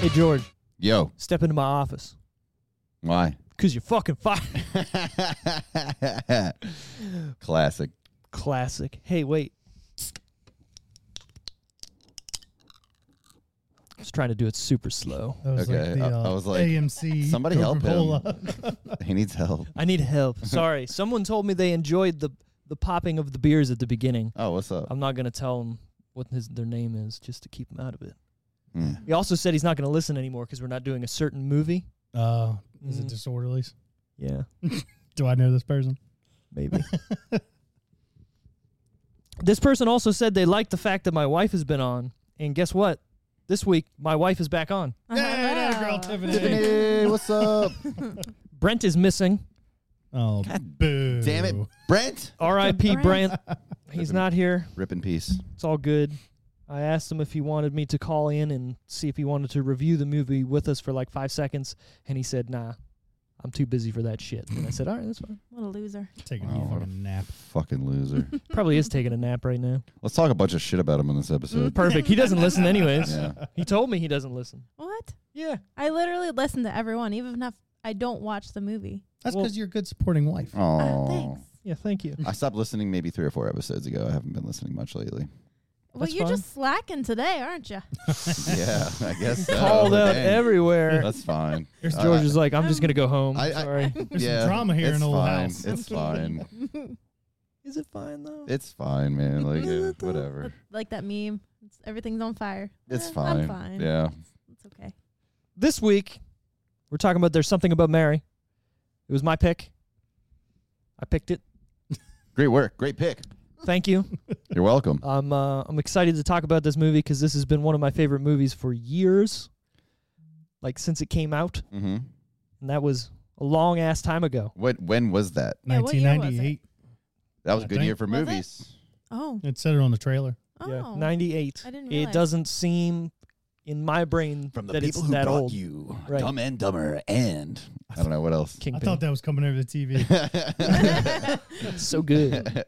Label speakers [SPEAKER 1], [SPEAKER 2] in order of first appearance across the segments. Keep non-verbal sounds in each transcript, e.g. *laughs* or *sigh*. [SPEAKER 1] Hey George,
[SPEAKER 2] Yo,
[SPEAKER 1] step into my office.
[SPEAKER 2] why? *laughs*
[SPEAKER 1] Cause you're fucking fired.
[SPEAKER 2] Classic.
[SPEAKER 1] *laughs* Classic. Hey, wait. I was trying to do it super slow.
[SPEAKER 3] That was
[SPEAKER 2] Okay,
[SPEAKER 3] like the
[SPEAKER 2] I- I
[SPEAKER 3] uh,
[SPEAKER 2] was like,
[SPEAKER 3] AMC.
[SPEAKER 2] somebody help him.
[SPEAKER 3] Coca-Cola.
[SPEAKER 2] He needs help.
[SPEAKER 1] I need help. Sorry. Someone told me they enjoyed the the popping of the beers at the beginning.
[SPEAKER 2] Oh, what's up?
[SPEAKER 1] I'm not gonna tell them what his, their name is just to keep them out of it.
[SPEAKER 2] Yeah.
[SPEAKER 1] He also said he's not gonna listen anymore because we're not doing a certain movie.
[SPEAKER 3] *laughs* Uh, is it
[SPEAKER 1] Mm.
[SPEAKER 3] disorderlies?
[SPEAKER 1] Yeah,
[SPEAKER 3] Do I know this person?
[SPEAKER 1] maybe. *laughs* this person also said they liked the fact that my wife has been on, and guess what? This week my wife is back on.
[SPEAKER 3] Hey, that girl
[SPEAKER 2] *laughs*
[SPEAKER 3] Tiffany.
[SPEAKER 2] Hey, what's up?
[SPEAKER 1] Brent is missing.
[SPEAKER 3] Oh, boo!
[SPEAKER 2] Damn it, Brent.
[SPEAKER 1] R.I.P.
[SPEAKER 4] Brent.
[SPEAKER 1] Brent. *laughs* He's not here.
[SPEAKER 2] Rip in peace.
[SPEAKER 1] It's all good. I asked him if he wanted me to call in and see if he wanted to review the movie with us for like five seconds, and he said, "Nah, I'm too busy for that shit." And I said, "All right, that's fine."
[SPEAKER 4] What a loser.
[SPEAKER 3] Taking
[SPEAKER 2] Wow,
[SPEAKER 3] a
[SPEAKER 2] what a
[SPEAKER 3] fucking nap.
[SPEAKER 2] Fucking
[SPEAKER 3] *laughs*
[SPEAKER 2] loser.
[SPEAKER 1] Probably is taking a nap right now.
[SPEAKER 2] Let's talk a bunch of shit about him in this episode.
[SPEAKER 1] Perfect. He doesn't listen anyways.
[SPEAKER 2] yeah.
[SPEAKER 1] He told me he doesn't listen.
[SPEAKER 4] What?
[SPEAKER 1] Yeah.
[SPEAKER 4] I literally listen to everyone, even if I don't watch the movie.
[SPEAKER 3] That's because
[SPEAKER 1] Well-
[SPEAKER 3] you're a good supporting *laughs* wife.
[SPEAKER 4] Uh,
[SPEAKER 2] Oh.
[SPEAKER 4] thanks.
[SPEAKER 1] Yeah. Thank you.
[SPEAKER 2] I stopped listening maybe three or four episodes ago. I haven't been listening much lately.
[SPEAKER 4] Well,
[SPEAKER 1] That's
[SPEAKER 4] you're
[SPEAKER 1] fine.
[SPEAKER 4] just slacking today,
[SPEAKER 2] *laughs*
[SPEAKER 4] aren't you?
[SPEAKER 2] yeah, I guess so.
[SPEAKER 1] Called out
[SPEAKER 2] Dang.
[SPEAKER 1] everywhere.
[SPEAKER 2] That's fine.
[SPEAKER 3] *laughs* There's
[SPEAKER 2] Uh,
[SPEAKER 1] George is like, I'm just gonna go home.
[SPEAKER 2] I- I-
[SPEAKER 1] Sorry.
[SPEAKER 2] *laughs*
[SPEAKER 3] There's
[SPEAKER 2] yeah,
[SPEAKER 3] some drama here
[SPEAKER 2] it's
[SPEAKER 3] in old
[SPEAKER 2] fine.
[SPEAKER 3] house.
[SPEAKER 2] It's fine.
[SPEAKER 1] is it fine though?
[SPEAKER 2] It's fine, man. Like
[SPEAKER 3] *laughs*
[SPEAKER 2] yeah, whatever.
[SPEAKER 4] like that meme. It's, everything's on fire.
[SPEAKER 2] It's
[SPEAKER 4] Eh,
[SPEAKER 2] fine.
[SPEAKER 4] I'm fine.
[SPEAKER 2] Yeah.
[SPEAKER 4] It's okay.
[SPEAKER 1] this week we're talking about there's something about Mary. It was my pick. I picked it.
[SPEAKER 2] Great work. Great pick.
[SPEAKER 1] Thank you.
[SPEAKER 2] You're welcome.
[SPEAKER 1] I'm uh, I'm excited to talk about this movie because this has been one of my favorite movies for years, like since it came out,
[SPEAKER 2] Mm-hmm.
[SPEAKER 1] and that was a long ass time ago.
[SPEAKER 2] What? When was that?
[SPEAKER 4] Yeah, what year was it?
[SPEAKER 3] 1998.
[SPEAKER 2] That was a
[SPEAKER 3] I
[SPEAKER 2] good
[SPEAKER 3] think-
[SPEAKER 2] year for
[SPEAKER 4] Was it?
[SPEAKER 2] movies.
[SPEAKER 4] Oh.
[SPEAKER 3] It? said it on the trailer.
[SPEAKER 4] Oh.
[SPEAKER 1] '98.
[SPEAKER 4] I didn't
[SPEAKER 1] It
[SPEAKER 4] realize.
[SPEAKER 1] doesn't seem in my brain that it's that old.
[SPEAKER 2] you,
[SPEAKER 1] Right. Dumb
[SPEAKER 2] and Dumber,
[SPEAKER 1] *laughs*
[SPEAKER 2] and I don't know what else. *laughs*
[SPEAKER 3] I
[SPEAKER 1] Kingpin.
[SPEAKER 3] thought that was coming over the
[SPEAKER 4] *laughs*
[SPEAKER 3] TV.
[SPEAKER 2] I,
[SPEAKER 1] so
[SPEAKER 2] *laughs*
[SPEAKER 1] good,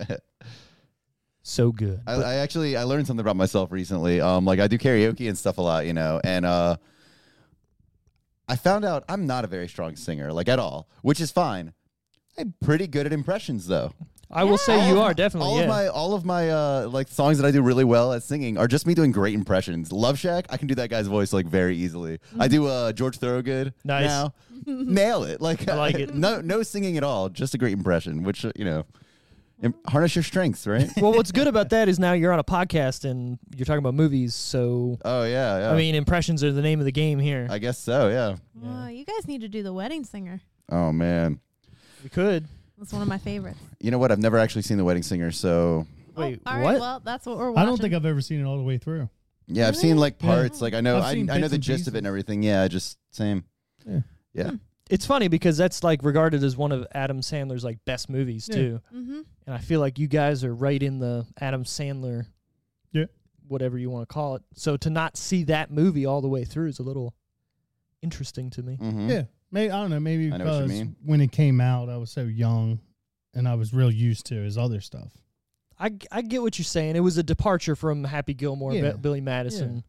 [SPEAKER 1] so good.
[SPEAKER 2] I actually I learned something about myself recently. Um, like I do karaoke and stuff a lot, you know, and uh, I found out I'm not a very strong singer, like at all, which is fine. I'm pretty good at impressions, though.
[SPEAKER 1] I will say you
[SPEAKER 2] All of-
[SPEAKER 1] are definitely.
[SPEAKER 2] all
[SPEAKER 1] Oh, yeah.
[SPEAKER 2] of my all of my uh, like songs that I do really well at singing are just me doing great impressions. Love Shack, I can do that guy's voice like very easily. I do uh, George Thorogood
[SPEAKER 1] Nice.
[SPEAKER 2] now, nail it. Like
[SPEAKER 1] I like it.
[SPEAKER 2] *laughs* No no singing at all, just a great impression. Which uh, you know, im- harness your
[SPEAKER 1] *laughs*
[SPEAKER 2] strengths, right?
[SPEAKER 1] well, what's good about that is now you're on a podcast and you're talking about movies, so
[SPEAKER 2] oh yeah, yeah.
[SPEAKER 1] I mean impressions are the name of the game here.
[SPEAKER 2] I guess so. Yeah.
[SPEAKER 4] Oh, you guys need to do The Wedding Singer.
[SPEAKER 2] Oh man,
[SPEAKER 1] we could.
[SPEAKER 4] That's one of my favorites.
[SPEAKER 2] you know what? I've never actually seen The Wedding Singer, so
[SPEAKER 1] Wait,
[SPEAKER 4] oh, all right,
[SPEAKER 1] what?
[SPEAKER 4] well, that's what we're watching.
[SPEAKER 3] I don't think I've ever seen it all the way through.
[SPEAKER 2] yeah, I've seen like
[SPEAKER 3] Yeah.
[SPEAKER 2] parts. Like I know
[SPEAKER 3] I've
[SPEAKER 2] I,
[SPEAKER 3] seen
[SPEAKER 2] I know
[SPEAKER 3] bits
[SPEAKER 2] the
[SPEAKER 3] and
[SPEAKER 2] gist of it and
[SPEAKER 3] pieces.
[SPEAKER 2] everything. Yeah, just same.
[SPEAKER 3] Yeah.
[SPEAKER 2] Yeah.
[SPEAKER 1] It's funny because that's like regarded as one of Adam Sandler's like best movies
[SPEAKER 3] Yeah.
[SPEAKER 1] too,
[SPEAKER 4] Mm-hmm.
[SPEAKER 1] and I feel like you guys are right in the Adam Sandler,
[SPEAKER 3] Yeah.
[SPEAKER 1] whatever you want to call it. So to not see that movie all the way through is a little interesting to me.
[SPEAKER 2] Mhm.
[SPEAKER 3] Yeah, maybe I don't know. Maybe
[SPEAKER 2] I know what you
[SPEAKER 3] because
[SPEAKER 2] mean.
[SPEAKER 3] when it came out, I was so young, and I was real used to his other stuff.
[SPEAKER 1] I I get what you're saying. It was a departure from Happy Gilmore,
[SPEAKER 3] Yeah.
[SPEAKER 1] Bi- Billy Madison.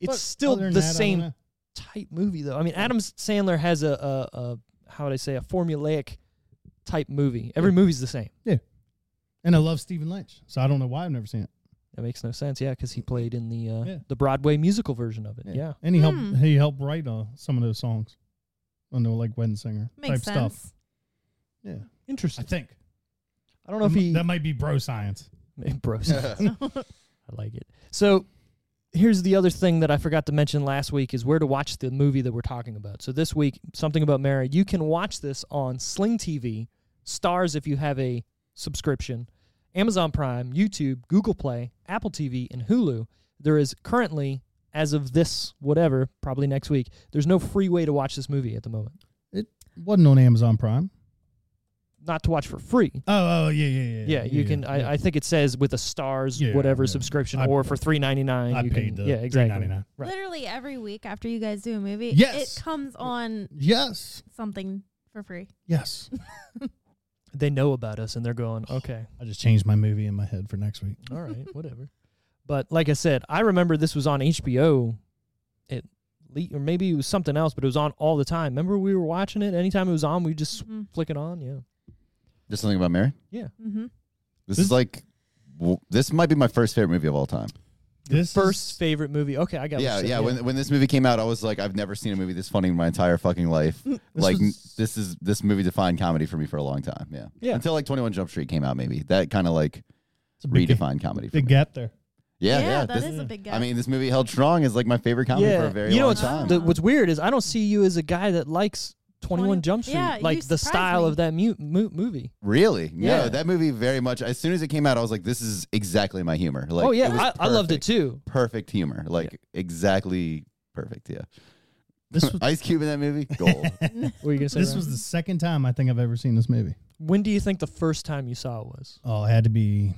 [SPEAKER 1] It's
[SPEAKER 3] But
[SPEAKER 1] still
[SPEAKER 3] other than
[SPEAKER 1] the
[SPEAKER 3] that, I don't
[SPEAKER 1] same
[SPEAKER 3] know.
[SPEAKER 1] type movie though. I mean, Adam Sandler has a, a, a how would I say a formulaic type movie. Every
[SPEAKER 3] Yeah.
[SPEAKER 1] movie's the same.
[SPEAKER 3] And I love Stephen Lynch, so I don't know why I've never seen it.
[SPEAKER 1] That makes no sense. Yeah, because he played in the uh,
[SPEAKER 3] Yeah.
[SPEAKER 1] the Broadway musical version of it. Yeah.
[SPEAKER 2] Yeah.
[SPEAKER 3] And he
[SPEAKER 4] Hmm.
[SPEAKER 3] helped he helped write uh, some of those songs on the like wedding singer type
[SPEAKER 4] Makes sense.
[SPEAKER 3] stuff. Yeah, I
[SPEAKER 1] interesting.
[SPEAKER 3] think.
[SPEAKER 1] I don't know if he *laughs*
[SPEAKER 3] that might be bro science. *laughs*
[SPEAKER 1] bro. I like it. So here's the other thing that I forgot to mention last week is where to watch the movie that we're talking about. So this week, something about Mary. You can watch this on Sling TV, Stars if you have a subscription, Amazon Prime, YouTube, Google Play, Apple TV, and Hulu. there is currently, as of this whatever, probably next week, there's no free way to watch this movie at the moment.
[SPEAKER 3] Wasn't on Amazon Prime.
[SPEAKER 1] Not to watch for free.
[SPEAKER 3] Oh, oh, yeah, yeah, yeah.
[SPEAKER 1] Yeah, you can. I, I think it says with a stars
[SPEAKER 3] Yeah,
[SPEAKER 1] whatever
[SPEAKER 3] yeah.
[SPEAKER 1] subscription,
[SPEAKER 3] I-
[SPEAKER 1] or for three ninety nine.
[SPEAKER 3] I
[SPEAKER 1] you
[SPEAKER 3] paid
[SPEAKER 1] can,
[SPEAKER 3] the
[SPEAKER 1] yeah exactly.
[SPEAKER 3] $3.99.
[SPEAKER 1] Right.
[SPEAKER 4] Literally every week after you guys do a movie,
[SPEAKER 3] Yes.
[SPEAKER 4] it comes on
[SPEAKER 3] Yes,
[SPEAKER 4] something for free.
[SPEAKER 3] yes.
[SPEAKER 1] They know about us and they're
[SPEAKER 3] *sighs*
[SPEAKER 1] going okay.
[SPEAKER 3] I just changed my movie in my head for next week.
[SPEAKER 1] All right,
[SPEAKER 3] *laughs*
[SPEAKER 1] whatever. But like I said, I remember this was on HBO. It le- or maybe it was something else, but it was on all the time. Remember we were watching it. Anytime it was on, we just
[SPEAKER 4] Mhm.
[SPEAKER 1] flick it on. Yeah.
[SPEAKER 2] *laughs* Just something about Mary.
[SPEAKER 4] hmm
[SPEAKER 2] This,
[SPEAKER 3] This-
[SPEAKER 2] is like, w- this might be my first favorite movie of all time.
[SPEAKER 3] This
[SPEAKER 1] First
[SPEAKER 3] is-
[SPEAKER 1] favorite movie. Okay, I got. what
[SPEAKER 2] yeah,
[SPEAKER 1] you're
[SPEAKER 2] yeah.
[SPEAKER 1] saying.
[SPEAKER 2] When when this movie came out, I was like, I've never seen a movie this funny in my entire fucking life. like
[SPEAKER 3] was-
[SPEAKER 2] n- this is this movie defined comedy for me for a long time. Yeah,
[SPEAKER 1] Yeah.
[SPEAKER 2] Until like Twenty One Jump Street came out, maybe that kind of like
[SPEAKER 3] it's a big ga-
[SPEAKER 2] redefined comedy. For
[SPEAKER 3] Big
[SPEAKER 2] me.
[SPEAKER 3] gap there.
[SPEAKER 2] Yeah, yeah.
[SPEAKER 4] that is
[SPEAKER 2] this,
[SPEAKER 4] a big gap.
[SPEAKER 2] I mean, this movie held strong as like my favorite comedy for a very
[SPEAKER 1] you know
[SPEAKER 2] long
[SPEAKER 1] what's,
[SPEAKER 2] time.
[SPEAKER 1] the- what's weird is I don't see you as a guy that likes Twenty One
[SPEAKER 4] Twenty-
[SPEAKER 1] Jump Street,
[SPEAKER 4] yeah, you
[SPEAKER 1] like the
[SPEAKER 4] surprised
[SPEAKER 1] style
[SPEAKER 4] me.
[SPEAKER 1] of that mu- mu- movie.
[SPEAKER 2] really? No,
[SPEAKER 1] Yeah.
[SPEAKER 2] that movie very much. As soon as it came out, I was like, this is exactly my humor. Like,
[SPEAKER 1] oh
[SPEAKER 2] it was
[SPEAKER 1] yeah, I, I loved it
[SPEAKER 2] perfect.
[SPEAKER 1] too.
[SPEAKER 2] Perfect humor, like exactly perfect. Yeah.
[SPEAKER 3] This
[SPEAKER 1] *laughs*
[SPEAKER 2] *laughs*
[SPEAKER 3] was
[SPEAKER 2] Ice Cube in that movie, gold.
[SPEAKER 1] What were you gonna say?
[SPEAKER 3] *laughs* this
[SPEAKER 1] Ryan?
[SPEAKER 3] was the second time I think I've ever seen this movie.
[SPEAKER 1] when do you think the first time you saw it was?
[SPEAKER 3] Oh, it had to be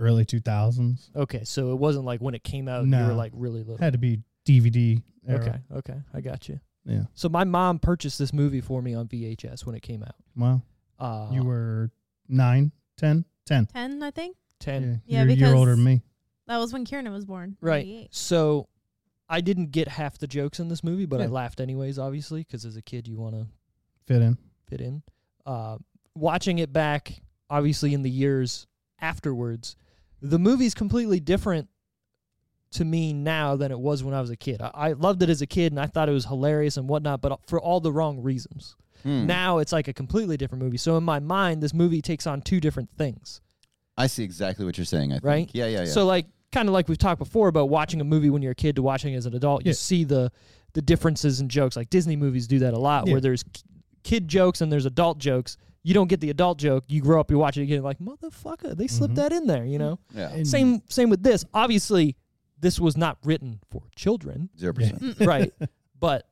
[SPEAKER 3] early two thousands.
[SPEAKER 1] Okay, so it wasn't like when it came out. You were
[SPEAKER 3] No.
[SPEAKER 1] like really little.
[SPEAKER 3] Had to be DVD. Era.
[SPEAKER 1] Okay, okay, I got you.
[SPEAKER 3] Yeah.
[SPEAKER 1] So my mom purchased this movie for me on VHS when it came out.
[SPEAKER 3] Wow.
[SPEAKER 1] Uh,
[SPEAKER 3] you were nine, ten, ten.
[SPEAKER 4] 10, I think.
[SPEAKER 1] ten,
[SPEAKER 4] Yeah,
[SPEAKER 3] you're a year
[SPEAKER 4] because-
[SPEAKER 3] older than me.
[SPEAKER 4] That was when Kieran was born.
[SPEAKER 1] right?
[SPEAKER 4] 98.
[SPEAKER 1] So I didn't get half the jokes in this movie, but I
[SPEAKER 3] Yeah.
[SPEAKER 1] laughed anyways, obviously, because as a kid you want to
[SPEAKER 3] Fit in.
[SPEAKER 1] fit in. Uh, watching it back, obviously, in the years afterwards, the movie's completely different to me now than it was when I was a kid. I, I loved it as a kid and I thought it was hilarious and whatnot, but for all the wrong reasons.
[SPEAKER 2] Hmm.
[SPEAKER 1] Now it's like a completely different movie. So in my mind, this movie takes on two different things.
[SPEAKER 2] I see exactly what you're saying. I think.
[SPEAKER 1] Right?
[SPEAKER 2] Yeah,
[SPEAKER 3] Oh,
[SPEAKER 2] yeah, yeah.
[SPEAKER 1] So like kind of like we've talked before about watching a movie when you're a kid to watching it as an adult, you
[SPEAKER 3] Yeah.
[SPEAKER 1] see the the differences in jokes. Like Disney movies do that a lot,
[SPEAKER 3] Yeah.
[SPEAKER 1] where there's k- kid jokes and there's adult jokes. You don't get the adult joke. You grow up, you watch it again, like motherfucker, they slipped
[SPEAKER 3] Mhm.
[SPEAKER 1] that in there. You know.
[SPEAKER 2] yeah,
[SPEAKER 3] And-
[SPEAKER 1] Uh, Same same with this. Obviously, this was not written for children,
[SPEAKER 2] zero percent.
[SPEAKER 3] *laughs*
[SPEAKER 1] right? But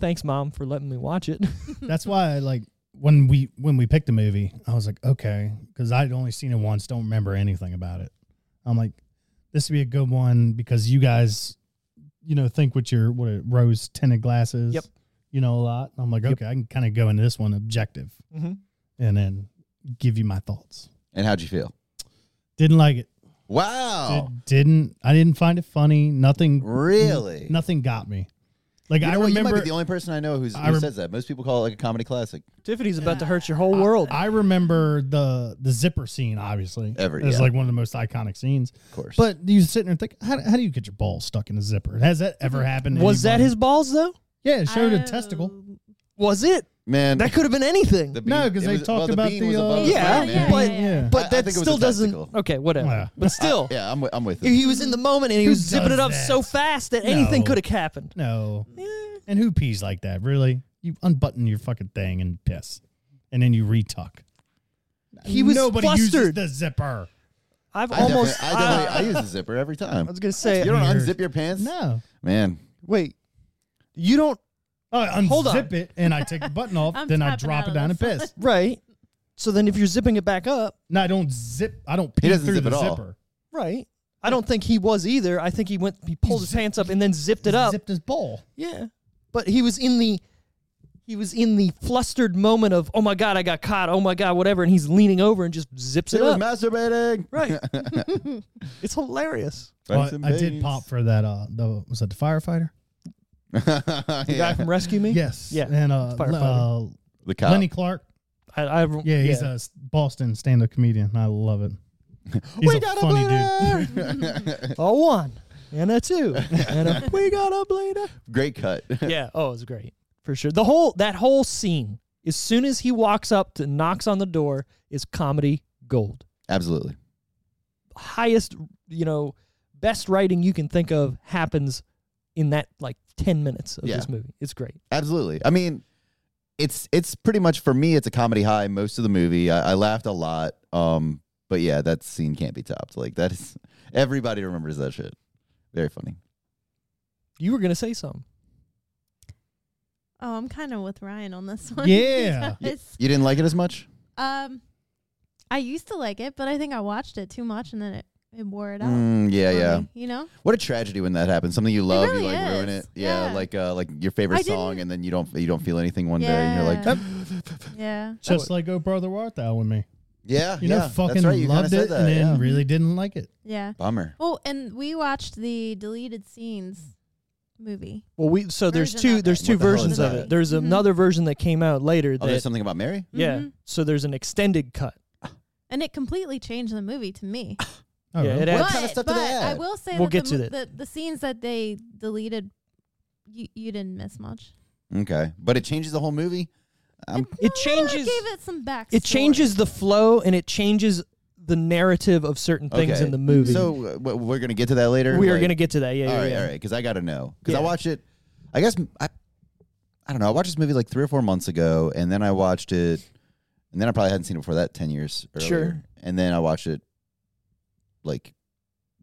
[SPEAKER 1] thanks, mom, for letting me watch it. *laughs*
[SPEAKER 3] That's why I like when we when we picked the movie, I was like, okay, because I'd only seen it once, don't remember anything about it. I'm like, this would be a good one because you guys, you know, think with your what it, rose tinted glasses,
[SPEAKER 1] Yep.
[SPEAKER 3] you know, a lot. I'm like, okay, I can kind of go into this one objective
[SPEAKER 1] mm-hmm.
[SPEAKER 3] and then give you my thoughts.
[SPEAKER 2] And how'd you feel?
[SPEAKER 3] Didn't like it.
[SPEAKER 2] Wow.
[SPEAKER 3] Did- didn't I didn't find it funny. Nothing
[SPEAKER 2] Oh. Really?
[SPEAKER 3] Nothing got me. Like
[SPEAKER 2] You
[SPEAKER 3] I
[SPEAKER 2] know what?
[SPEAKER 3] remember
[SPEAKER 2] you might be the only person I know who's,
[SPEAKER 3] I
[SPEAKER 2] who
[SPEAKER 3] rem-
[SPEAKER 2] says that. Most people call it like a comedy classic.
[SPEAKER 1] Tiffany's about to hurt your whole world.
[SPEAKER 3] I remember the the zipper scene, obviously.
[SPEAKER 2] Ever,
[SPEAKER 3] It's
[SPEAKER 2] yeah.
[SPEAKER 3] like one of the most iconic scenes.
[SPEAKER 2] Of course.
[SPEAKER 3] But you sitting there think, how, how do you get your ball stuck in a zipper? Has that ever happened? to
[SPEAKER 1] was that
[SPEAKER 3] anybody?
[SPEAKER 1] his balls though?
[SPEAKER 3] Yeah, it showed a
[SPEAKER 4] Mm-hmm. Oh.
[SPEAKER 3] testicle.
[SPEAKER 1] Was it?
[SPEAKER 2] man,
[SPEAKER 1] That could have been anything.
[SPEAKER 2] *laughs* the beam,
[SPEAKER 3] No, 'cause
[SPEAKER 2] it
[SPEAKER 3] they
[SPEAKER 2] was-
[SPEAKER 3] talked
[SPEAKER 2] well,
[SPEAKER 3] about
[SPEAKER 2] beam
[SPEAKER 3] the,
[SPEAKER 2] was above
[SPEAKER 3] uh,
[SPEAKER 2] the
[SPEAKER 1] Yeah,
[SPEAKER 2] ground, man.
[SPEAKER 1] but-
[SPEAKER 3] Yeah.
[SPEAKER 1] But
[SPEAKER 2] I- I
[SPEAKER 1] that
[SPEAKER 2] think it was
[SPEAKER 1] still
[SPEAKER 2] a
[SPEAKER 1] doesn't.
[SPEAKER 2] testicle.
[SPEAKER 1] Okay, whatever.
[SPEAKER 3] Yeah.
[SPEAKER 1] But still,
[SPEAKER 2] yeah, I'm, wi- I'm with it.
[SPEAKER 1] he was in the moment and he
[SPEAKER 3] Who
[SPEAKER 1] was zipping it
[SPEAKER 3] does
[SPEAKER 1] up so
[SPEAKER 3] that?
[SPEAKER 1] fast that anything
[SPEAKER 3] No.
[SPEAKER 1] could have happened.
[SPEAKER 3] No. And who pees like that? Really? You unbutton your fucking thing and piss, and then you retuck.
[SPEAKER 1] He was
[SPEAKER 3] Nobody uses
[SPEAKER 1] flustered.
[SPEAKER 3] the zipper.
[SPEAKER 1] I've
[SPEAKER 2] I
[SPEAKER 1] almost.
[SPEAKER 2] definitely, I,
[SPEAKER 1] I,
[SPEAKER 2] definitely, I
[SPEAKER 3] *laughs*
[SPEAKER 2] use a zipper every
[SPEAKER 1] I
[SPEAKER 2] time.
[SPEAKER 1] was gonna
[SPEAKER 2] You
[SPEAKER 1] say.
[SPEAKER 2] don't
[SPEAKER 3] weird.
[SPEAKER 2] unzip your pants?
[SPEAKER 3] No.
[SPEAKER 2] Man,
[SPEAKER 1] Wait, you don't.
[SPEAKER 3] Oh, I
[SPEAKER 1] Hold on.
[SPEAKER 3] unzip it, and I take the button off,
[SPEAKER 4] *laughs* I'm
[SPEAKER 3] then I
[SPEAKER 4] tapping
[SPEAKER 3] drop
[SPEAKER 4] out
[SPEAKER 3] it
[SPEAKER 4] of
[SPEAKER 3] down and
[SPEAKER 4] this.
[SPEAKER 3] piss.
[SPEAKER 1] Right. So then, if you're zipping it back up,
[SPEAKER 3] No, I don't zip. I don't
[SPEAKER 2] He
[SPEAKER 3] pee
[SPEAKER 2] doesn't
[SPEAKER 3] through
[SPEAKER 2] zip
[SPEAKER 3] the
[SPEAKER 2] at all.
[SPEAKER 3] zipper.
[SPEAKER 1] right? I don't think he was either. I think he went. He pulled his pants up and then zipped it
[SPEAKER 3] He
[SPEAKER 1] up.
[SPEAKER 3] Zipped his ball.
[SPEAKER 1] Yeah, but he was in the. He was in the flustered moment of, oh my god, I got caught. Oh my god, whatever, and he's leaning over and just zips
[SPEAKER 2] he
[SPEAKER 1] it
[SPEAKER 2] was
[SPEAKER 1] up.
[SPEAKER 2] masturbating. *laughs*
[SPEAKER 1] right. it's hilarious.
[SPEAKER 3] Well,
[SPEAKER 2] Rice and
[SPEAKER 3] I did
[SPEAKER 2] beans. *laughs*
[SPEAKER 3] pop for that. Uh, the was that the firefighter?
[SPEAKER 1] The
[SPEAKER 2] yeah.
[SPEAKER 1] guy from Rescue Me.
[SPEAKER 3] Yes.
[SPEAKER 1] Yeah.
[SPEAKER 3] And uh,
[SPEAKER 1] Firefighter.
[SPEAKER 3] Le-
[SPEAKER 2] the
[SPEAKER 3] uh
[SPEAKER 2] cop.
[SPEAKER 3] Lenny Clark.
[SPEAKER 1] I, I,
[SPEAKER 3] Yeah, he's a s- Boston stand-up comedian. I love it. He's
[SPEAKER 1] we
[SPEAKER 3] a
[SPEAKER 1] got
[SPEAKER 3] funny dude. *laughs*
[SPEAKER 1] a bleeder. a one and a two and a we got a bleeder.
[SPEAKER 2] *laughs* Great cut.
[SPEAKER 1] Yeah. Oh, it was great for sure. The whole that whole scene. As soon as he walks up to knocks on the door, is comedy gold.
[SPEAKER 2] Absolutely.
[SPEAKER 1] Highest, you know, best writing you can think of happens in that like ten minutes of
[SPEAKER 2] Yeah.
[SPEAKER 1] this movie. It's great.
[SPEAKER 2] Absolutely. I mean, it's it's pretty much for me. It's a comedy high most of the movie. I, I laughed a lot. *laughs* Um, but yeah, that scene can't be topped. Like that is everybody remembers that shit. Very funny.
[SPEAKER 1] You were gonna say something.
[SPEAKER 4] Oh, I'm kind of with Ryan on this *laughs* one.
[SPEAKER 3] Yeah.
[SPEAKER 2] Y-
[SPEAKER 4] because,
[SPEAKER 2] You didn't like it as much?
[SPEAKER 4] um, I used to like it, but I think I watched it too much and then it, it wore it out.
[SPEAKER 2] Mm, yeah,
[SPEAKER 4] on
[SPEAKER 2] yeah.
[SPEAKER 4] me, You know?
[SPEAKER 2] What a tragedy when that happens. Something you love,
[SPEAKER 4] really
[SPEAKER 2] you like ruin
[SPEAKER 4] is.
[SPEAKER 2] it. Yeah,
[SPEAKER 4] Yeah.
[SPEAKER 2] like uh, like your
[SPEAKER 4] I
[SPEAKER 2] favorite
[SPEAKER 4] didn't-
[SPEAKER 2] song, and then you don't you don't feel anything one day, and you're like,
[SPEAKER 4] *laughs* Yeah.
[SPEAKER 3] Just like Oh Brother Where Art Thou with me.
[SPEAKER 2] yeah,
[SPEAKER 3] You
[SPEAKER 2] yeah,
[SPEAKER 3] know, fucking
[SPEAKER 2] that's right. You kinda
[SPEAKER 3] loved
[SPEAKER 2] said
[SPEAKER 3] it
[SPEAKER 2] that,
[SPEAKER 3] and then
[SPEAKER 2] yeah.
[SPEAKER 3] really didn't like it.
[SPEAKER 4] Yeah.
[SPEAKER 2] Bummer.
[SPEAKER 4] Well, and we watched the deleted scenes movie.
[SPEAKER 1] Well, we so there's
[SPEAKER 4] Version
[SPEAKER 1] two
[SPEAKER 4] of it.
[SPEAKER 1] there's two
[SPEAKER 2] What the hell is
[SPEAKER 1] versions of
[SPEAKER 2] that?
[SPEAKER 1] it. There's
[SPEAKER 4] Mhm.
[SPEAKER 1] another version that came out later that
[SPEAKER 2] Oh, there's something about Mary.
[SPEAKER 1] yeah.
[SPEAKER 4] Mhm.
[SPEAKER 1] So there's an extended cut.
[SPEAKER 4] And it completely changed the movie to me.
[SPEAKER 1] Yeah,
[SPEAKER 3] Oh, really?
[SPEAKER 1] it
[SPEAKER 4] but,
[SPEAKER 1] What
[SPEAKER 2] kind of stuff did
[SPEAKER 4] but
[SPEAKER 2] they
[SPEAKER 4] I
[SPEAKER 2] add?
[SPEAKER 4] will say
[SPEAKER 1] We'll
[SPEAKER 4] that,
[SPEAKER 1] get
[SPEAKER 4] the,
[SPEAKER 1] to
[SPEAKER 4] mo-
[SPEAKER 1] that.
[SPEAKER 4] The, the scenes that they deleted, you, you didn't miss much.
[SPEAKER 2] Okay, but it changes the whole movie. Um,
[SPEAKER 1] It
[SPEAKER 4] No, I
[SPEAKER 1] changes-
[SPEAKER 4] gave it some backstory.
[SPEAKER 1] It changes the flow and it changes the narrative of certain things
[SPEAKER 2] Okay.
[SPEAKER 1] in the movie.
[SPEAKER 2] So uh, w- we're gonna get to that later.
[SPEAKER 1] we are
[SPEAKER 2] like-
[SPEAKER 1] gonna get to that. Yeah,
[SPEAKER 2] all
[SPEAKER 1] yeah,
[SPEAKER 2] right,
[SPEAKER 1] yeah.
[SPEAKER 2] all right, because I gotta know because I
[SPEAKER 1] Yeah.
[SPEAKER 2] watched it. I guess m- I, I don't know. I watched this movie like three or four months ago, and then I watched it, and then I probably hadn't seen it before that ten years earlier.
[SPEAKER 1] Sure.
[SPEAKER 2] And then I watched it, like,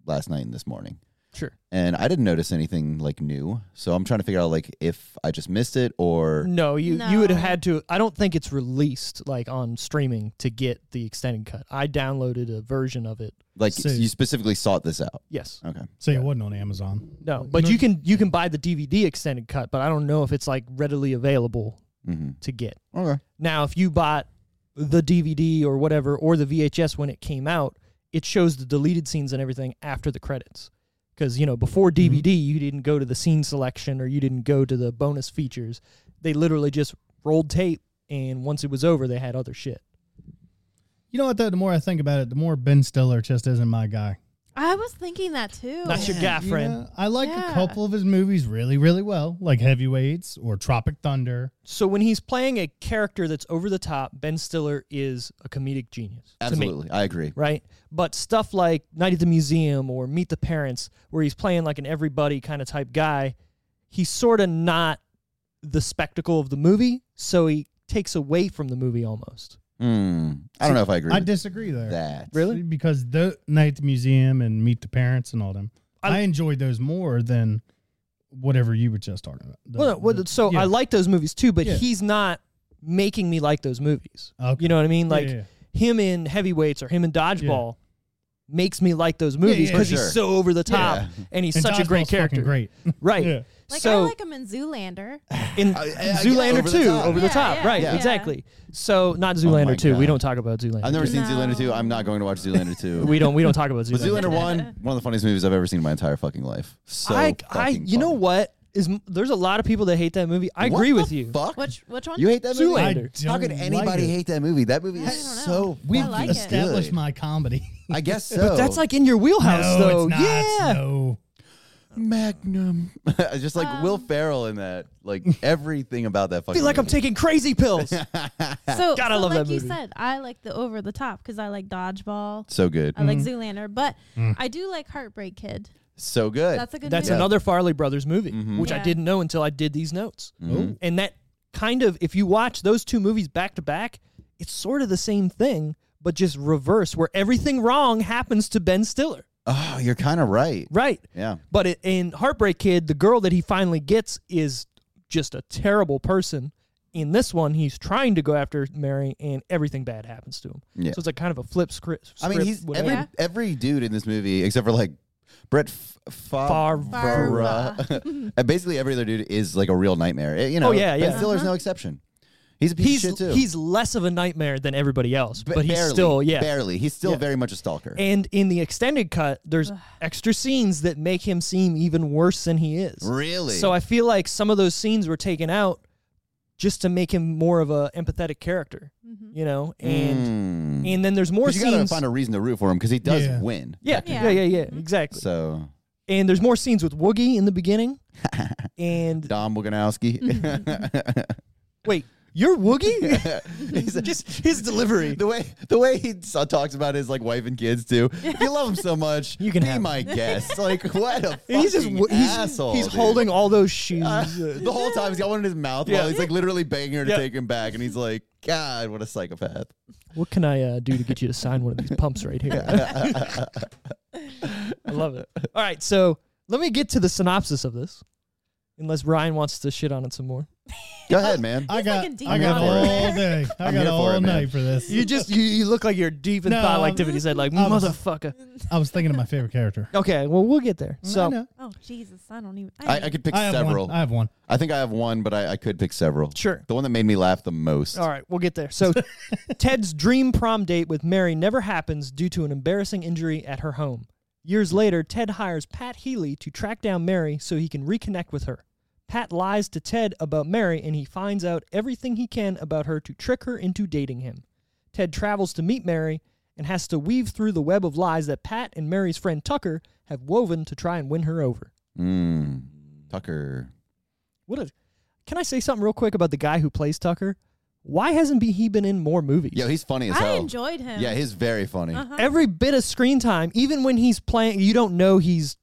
[SPEAKER 2] last night and this morning,
[SPEAKER 1] Sure.
[SPEAKER 2] and I didn't notice anything like new. So I'm trying to figure out like if I just missed it or
[SPEAKER 1] No, you you would have
[SPEAKER 4] No.
[SPEAKER 1] had to. I don't think it's released like on streaming to get the extended cut. I downloaded a version of it.
[SPEAKER 2] like
[SPEAKER 3] So-
[SPEAKER 2] you specifically sought this out.
[SPEAKER 1] Yes.
[SPEAKER 2] Okay.
[SPEAKER 3] So it wasn't on Amazon.
[SPEAKER 1] No, but you can you can buy the DVD extended cut, but I don't know if it's like readily available
[SPEAKER 2] hmm
[SPEAKER 1] to get.
[SPEAKER 2] Okay.
[SPEAKER 1] Now, if you bought the DVD or whatever, or the VHS when it came out, it shows the deleted scenes and everything after the credits. Because, you know, before DVD, you didn't go to the scene selection or you didn't go to the bonus features. They literally just rolled tape, and once it was over, they had other shit.
[SPEAKER 3] You know what though? The more I think about it, the more Ben Stiller just isn't my guy.
[SPEAKER 4] I was thinking that too.
[SPEAKER 1] Not your guy,
[SPEAKER 3] You
[SPEAKER 1] friend.
[SPEAKER 3] know, I like a
[SPEAKER 4] Yeah.
[SPEAKER 3] couple of his movies really, really well, like Heavyweights or Tropic Thunder.
[SPEAKER 1] So when he's playing a character that's over the top, Ben Stiller is a comedic genius. to me.
[SPEAKER 2] Absolutely, I agree.
[SPEAKER 1] right? But stuff like Night at the Museum or Meet the Parents, where he's playing like an everybody kind of type guy, he's sort of not the spectacle of the movie, so he takes away from the movie almost.
[SPEAKER 2] Mm. I don't know if I agree.
[SPEAKER 3] I
[SPEAKER 2] with
[SPEAKER 3] disagree there.
[SPEAKER 2] that.
[SPEAKER 1] Really?
[SPEAKER 3] Because the Night at the Museum and Meet the Parents and all them,
[SPEAKER 1] I-
[SPEAKER 3] I, enjoyed those more than whatever you were just talking about. The-
[SPEAKER 1] Well, no, well,
[SPEAKER 3] the-
[SPEAKER 1] so
[SPEAKER 3] yeah.
[SPEAKER 1] I like those movies too, but
[SPEAKER 3] Yeah.
[SPEAKER 1] he's not making me like those movies.
[SPEAKER 3] Okay.
[SPEAKER 1] You know what I mean? Like
[SPEAKER 3] yeah.
[SPEAKER 1] him in Heavyweights or him in Dodgeball makes me like those movies
[SPEAKER 3] yeah,
[SPEAKER 1] because
[SPEAKER 2] yeah.
[SPEAKER 1] he's
[SPEAKER 2] Sure.
[SPEAKER 1] so over the top
[SPEAKER 2] Yeah.
[SPEAKER 1] and he's
[SPEAKER 3] And
[SPEAKER 1] such a great
[SPEAKER 3] Dodgeball's fucking
[SPEAKER 1] character,
[SPEAKER 3] Great.
[SPEAKER 1] *laughs* right?
[SPEAKER 3] Yeah.
[SPEAKER 4] Like
[SPEAKER 1] so
[SPEAKER 4] I like him in Zoolander.
[SPEAKER 1] in
[SPEAKER 2] I- I- I-
[SPEAKER 1] Zoolander
[SPEAKER 2] Uh, over the
[SPEAKER 1] 2
[SPEAKER 2] top. Oh
[SPEAKER 1] over the
[SPEAKER 4] Yeah,
[SPEAKER 1] top
[SPEAKER 4] yeah,
[SPEAKER 1] right
[SPEAKER 4] yeah.
[SPEAKER 1] exactly so not Zoolander
[SPEAKER 2] my
[SPEAKER 1] 2 we
[SPEAKER 2] God.
[SPEAKER 1] don't talk about Zoolander
[SPEAKER 2] I've never seen
[SPEAKER 4] No.
[SPEAKER 2] Zoolander 2. I'm not going to watch Zoolander
[SPEAKER 1] *laughs*
[SPEAKER 2] 2.
[SPEAKER 1] we don't we don't talk about
[SPEAKER 2] But
[SPEAKER 1] Zoolander,
[SPEAKER 2] Zoolander *laughs* 1, one of the funniest movies I've ever seen in my entire fucking life. So
[SPEAKER 1] I, I
[SPEAKER 2] fucking
[SPEAKER 1] you know
[SPEAKER 2] funny.
[SPEAKER 1] what is m- there's a lot of people that hate that movie I
[SPEAKER 2] What
[SPEAKER 1] agree
[SPEAKER 2] the
[SPEAKER 1] with you
[SPEAKER 2] Fuck?
[SPEAKER 4] Which which one?
[SPEAKER 2] You hate that movie?
[SPEAKER 1] Zoolander.
[SPEAKER 3] I
[SPEAKER 2] How
[SPEAKER 3] don't
[SPEAKER 2] could
[SPEAKER 3] like
[SPEAKER 2] anybody
[SPEAKER 3] it.
[SPEAKER 2] hate that movie? That movie
[SPEAKER 4] I
[SPEAKER 2] is
[SPEAKER 4] don't know.
[SPEAKER 2] so
[SPEAKER 3] We've
[SPEAKER 4] I like it.
[SPEAKER 3] established
[SPEAKER 2] good.
[SPEAKER 1] *laughs*
[SPEAKER 3] my comedy.
[SPEAKER 2] I guess so.
[SPEAKER 1] but that's like in your wheelhouse
[SPEAKER 3] no,
[SPEAKER 1] though
[SPEAKER 3] it's not.
[SPEAKER 1] Oh, yeah
[SPEAKER 3] No.
[SPEAKER 2] Magnum. *laughs* Just like Will Ferrell in that. Like everything about that
[SPEAKER 1] I
[SPEAKER 2] fucking
[SPEAKER 1] feel like I'm
[SPEAKER 2] movie.
[SPEAKER 1] taking crazy
[SPEAKER 2] *laughs*
[SPEAKER 1] pills
[SPEAKER 4] so,
[SPEAKER 1] God, I
[SPEAKER 4] so
[SPEAKER 1] love that
[SPEAKER 4] like you
[SPEAKER 1] movie.
[SPEAKER 4] said, I like the over the top because I like Dodgeball.
[SPEAKER 2] So good.
[SPEAKER 4] I like Zoolander, but
[SPEAKER 3] Mm.
[SPEAKER 4] I do like Heartbreak Kid.
[SPEAKER 2] So good.
[SPEAKER 4] That's a good.
[SPEAKER 1] that's
[SPEAKER 4] movie.
[SPEAKER 1] another Farley Brothers movie
[SPEAKER 2] Mm-hmm.
[SPEAKER 1] which I
[SPEAKER 4] Yeah.
[SPEAKER 1] didn't know until I did these notes
[SPEAKER 2] Mhm.
[SPEAKER 1] and that kind of if you watch those two movies back to back it's sort of the same thing but just reverse where everything wrong happens to Ben Stiller
[SPEAKER 2] Oh, you're kind of right.
[SPEAKER 1] right
[SPEAKER 2] Yeah.
[SPEAKER 1] But it, in Heartbreak Kid, the girl that he finally gets is just a terrible person. In this one, he's trying to go after Mary, and everything bad happens to him.
[SPEAKER 2] Yeah.
[SPEAKER 1] So it's like kind of a flip script.
[SPEAKER 2] I mean,
[SPEAKER 1] script,
[SPEAKER 2] he's
[SPEAKER 1] whatever.
[SPEAKER 2] every, every dude in this movie, except for like Brett F- Favre.
[SPEAKER 4] Favre.
[SPEAKER 2] And basically, every other dude is like a real nightmare. Eh, You know,
[SPEAKER 1] Oh, yeah,
[SPEAKER 2] Ben
[SPEAKER 1] yeah.
[SPEAKER 2] Stiller's no exception. He's a piece
[SPEAKER 1] he's
[SPEAKER 2] of shit too.
[SPEAKER 1] he's less of a nightmare than everybody else,
[SPEAKER 2] Ba-
[SPEAKER 1] but he's
[SPEAKER 2] barely,
[SPEAKER 1] still yeah.
[SPEAKER 2] barely. He's still
[SPEAKER 1] Yeah.
[SPEAKER 2] very much a stalker.
[SPEAKER 1] And in the extended cut, there's extra scenes that make him seem even worse than he is.
[SPEAKER 2] really?
[SPEAKER 1] So I feel like some of those scenes were taken out just to make him more of a empathetic character, you know. And
[SPEAKER 2] Mm.
[SPEAKER 1] and then there's more
[SPEAKER 2] 'Cause you gotta
[SPEAKER 1] scenes.
[SPEAKER 2] find a reason to root for him because he does
[SPEAKER 3] Yeah.
[SPEAKER 2] win.
[SPEAKER 1] Yeah, yeah,
[SPEAKER 4] Yeah.
[SPEAKER 1] yeah, yeah, exactly.
[SPEAKER 2] So
[SPEAKER 1] And there's more scenes with Woogie in the beginning.
[SPEAKER 2] *laughs*
[SPEAKER 1] And
[SPEAKER 2] Dom Waganowski.
[SPEAKER 1] wait, you're
[SPEAKER 2] *laughs*
[SPEAKER 1] Woogie?
[SPEAKER 2] He's a-
[SPEAKER 1] Just his delivery.
[SPEAKER 2] The way the way he s- talks about his like wife and kids too. If you love him so much,
[SPEAKER 1] You can
[SPEAKER 2] be
[SPEAKER 1] have him.
[SPEAKER 2] my guest. Like what a fucking
[SPEAKER 1] *laughs* *laughs* He's just wo- he's,
[SPEAKER 2] asshole.
[SPEAKER 1] he's
[SPEAKER 2] dude.
[SPEAKER 1] holding all
[SPEAKER 2] *laughs*
[SPEAKER 1] those shoes. *laughs*
[SPEAKER 2] Uh, the whole time he's got one in his mouth
[SPEAKER 1] Yeah.
[SPEAKER 2] while he's like literally begging her to
[SPEAKER 1] Yeah.
[SPEAKER 2] take him back, and he's like, "God, what a psychopath!"
[SPEAKER 1] what can I uh, do to get you
[SPEAKER 2] *laughs*
[SPEAKER 1] to sign one of these pumps right here? I love it. All right, so Let me get to the synopsis of this, unless Ryan wants to shit on it some more.
[SPEAKER 2] Go ahead, man.
[SPEAKER 3] I
[SPEAKER 4] He's
[SPEAKER 3] got,
[SPEAKER 4] like a
[SPEAKER 3] I got
[SPEAKER 2] demon.
[SPEAKER 1] *laughs*
[SPEAKER 3] all day. I
[SPEAKER 2] I'm
[SPEAKER 3] got
[SPEAKER 2] here for
[SPEAKER 3] all
[SPEAKER 2] it, man.
[SPEAKER 3] night for this.
[SPEAKER 1] You just you, you look like you're deep in
[SPEAKER 3] No,
[SPEAKER 1] thought
[SPEAKER 3] I'm-
[SPEAKER 1] activities. I'd like
[SPEAKER 3] I was-
[SPEAKER 1] motherfucker.
[SPEAKER 3] I was thinking of my favorite character.
[SPEAKER 1] Okay, well we'll get there. *laughs*
[SPEAKER 3] I,
[SPEAKER 1] So
[SPEAKER 3] know.
[SPEAKER 4] Oh Jesus, I don't even.
[SPEAKER 2] I, I could pick
[SPEAKER 3] I have
[SPEAKER 2] several.
[SPEAKER 3] one. I have one.
[SPEAKER 2] I think I have one, but I, I could pick several.
[SPEAKER 1] sure.
[SPEAKER 2] The one that made me laugh the most.
[SPEAKER 1] All right, we'll get there.
[SPEAKER 3] *laughs*
[SPEAKER 1] So Ted's dream prom date with Mary never happens due to an embarrassing injury at her home. Years later, Ted hires Pat Healy to track down Mary so he can reconnect with her. Pat lies to Ted about Mary and he finds out everything he can about her to trick her into dating him. Ted travels to meet Mary and has to weave through the web of lies that Pat and Mary's friend Tucker have woven to try and win her over.
[SPEAKER 2] Mm. Tucker.
[SPEAKER 1] What a Can I say something real quick about the guy who plays Tucker? Why hasn't be- he been in more movies?
[SPEAKER 2] Yo, he's funny as
[SPEAKER 4] I
[SPEAKER 2] hell.
[SPEAKER 4] enjoyed him.
[SPEAKER 2] yeah, he's very funny.
[SPEAKER 4] Uh-huh.
[SPEAKER 1] every bit of screen time, even when he's playing, you don't know he's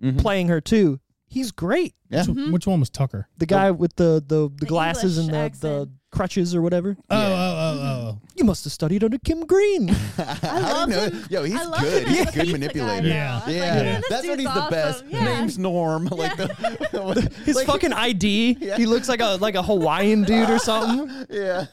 [SPEAKER 2] Mhm.
[SPEAKER 1] playing her too. He's great.
[SPEAKER 4] *laughs*
[SPEAKER 2] Yeah.
[SPEAKER 3] Which-
[SPEAKER 4] Hmm?
[SPEAKER 3] Which one was Tucker?
[SPEAKER 1] The guy with the the, the,
[SPEAKER 4] The
[SPEAKER 1] glasses
[SPEAKER 4] English
[SPEAKER 1] and the, the
[SPEAKER 4] accent.
[SPEAKER 1] crutches or whatever.
[SPEAKER 3] Oh, oh, oh, oh, oh.
[SPEAKER 1] You must have studied under Kim Green.
[SPEAKER 2] I
[SPEAKER 4] love
[SPEAKER 2] didn't
[SPEAKER 4] him.
[SPEAKER 2] Yo, he's
[SPEAKER 4] I love
[SPEAKER 2] good.
[SPEAKER 4] him
[SPEAKER 2] He's
[SPEAKER 4] as
[SPEAKER 2] a
[SPEAKER 4] a
[SPEAKER 2] good
[SPEAKER 4] pizza
[SPEAKER 2] manipulator.
[SPEAKER 4] guy
[SPEAKER 3] Yeah.
[SPEAKER 4] now. I was
[SPEAKER 2] Yeah,
[SPEAKER 4] like, man, this
[SPEAKER 2] that's when
[SPEAKER 4] dude's
[SPEAKER 2] he's the
[SPEAKER 4] awesome.
[SPEAKER 2] best.
[SPEAKER 4] Yeah.
[SPEAKER 2] Name's
[SPEAKER 4] *laughs*
[SPEAKER 2] Norm. Like the
[SPEAKER 1] His
[SPEAKER 2] like-
[SPEAKER 1] fucking ID.
[SPEAKER 2] Yeah.
[SPEAKER 1] He looks like a like a Hawaiian dude or
[SPEAKER 2] *laughs*
[SPEAKER 1] something.
[SPEAKER 2] Yeah,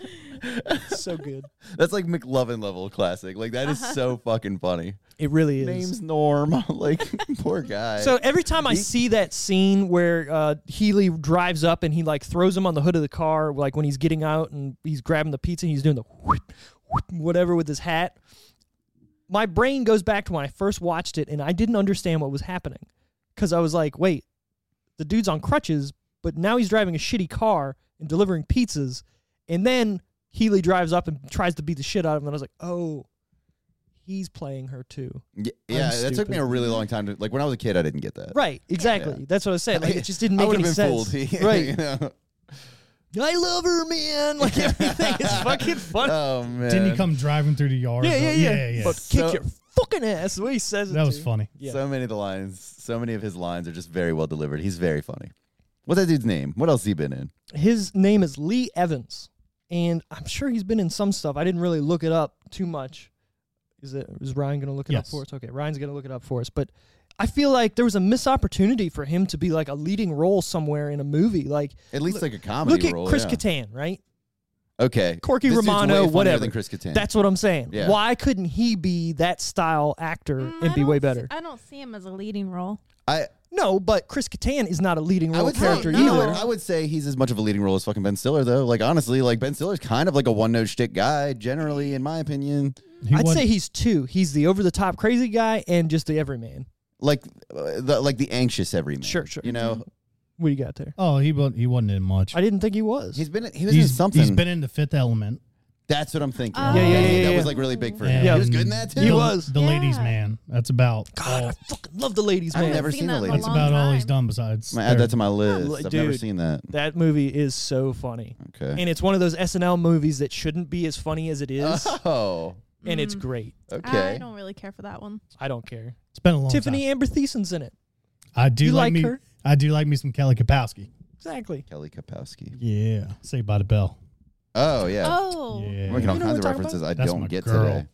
[SPEAKER 1] so good.
[SPEAKER 2] that's like McLovin level classic. Like that
[SPEAKER 4] Uh-huh.
[SPEAKER 2] is so fucking funny.
[SPEAKER 1] It really is.
[SPEAKER 2] Name's Norm. *laughs* Like poor guy.
[SPEAKER 1] So every time I see that scene where uh, Healy drives up and he like throws him on the hood of the car, like when he's getting out and he's grabbing the pizza and he's doing the whoop, whoop, whatever with his hat, my brain goes back to when I first watched it and I didn't understand what was happening because I was like, wait, the dude's on crutches, but now he's driving a shitty car and delivering pizzas, and then Healy drives up and tries to beat the shit out of him, and I was like, oh, he's playing her too.
[SPEAKER 2] Y- yeah, that took me
[SPEAKER 1] stupid.
[SPEAKER 2] a really long time to like when I was a kid. I didn't get that. *laughs*
[SPEAKER 1] Right, exactly. That's what I was saying. Like, it just didn't
[SPEAKER 2] I
[SPEAKER 1] make
[SPEAKER 2] would've
[SPEAKER 1] any
[SPEAKER 2] been
[SPEAKER 1] sense.
[SPEAKER 2] Fooled. *laughs* You
[SPEAKER 1] right.
[SPEAKER 2] know?
[SPEAKER 1] I love her, man. *laughs* Like everything
[SPEAKER 2] *laughs*
[SPEAKER 1] is fucking funny.
[SPEAKER 2] Oh man.
[SPEAKER 3] Didn't he come driving through the yard?
[SPEAKER 1] Uh,
[SPEAKER 3] Oh,
[SPEAKER 1] yeah, yeah, yeah,
[SPEAKER 3] yeah.
[SPEAKER 1] But
[SPEAKER 2] So-
[SPEAKER 1] kick your fucking ass. The way he says it.
[SPEAKER 3] that was
[SPEAKER 1] too.
[SPEAKER 3] funny.
[SPEAKER 1] Yeah.
[SPEAKER 2] So many of the lines, so many of his lines are just very well delivered. He's very funny. What's that dude's name? What else he been in?
[SPEAKER 1] His name is Lee Evans, and I'm sure he's been in some stuff. I didn't really look it up too much. Is it? Is Ryan gonna look it up
[SPEAKER 3] Yes.
[SPEAKER 1] for us? Okay, Ryan's gonna look it up for us. But I feel like there was a missed opportunity for him to be like a leading role somewhere in a movie. Like,
[SPEAKER 2] At least like a comedy
[SPEAKER 1] look at
[SPEAKER 2] role.
[SPEAKER 1] Chris
[SPEAKER 2] yeah.
[SPEAKER 1] Kattan, right?
[SPEAKER 2] Okay.
[SPEAKER 1] Corky
[SPEAKER 2] This dude's way
[SPEAKER 1] Romano,
[SPEAKER 2] funnier
[SPEAKER 1] whatever.
[SPEAKER 2] Than Chris Kattan.
[SPEAKER 1] That's what I'm saying.
[SPEAKER 2] Yeah.
[SPEAKER 1] Why couldn't he be that style actor
[SPEAKER 4] Mm,
[SPEAKER 1] and
[SPEAKER 4] I
[SPEAKER 1] be way
[SPEAKER 4] don't s-
[SPEAKER 1] better?
[SPEAKER 4] I don't see him as a leading role.
[SPEAKER 2] I.
[SPEAKER 1] No, but Chris Kattan is not a leading
[SPEAKER 2] I
[SPEAKER 1] role
[SPEAKER 2] would
[SPEAKER 1] character
[SPEAKER 2] say,
[SPEAKER 4] no.
[SPEAKER 1] either.
[SPEAKER 2] I would say he's as much of a leading role as fucking Ben Stiller, though. Like honestly, like Ben Stiller's kind of like a one note shtick guy, generally, in my opinion.
[SPEAKER 3] He
[SPEAKER 1] I'd
[SPEAKER 3] was-
[SPEAKER 1] say he's two. He's the over the top crazy guy and just the everyman.
[SPEAKER 2] Like, uh, the, like the anxious everyman.
[SPEAKER 1] Sure, sure.
[SPEAKER 2] You know,
[SPEAKER 1] What do you got there?
[SPEAKER 3] Oh, he wa- he wasn't in much.
[SPEAKER 1] I didn't think he was.
[SPEAKER 2] he's been he was in
[SPEAKER 3] He's,
[SPEAKER 2] something.
[SPEAKER 3] he's been in the Fifth Element.
[SPEAKER 2] That's what I'm thinking.
[SPEAKER 4] Yeah, yeah,
[SPEAKER 1] yeah,
[SPEAKER 2] That
[SPEAKER 1] yeah,
[SPEAKER 2] was
[SPEAKER 1] yeah.
[SPEAKER 2] like really big for
[SPEAKER 3] and
[SPEAKER 2] him. He was good in that too.
[SPEAKER 3] the-
[SPEAKER 1] He was.
[SPEAKER 3] The Ladies
[SPEAKER 4] Yeah.
[SPEAKER 3] Man. That's about
[SPEAKER 1] God,
[SPEAKER 3] all,
[SPEAKER 1] I fucking love the ladies,
[SPEAKER 2] I've
[SPEAKER 1] man.
[SPEAKER 2] never
[SPEAKER 4] seen
[SPEAKER 2] seen
[SPEAKER 4] that in
[SPEAKER 2] the
[SPEAKER 4] a
[SPEAKER 2] ladies.
[SPEAKER 3] that's
[SPEAKER 4] long
[SPEAKER 3] about all he's
[SPEAKER 4] time.
[SPEAKER 3] done besides.
[SPEAKER 2] I'm gonna add
[SPEAKER 3] Third.
[SPEAKER 2] that to my list.
[SPEAKER 1] like,
[SPEAKER 2] I've never
[SPEAKER 1] dude.
[SPEAKER 2] seen that.
[SPEAKER 1] That movie is so funny.
[SPEAKER 2] *laughs* Okay.
[SPEAKER 1] And it's one of those SNL movies that shouldn't be as funny as it
[SPEAKER 2] *laughs*
[SPEAKER 1] is,
[SPEAKER 2] Oh.
[SPEAKER 1] and it's great.
[SPEAKER 4] I
[SPEAKER 2] Okay.
[SPEAKER 4] don't really care for that one.
[SPEAKER 1] I don't care.
[SPEAKER 3] It's been a long
[SPEAKER 1] Tiffany
[SPEAKER 3] time.
[SPEAKER 1] Amber Thiessen's in it.
[SPEAKER 3] I do
[SPEAKER 1] you
[SPEAKER 3] like,
[SPEAKER 1] like
[SPEAKER 3] me.
[SPEAKER 1] her?
[SPEAKER 3] I do like me some Kelly Kapowski.
[SPEAKER 1] Exactly.
[SPEAKER 2] Kelly Kapowski.
[SPEAKER 3] Yeah. Saved by the Bell.
[SPEAKER 2] Oh yeah.
[SPEAKER 4] Oh,
[SPEAKER 3] Yeah.
[SPEAKER 2] I'm making all
[SPEAKER 1] You know
[SPEAKER 2] kinds
[SPEAKER 1] what
[SPEAKER 2] of
[SPEAKER 1] I'm talking
[SPEAKER 2] references I
[SPEAKER 3] That's
[SPEAKER 2] don't
[SPEAKER 3] my
[SPEAKER 2] get
[SPEAKER 3] girl.
[SPEAKER 2] today.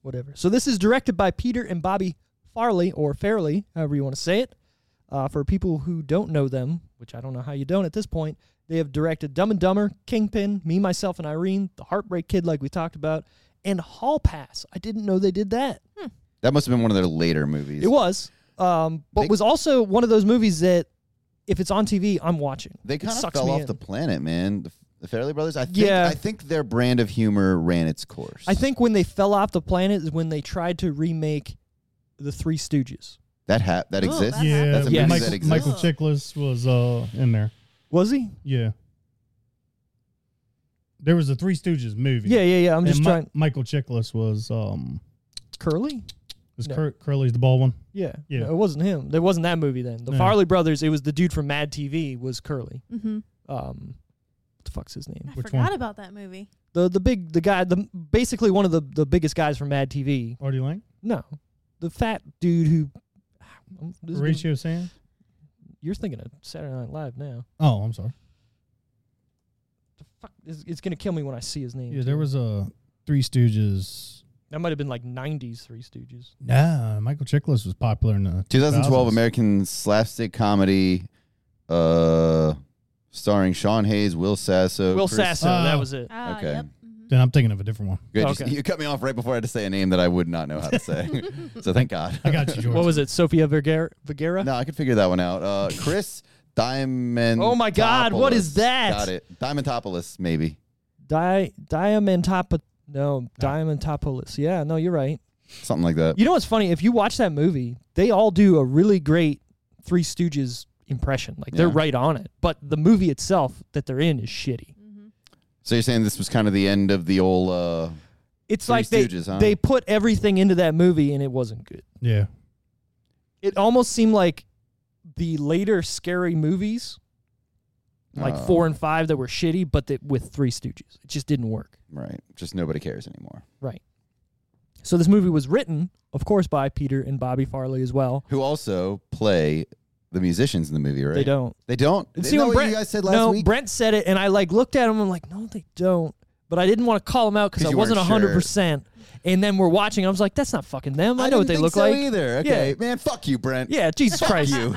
[SPEAKER 1] Whatever. So this is directed by Peter and Bobby Farley, or Fairley, however you want to say it. Uh, for people who don't know them, which I don't know how you don't at this point, they have directed Dumb and Dumber, Kingpin, Me, Myself, and Irene, The Heartbreak Kid, like we talked about, and Hall Pass. I didn't know they did that.
[SPEAKER 2] That must have been one of their later movies.
[SPEAKER 1] It was, um, but
[SPEAKER 2] They-
[SPEAKER 1] was also one of those movies that if it's on TV, I'm watching.
[SPEAKER 2] They
[SPEAKER 1] It
[SPEAKER 2] kind of
[SPEAKER 1] sucks
[SPEAKER 2] fell
[SPEAKER 1] me
[SPEAKER 2] off
[SPEAKER 1] in.
[SPEAKER 2] the planet, man. The, the Fairley Brothers. I think,
[SPEAKER 1] Yeah.
[SPEAKER 2] I think their brand of humor ran its course.
[SPEAKER 1] I think when they fell off the planet is when they tried to remake The Three Stooges.
[SPEAKER 2] that ha- that
[SPEAKER 4] Ooh,
[SPEAKER 2] exists.
[SPEAKER 4] that-
[SPEAKER 3] Yeah.
[SPEAKER 2] That's a
[SPEAKER 1] movie
[SPEAKER 3] Michael,
[SPEAKER 2] that exists.
[SPEAKER 3] Michael Chiklis was uh, in there.
[SPEAKER 1] Was he?
[SPEAKER 3] Yeah. There was a Three Stooges movie.
[SPEAKER 1] Yeah, yeah, yeah. I'm just
[SPEAKER 3] and Mi-
[SPEAKER 1] trying.
[SPEAKER 3] Michael Chiklis was um
[SPEAKER 1] Curly?
[SPEAKER 3] was
[SPEAKER 1] No.
[SPEAKER 3] Cur- Curly's the bald one.
[SPEAKER 1] Yeah.
[SPEAKER 3] Yeah.
[SPEAKER 1] No, it wasn't him. There wasn't that movie then. The
[SPEAKER 3] No.
[SPEAKER 1] Farley brothers, it was the dude from Mad TV was Curly.
[SPEAKER 4] hmm
[SPEAKER 1] Um what the fuck's his name?
[SPEAKER 4] I
[SPEAKER 3] Which
[SPEAKER 4] forgot
[SPEAKER 3] one?
[SPEAKER 4] about that movie.
[SPEAKER 1] The the big the guy the basically one of the the biggest guys from Mad TV.
[SPEAKER 3] Artie Lang,
[SPEAKER 1] No. The fat dude who this is gonna-
[SPEAKER 3] Horatio Sands.
[SPEAKER 1] You're thinking of Saturday Night Live now.
[SPEAKER 3] Oh, I'm sorry.
[SPEAKER 1] The fuck is it's going to kill me when I see his name.
[SPEAKER 3] Yeah,
[SPEAKER 1] too.
[SPEAKER 3] there was a Three Stooges
[SPEAKER 1] That might have been like '90s Three Stooges.
[SPEAKER 3] Nah, Michael Chiklis was popular in the
[SPEAKER 2] 2012
[SPEAKER 3] 2000s.
[SPEAKER 2] American slapstick comedy, uh, starring Sean Hayes, Will Sasso.
[SPEAKER 1] Will
[SPEAKER 2] Chris-
[SPEAKER 1] Sasso,
[SPEAKER 3] Oh.
[SPEAKER 1] that was it.
[SPEAKER 4] Ah,
[SPEAKER 2] Okay.
[SPEAKER 4] yep. mhm.
[SPEAKER 3] Then I'm thinking of a different one.
[SPEAKER 2] Good, just-
[SPEAKER 1] Okay.
[SPEAKER 2] you cut me off right before I had to say a name that I would not know how to
[SPEAKER 1] *laughs*
[SPEAKER 2] say. so thank God.
[SPEAKER 3] I got you, George.
[SPEAKER 1] What was it? Sophia Vergara. Vergara?
[SPEAKER 2] No, I could figure that one out. Uh, Chris Diamond.
[SPEAKER 1] Oh my God, what is that?
[SPEAKER 2] Got it. Diamantopoulos, maybe.
[SPEAKER 1] Di- Diamantop- no, Diamantopoulos. Yeah, no, you're right.
[SPEAKER 2] Something like that.
[SPEAKER 1] You know what's funny? If you watch that movie, they all do a really great Three Stooges impression. Like they're
[SPEAKER 2] Yeah.
[SPEAKER 1] right on it. But the movie itself that they're in is shitty.
[SPEAKER 4] mm-hmm,
[SPEAKER 2] So you're saying this was kind of the end of the old. Uh,
[SPEAKER 1] It's
[SPEAKER 2] Three
[SPEAKER 1] like they
[SPEAKER 2] Stooges, huh?
[SPEAKER 1] they put everything into that movie and it wasn't good.
[SPEAKER 3] Yeah.
[SPEAKER 1] It almost seemed like the later scary movies, like
[SPEAKER 2] Oh.
[SPEAKER 1] four and five, that were shitty, but that with Three Stooges, it just didn't work.
[SPEAKER 2] right. Just nobody cares anymore.
[SPEAKER 1] So this movie was written, of course, by Peter and Bobby Farley as well.
[SPEAKER 2] Who also play the musicians in the movie, right?
[SPEAKER 1] They don't.
[SPEAKER 2] They don't.
[SPEAKER 1] And
[SPEAKER 2] They-
[SPEAKER 1] see
[SPEAKER 2] no,
[SPEAKER 1] when Brent,
[SPEAKER 2] you guys said last
[SPEAKER 1] no,
[SPEAKER 2] week.
[SPEAKER 1] Brent said it, and I like looked at him. I'm like, no, they don't. But I didn't want to call him out
[SPEAKER 2] 'Cause
[SPEAKER 1] because I
[SPEAKER 2] you
[SPEAKER 1] wasn't
[SPEAKER 2] weren't
[SPEAKER 1] 100. percent And then we're watching. And I was like, that's not fucking them. I, know what
[SPEAKER 2] didn't
[SPEAKER 1] they
[SPEAKER 2] think
[SPEAKER 1] look
[SPEAKER 2] so
[SPEAKER 1] like.
[SPEAKER 2] Either. Okay, man. Fuck you, Brent.
[SPEAKER 1] Yeah,
[SPEAKER 2] *laughs*
[SPEAKER 1] Jesus Christ. you.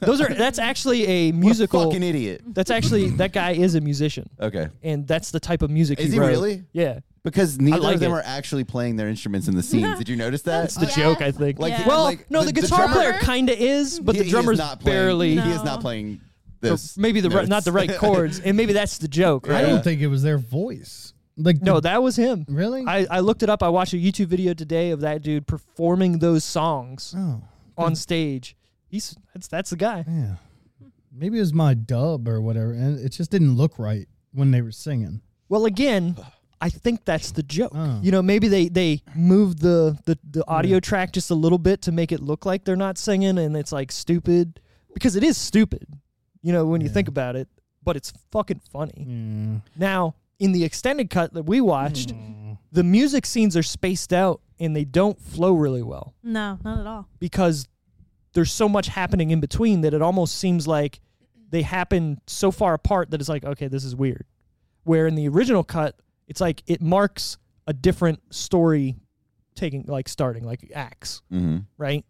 [SPEAKER 1] Those are. That's actually a *laughs* musical.
[SPEAKER 2] Fucking idiot.
[SPEAKER 1] that's actually that guy is a musician,
[SPEAKER 2] Okay.
[SPEAKER 1] and that's the type of music
[SPEAKER 2] Is he
[SPEAKER 1] wrote.
[SPEAKER 2] really?
[SPEAKER 1] Yeah,
[SPEAKER 2] Because neither
[SPEAKER 1] like
[SPEAKER 2] of them
[SPEAKER 1] it.
[SPEAKER 2] are actually playing their instruments in the scenes. Did you notice that?
[SPEAKER 1] that's the
[SPEAKER 4] Yeah.
[SPEAKER 1] joke, I think.
[SPEAKER 2] Oh, Like,
[SPEAKER 4] Yeah.
[SPEAKER 2] the-
[SPEAKER 1] well,
[SPEAKER 2] like,
[SPEAKER 1] no, the, guitar
[SPEAKER 2] drummer-
[SPEAKER 1] player kind of is, but
[SPEAKER 2] he-
[SPEAKER 1] the
[SPEAKER 2] he is
[SPEAKER 1] drummer's
[SPEAKER 2] not playing-
[SPEAKER 1] barely.
[SPEAKER 2] He is not playing this.
[SPEAKER 1] or maybe the right-
[SPEAKER 2] notes.
[SPEAKER 1] not the
[SPEAKER 2] *laughs*
[SPEAKER 1] right chords, and maybe that's the joke.
[SPEAKER 3] I
[SPEAKER 1] Right?
[SPEAKER 3] don't think it was their voice. Like
[SPEAKER 1] No,
[SPEAKER 3] the-
[SPEAKER 1] that was him.
[SPEAKER 3] really.
[SPEAKER 1] I, I looked it up. I watched a YouTube video today of that dude performing those songs
[SPEAKER 3] oh
[SPEAKER 1] on stage. He's that's that's the guy.
[SPEAKER 3] yeah. Maybe it was my dub or whatever, and it just didn't look right when they were singing.
[SPEAKER 1] Well, again, I think that's the joke.
[SPEAKER 3] Oh.
[SPEAKER 1] You know, maybe they they moved the the, the audio track just a little bit to make it look like they're not singing, and it's like stupid because it is stupid. You know, when you
[SPEAKER 3] Yeah. Mm.
[SPEAKER 1] think about it, but it's fucking funny.
[SPEAKER 3] Yeah.
[SPEAKER 1] Now, in the extended cut that we watched,
[SPEAKER 3] Mm.
[SPEAKER 1] the music scenes are spaced out and they don't flow really well.
[SPEAKER 4] No, not at all.
[SPEAKER 1] because there's so much happening in between that it almost seems like they happen so far apart that it's like, okay, this is weird. Where in the original cut, it's like it marks a different story taking like starting, like acts,
[SPEAKER 2] Mm-hmm.
[SPEAKER 1] right?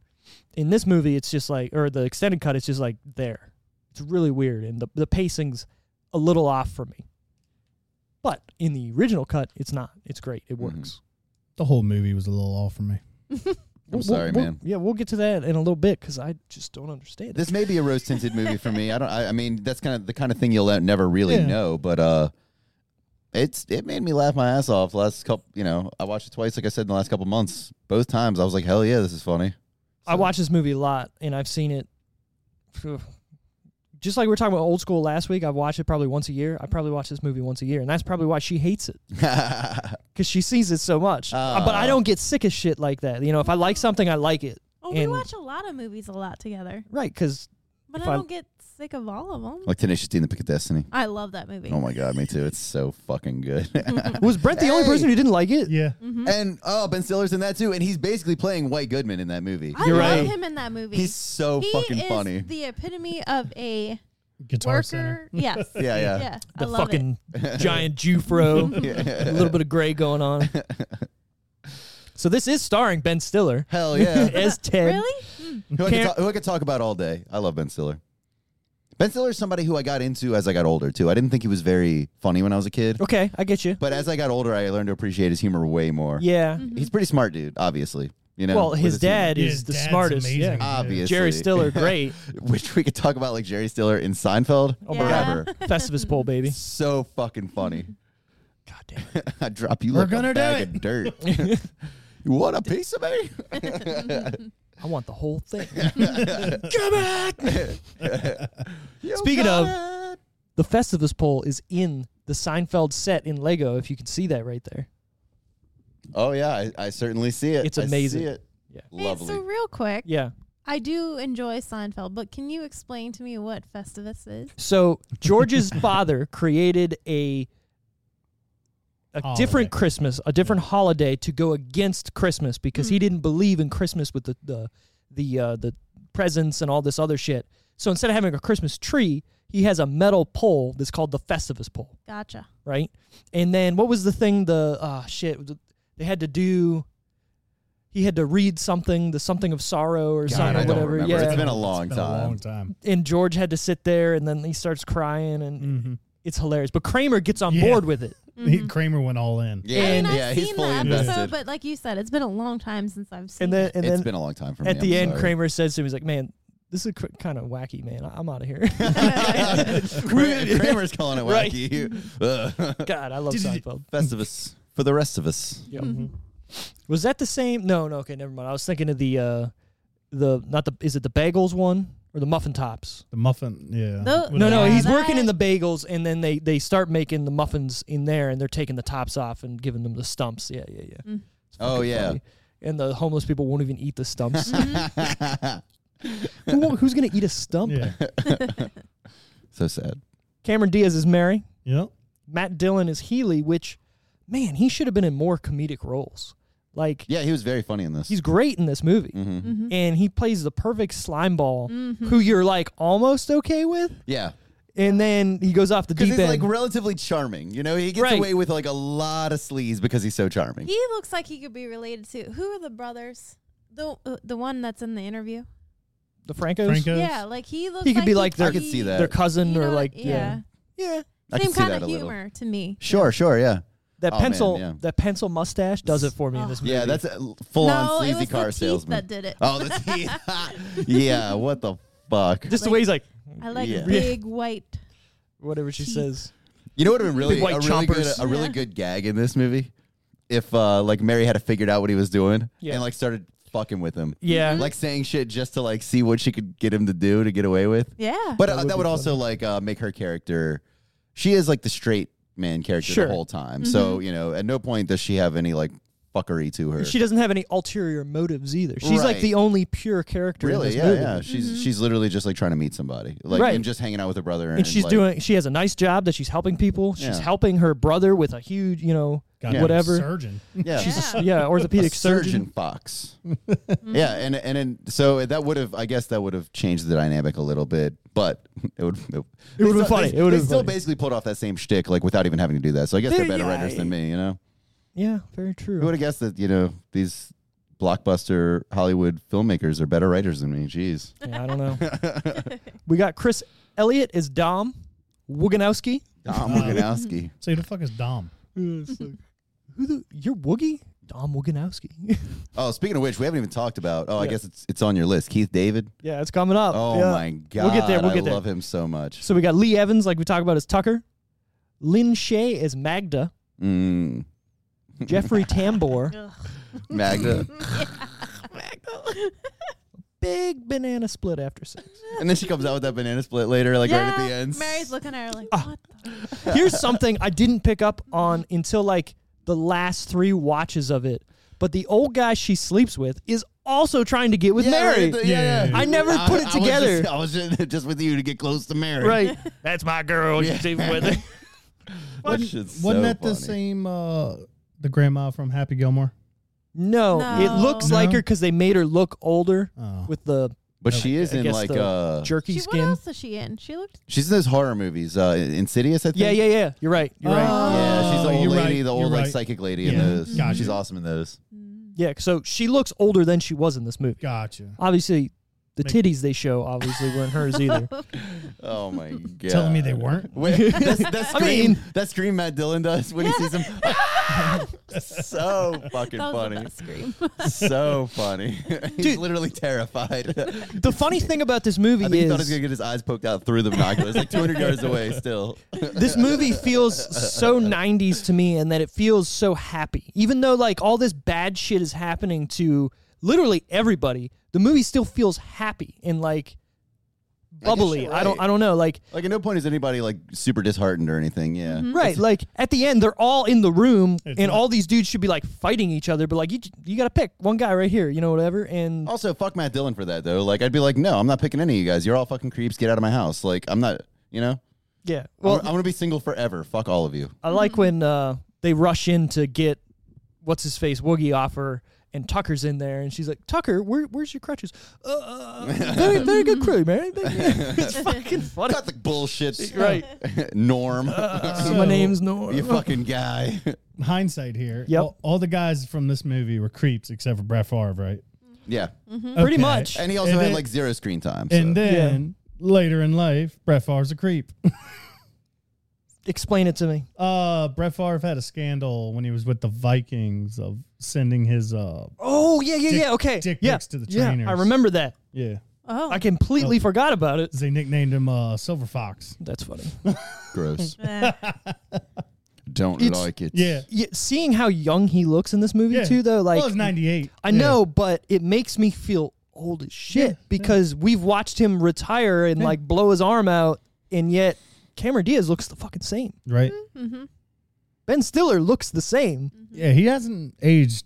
[SPEAKER 1] In this movie, it's just like or the extended cut, it's just like there. It's really weird and the the pacing's a little off for me. But in the original cut, it's not. It's great. It
[SPEAKER 2] Mhm.
[SPEAKER 1] works.
[SPEAKER 3] The whole movie was a little off for me.
[SPEAKER 2] I'm
[SPEAKER 1] We'll-
[SPEAKER 2] sorry,
[SPEAKER 1] we'll-
[SPEAKER 2] man.
[SPEAKER 1] Yeah, we'll get to that in a little bit because I just don't understand it.
[SPEAKER 2] This may be a rose tinted movie for me. I don't. I, I mean, that's kind of the kind of thing you'll never really
[SPEAKER 3] Yeah.
[SPEAKER 2] know. But uh, it's it made me laugh my ass off the last couple. You know, I watched it twice. Like I said, in the last couple months, both times I was like, hell yeah, this is funny.
[SPEAKER 1] I
[SPEAKER 2] So-
[SPEAKER 1] watch this movie a lot, and I've seen it. phew, Just like we were talking about old school last week, I've watched it probably once a year. I probably watch this movie once a year, and that's probably why she hates it
[SPEAKER 2] *laughs*
[SPEAKER 1] because she sees it so much. Uh, but I
[SPEAKER 2] Ah.
[SPEAKER 1] don't get sick of shit like that. You know, if I like something, I like it.
[SPEAKER 4] Oh, we
[SPEAKER 1] And-
[SPEAKER 4] watch a lot of movies a lot together,
[SPEAKER 1] Right? Because
[SPEAKER 4] but
[SPEAKER 1] If
[SPEAKER 4] I
[SPEAKER 1] I-
[SPEAKER 4] don't get sick of all of them.
[SPEAKER 2] like Tenacious D and the Pick of Destiny.
[SPEAKER 4] I love that movie.
[SPEAKER 2] Oh my god, me too. It's so
[SPEAKER 1] *laughs*
[SPEAKER 2] fucking good.
[SPEAKER 1] was Brent the only
[SPEAKER 2] Hey!
[SPEAKER 1] person who didn't like it?
[SPEAKER 3] Yeah.
[SPEAKER 2] *laughs* and oh, Ben Stiller's in that too, and he's basically playing White Goodman in that movie.
[SPEAKER 4] I
[SPEAKER 1] You're
[SPEAKER 4] love
[SPEAKER 1] right.
[SPEAKER 4] him in that movie.
[SPEAKER 2] He's so
[SPEAKER 4] he
[SPEAKER 2] fucking
[SPEAKER 4] is
[SPEAKER 2] funny.
[SPEAKER 4] the epitome of
[SPEAKER 1] *laughs*
[SPEAKER 4] a
[SPEAKER 3] Guitar center.
[SPEAKER 4] worker. *laughs* Yes.
[SPEAKER 2] *laughs* *laughs*
[SPEAKER 4] yeah.
[SPEAKER 2] yeah, yeah.
[SPEAKER 4] I
[SPEAKER 1] The
[SPEAKER 4] love it.
[SPEAKER 1] fucking giant Jew fro, *laughs*
[SPEAKER 2] *laughs*
[SPEAKER 1] a little bit of gray going on. So this is starring Ben Stiller
[SPEAKER 2] Hell yeah.
[SPEAKER 1] *laughs* as Ted.
[SPEAKER 4] Really?
[SPEAKER 2] who, I could
[SPEAKER 1] Karen-
[SPEAKER 2] talk, who I could talk about all day. I love Ben Stiller. Ben Stiller is somebody who I got into as I got older too. I didn't think he was very funny when I was a kid,
[SPEAKER 1] Okay, I get you.
[SPEAKER 2] but as I got older, I learned to appreciate his humor way more.
[SPEAKER 1] Yeah.
[SPEAKER 2] he's a pretty smart, dude. Obviously, you know.
[SPEAKER 1] well,
[SPEAKER 2] with
[SPEAKER 1] his
[SPEAKER 2] humor.
[SPEAKER 1] dad
[SPEAKER 3] Yeah,
[SPEAKER 1] is
[SPEAKER 3] his
[SPEAKER 1] the
[SPEAKER 3] dad's
[SPEAKER 1] smartest.
[SPEAKER 3] amazing.
[SPEAKER 1] Yeah.
[SPEAKER 2] obviously,
[SPEAKER 1] Jerry
[SPEAKER 2] *laughs*
[SPEAKER 1] Stiller, great.
[SPEAKER 2] which we could talk about like Jerry Stiller in Seinfeld
[SPEAKER 1] Oh my God.
[SPEAKER 2] forever.
[SPEAKER 1] Festivus pole, baby.
[SPEAKER 2] So fucking funny. *laughs*
[SPEAKER 1] God damn
[SPEAKER 2] I drop you
[SPEAKER 3] We're
[SPEAKER 2] like
[SPEAKER 3] gonna
[SPEAKER 2] a
[SPEAKER 3] do
[SPEAKER 2] bag
[SPEAKER 3] it.
[SPEAKER 2] of dirt.
[SPEAKER 1] *laughs*
[SPEAKER 2] you want a piece of me?
[SPEAKER 1] I want the whole thing.
[SPEAKER 2] Come back.
[SPEAKER 1] Speaking of- the Festivus pole is in the Seinfeld set in Lego, if you can see that right there.
[SPEAKER 2] oh yeah, I, I certainly see it.
[SPEAKER 1] It's
[SPEAKER 2] I see
[SPEAKER 1] amazing.
[SPEAKER 2] it.
[SPEAKER 1] Yeah.
[SPEAKER 2] Lovely.
[SPEAKER 4] Hey, so real quick,
[SPEAKER 1] Yeah.
[SPEAKER 4] I do enjoy Seinfeld, but can you explain to me what Festivus is?
[SPEAKER 1] So
[SPEAKER 3] *laughs*
[SPEAKER 1] George's father created a a
[SPEAKER 3] Holiday.
[SPEAKER 1] different Christmas, a different holiday to go against Christmas because he didn't believe in Christmas with the the the uh, the presents and all this other shit. So instead of having a Christmas tree, he has a metal pole that's called the Festivus pole.
[SPEAKER 4] Gotcha.
[SPEAKER 1] right? And then what was the thing? The ah shit, the, they had to do. He had to read something, the something of sorrow or
[SPEAKER 3] God,
[SPEAKER 1] something
[SPEAKER 3] I
[SPEAKER 1] or
[SPEAKER 3] don't
[SPEAKER 1] whatever.
[SPEAKER 2] remember.
[SPEAKER 1] Yeah,
[SPEAKER 2] It's been a long
[SPEAKER 3] been
[SPEAKER 2] time.
[SPEAKER 3] A long time.
[SPEAKER 1] and George had to sit there, and then he starts crying, and it's hilarious. But Kramer gets on
[SPEAKER 3] Yeah.
[SPEAKER 1] board with it.
[SPEAKER 3] He, Kramer went all in.
[SPEAKER 2] Yeah,
[SPEAKER 4] I mean, I've
[SPEAKER 2] yeah,
[SPEAKER 4] seen
[SPEAKER 2] he's fully
[SPEAKER 4] the episode,
[SPEAKER 2] invested.
[SPEAKER 4] but like you said, it's been a long time since I've seen
[SPEAKER 1] And then, and
[SPEAKER 2] It's
[SPEAKER 1] then
[SPEAKER 2] been a long time for me.
[SPEAKER 1] at the
[SPEAKER 2] I'm
[SPEAKER 1] end,
[SPEAKER 2] sorry.
[SPEAKER 1] Kramer says to him, "He's like, man, this is cr- kind of wacky, man. I- I'm out of here."
[SPEAKER 4] *laughs*
[SPEAKER 2] Kra- *laughs* Kramer's calling it
[SPEAKER 1] Right.
[SPEAKER 2] wacky. *laughs*
[SPEAKER 1] *laughs* *laughs*
[SPEAKER 2] Ugh.
[SPEAKER 1] God, I love
[SPEAKER 3] Did you-
[SPEAKER 1] Seinfeld.
[SPEAKER 2] Festivus for the rest of *laughs* us.
[SPEAKER 1] Yeah. Mm-hmm. Was that the same? No, no. Okay, never mind. I was thinking of the uh, the not the is it the bagels one or the muffin tops?
[SPEAKER 3] The muffin, yeah.
[SPEAKER 4] Tho-
[SPEAKER 3] What
[SPEAKER 1] No, no.
[SPEAKER 3] is
[SPEAKER 4] Yeah,
[SPEAKER 3] that?
[SPEAKER 1] he's
[SPEAKER 4] that-
[SPEAKER 1] working in the bagels, and then they they start making the muffins in there, and they're taking the tops off and giving them the stumps. Yeah, yeah, yeah.
[SPEAKER 4] Mm.
[SPEAKER 1] It's
[SPEAKER 2] Oh,
[SPEAKER 1] fucking
[SPEAKER 2] yeah.
[SPEAKER 1] funny. And the homeless people won't even eat the *laughs* stumps.
[SPEAKER 4] Mm-hmm.
[SPEAKER 2] so
[SPEAKER 1] Who, won't- who's gonna eat a stump?
[SPEAKER 3] Yeah.
[SPEAKER 2] sad.
[SPEAKER 1] Cameron Diaz is Mary.
[SPEAKER 3] Yep.
[SPEAKER 1] Matt Dillon is Healy, which, man, he should have been in more comedic roles. Like,
[SPEAKER 2] Yeah, he was very funny in this.
[SPEAKER 1] he's great in this movie.
[SPEAKER 2] Mhm.
[SPEAKER 1] And he plays the perfect slime ball
[SPEAKER 4] Mm-hmm.
[SPEAKER 1] who you're like almost okay with.
[SPEAKER 2] Yeah,
[SPEAKER 1] And then he goes off the
[SPEAKER 2] because
[SPEAKER 1] deep
[SPEAKER 2] he's
[SPEAKER 1] end.
[SPEAKER 2] like relatively charming. You know, he gets
[SPEAKER 1] Right.
[SPEAKER 2] away with like a lot of sleaze because he's so charming.
[SPEAKER 4] He looks like he could be related to who are the brothers? The uh, the one that's in the interview.
[SPEAKER 1] the Francos.
[SPEAKER 3] Franco's.
[SPEAKER 4] Yeah, like he looks.
[SPEAKER 1] He could
[SPEAKER 4] like
[SPEAKER 1] be like their- I
[SPEAKER 2] could see that.
[SPEAKER 1] Their cousin
[SPEAKER 4] you
[SPEAKER 1] or
[SPEAKER 4] know,
[SPEAKER 1] like, yeah.
[SPEAKER 4] yeah,
[SPEAKER 1] Yeah.
[SPEAKER 2] I can
[SPEAKER 4] same
[SPEAKER 2] see
[SPEAKER 4] kind
[SPEAKER 2] that
[SPEAKER 4] of
[SPEAKER 2] a little.
[SPEAKER 4] humor to me.
[SPEAKER 2] Sure, sure, yeah,
[SPEAKER 1] That
[SPEAKER 2] Oh, man,
[SPEAKER 1] pencil,
[SPEAKER 2] yeah.
[SPEAKER 1] that pencil mustache does it for me in
[SPEAKER 4] Oh.
[SPEAKER 1] this movie.
[SPEAKER 2] yeah. That's a full
[SPEAKER 4] no,
[SPEAKER 2] on
[SPEAKER 4] it
[SPEAKER 2] sleazy
[SPEAKER 4] was
[SPEAKER 2] car
[SPEAKER 4] the teeth
[SPEAKER 2] salesman.
[SPEAKER 4] that did it.
[SPEAKER 2] Oh, the teeth. *laughs* yeah. What the fuck?
[SPEAKER 1] just the
[SPEAKER 4] like-
[SPEAKER 1] way he's like,
[SPEAKER 4] I like
[SPEAKER 2] Yeah.
[SPEAKER 4] big white.
[SPEAKER 1] whatever she
[SPEAKER 4] Teeth.
[SPEAKER 1] says.
[SPEAKER 2] You know what would have been really
[SPEAKER 1] Big white
[SPEAKER 2] a really good
[SPEAKER 1] chompers.
[SPEAKER 2] a really
[SPEAKER 4] Yeah.
[SPEAKER 2] good gag in this movie if uh, like Mary had figured out what he was doing
[SPEAKER 1] Yeah.
[SPEAKER 2] and like started fucking with him.
[SPEAKER 1] Yeah.
[SPEAKER 2] Like saying shit just to like see what she could get him to do to get away with.
[SPEAKER 4] Yeah,
[SPEAKER 2] *laughs* But
[SPEAKER 1] That
[SPEAKER 2] uh,
[SPEAKER 1] would
[SPEAKER 2] that
[SPEAKER 1] be
[SPEAKER 2] would also like uh, make her character. She is like the straight man character
[SPEAKER 1] Sure.
[SPEAKER 2] the whole time. So you know, at no point does she have any like fuckery to her.
[SPEAKER 1] She doesn't have any ulterior motives either. She's like
[SPEAKER 2] Right.
[SPEAKER 1] the only pure character in
[SPEAKER 2] really,
[SPEAKER 1] this
[SPEAKER 2] yeah,
[SPEAKER 1] movie.
[SPEAKER 2] yeah. She's she's literally just like trying to meet somebody, like
[SPEAKER 1] Right.
[SPEAKER 2] and just hanging out with her brother. And,
[SPEAKER 1] and she's
[SPEAKER 2] like-
[SPEAKER 1] doing she has a nice job that she's helping people she's
[SPEAKER 2] Yeah.
[SPEAKER 1] helping her brother with a huge you know
[SPEAKER 3] God,
[SPEAKER 2] Yeah.
[SPEAKER 1] whatever
[SPEAKER 3] Surgeon. *laughs*
[SPEAKER 2] Yeah,
[SPEAKER 4] She's a
[SPEAKER 1] yeah, orthopedic
[SPEAKER 2] A
[SPEAKER 1] surgeon.
[SPEAKER 2] fox. yeah, and and and so that would have, I guess, that would have changed the dynamic a little bit, but *laughs* it would. It, they
[SPEAKER 1] would've been
[SPEAKER 2] still-
[SPEAKER 1] funny.
[SPEAKER 2] They,
[SPEAKER 1] It would've
[SPEAKER 2] they
[SPEAKER 1] been
[SPEAKER 2] still
[SPEAKER 1] funny.
[SPEAKER 2] basically pulled off that same shtick, like without even having to do that. So I guess
[SPEAKER 1] They-
[SPEAKER 2] they're better
[SPEAKER 1] yeah,
[SPEAKER 2] writers than me. You know,
[SPEAKER 1] yeah very
[SPEAKER 2] who would
[SPEAKER 1] true
[SPEAKER 2] have guessed that? You know, these blockbuster Hollywood filmmakers are better writers than me. Jeez.
[SPEAKER 1] yeah, i don't know
[SPEAKER 2] *laughs*
[SPEAKER 1] we got chris elliott as dom woganowski *laughs*
[SPEAKER 2] Tom Woganowski.
[SPEAKER 3] So who the fuck is Dom?
[SPEAKER 1] who *laughs* the you're woogie dom woganowski *laughs*
[SPEAKER 2] Oh, speaking of which, we haven't even talked about. Oh, I
[SPEAKER 1] Yeah.
[SPEAKER 2] guess it's it's on your list, Keith David.
[SPEAKER 1] yeah it's coming up
[SPEAKER 2] Oh
[SPEAKER 1] Yeah.
[SPEAKER 2] my god,
[SPEAKER 1] we'll get there we'll
[SPEAKER 2] I
[SPEAKER 1] get there
[SPEAKER 2] love him so much.
[SPEAKER 1] so we got lee evans like we talked about as tucker lynn shay as
[SPEAKER 2] *laughs*
[SPEAKER 1] magda
[SPEAKER 2] Mm.
[SPEAKER 1] jeffrey tambor
[SPEAKER 2] Magda.
[SPEAKER 1] big banana split after sex
[SPEAKER 2] And then she comes out with that banana split later, like right at
[SPEAKER 4] Yeah,
[SPEAKER 2] the end.
[SPEAKER 4] Mary's looking at her like, what the?
[SPEAKER 1] Here's something I didn't pick up on until like the last three watches of it. But the old guy she sleeps with is also trying to get with
[SPEAKER 2] yeah,
[SPEAKER 1] Mary.
[SPEAKER 2] right, the- yeah, yeah.
[SPEAKER 1] I never put it
[SPEAKER 2] was
[SPEAKER 1] together.
[SPEAKER 2] just- *laughs* I was, just, just with you to get close to Mary.
[SPEAKER 1] *laughs* right. *laughs* That's my girl. You sleep with
[SPEAKER 2] *laughs* That shit's so
[SPEAKER 3] Wasn't that the
[SPEAKER 2] funny.
[SPEAKER 3] same, uh, the grandma from Happy Gilmore?
[SPEAKER 1] No,
[SPEAKER 4] No.
[SPEAKER 1] it looks like
[SPEAKER 3] No.
[SPEAKER 1] her because they made her look older
[SPEAKER 3] Oh.
[SPEAKER 1] with the
[SPEAKER 2] But she is
[SPEAKER 1] I
[SPEAKER 2] in
[SPEAKER 1] guess
[SPEAKER 2] like
[SPEAKER 1] the
[SPEAKER 2] uh,
[SPEAKER 1] jerky
[SPEAKER 4] She, what
[SPEAKER 1] skin.
[SPEAKER 4] else is she in? She looked.
[SPEAKER 2] she's in those horror movies, uh, Insidious. I think.
[SPEAKER 1] Yeah, yeah, yeah. You're right. You're right.
[SPEAKER 2] Yeah, she's the
[SPEAKER 3] Oh,
[SPEAKER 2] old
[SPEAKER 3] you're
[SPEAKER 2] lady,
[SPEAKER 3] right,
[SPEAKER 2] the
[SPEAKER 3] you're
[SPEAKER 2] old like
[SPEAKER 3] right.
[SPEAKER 2] psychic lady in
[SPEAKER 3] Yeah.
[SPEAKER 2] those.
[SPEAKER 3] Gotcha.
[SPEAKER 2] She's awesome in those.
[SPEAKER 1] Yeah. So she looks older than she was in this movie.
[SPEAKER 3] Gotcha.
[SPEAKER 1] Obviously, the
[SPEAKER 3] Make-
[SPEAKER 1] titties they show obviously weren't hers *laughs* either.
[SPEAKER 2] Oh
[SPEAKER 3] *laughs*
[SPEAKER 2] my god!
[SPEAKER 3] Telling me they weren't?
[SPEAKER 2] *laughs* Wait, that's,
[SPEAKER 3] *laughs*
[SPEAKER 2] that
[SPEAKER 1] I
[SPEAKER 2] scream,
[SPEAKER 1] mean-
[SPEAKER 2] that scream Matt Dillon does when he sees him. *laughs* so fucking
[SPEAKER 4] That was the
[SPEAKER 2] funny.
[SPEAKER 4] best scream. *laughs*
[SPEAKER 2] So funny. *laughs* He's
[SPEAKER 1] Dude.
[SPEAKER 2] literally
[SPEAKER 3] *laughs*
[SPEAKER 2] terrified.
[SPEAKER 1] The funny thing about this movie
[SPEAKER 2] I think he
[SPEAKER 1] is
[SPEAKER 2] thought he was gonna get his eyes poked out through the binoculars, like 200 yards away.
[SPEAKER 3] *laughs*
[SPEAKER 2] Still,
[SPEAKER 1] this movie feels so 90s to me and that it feels so happy even though like all this bad shit is happening to literally everybody the movie still feels happy and like bubbly
[SPEAKER 2] you're
[SPEAKER 1] i don't
[SPEAKER 2] right.
[SPEAKER 1] i don't know like
[SPEAKER 2] like at no point is anybody like super disheartened or anything. Yeah,
[SPEAKER 4] Mm-hmm.
[SPEAKER 1] right like at the end they're all in the room
[SPEAKER 3] It's
[SPEAKER 1] and
[SPEAKER 3] not-
[SPEAKER 1] all these dudes should be like fighting each other but like you, you gotta pick one guy right here you know whatever and
[SPEAKER 2] Also, fuck Matt Dillon for that though. Like, I'd be like, no, I'm not picking any of you guys. You're all fucking creeps. Get out of my house. Like, I'm not. You know,
[SPEAKER 1] yeah
[SPEAKER 2] well,
[SPEAKER 1] well
[SPEAKER 2] I'm, gonna be single forever. Fuck all of you.
[SPEAKER 3] Mm-hmm.
[SPEAKER 1] I like when uh, they rush in to get what's his face Woogie off her, and Tucker's in there, and she's like, "Tucker, where, where's your crutches?" Uh, very, very good crew, man. *laughs* it's fucking funny,
[SPEAKER 2] Cut the bullshit.
[SPEAKER 1] right?
[SPEAKER 2] *laughs* Norm. *laughs*
[SPEAKER 1] Uh,
[SPEAKER 3] So-
[SPEAKER 1] my name's Norm.
[SPEAKER 2] you fucking guy. *laughs*
[SPEAKER 3] Hindsight here.
[SPEAKER 1] Yep.
[SPEAKER 3] All, all the guys from this movie were creeps except for Brett Favre, right?
[SPEAKER 2] yeah.
[SPEAKER 1] Pretty
[SPEAKER 3] Okay.
[SPEAKER 1] much.
[SPEAKER 2] And he also
[SPEAKER 3] And
[SPEAKER 2] had
[SPEAKER 3] then-
[SPEAKER 2] like zero screen time. so-
[SPEAKER 3] And then later in life, Brett Favre's a creep. *laughs*
[SPEAKER 1] Explain it to me.
[SPEAKER 3] Uh, Brett Favre had a scandal when he was with the Vikings of sending his uh,
[SPEAKER 1] Oh yeah, yeah,
[SPEAKER 3] Dick-
[SPEAKER 1] yeah. Okay,
[SPEAKER 3] dick
[SPEAKER 1] yeah,
[SPEAKER 3] pics to the
[SPEAKER 1] yeah. I
[SPEAKER 3] trainers.
[SPEAKER 1] remember that.
[SPEAKER 3] yeah,
[SPEAKER 4] Oh,
[SPEAKER 1] I completely forgot about it.
[SPEAKER 3] they nicknamed him uh, Silver Fox.
[SPEAKER 1] That's
[SPEAKER 3] *laughs*
[SPEAKER 1] funny.
[SPEAKER 4] *laughs*
[SPEAKER 2] Gross.
[SPEAKER 4] Eh.
[SPEAKER 2] Don't
[SPEAKER 1] It's-
[SPEAKER 2] like it.
[SPEAKER 3] Yeah,
[SPEAKER 1] Yeah, seeing how young he looks in this movie
[SPEAKER 3] yeah.
[SPEAKER 1] too, though, like
[SPEAKER 3] well, it's ninety eight.
[SPEAKER 1] I know, but it makes me feel old as shit
[SPEAKER 3] Yeah,
[SPEAKER 1] because we've watched him retire and
[SPEAKER 3] Yeah.
[SPEAKER 1] like blow his arm out, and yet Cameron Diaz looks the fucking same.
[SPEAKER 3] right?
[SPEAKER 1] Ben Stiller looks the same.
[SPEAKER 3] Yeah, he hasn't aged.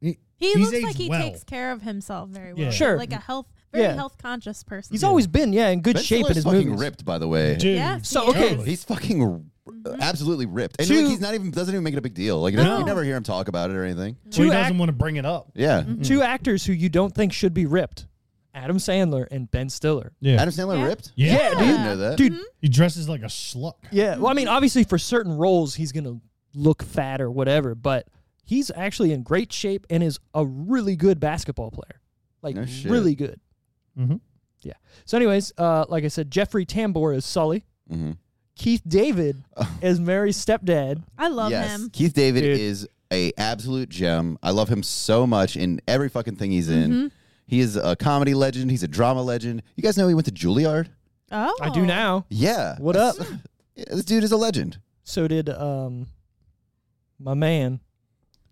[SPEAKER 3] He,
[SPEAKER 4] he
[SPEAKER 3] he's
[SPEAKER 4] looks
[SPEAKER 3] aged
[SPEAKER 4] like he
[SPEAKER 3] well.
[SPEAKER 4] takes care of himself very well.
[SPEAKER 3] Yeah.
[SPEAKER 1] Sure.
[SPEAKER 4] like a health, very
[SPEAKER 1] Yeah.
[SPEAKER 4] health conscious person.
[SPEAKER 1] He's always been yeah in good
[SPEAKER 2] Ben
[SPEAKER 1] shape in
[SPEAKER 2] Stiller's
[SPEAKER 1] his
[SPEAKER 2] fucking
[SPEAKER 1] movies.
[SPEAKER 2] ripped, by the way.
[SPEAKER 3] Dude,
[SPEAKER 4] Yes,
[SPEAKER 1] So,
[SPEAKER 4] he
[SPEAKER 1] okay.
[SPEAKER 4] is.
[SPEAKER 2] He's fucking r- absolutely ripped. And
[SPEAKER 1] Two-
[SPEAKER 2] like, he's not even doesn't even make it a big deal. Like
[SPEAKER 4] No.
[SPEAKER 2] you never hear him talk about it or anything.
[SPEAKER 3] Well,
[SPEAKER 1] Two
[SPEAKER 3] he
[SPEAKER 1] act-
[SPEAKER 3] doesn't want to bring it up.
[SPEAKER 2] Yeah.
[SPEAKER 1] Two actors who you don't think should be ripped, Adam Sandler and Ben Stiller.
[SPEAKER 3] Yeah,
[SPEAKER 2] Adam Sandler
[SPEAKER 4] Yeah.
[SPEAKER 2] ripped?
[SPEAKER 3] Yeah.
[SPEAKER 1] Yeah,
[SPEAKER 2] I
[SPEAKER 1] dude.
[SPEAKER 2] didn't know that.
[SPEAKER 1] Dude,
[SPEAKER 3] he dresses like a schluck.
[SPEAKER 1] Yeah. Well, I
[SPEAKER 3] Mm-hmm.
[SPEAKER 1] mean, obviously for certain roles he's gonna look fat or whatever, but he's actually in great shape and is a really good basketball player. Like
[SPEAKER 2] No shit.
[SPEAKER 1] really good.
[SPEAKER 3] Mhm.
[SPEAKER 1] Yeah. So, anyways, uh, like I said, Jeffrey Tambor is Sully.
[SPEAKER 2] Mhm.
[SPEAKER 1] Keith
[SPEAKER 2] *laughs*
[SPEAKER 1] David is Mary's stepdad.
[SPEAKER 4] I love
[SPEAKER 2] yes.
[SPEAKER 4] him.
[SPEAKER 2] Keith David
[SPEAKER 1] Dude.
[SPEAKER 2] is a absolute gem. I love him so much in every fucking thing he's in.
[SPEAKER 4] Mm-hmm.
[SPEAKER 2] He is a comedy legend. He's a drama legend. You guys know he went to Juilliard?
[SPEAKER 4] Oh,
[SPEAKER 1] I do now.
[SPEAKER 2] Yeah.
[SPEAKER 1] What up?
[SPEAKER 2] *laughs* Yeah, This dude is a legend.
[SPEAKER 1] So did um, my man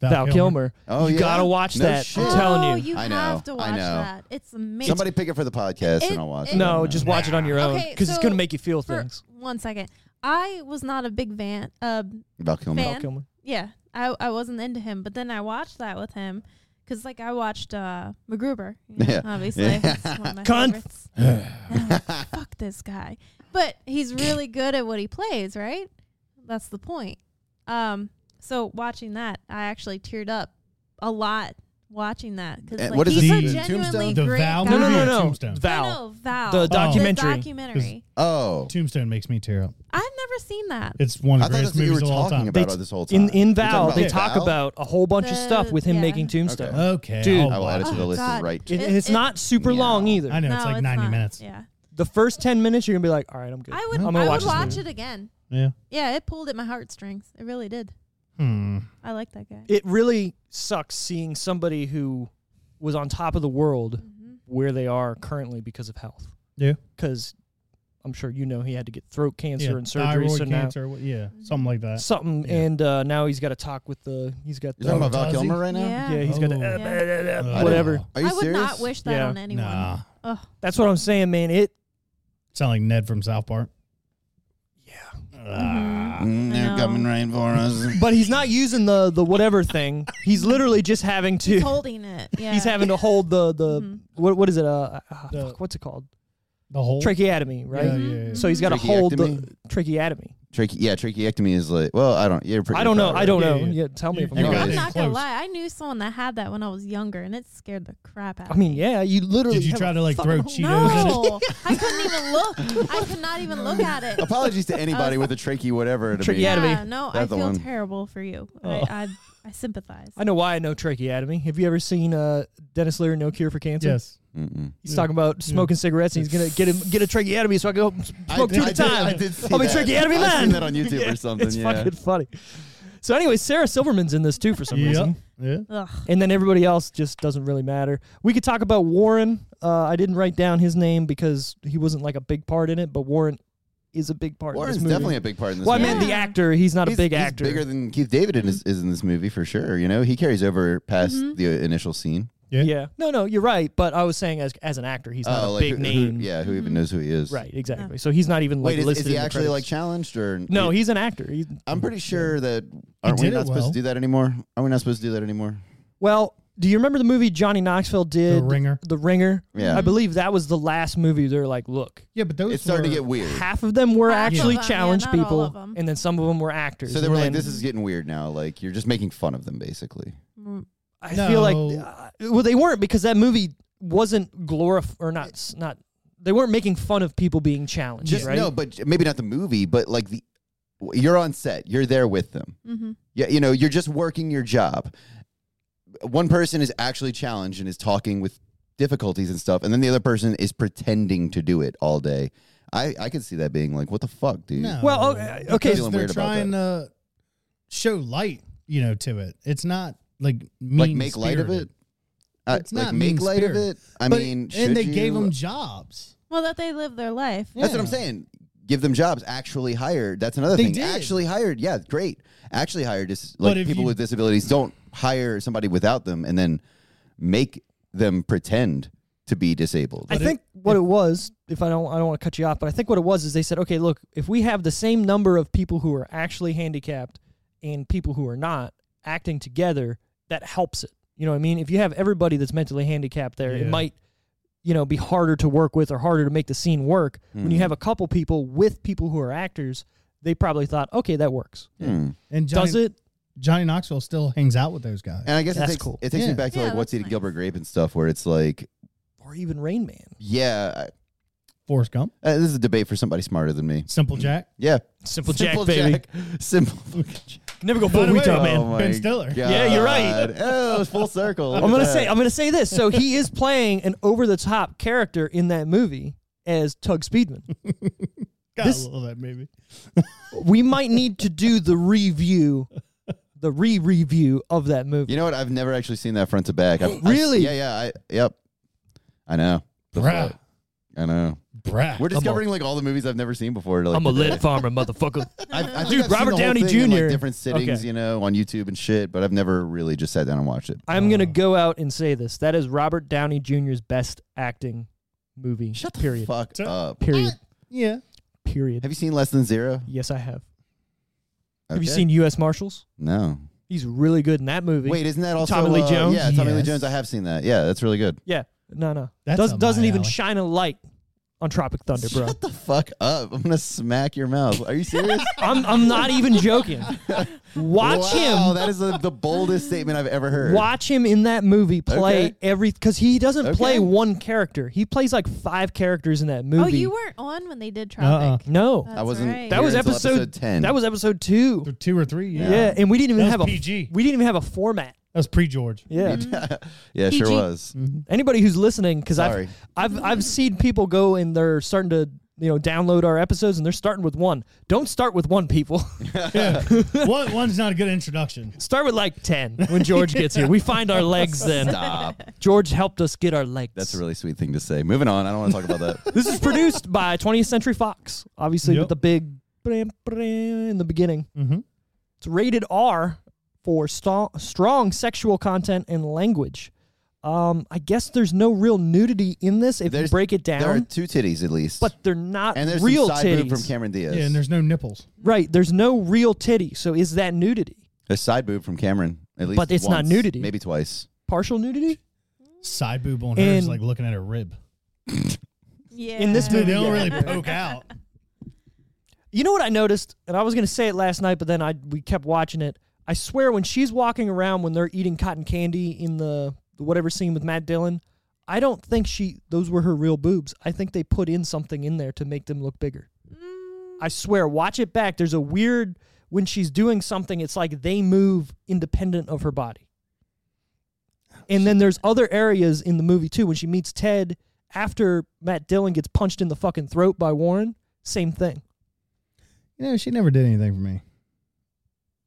[SPEAKER 3] Val
[SPEAKER 1] Val Kilmer.
[SPEAKER 2] Oh,
[SPEAKER 1] you
[SPEAKER 2] yeah?
[SPEAKER 1] gotta watch
[SPEAKER 2] No
[SPEAKER 1] that.
[SPEAKER 2] shit.
[SPEAKER 1] I'm telling
[SPEAKER 4] Oh, you,
[SPEAKER 1] you.
[SPEAKER 2] I know,
[SPEAKER 4] have to
[SPEAKER 2] I
[SPEAKER 4] watch
[SPEAKER 2] know.
[SPEAKER 4] that. It's amazing.
[SPEAKER 2] Somebody pick it for the podcast
[SPEAKER 4] It-
[SPEAKER 2] and I'll watch
[SPEAKER 4] it-
[SPEAKER 2] it.
[SPEAKER 1] no,
[SPEAKER 2] No.
[SPEAKER 1] just watch it on your own
[SPEAKER 4] Oh, Okay,
[SPEAKER 1] because it's
[SPEAKER 4] so
[SPEAKER 1] gonna make you feel
[SPEAKER 4] For
[SPEAKER 1] things.
[SPEAKER 4] one second, I was not a big van. Uh,
[SPEAKER 2] Val Kilmer.
[SPEAKER 4] Fan.
[SPEAKER 1] Val Kilmer.
[SPEAKER 4] yeah, I I wasn't into him, but then I watched that with him because like I watched uh MacGruber. You know,
[SPEAKER 2] Yeah.
[SPEAKER 4] obviously,
[SPEAKER 2] Yeah.
[SPEAKER 4] it's one of
[SPEAKER 1] *laughs*
[SPEAKER 4] my
[SPEAKER 1] Cunt.
[SPEAKER 4] favorites. And I'm like, *laughs* Fuck this guy, but he's really good at what he plays, right? That's the point. Um, so watching that, I actually teared up a lot watching that because
[SPEAKER 2] And
[SPEAKER 4] like,
[SPEAKER 2] what is
[SPEAKER 4] he's
[SPEAKER 3] this,
[SPEAKER 4] a
[SPEAKER 3] the
[SPEAKER 4] genuinely
[SPEAKER 2] Tombstone?
[SPEAKER 3] The
[SPEAKER 4] great
[SPEAKER 3] Val
[SPEAKER 4] guy.
[SPEAKER 1] No, no, no,
[SPEAKER 3] Yeah,
[SPEAKER 1] no.
[SPEAKER 3] Tombstone.
[SPEAKER 1] Val.
[SPEAKER 4] No, no, Val.
[SPEAKER 1] The documentary.
[SPEAKER 4] The documentary.
[SPEAKER 2] Oh.
[SPEAKER 3] Tombstone makes me tear up.
[SPEAKER 4] I've never seen that.
[SPEAKER 3] It's one
[SPEAKER 2] I
[SPEAKER 3] of
[SPEAKER 2] thought
[SPEAKER 3] the
[SPEAKER 2] that's
[SPEAKER 3] greatest
[SPEAKER 2] what you were
[SPEAKER 3] movies of all
[SPEAKER 2] talking
[SPEAKER 3] time.
[SPEAKER 2] about
[SPEAKER 1] They-
[SPEAKER 2] this whole time.
[SPEAKER 1] in in
[SPEAKER 2] You're talking
[SPEAKER 1] Val,
[SPEAKER 2] about
[SPEAKER 1] they
[SPEAKER 2] Val?
[SPEAKER 1] talk about a whole bunch of stuff
[SPEAKER 4] The-
[SPEAKER 1] with him
[SPEAKER 4] yeah.
[SPEAKER 1] making Tombstone.
[SPEAKER 2] Okay.
[SPEAKER 3] Okay, Uh,
[SPEAKER 1] Dude.
[SPEAKER 3] I'll
[SPEAKER 2] I will add it
[SPEAKER 3] watch
[SPEAKER 2] to the
[SPEAKER 4] Oh,
[SPEAKER 2] list
[SPEAKER 4] God.
[SPEAKER 2] right.
[SPEAKER 1] It,
[SPEAKER 4] It-
[SPEAKER 1] it's
[SPEAKER 4] it-
[SPEAKER 1] not super
[SPEAKER 2] Yeah.
[SPEAKER 1] long either.
[SPEAKER 3] I know it's
[SPEAKER 4] No,
[SPEAKER 3] like ninety
[SPEAKER 4] not.
[SPEAKER 3] minutes.
[SPEAKER 4] Yeah,
[SPEAKER 1] The first ten minutes, you're gonna be like, "All right, I'm good."
[SPEAKER 4] I would.
[SPEAKER 3] I'm gonna
[SPEAKER 4] i would
[SPEAKER 3] watch
[SPEAKER 4] watch,
[SPEAKER 3] this movie.
[SPEAKER 4] it again.
[SPEAKER 3] Yeah.
[SPEAKER 4] Yeah, it pulled at my heartstrings. It really did.
[SPEAKER 3] Hmm.
[SPEAKER 4] I like that guy.
[SPEAKER 1] It really sucks seeing somebody who was on top of the world
[SPEAKER 4] Mhm.
[SPEAKER 1] where they are currently because of health.
[SPEAKER 3] Yeah.
[SPEAKER 1] Because I'm sure you know he had to get throat cancer
[SPEAKER 3] yeah,
[SPEAKER 1] and surgery,
[SPEAKER 3] thyroid
[SPEAKER 1] so
[SPEAKER 3] cancer, what- yeah, something like
[SPEAKER 1] now
[SPEAKER 3] that.
[SPEAKER 1] something,
[SPEAKER 3] Yeah.
[SPEAKER 1] and uh, now he's got to talk with the. He's got
[SPEAKER 2] You're talking
[SPEAKER 1] the.
[SPEAKER 2] about Val
[SPEAKER 3] Does he?
[SPEAKER 2] Kilmer right now?
[SPEAKER 4] Yeah.
[SPEAKER 1] Yeah, he's got to.
[SPEAKER 3] Oh.
[SPEAKER 4] Yeah.
[SPEAKER 3] Uh,
[SPEAKER 1] whatever.
[SPEAKER 2] Are you
[SPEAKER 4] I would
[SPEAKER 2] serious?
[SPEAKER 4] not wish that
[SPEAKER 1] Yeah.
[SPEAKER 4] on anyone.
[SPEAKER 3] Nah,
[SPEAKER 4] Ugh.
[SPEAKER 1] That's what I'm saying, man. It.
[SPEAKER 3] sound like Ned from South Park. Ah.
[SPEAKER 2] Mm,
[SPEAKER 4] I know.
[SPEAKER 2] they're coming right for us.
[SPEAKER 1] But he's not using the the whatever thing. He's literally just having to.
[SPEAKER 4] He's holding it.
[SPEAKER 1] *laughs*
[SPEAKER 4] Yeah.
[SPEAKER 1] he's having to hold the the
[SPEAKER 4] Mhm.
[SPEAKER 1] what what is it uh, uh
[SPEAKER 3] The-
[SPEAKER 1] fuck, what's it called
[SPEAKER 3] The whole
[SPEAKER 1] tracheotomy right
[SPEAKER 3] Yeah, yeah,
[SPEAKER 4] Mm-hmm.
[SPEAKER 3] yeah.
[SPEAKER 1] so he's got to hold the
[SPEAKER 2] Tracheectomy?
[SPEAKER 1] tracheotomy
[SPEAKER 2] Trache- yeah, tracheectomy is like, well, I don't. You're pretty
[SPEAKER 1] I don't know I don't
[SPEAKER 3] Yeah,
[SPEAKER 1] know
[SPEAKER 3] yeah.
[SPEAKER 1] yeah, tell me if I'm
[SPEAKER 3] You
[SPEAKER 2] got
[SPEAKER 1] wrong
[SPEAKER 2] it.
[SPEAKER 4] I'm Mm-hmm. not gonna
[SPEAKER 3] Close.
[SPEAKER 4] lie. I knew someone that had that when I was younger, and it scared the crap out.
[SPEAKER 1] I
[SPEAKER 4] of me.
[SPEAKER 1] mean yeah you literally
[SPEAKER 3] Did you
[SPEAKER 1] have
[SPEAKER 3] try
[SPEAKER 1] a
[SPEAKER 3] to like
[SPEAKER 1] fucking-
[SPEAKER 3] throw Cheetos at it?
[SPEAKER 4] no, I couldn't even look. I could not even look at
[SPEAKER 2] *laughs*
[SPEAKER 4] it.
[SPEAKER 2] Apologies to anybody with a trachea whatever. To be.
[SPEAKER 1] Tracheotomy.
[SPEAKER 4] Yeah, no, I
[SPEAKER 2] That's the
[SPEAKER 4] feel
[SPEAKER 2] one.
[SPEAKER 4] terrible for you.
[SPEAKER 1] Oh.
[SPEAKER 4] I, I I sympathize.
[SPEAKER 1] I know why I know tracheotomy have you ever seen uh Dennis Leary No Cure for Cancer
[SPEAKER 3] Yes.
[SPEAKER 2] Mm-mm.
[SPEAKER 1] he's talking about smoking cigarettes and he's gonna get him get a tracheotomy so I can go smoke two
[SPEAKER 2] did-
[SPEAKER 1] at a
[SPEAKER 2] did-
[SPEAKER 1] time
[SPEAKER 2] I did see
[SPEAKER 1] I'll be
[SPEAKER 2] that.
[SPEAKER 1] tracheotomy
[SPEAKER 2] I've seen
[SPEAKER 1] man
[SPEAKER 2] that on
[SPEAKER 1] *laughs*
[SPEAKER 2] YouTube
[SPEAKER 1] Yeah,
[SPEAKER 2] or
[SPEAKER 1] *laughs*
[SPEAKER 2] something.
[SPEAKER 1] it's
[SPEAKER 2] yeah.
[SPEAKER 1] fucking funny so anyway Sarah Silverman's in this too for some
[SPEAKER 3] Yep.
[SPEAKER 1] reason
[SPEAKER 3] Yeah.
[SPEAKER 4] Ugh.
[SPEAKER 1] and then everybody else just doesn't really matter. We could talk about Warren. Uh, I didn't write down his name because he wasn't like a big part in it, but Warren is a big part.
[SPEAKER 2] Warren's
[SPEAKER 1] in this movie.
[SPEAKER 2] definitely a big part in this.
[SPEAKER 1] well, I
[SPEAKER 2] movie.
[SPEAKER 1] mean the
[SPEAKER 4] Yeah.
[SPEAKER 1] actor. He's not
[SPEAKER 2] He's-
[SPEAKER 1] a big
[SPEAKER 2] he's
[SPEAKER 1] actor.
[SPEAKER 2] bigger than Keith David in, is, is in this movie for sure. You know, he carries over past the initial scene.
[SPEAKER 1] yeah.
[SPEAKER 3] Yeah.
[SPEAKER 1] No, no, you're right. But I was saying as as an actor, he's not
[SPEAKER 2] Oh,
[SPEAKER 1] a
[SPEAKER 2] like
[SPEAKER 1] big
[SPEAKER 2] who- who-
[SPEAKER 1] name.
[SPEAKER 2] yeah, who even knows who he is?
[SPEAKER 1] Right. Exactly. So he's not even like
[SPEAKER 2] Wait, is,
[SPEAKER 1] listed.
[SPEAKER 2] is he
[SPEAKER 1] in the
[SPEAKER 2] actually like
[SPEAKER 1] credits.
[SPEAKER 2] challenged or
[SPEAKER 1] No, he's an actor. He's,
[SPEAKER 2] I'm pretty sure that aren't we
[SPEAKER 3] did it
[SPEAKER 2] not supposed
[SPEAKER 3] well.
[SPEAKER 2] to do that anymore? Are we not supposed to do that anymore?
[SPEAKER 1] well, do you remember the movie Johnny Knoxville did?
[SPEAKER 3] The Ringer.
[SPEAKER 1] The Ringer.
[SPEAKER 2] Yeah.
[SPEAKER 1] I believe that was the last movie. They're like, look,
[SPEAKER 3] Yeah, but those
[SPEAKER 2] It's starting to get weird.
[SPEAKER 1] half of them were
[SPEAKER 4] Half of
[SPEAKER 1] actually
[SPEAKER 4] them, yeah,
[SPEAKER 1] challenged
[SPEAKER 4] not all
[SPEAKER 1] people,
[SPEAKER 4] of them.
[SPEAKER 1] and then some of them were actors.
[SPEAKER 2] So they
[SPEAKER 1] and
[SPEAKER 2] were like,
[SPEAKER 1] then-
[SPEAKER 2] "This is getting weird now. Like you're just making fun of them, basically."
[SPEAKER 4] Mm,
[SPEAKER 1] I feel like
[SPEAKER 3] No.
[SPEAKER 1] uh, well they weren't because that movie wasn't glorif or not s- not they weren't making fun of people being challenged,
[SPEAKER 2] Just
[SPEAKER 1] right?
[SPEAKER 2] no, but j- maybe not the movie, but like the you're on set, you're there with them. Yeah, you know, you're just working your job. One person is actually challenged and is talking with difficulties and stuff, and then the other person is pretending to do it all day. I I could see that being like, what the fuck, dude?
[SPEAKER 3] No.
[SPEAKER 1] Well, okay, okay,
[SPEAKER 3] because
[SPEAKER 2] Feeling
[SPEAKER 3] uh, they're
[SPEAKER 2] weird about
[SPEAKER 3] trying to show light, you know, to it. It's not like mean
[SPEAKER 2] Like make light of it. Uh,
[SPEAKER 3] It's
[SPEAKER 2] like
[SPEAKER 3] not
[SPEAKER 2] make light of
[SPEAKER 3] mean-spirited.
[SPEAKER 2] it. I
[SPEAKER 3] But-
[SPEAKER 2] mean, should
[SPEAKER 3] and they gave
[SPEAKER 2] you?
[SPEAKER 3] them jobs.
[SPEAKER 4] Well, that they live their life.
[SPEAKER 2] That's what I'm
[SPEAKER 3] Yeah.
[SPEAKER 2] saying. Give them jobs. Actually hired. That's another
[SPEAKER 3] They
[SPEAKER 2] thing.
[SPEAKER 3] did.
[SPEAKER 2] Actually hired. Yeah, great. Actually hired is
[SPEAKER 3] But
[SPEAKER 2] like
[SPEAKER 3] if
[SPEAKER 2] people
[SPEAKER 3] you-
[SPEAKER 2] with disabilities don't hire somebody without them and then make them pretend to be disabled.
[SPEAKER 1] I think what it was, if I don't I don't want to cut you off, but I think what it was is they said, okay, look, if we have the same number of people who are actually handicapped and people who are not acting together, that helps it. You know what I mean? If you have everybody that's mentally handicapped there, it
[SPEAKER 3] Yeah.
[SPEAKER 1] might you know be harder to work with or harder to make the scene work. When you have a couple people with people who are actors, they probably thought, okay, that works.
[SPEAKER 2] Hmm.
[SPEAKER 3] And Johnny,
[SPEAKER 1] Does it?
[SPEAKER 3] Johnny Knoxville still hangs out with those guys.
[SPEAKER 2] And I guess it
[SPEAKER 1] That's
[SPEAKER 2] takes,
[SPEAKER 1] cool.
[SPEAKER 2] it takes
[SPEAKER 3] Yeah.
[SPEAKER 2] me back to
[SPEAKER 4] Yeah,
[SPEAKER 2] like what's
[SPEAKER 4] that's
[SPEAKER 2] eating
[SPEAKER 4] nice.
[SPEAKER 2] Gilbert Grape and stuff, where it's like,
[SPEAKER 1] Or even Rain Man.
[SPEAKER 2] yeah,
[SPEAKER 3] Forrest Gump,
[SPEAKER 2] I- uh, this is a debate for somebody smarter than me. *clears throat*
[SPEAKER 3] Simple Jack.
[SPEAKER 2] Yeah,
[SPEAKER 1] Simple,
[SPEAKER 2] Jack. *laughs* Simple. fucking Jack.
[SPEAKER 1] Never go
[SPEAKER 3] By
[SPEAKER 1] full
[SPEAKER 3] the way-
[SPEAKER 1] week out, man.
[SPEAKER 2] Oh my
[SPEAKER 3] Ben Stiller.
[SPEAKER 1] Yeah, you're right.
[SPEAKER 2] God. Oh, it's full circle. Look
[SPEAKER 1] I'm
[SPEAKER 2] at
[SPEAKER 1] gonna
[SPEAKER 2] that.
[SPEAKER 1] say I'm gonna say this. So he is playing an over the top character in that movie as Tug Speedman.
[SPEAKER 3] Gotta
[SPEAKER 1] This-
[SPEAKER 3] love that movie.
[SPEAKER 1] we might need to do the review, the re review of that movie.
[SPEAKER 2] You know what? I've never actually seen that front to back. I've, I-
[SPEAKER 1] Really?
[SPEAKER 2] yeah, yeah. I, yep. I know. The
[SPEAKER 3] Bruh,
[SPEAKER 2] fuck? I know.
[SPEAKER 3] bruh.
[SPEAKER 2] We're discovering like all the movies I've never seen before. Like, today.
[SPEAKER 1] farmer, motherfucker.
[SPEAKER 2] I've, I
[SPEAKER 1] Dude,
[SPEAKER 2] think I've seen
[SPEAKER 1] Robert
[SPEAKER 2] the whole
[SPEAKER 1] Downey
[SPEAKER 2] thing in, like,
[SPEAKER 1] Jr..
[SPEAKER 2] different sittings,
[SPEAKER 1] Okay.
[SPEAKER 2] you know, on YouTube and shit. But I've never really just sat down and watched it.
[SPEAKER 1] *laughs* I'm gonna go out and say this. That is Robert Downey Jr.'s best acting movie. Shut period.
[SPEAKER 2] Fuck
[SPEAKER 3] Tur-
[SPEAKER 2] up.
[SPEAKER 1] Period.
[SPEAKER 3] yeah.
[SPEAKER 1] Period.
[SPEAKER 2] Have you seen Less Than Zero?
[SPEAKER 1] yes, I have. Have you
[SPEAKER 2] Okay.
[SPEAKER 1] seen U.S. Marshals?
[SPEAKER 2] No.
[SPEAKER 1] He's really good in that movie.
[SPEAKER 2] Wait, isn't that also
[SPEAKER 1] Tommy Lee
[SPEAKER 2] uh,
[SPEAKER 1] Jones?
[SPEAKER 2] Yeah, Tommy Lee
[SPEAKER 3] Yes.
[SPEAKER 2] Jones. I have seen that. Yeah, that's
[SPEAKER 1] *laughs*
[SPEAKER 2] really good.
[SPEAKER 1] Yeah. No, no.
[SPEAKER 3] That's
[SPEAKER 1] Does,
[SPEAKER 3] up
[SPEAKER 1] doesn't
[SPEAKER 3] my
[SPEAKER 1] even
[SPEAKER 3] alley.
[SPEAKER 1] shine a light on Tropic Thunder, bro.
[SPEAKER 2] Shut the fuck up! I'm gonna smack your mouth. Are you serious?
[SPEAKER 1] I'm, I'm not even joking. *laughs* Watch
[SPEAKER 2] wow,
[SPEAKER 1] him.
[SPEAKER 2] That is the, the boldest statement I've ever heard.
[SPEAKER 1] Watch him in that movie play
[SPEAKER 2] Okay.
[SPEAKER 1] every because he doesn't play
[SPEAKER 2] Okay.
[SPEAKER 1] one character. He plays like five characters in that movie.
[SPEAKER 4] Oh, you weren't on when they did Tropic.
[SPEAKER 1] no.
[SPEAKER 4] That's
[SPEAKER 2] I wasn't.
[SPEAKER 4] right.
[SPEAKER 1] That was
[SPEAKER 2] here until
[SPEAKER 1] episode-
[SPEAKER 2] ten.
[SPEAKER 1] That was episode two.
[SPEAKER 3] Oh, They're two or three. Yeah.
[SPEAKER 1] Yeah, and we didn't even have
[SPEAKER 3] That was
[SPEAKER 1] a
[SPEAKER 3] PG.
[SPEAKER 1] We didn't even have a format.
[SPEAKER 3] That was pre
[SPEAKER 2] *laughs*
[SPEAKER 3] George.
[SPEAKER 1] Yeah.
[SPEAKER 2] *laughs* yeah, sure
[SPEAKER 4] PG.
[SPEAKER 2] was.
[SPEAKER 1] Anybody who's listening, because
[SPEAKER 2] Sorry.
[SPEAKER 1] I've I've I've seen people go and they're starting to you know download our episodes and they're starting with one. Don't start with one, people. *laughs*
[SPEAKER 3] One, one's not a good introduction.
[SPEAKER 1] start with like ten when George gets here. We find our legs then.
[SPEAKER 2] *laughs* Stop.
[SPEAKER 1] George helped us get our legs.
[SPEAKER 2] That's a really sweet thing to say. Moving on. I don't want to talk
[SPEAKER 1] *laughs*
[SPEAKER 2] about that.
[SPEAKER 1] This is produced by 20th Century Fox, obviously with
[SPEAKER 3] Yep.
[SPEAKER 1] the big bram, bram in the beginning.
[SPEAKER 3] Mhm.
[SPEAKER 1] It's rated R for sta- strong sexual content and language. Um, I guess there's no real nudity in this if you
[SPEAKER 2] There's-
[SPEAKER 1] break it down,
[SPEAKER 2] there are two titties at least.
[SPEAKER 1] but they're not
[SPEAKER 2] and there's
[SPEAKER 1] real
[SPEAKER 2] some side
[SPEAKER 1] titties.
[SPEAKER 2] boob from Cameron Diaz.
[SPEAKER 3] Yeah, and there's no nipples.
[SPEAKER 1] right, there's no real titty. So is that nudity?
[SPEAKER 2] there's side boob from Cameron at least.
[SPEAKER 1] But it's not
[SPEAKER 2] once,
[SPEAKER 1] nudity.
[SPEAKER 2] Maybe twice.
[SPEAKER 1] Partial nudity?
[SPEAKER 3] Side boob on her is
[SPEAKER 1] And-
[SPEAKER 3] like looking at her rib.
[SPEAKER 4] Yeah.
[SPEAKER 1] In this
[SPEAKER 3] They
[SPEAKER 1] movie,
[SPEAKER 3] don't
[SPEAKER 1] yeah.
[SPEAKER 2] *laughs*
[SPEAKER 3] really poke out.
[SPEAKER 1] You know what I noticed, and I was gonna say it last night, but then I we kept watching it. I swear, when she's walking around when they're eating cotton candy in the, the whatever scene with Matt Dillon, I don't think she those were her real boobs. I think they put in something in there to make them look bigger. I swear, watch it back. There's a weird when she's doing something, it's like they move independent of her body. And then there's other areas in the movie too. When she meets Ted after Matt Dillon gets punched in the fucking throat by Warren, same thing.
[SPEAKER 3] You know, she never did anything for me.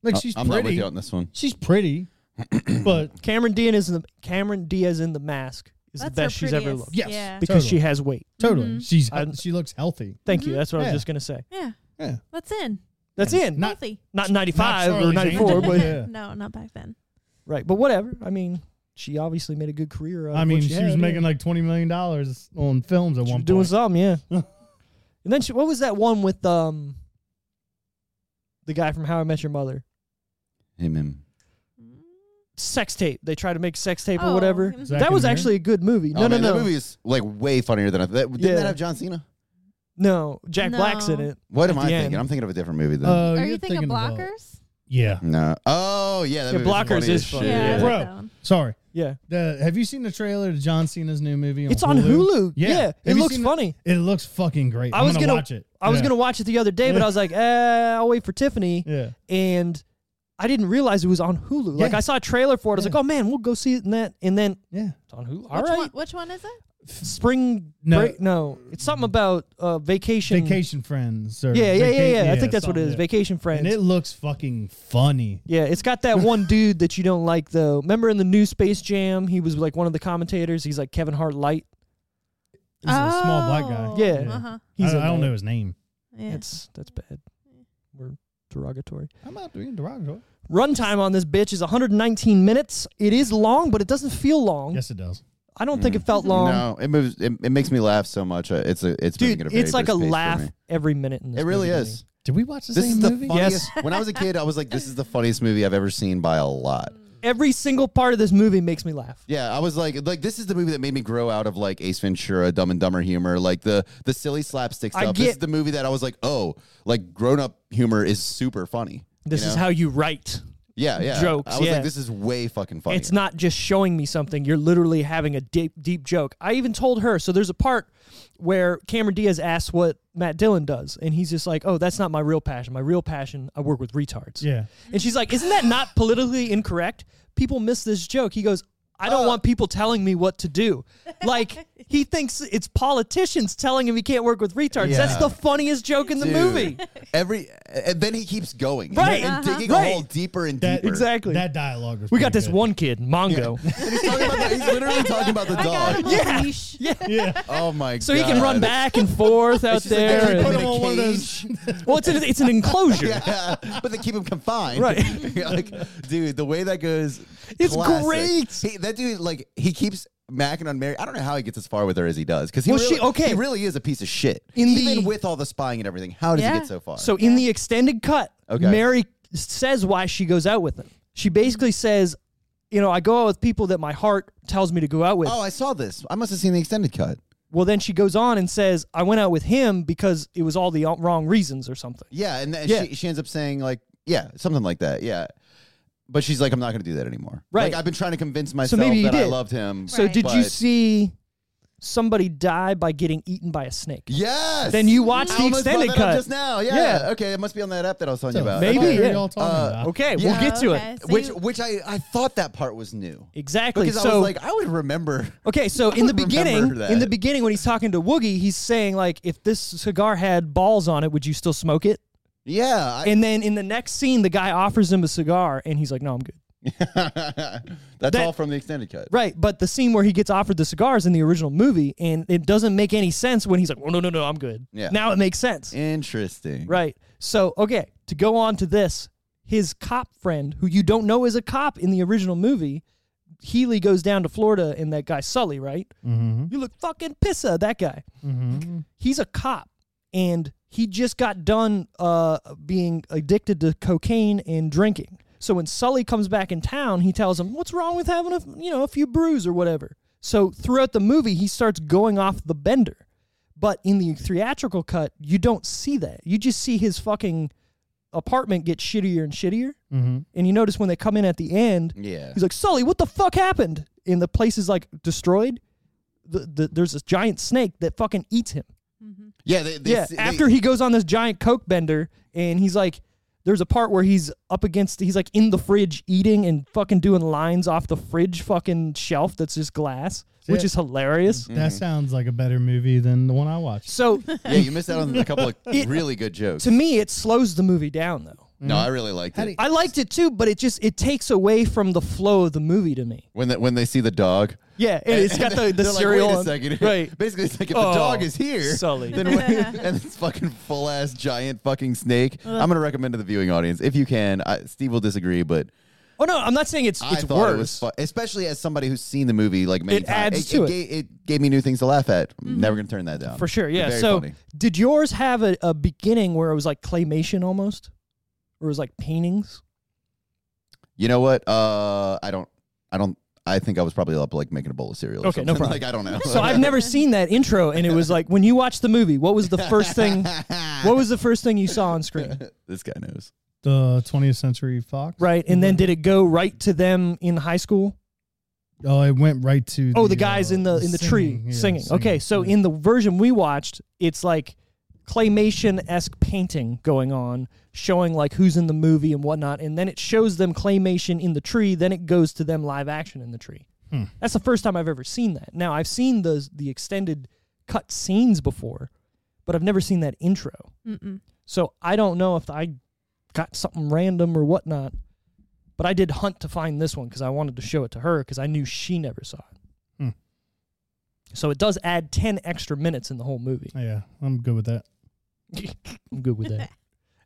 [SPEAKER 3] Like
[SPEAKER 2] I-
[SPEAKER 3] she's
[SPEAKER 2] Uh, I'm not with
[SPEAKER 3] pretty.
[SPEAKER 2] you on this one.
[SPEAKER 3] She's pretty,
[SPEAKER 2] *clears throat*
[SPEAKER 3] but
[SPEAKER 1] Cameron Diaz is in the Cameron Diaz in the mask is
[SPEAKER 4] That's
[SPEAKER 1] the best
[SPEAKER 4] her
[SPEAKER 1] she's ever
[SPEAKER 4] prettiest.
[SPEAKER 1] looked
[SPEAKER 3] Yes.
[SPEAKER 4] Yeah.
[SPEAKER 1] because she
[SPEAKER 3] Totally.
[SPEAKER 1] has weight.
[SPEAKER 3] totally,
[SPEAKER 4] Mhm.
[SPEAKER 3] she's
[SPEAKER 1] I'm-
[SPEAKER 3] she looks healthy.
[SPEAKER 1] Thank
[SPEAKER 4] Mm-hmm.
[SPEAKER 1] you. That's what I
[SPEAKER 3] Yeah.
[SPEAKER 1] was just gonna say.
[SPEAKER 4] yeah.
[SPEAKER 3] Yeah,
[SPEAKER 4] That's in.
[SPEAKER 1] That's in. Not
[SPEAKER 3] Not-
[SPEAKER 4] Healthy.
[SPEAKER 1] not ninety five
[SPEAKER 3] Not
[SPEAKER 1] or
[SPEAKER 3] Charlie's
[SPEAKER 1] ninety four,
[SPEAKER 3] *laughs* Angels.
[SPEAKER 4] *laughs*
[SPEAKER 1] but
[SPEAKER 3] Yeah.
[SPEAKER 4] no, not back then.
[SPEAKER 1] right. But whatever. I mean, she obviously made a good career. Out of
[SPEAKER 3] I
[SPEAKER 1] what
[SPEAKER 3] mean,
[SPEAKER 1] she,
[SPEAKER 3] she
[SPEAKER 1] had,
[SPEAKER 3] was
[SPEAKER 1] yeah.
[SPEAKER 3] making like twenty million dollars on films at
[SPEAKER 1] She
[SPEAKER 3] one
[SPEAKER 1] was doing
[SPEAKER 3] point.
[SPEAKER 1] something, yeah.
[SPEAKER 3] *laughs*
[SPEAKER 1] and then she, what was that one with um the guy from How I Met Your Mother?
[SPEAKER 2] Him, him.
[SPEAKER 1] Sex tape. They tried to make sex tape or
[SPEAKER 4] Oh, *laughs*
[SPEAKER 1] whatever.
[SPEAKER 4] mhm.
[SPEAKER 3] Zac
[SPEAKER 1] that was
[SPEAKER 3] and Mary?
[SPEAKER 1] actually a good movie. No,
[SPEAKER 2] oh,
[SPEAKER 1] no,
[SPEAKER 2] man,
[SPEAKER 1] no,
[SPEAKER 2] That movie is like way funnier than I thought. Didn't
[SPEAKER 1] Yeah.
[SPEAKER 2] that have John Cena?
[SPEAKER 1] no. Jack Black's in
[SPEAKER 4] No.
[SPEAKER 1] it.
[SPEAKER 2] What am
[SPEAKER 1] At
[SPEAKER 2] I
[SPEAKER 1] the
[SPEAKER 2] thinking?
[SPEAKER 1] end.
[SPEAKER 2] I'm thinking of a different movie then.
[SPEAKER 3] Uh,
[SPEAKER 1] oh,
[SPEAKER 4] Are
[SPEAKER 3] you're
[SPEAKER 4] you thinking
[SPEAKER 3] about-
[SPEAKER 4] blockers?
[SPEAKER 3] Yeah.
[SPEAKER 2] No. Oh yeah, that
[SPEAKER 1] Yeah,
[SPEAKER 2] movie was
[SPEAKER 1] Blockers
[SPEAKER 2] funny
[SPEAKER 1] is
[SPEAKER 2] as
[SPEAKER 1] funny.
[SPEAKER 2] shit.
[SPEAKER 4] Yeah, I
[SPEAKER 2] Yeah.
[SPEAKER 4] like
[SPEAKER 3] Bro.
[SPEAKER 4] that one.
[SPEAKER 3] Sorry.
[SPEAKER 1] Yeah.
[SPEAKER 3] The Have you seen the trailer to John Cena's new movie?
[SPEAKER 1] It's on Hulu. Yeah.
[SPEAKER 3] Have
[SPEAKER 1] It
[SPEAKER 3] you
[SPEAKER 1] looks
[SPEAKER 3] seen
[SPEAKER 1] funny.
[SPEAKER 3] It looks fucking great.
[SPEAKER 1] I
[SPEAKER 3] I'm
[SPEAKER 1] was
[SPEAKER 3] gonna,
[SPEAKER 1] gonna-
[SPEAKER 3] watch it.
[SPEAKER 1] I was
[SPEAKER 3] Yeah.
[SPEAKER 1] gonna watch it the other day, but I was like, eh, I'll wait for Tiffany.
[SPEAKER 3] Yeah.
[SPEAKER 1] And I didn't realize it was on Hulu. Like
[SPEAKER 3] Yeah.
[SPEAKER 1] I saw a trailer for it. I was
[SPEAKER 3] Yeah.
[SPEAKER 1] like, oh man, we'll go see it in that. And then
[SPEAKER 3] Yeah.
[SPEAKER 1] it's on Hulu. All
[SPEAKER 4] Which,
[SPEAKER 1] right.
[SPEAKER 4] one, which one is it?
[SPEAKER 1] Spring
[SPEAKER 3] No.
[SPEAKER 1] break. No, it's something about uh, vacation.
[SPEAKER 3] Vacation Friends. Or
[SPEAKER 1] Yeah, yeah, yeah,
[SPEAKER 3] vaca-
[SPEAKER 1] yeah, I think that's what it is.
[SPEAKER 3] something, yeah.
[SPEAKER 1] Vacation friends.
[SPEAKER 3] And it looks fucking funny.
[SPEAKER 1] yeah, it's got that
[SPEAKER 3] *laughs*
[SPEAKER 1] one dude that you don't like though. Remember in the new Space Jam, he was like one of the commentators. He's like Kevin Hart light.
[SPEAKER 3] He's a small black guy.
[SPEAKER 4] Oh,
[SPEAKER 1] Yeah.
[SPEAKER 4] Uh-huh.
[SPEAKER 1] He's
[SPEAKER 3] I, I
[SPEAKER 1] in
[SPEAKER 3] don't
[SPEAKER 1] there.
[SPEAKER 3] know his name.
[SPEAKER 4] Yeah.
[SPEAKER 1] That's that's bad. We're derogatory.
[SPEAKER 3] I'm not doing derogatory.
[SPEAKER 1] Runtime on this bitch is 119 minutes. It is long, but it doesn't feel long.
[SPEAKER 3] Yes, Mm. it does.
[SPEAKER 1] I don't think it felt long.
[SPEAKER 2] No, it moves. It, it makes me laugh so much. Uh, It's a. It's moving
[SPEAKER 1] Dude,
[SPEAKER 2] at a very
[SPEAKER 1] it's like a
[SPEAKER 2] brisk pace for
[SPEAKER 1] laugh
[SPEAKER 2] me.
[SPEAKER 1] every minute in this
[SPEAKER 2] It really
[SPEAKER 1] movie to
[SPEAKER 2] is.
[SPEAKER 1] me.
[SPEAKER 3] Did we watch the
[SPEAKER 2] This
[SPEAKER 3] same
[SPEAKER 2] is the
[SPEAKER 3] movie?
[SPEAKER 2] funniest.
[SPEAKER 1] Yes.
[SPEAKER 2] When I was a kid, I was like, "This is the funniest movie I've ever seen by a lot."
[SPEAKER 1] Every single part of this movie makes me laugh.
[SPEAKER 2] Yeah, I was like, like this is the movie that made me grow out of like Ace Ventura, Dumb and Dumber humor, like the the silly slapstick
[SPEAKER 1] I
[SPEAKER 2] stuff. this
[SPEAKER 1] get-
[SPEAKER 2] is the movie that I was like, oh, like grown up humor is super funny. you
[SPEAKER 1] This is
[SPEAKER 2] know?
[SPEAKER 1] how you write.
[SPEAKER 2] yeah, yeah.
[SPEAKER 1] jokes,
[SPEAKER 2] I was
[SPEAKER 1] yeah.
[SPEAKER 2] like, this is way fucking funny.
[SPEAKER 1] It's not just showing me something. You're literally having a deep, deep joke. I even told her. So there's a part where Cameron Diaz asks what Matt Dillon does, and he's just like, "Oh, that's not my real passion. My real passion, I work with retards."
[SPEAKER 3] Yeah.
[SPEAKER 1] And she's like, "Isn't that not politically incorrect? People miss this joke." He goes, "I don't want people telling me what to do." Like he thinks it's politicians telling him he can't work with retards. That's
[SPEAKER 2] Yeah.
[SPEAKER 1] the funniest joke in the
[SPEAKER 2] Dude.
[SPEAKER 1] movie.
[SPEAKER 2] *laughs* every, and then he keeps going,
[SPEAKER 1] Right.
[SPEAKER 2] and, and digging
[SPEAKER 1] Right.
[SPEAKER 2] a hole deeper and
[SPEAKER 3] That-
[SPEAKER 1] *laughs*
[SPEAKER 2] deeper.
[SPEAKER 1] Exactly.
[SPEAKER 3] That dialogue was
[SPEAKER 1] we got
[SPEAKER 3] pretty
[SPEAKER 1] this
[SPEAKER 3] good.
[SPEAKER 1] one kid, Mongo.
[SPEAKER 2] And he's, talking about the, he's literally talking about the
[SPEAKER 4] I got him
[SPEAKER 2] dog.
[SPEAKER 4] on leash.
[SPEAKER 3] Yeah.
[SPEAKER 2] Oh my
[SPEAKER 1] *laughs*
[SPEAKER 2] god!
[SPEAKER 1] So he can run back and forth out
[SPEAKER 2] *laughs* It's just like they
[SPEAKER 1] there.
[SPEAKER 2] keep
[SPEAKER 1] and-
[SPEAKER 2] him in
[SPEAKER 3] Put him
[SPEAKER 2] a
[SPEAKER 3] on one of
[SPEAKER 2] cage.
[SPEAKER 1] *laughs*
[SPEAKER 3] those-
[SPEAKER 1] Well, it's an,
[SPEAKER 2] *laughs*
[SPEAKER 1] it's an enclosure.
[SPEAKER 2] Yeah, but they keep him confined. *laughs*
[SPEAKER 1] Right.
[SPEAKER 2] like, dude, the way that goes,
[SPEAKER 1] It's
[SPEAKER 2] classic.
[SPEAKER 1] great.
[SPEAKER 2] He, that dude, like, he keeps macking on Mary. I don't know how he gets as far with her as he does, because he
[SPEAKER 1] Well,
[SPEAKER 2] really,
[SPEAKER 1] she- okay.
[SPEAKER 2] he really is a piece of shit.
[SPEAKER 1] In the-
[SPEAKER 2] Even with all the spying and everything, how does
[SPEAKER 4] Yeah.
[SPEAKER 2] he get so far?
[SPEAKER 1] So in the extended cut,
[SPEAKER 2] Okay.
[SPEAKER 1] Mary says why she goes out with him. She basically says, you know, I go out with people that my heart tells me to go out with.
[SPEAKER 2] oh, I saw this. I must have seen the extended cut.
[SPEAKER 1] Well, then she goes on and says, I went out with him because it was all the wrong reasons or something.
[SPEAKER 2] Yeah, and then
[SPEAKER 1] Yeah.
[SPEAKER 2] She, she ends up saying like, yeah, something like that. Yeah. But she's like, I'm not going to do that anymore.
[SPEAKER 1] Right.
[SPEAKER 2] Like, I've been trying to convince myself
[SPEAKER 1] maybe you
[SPEAKER 2] that I
[SPEAKER 1] did.
[SPEAKER 2] loved him.
[SPEAKER 1] So did you
[SPEAKER 2] but-
[SPEAKER 1] see somebody die by getting eaten by a snake?
[SPEAKER 2] Yes.
[SPEAKER 1] Then you watch
[SPEAKER 2] I
[SPEAKER 1] the
[SPEAKER 2] almost brought
[SPEAKER 1] extended
[SPEAKER 2] that up
[SPEAKER 1] cut.
[SPEAKER 2] just now. Yeah.
[SPEAKER 1] Yeah.
[SPEAKER 2] Okay, it must be on that app that I was telling you
[SPEAKER 3] So,
[SPEAKER 2] about.
[SPEAKER 1] Maybe,
[SPEAKER 3] what
[SPEAKER 2] Okay.
[SPEAKER 3] are
[SPEAKER 1] yeah. Uh,
[SPEAKER 3] y'all talking about?
[SPEAKER 1] Okay,
[SPEAKER 2] Yeah.
[SPEAKER 1] we'll get to
[SPEAKER 4] Okay,
[SPEAKER 1] it.
[SPEAKER 4] so
[SPEAKER 2] Which
[SPEAKER 4] you-
[SPEAKER 2] which I, I thought that part was new.
[SPEAKER 1] Exactly.
[SPEAKER 2] Because I
[SPEAKER 1] so
[SPEAKER 2] was like, I
[SPEAKER 1] *laughs*
[SPEAKER 2] would remember.
[SPEAKER 1] Okay,
[SPEAKER 2] *laughs*
[SPEAKER 1] so in the
[SPEAKER 2] remember
[SPEAKER 1] beginning,
[SPEAKER 2] that.
[SPEAKER 1] in the beginning when he's talking to Woogie, he's saying like, if this cigar had balls on it, would you still smoke it?
[SPEAKER 2] Yeah.
[SPEAKER 1] And then in the next scene, the guy offers him a cigar, and he's like, "No, I'm good."
[SPEAKER 2] I- *laughs* that's
[SPEAKER 1] That-
[SPEAKER 2] all from the extended cut.
[SPEAKER 1] Right, but the scene where he gets offered the cigars in the original movie, and it doesn't make any sense when he's like, "Well, no, no, no, I'm good."
[SPEAKER 2] Yeah.
[SPEAKER 1] Now it makes sense.
[SPEAKER 2] Interesting.
[SPEAKER 1] Right. So okay, to go on to this, his cop friend, who you don't know is a cop in the original movie, Healy goes down to Florida, and that guy Sully, right?
[SPEAKER 3] Mm-hmm.
[SPEAKER 1] You look fucking pissa, that guy.
[SPEAKER 3] Mm-hmm.
[SPEAKER 1] he's a cop and he just got done uh, being addicted to cocaine and drinking. So when Sully comes back in town, he tells him, "What's wrong with having a you know a few brews or whatever." So throughout the movie, he starts going off the bender, but in the theatrical cut, you don't see that. You just see his fucking apartment get shittier and shittier,
[SPEAKER 3] Mm-hmm.
[SPEAKER 1] and you notice when they come in at the end,
[SPEAKER 2] Yeah.
[SPEAKER 1] He's like, Sully, what the fuck happened? And the place is like destroyed. The, the, there's this giant snake that fucking eats him.
[SPEAKER 2] Yeah. They, they,
[SPEAKER 1] yeah.
[SPEAKER 2] they-
[SPEAKER 1] after he goes on this giant coke bender, and he's like, there's a part where he's up against, he's like in the fridge eating and fucking doing lines off the fridge fucking shelf that's just glass, which
[SPEAKER 3] it.
[SPEAKER 1] is hilarious.
[SPEAKER 2] Mm.
[SPEAKER 3] That sounds like a better movie than the one I watched.
[SPEAKER 1] So
[SPEAKER 2] yeah, you missed out on
[SPEAKER 1] *laughs*
[SPEAKER 2] a couple of really good jokes.
[SPEAKER 1] to me, it slows the movie down though.
[SPEAKER 2] no, I really liked
[SPEAKER 3] How
[SPEAKER 2] it.
[SPEAKER 3] do you-
[SPEAKER 1] I liked it too, but it just it takes away from the flow of the movie to me.
[SPEAKER 2] when, the, when they see the dog.
[SPEAKER 1] Yeah, and it's
[SPEAKER 2] *laughs*
[SPEAKER 1] got the, the
[SPEAKER 2] They're
[SPEAKER 1] cereal.
[SPEAKER 2] Like,
[SPEAKER 1] on-
[SPEAKER 2] Wait a
[SPEAKER 1] *laughs*
[SPEAKER 2] second. *laughs*
[SPEAKER 1] Right.
[SPEAKER 2] Basically, it's like if
[SPEAKER 1] Oh,
[SPEAKER 2] the dog is here,
[SPEAKER 1] Sully. *laughs*
[SPEAKER 2] then when- *laughs* and this fucking full ass giant fucking snake. I'm gonna recommend to the viewing audience if you can. I, Steve will disagree, but
[SPEAKER 1] Oh no, I'm not saying it's
[SPEAKER 2] I
[SPEAKER 1] it's
[SPEAKER 2] thought
[SPEAKER 1] worse.
[SPEAKER 2] it was fun, especially as somebody who's seen the movie like many
[SPEAKER 1] It
[SPEAKER 2] times.
[SPEAKER 1] adds to it. Mm-hmm.
[SPEAKER 2] Gave, it gave me new things to laugh at. I'm never gonna turn that down
[SPEAKER 1] For sure,
[SPEAKER 2] It's
[SPEAKER 1] yeah.
[SPEAKER 2] very
[SPEAKER 1] So,
[SPEAKER 2] funny.
[SPEAKER 1] did yours have a, a beginning where it was like claymation almost, or it was like paintings?
[SPEAKER 2] you know what? Uh, I don't. I don't. I think I was probably up like making a bowl of cereal. Or
[SPEAKER 1] Okay,
[SPEAKER 2] something.
[SPEAKER 1] no
[SPEAKER 2] *laughs*
[SPEAKER 1] problem.
[SPEAKER 2] Like I don't know.
[SPEAKER 1] So I've never seen that intro, and it was like
[SPEAKER 2] *laughs*
[SPEAKER 1] when you watched the movie, what was the first thing? What was the first thing you saw on screen?
[SPEAKER 2] this guy knows.
[SPEAKER 3] the 20th Century Fox.
[SPEAKER 1] Right. And then did it go right to them in high school?
[SPEAKER 3] Oh, it went right to. uh,
[SPEAKER 1] Oh, the guys in the in the tree
[SPEAKER 3] yeah,
[SPEAKER 1] singing. Okay, so in the version we watched, it's like claymation esque painting going on, showing like who's in the movie and whatnot, and then it shows them claymation in the tree. Then it goes to them live action in the tree.
[SPEAKER 3] Hmm.
[SPEAKER 1] That's the first time I've ever seen that. Now I've seen those the extended cut scenes before, but I've never seen that intro.
[SPEAKER 4] Mm-mm.
[SPEAKER 1] So I don't know if I got something random or whatnot. But I did hunt to find this one because I wanted to show it to her because I knew she never saw it.
[SPEAKER 3] Hmm.
[SPEAKER 1] So it does add 10 extra minutes in the whole movie.
[SPEAKER 3] yeah, I'm good with that.
[SPEAKER 1] *laughs*
[SPEAKER 3] *laughs*
[SPEAKER 1] I'm good with that.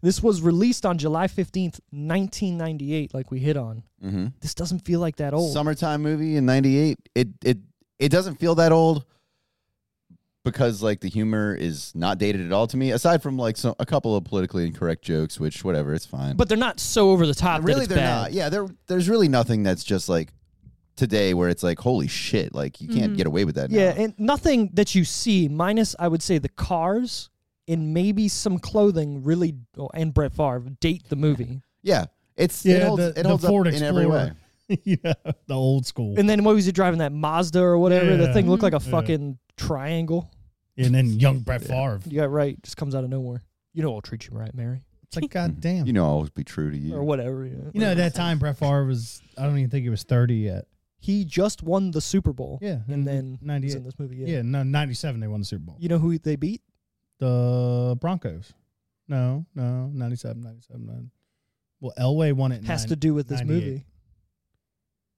[SPEAKER 1] this was released on July 15th, 1998, like we hit on.
[SPEAKER 2] Mm-hmm.
[SPEAKER 1] This doesn't feel like that old.
[SPEAKER 2] Summertime movie in '98. It it it doesn't feel that old because like the humor is not dated at all to me. Aside from like some, a couple of politically incorrect jokes, which whatever, it's fine.
[SPEAKER 1] but they're not so over the top. that
[SPEAKER 2] really,
[SPEAKER 1] it's
[SPEAKER 2] they're
[SPEAKER 1] bad.
[SPEAKER 2] not. Yeah, there there's really nothing that's just like today where it's like holy shit, like you can't get away with that.
[SPEAKER 1] Yeah,
[SPEAKER 2] now.
[SPEAKER 1] and nothing that you see, minus I would say the cars and maybe some clothing, really, oh, and Brett Favre date the movie.
[SPEAKER 2] yeah. It's it
[SPEAKER 3] Yeah,
[SPEAKER 2] holds,
[SPEAKER 3] the,
[SPEAKER 2] it
[SPEAKER 3] the
[SPEAKER 2] holds
[SPEAKER 3] Ford
[SPEAKER 2] up in every way.
[SPEAKER 3] Explorer. yeah, the old school.
[SPEAKER 1] And then what was he driving? That Mazda or whatever? The
[SPEAKER 3] Yeah.
[SPEAKER 1] thing looked like a
[SPEAKER 3] Yeah.
[SPEAKER 1] fucking triangle.
[SPEAKER 3] And then young Brett Favre.
[SPEAKER 1] You got it right. Just comes out of nowhere. You know I'll treat you right, Mary, *laughs*
[SPEAKER 3] It's like, God damn.
[SPEAKER 2] Mm-hmm. You know, I'll always be true to you.
[SPEAKER 1] or whatever. yeah.
[SPEAKER 3] You know, at that time, Brett Favre was, I don't even think he was 30 yet.
[SPEAKER 1] he just won the Super Bowl.
[SPEAKER 3] Yeah.
[SPEAKER 1] and then he's
[SPEAKER 3] 98.
[SPEAKER 1] in this movie. Yeah.
[SPEAKER 3] Yeah, no, 97, they won the Super Bowl.
[SPEAKER 1] You know who they beat?
[SPEAKER 3] The Broncos. No, no, 97, 97, 9. Well, Elway won it in
[SPEAKER 1] Has
[SPEAKER 3] nine-
[SPEAKER 1] to do with this
[SPEAKER 3] 98.
[SPEAKER 1] movie.
[SPEAKER 4] *laughs*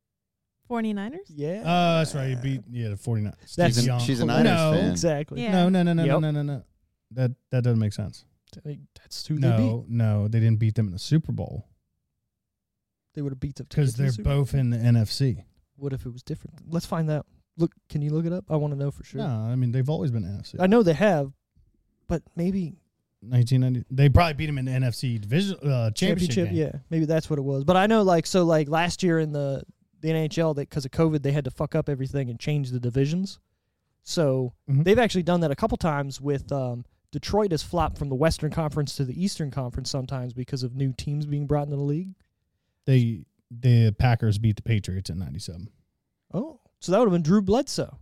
[SPEAKER 4] 49ers?
[SPEAKER 1] Yeah.
[SPEAKER 3] Oh, that's right. He beat, yeah, the 49.
[SPEAKER 1] That's-
[SPEAKER 2] she's, an, she's a
[SPEAKER 1] No.
[SPEAKER 2] Niners fan.
[SPEAKER 1] exactly.
[SPEAKER 4] Yeah.
[SPEAKER 3] No, no, no, no,
[SPEAKER 1] Yep.
[SPEAKER 3] no, no, no, no. That, that doesn't make sense.
[SPEAKER 1] Like, That's who they beat.
[SPEAKER 3] No, no, they didn't beat them in the Super Bowl
[SPEAKER 1] They would have beat them
[SPEAKER 3] because they're both in the NFC.
[SPEAKER 1] What if it was different? Let's find out. Look, can you look it up? I want to know for sure.
[SPEAKER 3] No, I mean they've always been NFC.
[SPEAKER 1] I know they have, but maybe
[SPEAKER 3] 1990. They probably beat them in the NFC division uh, championship.
[SPEAKER 1] championship.
[SPEAKER 3] game.
[SPEAKER 1] Yeah, maybe that's what it was. But I know, like, so like last year in the the NHL, that because of COVID, they had to fuck up everything and change the divisions. So
[SPEAKER 3] Mhm.
[SPEAKER 1] they've actually done that a couple times with um, Detroit has flopped from the Western Conference to the Eastern Conference sometimes because of new teams being brought into the league.
[SPEAKER 3] They the Packers beat the Patriots in 97.
[SPEAKER 1] Oh, so that would have been Drew Bledsoe.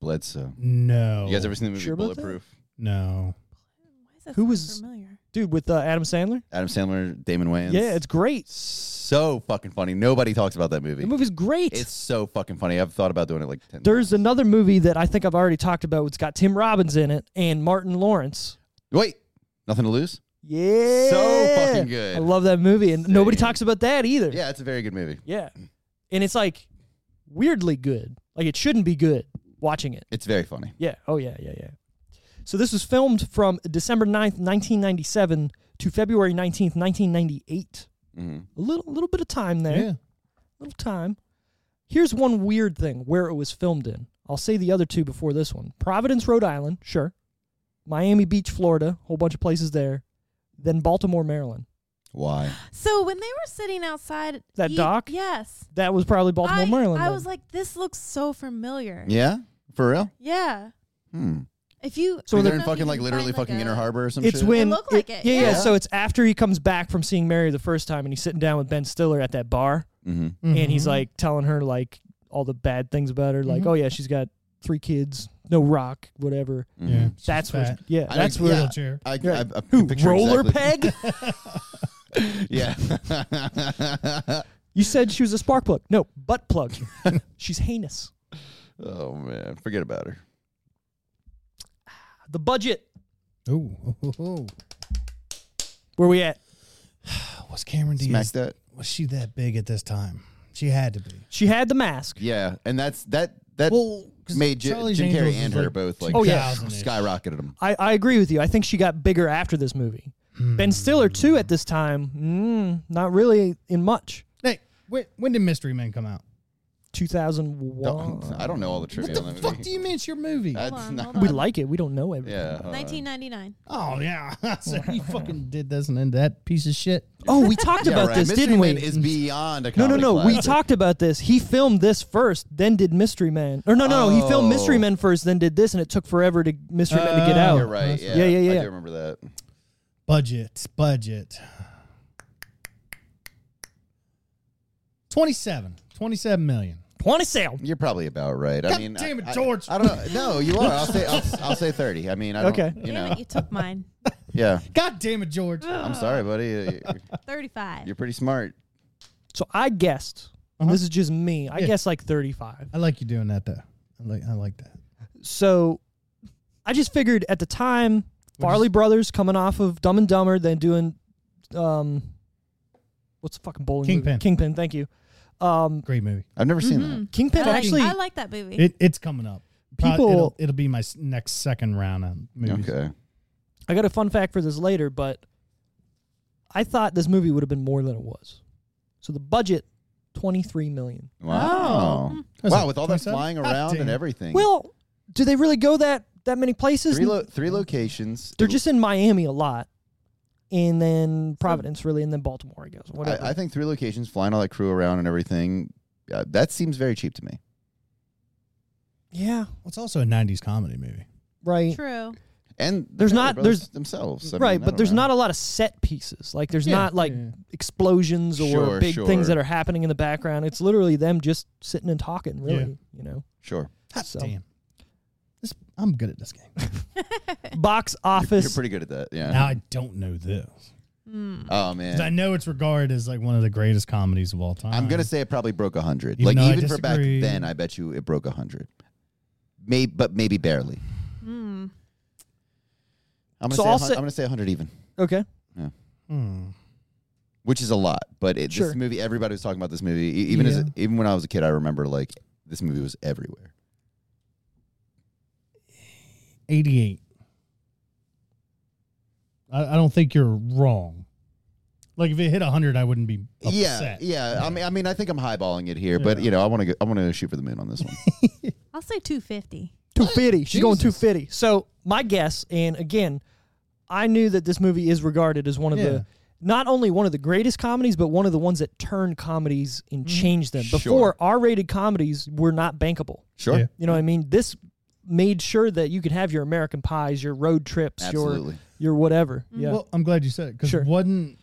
[SPEAKER 2] Bledsoe.
[SPEAKER 3] No.
[SPEAKER 2] You guys ever seen the movie
[SPEAKER 1] Sure about that?
[SPEAKER 2] Bulletproof?
[SPEAKER 3] No.
[SPEAKER 4] Why is that
[SPEAKER 1] Who
[SPEAKER 4] sound
[SPEAKER 1] was-
[SPEAKER 4] familiar?
[SPEAKER 1] Dude, with uh, Adam Sandler?
[SPEAKER 2] Adam Sandler, Damon Wayans.
[SPEAKER 1] Yeah, it's great.
[SPEAKER 2] so fucking funny. Nobody talks about that
[SPEAKER 1] The
[SPEAKER 2] movie.
[SPEAKER 1] movie's great.
[SPEAKER 2] It's so fucking funny. I've thought about doing it like ten.
[SPEAKER 1] There's
[SPEAKER 2] times.
[SPEAKER 1] another movie that I think I've already talked about. It's got Tim Robbins in it and Martin Lawrence.
[SPEAKER 2] wait, nothing to lose.
[SPEAKER 1] Yeah.
[SPEAKER 2] fucking good.
[SPEAKER 1] I love that movie. And nobody
[SPEAKER 2] Same.
[SPEAKER 1] talks about that either.
[SPEAKER 2] Yeah, it's a very good movie.
[SPEAKER 1] Yeah. And it's like weirdly good. Like it shouldn't be good watching it.
[SPEAKER 2] It's very funny.
[SPEAKER 1] Yeah. Oh, yeah. Yeah. Yeah. So this was filmed from December 9th, 1997 to February 19th, 1998.
[SPEAKER 2] hmm
[SPEAKER 1] A little, little bit of time there.
[SPEAKER 3] Yeah. Mm-hmm.
[SPEAKER 1] little time. Here's one weird thing where it was filmed in. I'll say the other two before this one. Providence, Rhode Island, sure. Miami Beach, Florida, whole bunch of places there. Then Baltimore, Maryland.
[SPEAKER 2] Why?
[SPEAKER 4] So when they were sitting outside
[SPEAKER 1] That
[SPEAKER 4] eat-
[SPEAKER 1] dock?
[SPEAKER 4] Yes.
[SPEAKER 1] That was probably Baltimore,
[SPEAKER 4] I,
[SPEAKER 1] Maryland.
[SPEAKER 4] I
[SPEAKER 1] then.
[SPEAKER 4] was like, this looks so familiar.
[SPEAKER 2] Yeah, for real.
[SPEAKER 4] Yeah.
[SPEAKER 2] Hmm.
[SPEAKER 4] If you
[SPEAKER 1] So
[SPEAKER 4] I
[SPEAKER 2] So
[SPEAKER 4] don't
[SPEAKER 2] they're
[SPEAKER 4] know
[SPEAKER 2] in
[SPEAKER 4] if
[SPEAKER 2] fucking
[SPEAKER 4] you
[SPEAKER 2] like
[SPEAKER 4] can
[SPEAKER 2] literally
[SPEAKER 4] find, like,
[SPEAKER 2] fucking
[SPEAKER 4] a-
[SPEAKER 2] Inner Harbor or some
[SPEAKER 1] it's
[SPEAKER 2] shit.
[SPEAKER 1] when
[SPEAKER 4] looked like it,
[SPEAKER 1] Yeah, yeah,
[SPEAKER 4] yeah.
[SPEAKER 1] So it's after he comes back from seeing Mary the first time, and he's sitting down with Ben Stiller at that bar,
[SPEAKER 2] hmm
[SPEAKER 1] and he's
[SPEAKER 3] Mhm.
[SPEAKER 1] like telling her like all the bad things about her, like
[SPEAKER 4] Mm-hmm.
[SPEAKER 3] Mhm.
[SPEAKER 1] oh yeah, she's got three kids, no rock, whatever.
[SPEAKER 3] yeah. she's
[SPEAKER 1] that's where,
[SPEAKER 3] fat.
[SPEAKER 1] yeah,
[SPEAKER 2] I
[SPEAKER 1] that's
[SPEAKER 2] don't- yeah.
[SPEAKER 3] Wheelchair.
[SPEAKER 2] I, I,
[SPEAKER 1] Yeah.
[SPEAKER 2] I, I
[SPEAKER 1] who
[SPEAKER 2] picture
[SPEAKER 1] roller
[SPEAKER 2] exactly-
[SPEAKER 1] peg.
[SPEAKER 2] *laughs* Yeah.
[SPEAKER 1] You said she was a spark plug. No, butt
[SPEAKER 2] *laughs*
[SPEAKER 1] plug. She's heinous.
[SPEAKER 2] oh man, forget about her.
[SPEAKER 1] The budget.
[SPEAKER 3] Ooh. Oh, oh, oh.
[SPEAKER 1] Where we at?
[SPEAKER 3] Was Cameron
[SPEAKER 2] Smack
[SPEAKER 3] Diaz?
[SPEAKER 2] that.
[SPEAKER 3] Was she that big at this time? She had to be.
[SPEAKER 1] She had the mask.
[SPEAKER 2] Yeah, and that's that. That
[SPEAKER 3] Well, 'cause
[SPEAKER 2] made J-
[SPEAKER 3] Charlie's
[SPEAKER 2] Jim Carrey
[SPEAKER 3] Angels
[SPEAKER 2] and
[SPEAKER 3] was
[SPEAKER 2] her
[SPEAKER 3] like
[SPEAKER 2] both like
[SPEAKER 1] Oh, yeah.
[SPEAKER 3] 2000-ish.
[SPEAKER 2] skyrocketed them.
[SPEAKER 1] I, I agree with you. I think she got bigger after this movie. Ben Stiller too at this time. Mm, not really in much.
[SPEAKER 3] Hey, when, when did Mystery Men come out?
[SPEAKER 1] Two thousand one.
[SPEAKER 2] Don't- I don't know all the trivia on
[SPEAKER 3] What the
[SPEAKER 2] that
[SPEAKER 3] fuck
[SPEAKER 2] movie.
[SPEAKER 3] do you mean it's your movie?
[SPEAKER 2] That's *laughs*
[SPEAKER 4] Hold on,
[SPEAKER 2] not-
[SPEAKER 4] hold on.
[SPEAKER 1] We like it. We don't know everything.
[SPEAKER 2] Yeah. uh, hold on.
[SPEAKER 4] 1999.
[SPEAKER 3] Oh yeah, *laughs* so you fucking did this and then that piece of shit.
[SPEAKER 1] Oh, we talked
[SPEAKER 2] *laughs* Yeah,
[SPEAKER 1] about
[SPEAKER 2] right.
[SPEAKER 1] this,
[SPEAKER 2] Mystery
[SPEAKER 1] didn't we?
[SPEAKER 2] Men is beyond a
[SPEAKER 1] no, no,
[SPEAKER 2] comedy
[SPEAKER 1] no. We
[SPEAKER 2] classic.
[SPEAKER 1] talked about this. He filmed this first, then did Mystery Man. Or no, no, no. He filmed Mystery
[SPEAKER 2] Oh. Uh,
[SPEAKER 1] Men first, then did this, and it took forever to Mystery Men to get
[SPEAKER 3] Oh,
[SPEAKER 1] out.
[SPEAKER 2] You're right.
[SPEAKER 3] That's
[SPEAKER 2] Yeah,
[SPEAKER 1] right. Yeah, yeah,
[SPEAKER 2] I
[SPEAKER 1] yeah.
[SPEAKER 2] do remember that.
[SPEAKER 3] Budget, budget. 27. 27 million.
[SPEAKER 1] 27.
[SPEAKER 2] You're probably about right. I
[SPEAKER 3] God
[SPEAKER 2] mean,
[SPEAKER 3] damn it,
[SPEAKER 2] I- I-
[SPEAKER 3] George.
[SPEAKER 2] I, don't know. No, you are. I'll say. I'll, I'll say thirty. I mean, I don't.
[SPEAKER 1] Okay.
[SPEAKER 2] You
[SPEAKER 4] Damn
[SPEAKER 2] know.
[SPEAKER 4] it,
[SPEAKER 2] *laughs*
[SPEAKER 4] you took mine.
[SPEAKER 2] Yeah.
[SPEAKER 3] God damn it, George.
[SPEAKER 2] I'm sorry, buddy. Uh,
[SPEAKER 4] Thirty-five.
[SPEAKER 2] You're pretty smart.
[SPEAKER 1] So I guessed.
[SPEAKER 3] Uh-huh.
[SPEAKER 1] This is just me. I
[SPEAKER 3] Yeah.
[SPEAKER 1] guess like 35.
[SPEAKER 3] I like you doing that though. I like I like that.
[SPEAKER 1] So I just figured at the time, Farley Brothers coming off of Dumb and Dumber, then doing um, what's the fucking bowling movie?
[SPEAKER 3] Kingpin.
[SPEAKER 1] Kingpin. Thank you. Um,
[SPEAKER 3] Great movie.
[SPEAKER 2] I've never seen
[SPEAKER 4] Mhm.
[SPEAKER 1] Kingpin
[SPEAKER 4] I like,
[SPEAKER 1] actually.
[SPEAKER 4] I like that movie.
[SPEAKER 3] It, it's coming up. Pro-
[SPEAKER 1] People-
[SPEAKER 3] it'll, it'll be my s- next second round
[SPEAKER 2] that.
[SPEAKER 3] of
[SPEAKER 4] Mm-hmm.
[SPEAKER 3] movies.
[SPEAKER 2] Okay.
[SPEAKER 1] I got a fun fact for this later, but I thought this movie would have been more than it was. So the budget, twenty three million.
[SPEAKER 2] Wow.
[SPEAKER 3] Was
[SPEAKER 2] Wow,
[SPEAKER 3] it
[SPEAKER 2] with all that
[SPEAKER 3] 27?
[SPEAKER 2] flying
[SPEAKER 3] God
[SPEAKER 2] around
[SPEAKER 3] damn.
[SPEAKER 2] and everything.
[SPEAKER 1] Well, do they really go that that many places?
[SPEAKER 2] three lo- three locations.
[SPEAKER 1] They're just in Miami a lot, and then Providence really, and then Baltimore. I guess whatever.
[SPEAKER 2] I, I think three locations, flying all that crew around and everything. Uh, that seems very cheap to me.
[SPEAKER 1] yeah,
[SPEAKER 3] Well, it's also a 90s comedy movie.
[SPEAKER 1] right.
[SPEAKER 4] True.
[SPEAKER 2] And the
[SPEAKER 1] There's
[SPEAKER 2] Farrelly
[SPEAKER 1] not-
[SPEAKER 2] Brothers
[SPEAKER 1] there's-
[SPEAKER 2] themselves. I mean,
[SPEAKER 1] right,
[SPEAKER 2] I
[SPEAKER 1] but
[SPEAKER 2] don't
[SPEAKER 1] there's
[SPEAKER 2] know.
[SPEAKER 1] not a lot of set pieces. Like there's
[SPEAKER 3] Yeah,
[SPEAKER 1] not like
[SPEAKER 3] yeah.
[SPEAKER 1] explosions or
[SPEAKER 2] Sure,
[SPEAKER 1] big things
[SPEAKER 2] sure.
[SPEAKER 1] that are happening in the background. It's literally them just sitting and talking. Really, you know.
[SPEAKER 2] Sure.
[SPEAKER 3] Hot
[SPEAKER 1] So-
[SPEAKER 3] damn. This, I'm good at this game.
[SPEAKER 1] Box
[SPEAKER 2] You're
[SPEAKER 1] office.
[SPEAKER 2] pretty good at that.
[SPEAKER 3] now
[SPEAKER 2] Yeah.
[SPEAKER 3] I don't know this.
[SPEAKER 2] Oh
[SPEAKER 3] 'Cause I
[SPEAKER 2] man.
[SPEAKER 3] know it's regarded as like one of the greatest comedies of all time.
[SPEAKER 2] I'm gonna say it probably broke hundred.
[SPEAKER 3] Even
[SPEAKER 2] Like
[SPEAKER 3] though I
[SPEAKER 2] even for back
[SPEAKER 3] disagree.
[SPEAKER 2] then, I bet you it broke hundred. Maybe, but maybe barely.
[SPEAKER 4] Mm.
[SPEAKER 2] I'm
[SPEAKER 1] Hmm.
[SPEAKER 2] gonna
[SPEAKER 1] So
[SPEAKER 2] say
[SPEAKER 1] I'll
[SPEAKER 2] hun-
[SPEAKER 1] say-
[SPEAKER 2] I'm gonna say hundred even.
[SPEAKER 1] okay.
[SPEAKER 3] Hmm.
[SPEAKER 2] which is a lot. But it,
[SPEAKER 1] Sure.
[SPEAKER 2] this movie, everybody was talking about this movie. E- Even as
[SPEAKER 3] Yeah.
[SPEAKER 2] even when I was a kid, I remember like this movie was everywhere.
[SPEAKER 3] 88. I, I don't think you're wrong. Like if it hit 100, I wouldn't be upset.
[SPEAKER 2] Yeah, yeah. I mean, I mean, I think I'm highballing it here, but
[SPEAKER 3] Yeah.
[SPEAKER 2] you know, I want to I want to shoot for the moon on
[SPEAKER 1] *laughs*
[SPEAKER 2] this one.
[SPEAKER 4] I'll say two fifty.
[SPEAKER 1] 250. She's going
[SPEAKER 3] Jesus.
[SPEAKER 1] 250. So my guess, and again, I knew that this movie is regarded as one of
[SPEAKER 3] Yeah.
[SPEAKER 1] the not only one of the greatest comedies, but one of the ones that turned comedies and
[SPEAKER 3] Mm-hmm.
[SPEAKER 1] changed them.
[SPEAKER 2] Sure.
[SPEAKER 1] Before R-rated comedies were not bankable.
[SPEAKER 2] sure,
[SPEAKER 3] Yeah.
[SPEAKER 1] You know what I mean? This made sure that you could have your American pies, your road trips,
[SPEAKER 2] absolutely.
[SPEAKER 1] your your whatever. Yeah.
[SPEAKER 3] Well, I'm glad you said it because
[SPEAKER 1] Sure.
[SPEAKER 3] wasn't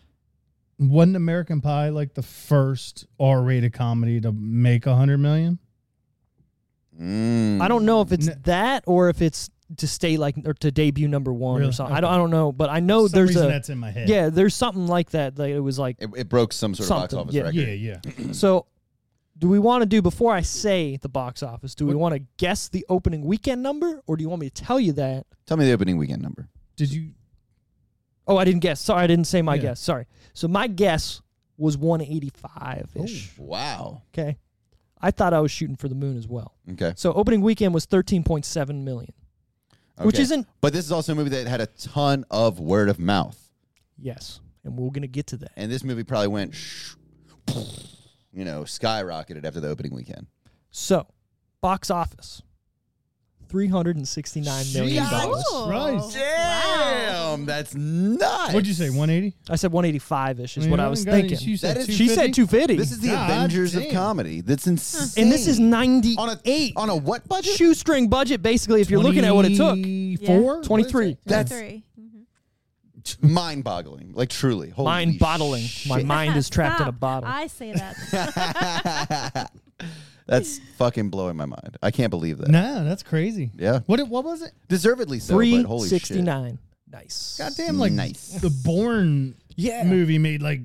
[SPEAKER 3] wasn't American Pie like the first R-rated comedy to make 100 million?
[SPEAKER 2] Mm.
[SPEAKER 1] I don't know if it's
[SPEAKER 3] N-
[SPEAKER 1] that or if it's to stay like or to debut number one or
[SPEAKER 3] Really?
[SPEAKER 1] something. I,
[SPEAKER 3] Okay.
[SPEAKER 1] don't, I don't know, but I know
[SPEAKER 3] Some
[SPEAKER 1] there's
[SPEAKER 3] reason
[SPEAKER 1] a
[SPEAKER 3] that's in my head.
[SPEAKER 1] yeah, there's something like that. That it was
[SPEAKER 3] *clears throat*
[SPEAKER 1] like
[SPEAKER 2] It, it broke some sort
[SPEAKER 1] Something,
[SPEAKER 2] of box office
[SPEAKER 1] yeah.
[SPEAKER 2] record.
[SPEAKER 3] yeah, yeah.
[SPEAKER 1] So, do we want to do before I say the box office? Do we want to guess the opening weekend number, or do you want me to tell you that?
[SPEAKER 2] Tell me the opening weekend number.
[SPEAKER 3] Did you?
[SPEAKER 1] Oh, I didn't guess. Sorry, I didn't say my
[SPEAKER 3] Yeah.
[SPEAKER 1] guess. Sorry. So my guess was 185 ish.
[SPEAKER 2] Wow.
[SPEAKER 1] Okay. I thought I was shooting for the moon as well.
[SPEAKER 2] Okay.
[SPEAKER 1] So opening weekend was 13.7 million, which
[SPEAKER 2] Okay.
[SPEAKER 1] isn't
[SPEAKER 2] But this is also a movie that had a ton of word of mouth,
[SPEAKER 1] yes, and we're gonna get to that.
[SPEAKER 2] and this movie probably went, sh- you know, skyrocketed after the opening weekend.
[SPEAKER 1] So, box office. Three hundred and sixty-nine million
[SPEAKER 2] Jesus
[SPEAKER 1] dollars.
[SPEAKER 3] Christ.
[SPEAKER 2] Damn, that's nuts.
[SPEAKER 3] What'd you say? 180?
[SPEAKER 1] I said one eighty-five ish is
[SPEAKER 3] You
[SPEAKER 1] what I
[SPEAKER 3] haven't
[SPEAKER 1] was
[SPEAKER 3] got any-
[SPEAKER 1] thinking.
[SPEAKER 3] She said
[SPEAKER 2] That is-
[SPEAKER 1] She said
[SPEAKER 3] 250?
[SPEAKER 1] two fifty.
[SPEAKER 2] This is the
[SPEAKER 3] God
[SPEAKER 2] Avengers of
[SPEAKER 3] damn.
[SPEAKER 2] comedy. That's insane.
[SPEAKER 1] and this is 98
[SPEAKER 2] on a on a what budget?
[SPEAKER 1] shoestring budget basically if you're looking at what it took
[SPEAKER 3] 24?
[SPEAKER 1] 23
[SPEAKER 2] That's-
[SPEAKER 4] three.
[SPEAKER 2] Mind-boggling. Like truly. Holy
[SPEAKER 1] mind bottling my
[SPEAKER 2] shit.
[SPEAKER 1] mind is trapped in a
[SPEAKER 4] Stop.
[SPEAKER 1] bottle
[SPEAKER 4] I say
[SPEAKER 2] *laughs*
[SPEAKER 4] that.
[SPEAKER 2] That's fucking blowing my mind. I can't believe that.
[SPEAKER 3] Nah, that's crazy.
[SPEAKER 2] Yeah.
[SPEAKER 3] What? it- What was it?
[SPEAKER 2] Deservedly so. But holy shit.
[SPEAKER 1] 369 nice
[SPEAKER 3] God damn! Like
[SPEAKER 2] Nice.
[SPEAKER 3] the Born
[SPEAKER 1] yeah
[SPEAKER 3] movie made like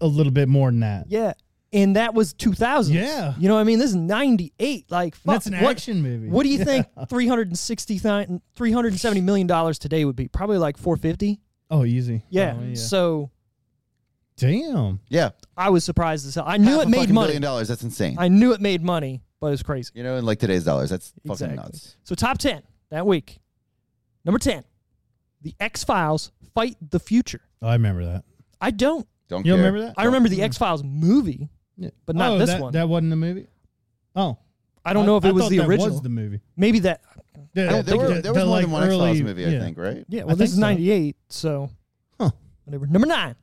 [SPEAKER 3] a little bit more than that.
[SPEAKER 1] yeah and that was 2000
[SPEAKER 3] Yeah.
[SPEAKER 1] you know what i mean this is 98 like fuck,
[SPEAKER 3] And that's an
[SPEAKER 1] what,
[SPEAKER 3] action movie.
[SPEAKER 1] what do you
[SPEAKER 3] Yeah.
[SPEAKER 1] think 369 370 million dollars today would be probably like 450
[SPEAKER 3] Oh, easy.
[SPEAKER 1] yeah.
[SPEAKER 3] Oh,
[SPEAKER 1] so
[SPEAKER 3] Damn.
[SPEAKER 2] Yeah.
[SPEAKER 1] i was surprised as hell i knew
[SPEAKER 2] Half
[SPEAKER 1] it
[SPEAKER 2] a
[SPEAKER 1] made
[SPEAKER 2] fucking
[SPEAKER 1] money
[SPEAKER 2] Billion dollars. That's insane.
[SPEAKER 1] i knew it made money but it's crazy
[SPEAKER 2] you know, in like today's dollars, that's fucking
[SPEAKER 1] Exactly.
[SPEAKER 2] nuts.
[SPEAKER 1] So top ten that week. Number ten, the X Files fight the future.
[SPEAKER 3] Oh, I remember that.
[SPEAKER 1] I don't.
[SPEAKER 2] Don't
[SPEAKER 3] You
[SPEAKER 2] care.
[SPEAKER 3] remember that?
[SPEAKER 1] I remember the X Files movie.
[SPEAKER 3] Yeah.
[SPEAKER 1] But not
[SPEAKER 3] Oh,
[SPEAKER 1] this
[SPEAKER 3] that-
[SPEAKER 1] one.
[SPEAKER 3] That wasn't a movie. Oh,
[SPEAKER 1] I don't know if it was
[SPEAKER 3] thought
[SPEAKER 1] the
[SPEAKER 3] that
[SPEAKER 1] original.
[SPEAKER 3] Was the movie?
[SPEAKER 1] Maybe that.
[SPEAKER 3] Yeah,
[SPEAKER 2] Yeah,
[SPEAKER 1] don't
[SPEAKER 2] there,
[SPEAKER 1] think
[SPEAKER 2] were,
[SPEAKER 1] it-
[SPEAKER 2] there was
[SPEAKER 3] the,
[SPEAKER 2] more
[SPEAKER 3] like,
[SPEAKER 2] than one X Files
[SPEAKER 3] early-
[SPEAKER 2] movie, I
[SPEAKER 3] yeah.
[SPEAKER 2] think, right?
[SPEAKER 1] Yeah.
[SPEAKER 3] I
[SPEAKER 1] Well, this is
[SPEAKER 3] think so.
[SPEAKER 1] '98, so
[SPEAKER 3] Huh.
[SPEAKER 1] whatever. Number nine.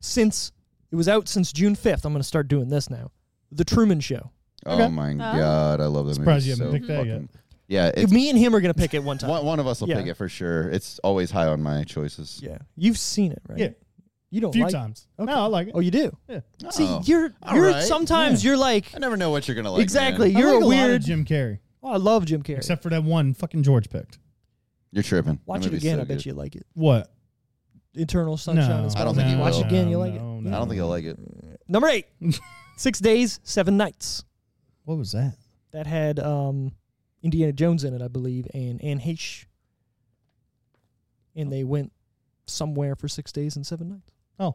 [SPEAKER 1] Since it was out since June 5th, I'm going to start doing this now. The Truman Show.
[SPEAKER 2] Oh
[SPEAKER 3] Okay.
[SPEAKER 2] my
[SPEAKER 4] Oh.
[SPEAKER 2] god, I love that
[SPEAKER 3] Surprised
[SPEAKER 2] movie.
[SPEAKER 3] you haven't
[SPEAKER 2] so
[SPEAKER 3] picked that yet.
[SPEAKER 2] fucking- Yeah, it's,
[SPEAKER 1] Me and him are gonna pick it one time.
[SPEAKER 2] *laughs* one, one of us will
[SPEAKER 1] Yeah.
[SPEAKER 2] pick it for sure. It's always high on my choices.
[SPEAKER 1] Yeah, you've seen it, right?
[SPEAKER 3] Yeah.
[SPEAKER 1] you don't
[SPEAKER 3] few
[SPEAKER 1] like.
[SPEAKER 3] times. No, I like it.
[SPEAKER 1] Oh, you do.
[SPEAKER 3] yeah.
[SPEAKER 1] See,
[SPEAKER 2] Oh.
[SPEAKER 1] you're
[SPEAKER 2] All
[SPEAKER 1] you're
[SPEAKER 2] right.
[SPEAKER 1] sometimes you're like.
[SPEAKER 2] I never know what you're gonna like. man.
[SPEAKER 1] Exactly.
[SPEAKER 3] I
[SPEAKER 1] You're
[SPEAKER 3] like
[SPEAKER 1] a
[SPEAKER 3] a lot of
[SPEAKER 1] weird-
[SPEAKER 3] Jim Carrey,
[SPEAKER 1] Oh, I love Jim Carrey.
[SPEAKER 3] except for that one fucking George picked.
[SPEAKER 2] You're tripping.
[SPEAKER 1] Watch
[SPEAKER 2] That
[SPEAKER 1] it
[SPEAKER 2] movie's
[SPEAKER 1] again.
[SPEAKER 2] so
[SPEAKER 1] I bet
[SPEAKER 2] good.
[SPEAKER 1] you like it.
[SPEAKER 3] What?
[SPEAKER 1] Eternal Sunshine.
[SPEAKER 3] No,
[SPEAKER 1] of the
[SPEAKER 2] I don't
[SPEAKER 1] Spotless
[SPEAKER 2] think
[SPEAKER 1] Mind.
[SPEAKER 2] you
[SPEAKER 1] Watch
[SPEAKER 2] will.
[SPEAKER 1] it again. You
[SPEAKER 3] No,
[SPEAKER 1] like it.
[SPEAKER 3] no,
[SPEAKER 2] I
[SPEAKER 3] no.
[SPEAKER 2] don't think you'll like it.
[SPEAKER 1] Number
[SPEAKER 3] *laughs*
[SPEAKER 1] eight. Six days, seven nights.
[SPEAKER 3] What was that?
[SPEAKER 1] That had um, Indiana Jones in it, I believe, and Anne Heche. And they went somewhere for six days and seven nights.
[SPEAKER 3] Oh,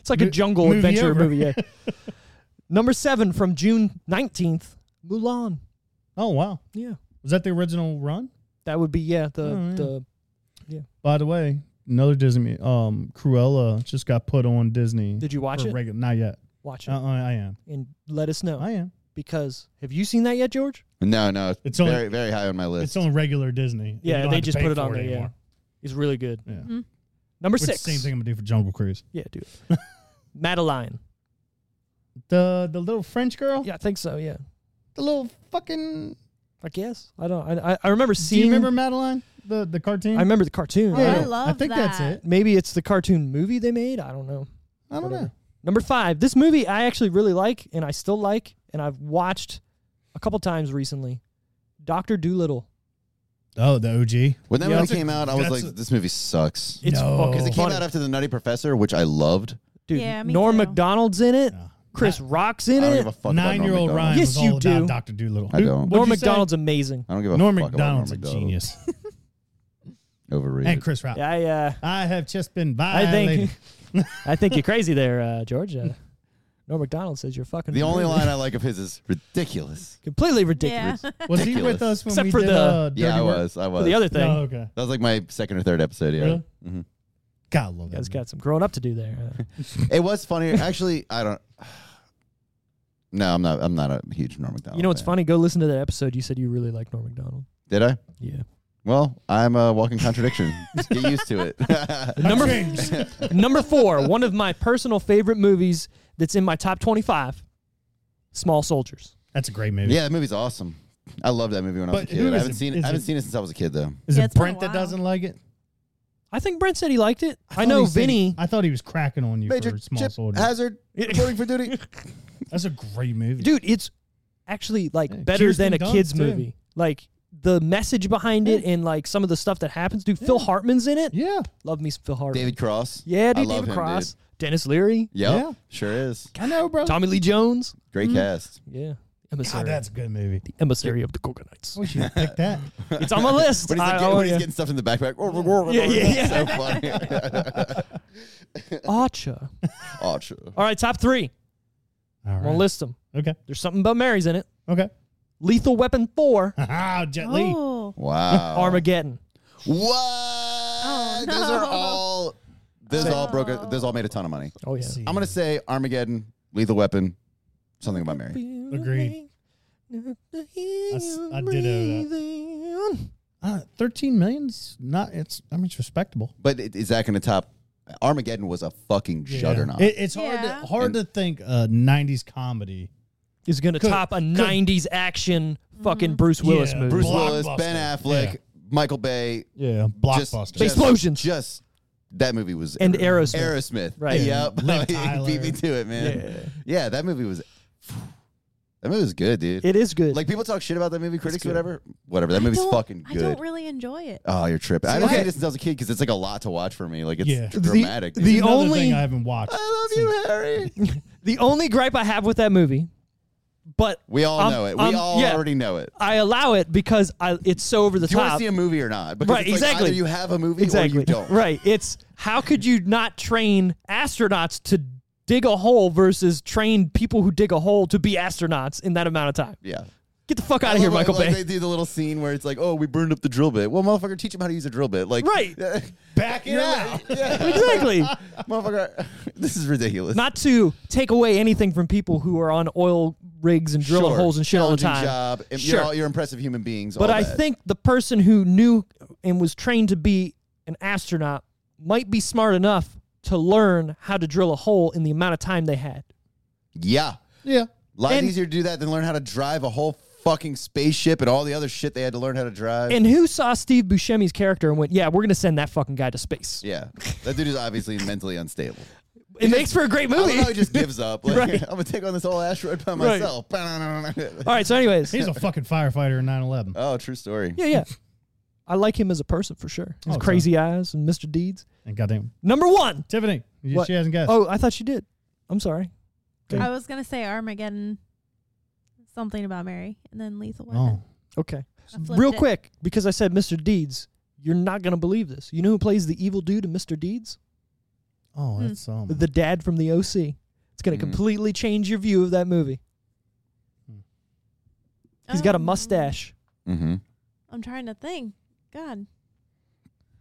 [SPEAKER 1] It's like a
[SPEAKER 3] Mo-
[SPEAKER 1] jungle
[SPEAKER 3] movie
[SPEAKER 1] adventure
[SPEAKER 3] over.
[SPEAKER 1] movie.
[SPEAKER 3] *laughs*
[SPEAKER 1] Yeah. Number seven from June nineteenth, Mulan.
[SPEAKER 3] oh wow.
[SPEAKER 1] Yeah,
[SPEAKER 3] Was that the original run?
[SPEAKER 1] that would be yeah the
[SPEAKER 3] Oh, yeah.
[SPEAKER 1] the
[SPEAKER 3] By the way, another Disney. Um, Cruella just got put on Disney.
[SPEAKER 1] Did you watch
[SPEAKER 3] for
[SPEAKER 1] it? Oh.
[SPEAKER 3] regu- not yet.
[SPEAKER 1] watch it
[SPEAKER 3] Uh, I am.
[SPEAKER 1] and let us know
[SPEAKER 3] I am.
[SPEAKER 1] because have you seen that yet, George?
[SPEAKER 2] No, no, it's
[SPEAKER 3] It's only-
[SPEAKER 2] very, very high on my list.
[SPEAKER 3] It's on regular Disney.
[SPEAKER 1] Yeah,
[SPEAKER 3] You don't
[SPEAKER 1] they
[SPEAKER 3] have to
[SPEAKER 1] just
[SPEAKER 3] pay
[SPEAKER 1] put it
[SPEAKER 3] for
[SPEAKER 1] on there, yeah.
[SPEAKER 3] anymore.
[SPEAKER 1] It's really good.
[SPEAKER 3] Yeah.
[SPEAKER 1] Number
[SPEAKER 3] Which
[SPEAKER 1] six.
[SPEAKER 3] same thing I'm gonna do for Jungle Cruise.
[SPEAKER 1] Yeah, do it. *laughs* Madeline.
[SPEAKER 3] The the little French girl.
[SPEAKER 1] Yeah, I think so. Yeah,
[SPEAKER 3] The little fucking.
[SPEAKER 1] I guess I don't. I I- I remember
[SPEAKER 3] Do
[SPEAKER 1] seeing.
[SPEAKER 3] you remember Madeline? The the cartoon.
[SPEAKER 1] I remember the cartoon.
[SPEAKER 4] Oh,
[SPEAKER 1] I
[SPEAKER 4] I
[SPEAKER 1] don't-
[SPEAKER 4] love
[SPEAKER 3] I think that's
[SPEAKER 4] that.
[SPEAKER 3] it.
[SPEAKER 1] Maybe it's the cartoon movie they made. I don't know.
[SPEAKER 3] I don't know.
[SPEAKER 1] Whatever. Number five. This movie I actually really like, and I still like, and I've watched a couple times recently. Doctor Doolittle.
[SPEAKER 3] Oh, the OG.
[SPEAKER 2] when that
[SPEAKER 3] Yeah,
[SPEAKER 2] movie
[SPEAKER 3] that's a-
[SPEAKER 2] came out, I was
[SPEAKER 3] that's a-
[SPEAKER 2] like, "This movie sucks."
[SPEAKER 1] It's
[SPEAKER 3] No.
[SPEAKER 1] fucking
[SPEAKER 3] Because
[SPEAKER 2] Because it came
[SPEAKER 1] funny.
[SPEAKER 2] out after the Nutty Professor, which I loved.
[SPEAKER 1] Dude,
[SPEAKER 4] Yeah, me
[SPEAKER 1] Norm
[SPEAKER 4] too.
[SPEAKER 1] McDonald's in it.
[SPEAKER 3] Yeah.
[SPEAKER 1] Chris Rock's in
[SPEAKER 2] I don't
[SPEAKER 1] it.
[SPEAKER 2] give a fuck. about Norm
[SPEAKER 3] Nine year old
[SPEAKER 2] Macdonald.
[SPEAKER 3] Ryan
[SPEAKER 1] Yes,
[SPEAKER 3] was
[SPEAKER 1] you
[SPEAKER 3] all
[SPEAKER 1] do.
[SPEAKER 3] about Doctor Doolittle.
[SPEAKER 2] I
[SPEAKER 3] Who-
[SPEAKER 2] don't.
[SPEAKER 3] what'd
[SPEAKER 1] Norm
[SPEAKER 3] you say?
[SPEAKER 1] McDonald's
[SPEAKER 2] *laughs*
[SPEAKER 1] amazing.
[SPEAKER 2] I don't give a
[SPEAKER 3] Norm
[SPEAKER 2] fuck about
[SPEAKER 3] McDonald's a
[SPEAKER 2] Norm Macdonald.
[SPEAKER 3] genius.
[SPEAKER 2] Overrated.
[SPEAKER 3] and Chris Rock.
[SPEAKER 1] I uh,
[SPEAKER 3] I have just been
[SPEAKER 1] I
[SPEAKER 3] violated.
[SPEAKER 1] think *laughs* I think you're crazy there, uh, George.
[SPEAKER 2] *laughs*
[SPEAKER 1] Uh, Norm McDonald says you're fucking
[SPEAKER 2] the only
[SPEAKER 1] completely-
[SPEAKER 2] line I like of his is ridiculous.
[SPEAKER 1] completely ridiculous.
[SPEAKER 4] Yeah.
[SPEAKER 3] was he
[SPEAKER 2] Ridiculous.
[SPEAKER 3] with us when
[SPEAKER 1] Except
[SPEAKER 3] we
[SPEAKER 1] for
[SPEAKER 3] did
[SPEAKER 1] the-
[SPEAKER 3] uh, Dirty
[SPEAKER 2] Yeah, I
[SPEAKER 3] Work?
[SPEAKER 2] was. I
[SPEAKER 1] For
[SPEAKER 2] was.
[SPEAKER 1] the other thing,
[SPEAKER 3] Oh, okay.
[SPEAKER 2] that was like my second or third episode. Yeah.
[SPEAKER 3] Really?
[SPEAKER 2] Mhm.
[SPEAKER 3] God, I love
[SPEAKER 1] you guys
[SPEAKER 3] that.
[SPEAKER 1] got some growing up to do there. Uh,
[SPEAKER 2] It was funny. Actually, I don't. *sighs* No, I'm not. I'm not a huge Norm Macdonald.
[SPEAKER 1] you know what's
[SPEAKER 2] fan.
[SPEAKER 1] funny? Go listen to that episode. You said you really like Norm Macdonald.
[SPEAKER 2] Did I?
[SPEAKER 1] Yeah. *laughs*
[SPEAKER 2] Well, I'm a walking contradiction. Get used
[SPEAKER 1] *laughs*
[SPEAKER 2] to it.
[SPEAKER 1] Number
[SPEAKER 3] James.
[SPEAKER 1] number four, one of my personal favorite movies that's in my top twenty-five. Small Soldiers.
[SPEAKER 3] *laughs* That's a great movie.
[SPEAKER 2] *laughs* yeah, that movie's awesome. I loved that movie when I was
[SPEAKER 3] But
[SPEAKER 2] a kid.
[SPEAKER 3] who
[SPEAKER 2] I
[SPEAKER 3] is
[SPEAKER 2] haven't
[SPEAKER 3] it-
[SPEAKER 2] seen
[SPEAKER 3] is
[SPEAKER 2] it. I haven't
[SPEAKER 3] it-
[SPEAKER 2] seen it since I was a kid though.
[SPEAKER 3] Is
[SPEAKER 4] Yeah,
[SPEAKER 3] it
[SPEAKER 4] it's been a
[SPEAKER 3] Brent that
[SPEAKER 4] while.
[SPEAKER 3] doesn't like it?
[SPEAKER 1] I think Brent said he liked it. I, know
[SPEAKER 3] thought he said he-
[SPEAKER 1] Vinny.
[SPEAKER 3] I thought he was cracking on you
[SPEAKER 2] Major
[SPEAKER 3] for small
[SPEAKER 2] Chip
[SPEAKER 3] soldier. *laughs*
[SPEAKER 2] Hazard reporting for duty.
[SPEAKER 3] That's a great movie.
[SPEAKER 1] dude it's actually like
[SPEAKER 3] Yeah,
[SPEAKER 1] better
[SPEAKER 3] Kirsten
[SPEAKER 1] than a
[SPEAKER 3] Dunst,
[SPEAKER 1] kids
[SPEAKER 3] too.
[SPEAKER 1] movie like the message behind it and like some of the stuff that happens dude phil hartman's in it
[SPEAKER 3] Yeah.
[SPEAKER 1] love me some phil hartman
[SPEAKER 2] David Cross.
[SPEAKER 1] yeah
[SPEAKER 2] I
[SPEAKER 1] dude
[SPEAKER 2] love
[SPEAKER 1] david
[SPEAKER 2] him,
[SPEAKER 1] cross dennis leary
[SPEAKER 2] Yep,
[SPEAKER 3] Yeah.
[SPEAKER 2] sure is.
[SPEAKER 3] I know, bro.
[SPEAKER 1] tommy lee jones
[SPEAKER 2] Great cast.
[SPEAKER 1] yeah emissary
[SPEAKER 3] God, that's a good movie.
[SPEAKER 1] emissary of the cocoa
[SPEAKER 3] I wish you would pick that.
[SPEAKER 2] *laughs*
[SPEAKER 1] it's on my list
[SPEAKER 2] When he's,
[SPEAKER 1] I-
[SPEAKER 2] like,
[SPEAKER 1] oh,
[SPEAKER 2] when he's
[SPEAKER 1] yeah.
[SPEAKER 2] getting stuff in the backpack.
[SPEAKER 1] Yeah, yeah, yeah.
[SPEAKER 2] *laughs* So funny. *laughs*
[SPEAKER 1] Archer.
[SPEAKER 2] oh,
[SPEAKER 1] *laughs*
[SPEAKER 2] true.
[SPEAKER 1] all right top three i'm
[SPEAKER 3] All right.
[SPEAKER 1] gonna list them
[SPEAKER 3] Okay.
[SPEAKER 1] there's something about mary's in it
[SPEAKER 3] Okay. *laughs*
[SPEAKER 1] lethal weapon 4
[SPEAKER 3] Ah, Jet Li.
[SPEAKER 4] Oh,
[SPEAKER 2] Wow.
[SPEAKER 1] armageddon
[SPEAKER 2] What? Those
[SPEAKER 4] Oh, no.
[SPEAKER 2] are all. Those all broke. A, those all made a ton of money.
[SPEAKER 1] oh yeah
[SPEAKER 3] See.
[SPEAKER 2] I'm gonna say Armageddon, Lethal Weapon, something about Mary.
[SPEAKER 3] Agreed.
[SPEAKER 1] I,
[SPEAKER 3] s- I did owe that. Uh, Thirteen millions. Not. It's. I mean, it's respectable.
[SPEAKER 2] But i- is that gonna top? Armageddon was a fucking juggernaut.
[SPEAKER 3] It, it's hard
[SPEAKER 4] Yeah.
[SPEAKER 3] to hard to think a '90s comedy.
[SPEAKER 1] is going to
[SPEAKER 3] Could-
[SPEAKER 1] top a
[SPEAKER 3] could-
[SPEAKER 1] 90s action fucking Bruce Willis
[SPEAKER 3] Yeah,
[SPEAKER 1] movie.
[SPEAKER 2] Bruce
[SPEAKER 3] Blockbuster.
[SPEAKER 2] Willis, Ben Affleck,
[SPEAKER 3] Yeah.
[SPEAKER 2] Michael Bay,
[SPEAKER 3] Yeah,
[SPEAKER 2] just-
[SPEAKER 3] blockbuster.
[SPEAKER 2] just-
[SPEAKER 1] Explosions.
[SPEAKER 2] Just that movie was er,
[SPEAKER 1] And
[SPEAKER 2] Aerosmith.
[SPEAKER 1] Right.
[SPEAKER 2] Yep. *laughs*
[SPEAKER 3] Liv
[SPEAKER 2] He beat me
[SPEAKER 3] Tyler.
[SPEAKER 2] to it, man. Yeah. that movie was. *sighs* That movie was good, dude.
[SPEAKER 1] It is good.
[SPEAKER 2] like people talk shit about that movie, critics,
[SPEAKER 1] good.
[SPEAKER 2] whatever, whatever. That
[SPEAKER 4] I
[SPEAKER 2] movie's
[SPEAKER 4] don't-
[SPEAKER 2] fucking
[SPEAKER 4] I
[SPEAKER 2] good.
[SPEAKER 4] don't really enjoy it.
[SPEAKER 2] Oh, you're tripping. I haven't
[SPEAKER 1] Okay.
[SPEAKER 2] seen it since I was a kid because it's like a lot to watch for me. Like it's
[SPEAKER 3] Yeah. The-
[SPEAKER 2] dramatic.
[SPEAKER 1] the
[SPEAKER 2] dude. *laughs*
[SPEAKER 3] Another
[SPEAKER 1] only-
[SPEAKER 3] thing I haven't watched.
[SPEAKER 2] I love you, Harry.
[SPEAKER 1] *laughs* the only gripe I have with that movie, but
[SPEAKER 2] We all
[SPEAKER 1] Um,
[SPEAKER 2] know it.
[SPEAKER 1] um,
[SPEAKER 2] we all
[SPEAKER 1] yeah.
[SPEAKER 2] already know it.
[SPEAKER 1] I allow it because I, it's so over the
[SPEAKER 2] Do you want to
[SPEAKER 1] top.
[SPEAKER 2] see a movie or not? Because
[SPEAKER 1] Right,
[SPEAKER 2] it's like
[SPEAKER 1] exactly.
[SPEAKER 2] either you have a movie
[SPEAKER 1] exactly. *laughs*
[SPEAKER 2] or you don't.
[SPEAKER 1] Right. It's how could you not train astronauts to dig a hole versus train people who dig a hole to be astronauts in that amount of time?
[SPEAKER 2] Yeah.
[SPEAKER 1] Get the fuck out of here,
[SPEAKER 2] Like-
[SPEAKER 1] Michael
[SPEAKER 2] like
[SPEAKER 1] Bay.
[SPEAKER 2] They do the little scene where it's like, "Oh, we burned up the drill bit." Well, motherfucker, teach them how to use a drill bit. Like,
[SPEAKER 1] Right. *laughs*
[SPEAKER 3] Back it
[SPEAKER 2] Yeah,
[SPEAKER 3] out.
[SPEAKER 2] yeah.
[SPEAKER 1] exactly.
[SPEAKER 2] *laughs* motherfucker, *laughs* this is ridiculous.
[SPEAKER 1] Not to take away anything from people who are on oil rigs and drilling
[SPEAKER 2] Sure.
[SPEAKER 1] holes and shit all the time.
[SPEAKER 2] Challenging Job. If
[SPEAKER 1] Sure.
[SPEAKER 2] You're, all, you're impressive human beings.
[SPEAKER 1] But
[SPEAKER 2] all
[SPEAKER 1] I
[SPEAKER 2] that.
[SPEAKER 1] think the person who knew and was trained to be an astronaut might be smart enough to learn how to drill a hole in the amount of time they had.
[SPEAKER 2] yeah,
[SPEAKER 3] Yeah.
[SPEAKER 2] a lot
[SPEAKER 1] And-
[SPEAKER 2] easier to do that than learn how to drive a whole fucking spaceship and all the other shit they had to learn how to drive.
[SPEAKER 1] And who saw Steve Buscemi's character and went, "Yeah, we're gonna send that fucking guy to space."
[SPEAKER 2] yeah, that dude is
[SPEAKER 1] *laughs*
[SPEAKER 2] obviously mentally unstable.
[SPEAKER 1] It makes for a great
[SPEAKER 2] I
[SPEAKER 1] movie.
[SPEAKER 2] don't know how he just gives up. Like,
[SPEAKER 1] Right.
[SPEAKER 2] *laughs* I'm gonna take on this whole asteroid by
[SPEAKER 1] Right.
[SPEAKER 2] myself.
[SPEAKER 1] *laughs*
[SPEAKER 2] *laughs*
[SPEAKER 1] All right. So, anyways,
[SPEAKER 3] *laughs* He's a fucking firefighter in 9/11.
[SPEAKER 2] oh, true story.
[SPEAKER 1] yeah, yeah. I like him as a person for sure. His
[SPEAKER 3] Oh,
[SPEAKER 1] crazy eyes and Mr. Deeds.
[SPEAKER 3] and goddamn
[SPEAKER 1] Number one.
[SPEAKER 3] Tiffany, you-
[SPEAKER 1] What?
[SPEAKER 3] she hasn't guessed.
[SPEAKER 1] Oh, I thought she did. I'm sorry. Okay.
[SPEAKER 4] I was gonna say Armageddon, something about Mary, and then Lethal Weapon.
[SPEAKER 3] Oh.
[SPEAKER 1] Okay.
[SPEAKER 4] I flipped
[SPEAKER 1] Real
[SPEAKER 4] it.
[SPEAKER 1] quick, because I said Mr. Deeds, you're not gonna believe this. You know who plays the evil dude in Mr. Deeds?
[SPEAKER 3] Oh,
[SPEAKER 4] Hmm.
[SPEAKER 3] that's um.
[SPEAKER 1] The dad from the OC. It's gonna
[SPEAKER 2] Oh, Mm.
[SPEAKER 1] completely change your view of that movie. He's got a
[SPEAKER 4] Um,
[SPEAKER 1] mustache.
[SPEAKER 2] Mm-hmm.
[SPEAKER 4] I'm trying to think. God,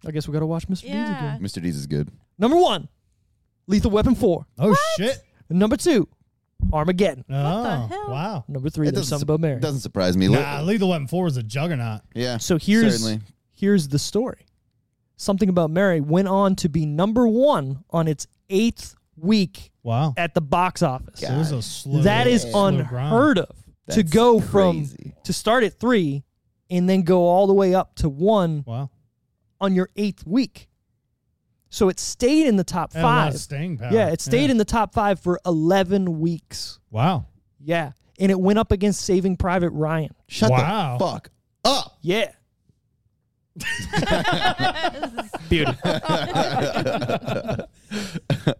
[SPEAKER 1] I guess we gotta watch Mr. Deeds
[SPEAKER 4] yeah.
[SPEAKER 1] again.
[SPEAKER 2] Mr. Deeds is good.
[SPEAKER 1] Number one, Lethal Weapon Four.
[SPEAKER 3] oh shit!
[SPEAKER 1] Number two, Armageddon.
[SPEAKER 3] Oh
[SPEAKER 4] hell?
[SPEAKER 3] wow!
[SPEAKER 1] Number three,
[SPEAKER 2] It
[SPEAKER 1] there's
[SPEAKER 2] doesn't
[SPEAKER 1] something about Mary.
[SPEAKER 2] Doesn't surprise me.
[SPEAKER 3] Nah, Lethal Weapon Four is a juggernaut.
[SPEAKER 2] yeah.
[SPEAKER 1] So here's
[SPEAKER 2] certainly.
[SPEAKER 1] here's the story. Something about Mary went on to be number one on its eighth week
[SPEAKER 3] Wow,
[SPEAKER 1] at the box office.
[SPEAKER 2] Yeah.
[SPEAKER 3] it was a slow.
[SPEAKER 1] That is
[SPEAKER 3] slow grind.
[SPEAKER 1] unheard of. to
[SPEAKER 2] That's
[SPEAKER 1] go from
[SPEAKER 2] crazy.
[SPEAKER 1] to start at three and then go all the way up to one
[SPEAKER 3] Wow,
[SPEAKER 1] on your eighth week. So it stayed in the top
[SPEAKER 3] Had a lot of
[SPEAKER 1] five.
[SPEAKER 3] staying power.
[SPEAKER 1] Yeah, it stayed in the top five for eleven weeks.
[SPEAKER 3] Wow,
[SPEAKER 1] Yeah. And it went up against Saving Private Ryan.
[SPEAKER 2] Shut
[SPEAKER 3] Wow.
[SPEAKER 2] the fuck up.
[SPEAKER 1] Yeah.
[SPEAKER 3] *laughs*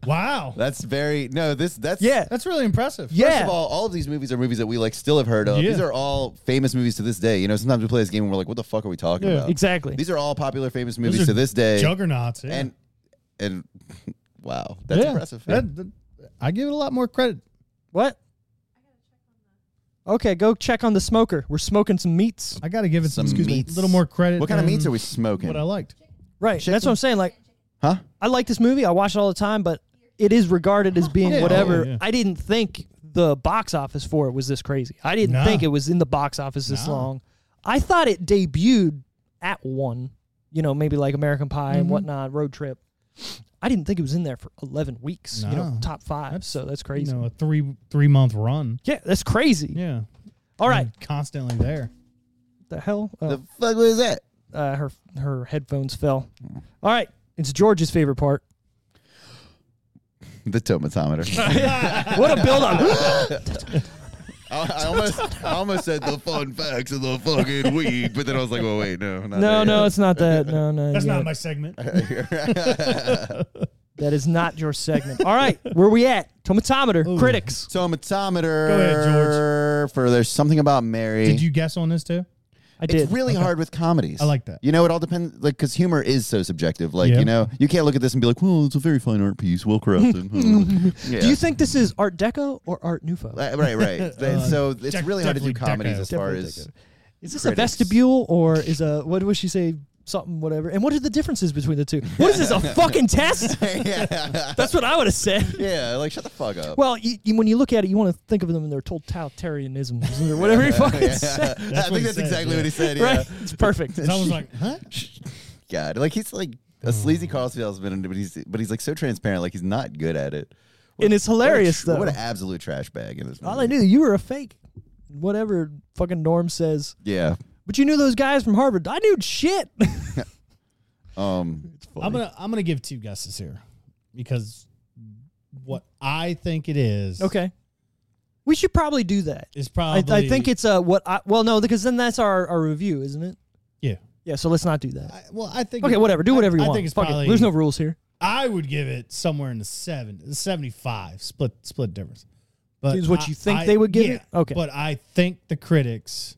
[SPEAKER 3] wow,
[SPEAKER 2] That's very no. This that's
[SPEAKER 1] Yeah.
[SPEAKER 3] that's really impressive.
[SPEAKER 1] Yeah.
[SPEAKER 2] First of all, all of these movies are movies that we like still have heard of.
[SPEAKER 3] Yeah.
[SPEAKER 2] These are all famous movies to this day. You know, sometimes we play this game and we're like, "What the fuck are we talking
[SPEAKER 3] Yeah.
[SPEAKER 2] about?"
[SPEAKER 1] Exactly.
[SPEAKER 2] These are all popular, famous
[SPEAKER 3] Those
[SPEAKER 2] movies
[SPEAKER 3] are
[SPEAKER 2] to this day.
[SPEAKER 3] juggernauts. Yeah.
[SPEAKER 2] And and *laughs* wow, that's
[SPEAKER 3] Yeah.
[SPEAKER 2] impressive.
[SPEAKER 3] That- that- I give it a lot more credit.
[SPEAKER 1] What? Okay, go check on the smoker. We're smoking some meats.
[SPEAKER 3] I got to give it some,
[SPEAKER 2] Some
[SPEAKER 3] excuse me,
[SPEAKER 2] meats.
[SPEAKER 3] a little more credit.
[SPEAKER 2] what kind of
[SPEAKER 3] than
[SPEAKER 2] meats are we smoking?
[SPEAKER 3] What I liked.
[SPEAKER 1] Right. That's what I'm saying. Like,
[SPEAKER 2] Huh?
[SPEAKER 1] I like this movie. I watch it all the time, but it is regarded as being
[SPEAKER 3] Yeah,
[SPEAKER 1] whatever.
[SPEAKER 3] Oh, yeah, yeah.
[SPEAKER 1] I didn't think the box office for it was this crazy. I didn't
[SPEAKER 3] Nah.
[SPEAKER 1] think it was in the box office this
[SPEAKER 3] Nah.
[SPEAKER 1] long. I thought it debuted at one, you know, maybe like American Pie
[SPEAKER 3] Mm-hmm.
[SPEAKER 1] and whatnot, Road Trip. I didn't think it was in there for 11 weeks, you know,
[SPEAKER 3] Nah.
[SPEAKER 1] top five.
[SPEAKER 3] That's-
[SPEAKER 1] so that's crazy.
[SPEAKER 3] You know, a three three month run.
[SPEAKER 1] yeah, that's crazy.
[SPEAKER 3] Yeah.
[SPEAKER 1] All right.
[SPEAKER 3] And constantly there.
[SPEAKER 1] The hell? Oh.
[SPEAKER 2] The fuck was that?
[SPEAKER 1] uh, her her headphones fell.
[SPEAKER 2] Mm.
[SPEAKER 1] All right, it's George's favorite part.
[SPEAKER 2] The tomatometer.
[SPEAKER 1] What a build up!
[SPEAKER 2] *laughs*
[SPEAKER 3] *laughs*
[SPEAKER 2] I, I almost I almost said the fun facts of the fucking week, but then I was like, "Well, wait, no, not
[SPEAKER 1] no,
[SPEAKER 2] that
[SPEAKER 1] no,
[SPEAKER 2] yet.
[SPEAKER 1] it's not that. No, no,
[SPEAKER 3] That's
[SPEAKER 1] yeah.
[SPEAKER 3] not my *laughs* segment.
[SPEAKER 1] that is not your segment. All right, where we at? Tomatometer
[SPEAKER 3] Ooh.
[SPEAKER 1] critics.
[SPEAKER 2] Tomatometer.
[SPEAKER 3] Go ahead,
[SPEAKER 2] For there's something about Mary.
[SPEAKER 3] Did you guess on this too?
[SPEAKER 1] I
[SPEAKER 2] It's
[SPEAKER 1] did.
[SPEAKER 2] really hard with comedies.
[SPEAKER 3] I like that.
[SPEAKER 2] You know, it all depends, like, because humor is so subjective. Like,
[SPEAKER 3] Yeah.
[SPEAKER 2] you know, you can't look at this and be like, "Well, it's a very fine art piece, well
[SPEAKER 3] *laughs*
[SPEAKER 2] crafted." yeah.
[SPEAKER 1] Do you think this is Art Deco or Art Nouveau?
[SPEAKER 2] Uh, *laughs* Right,
[SPEAKER 3] *laughs*
[SPEAKER 2] right. Th- so it's
[SPEAKER 3] def-
[SPEAKER 2] really hard to do
[SPEAKER 3] definitely
[SPEAKER 2] comedies
[SPEAKER 3] Deco.
[SPEAKER 2] as far
[SPEAKER 1] Definitely
[SPEAKER 2] as
[SPEAKER 1] Is this a
[SPEAKER 2] critics.
[SPEAKER 1] vestibule or is a what would she say? Something, whatever. And what are the differences between the two? What is this
[SPEAKER 2] *laughs*
[SPEAKER 1] a fucking test?
[SPEAKER 2] yeah.
[SPEAKER 1] That's what I would have said.
[SPEAKER 2] yeah, like shut the fuck up.
[SPEAKER 1] Well, you, you, when you look at it, you want to think of them in their totalitarianisms or whatever *laughs*
[SPEAKER 2] *laughs*
[SPEAKER 1] you fucking said.
[SPEAKER 2] I
[SPEAKER 3] what
[SPEAKER 2] think
[SPEAKER 3] he
[SPEAKER 2] that's
[SPEAKER 3] said,
[SPEAKER 2] exactly
[SPEAKER 3] yeah.
[SPEAKER 2] what he
[SPEAKER 3] *laughs*
[SPEAKER 2] said. Yeah.
[SPEAKER 1] Right? It's perfect.
[SPEAKER 3] So I was like, huh?
[SPEAKER 2] God, like he's like a sleazy Carsfield's been, into, but he's but he's like so transparent. Like he's not good at it.
[SPEAKER 1] And it's hilarious,
[SPEAKER 2] what a tr-
[SPEAKER 1] though.
[SPEAKER 2] What an absolute trash bag in this. Movie.
[SPEAKER 1] All I knew, you were a fake. Whatever fucking Norm says.
[SPEAKER 2] Yeah.
[SPEAKER 1] But you knew those guys from Harvard. I knew shit. *laughs*
[SPEAKER 2] Um. It's
[SPEAKER 3] I'm gonna I'm gonna give two guesses here because what I think it is
[SPEAKER 1] okay. We should probably do that.
[SPEAKER 3] is
[SPEAKER 1] I,
[SPEAKER 3] probably
[SPEAKER 1] I think it's uh, what I, well, no, because then that's our, our review, isn't it?
[SPEAKER 3] yeah.
[SPEAKER 1] Yeah, so let's not do that.
[SPEAKER 3] I, well, I think
[SPEAKER 1] Okay,
[SPEAKER 3] it-
[SPEAKER 1] whatever. Do
[SPEAKER 3] I-
[SPEAKER 1] whatever you
[SPEAKER 3] I
[SPEAKER 1] want.
[SPEAKER 3] think it's
[SPEAKER 1] Fuck it.
[SPEAKER 3] probably
[SPEAKER 1] There's no rules here.
[SPEAKER 3] I would give it somewhere in the seven, 75, split split difference. But
[SPEAKER 1] Is what you think they would give it? Okay.
[SPEAKER 3] But I think the critics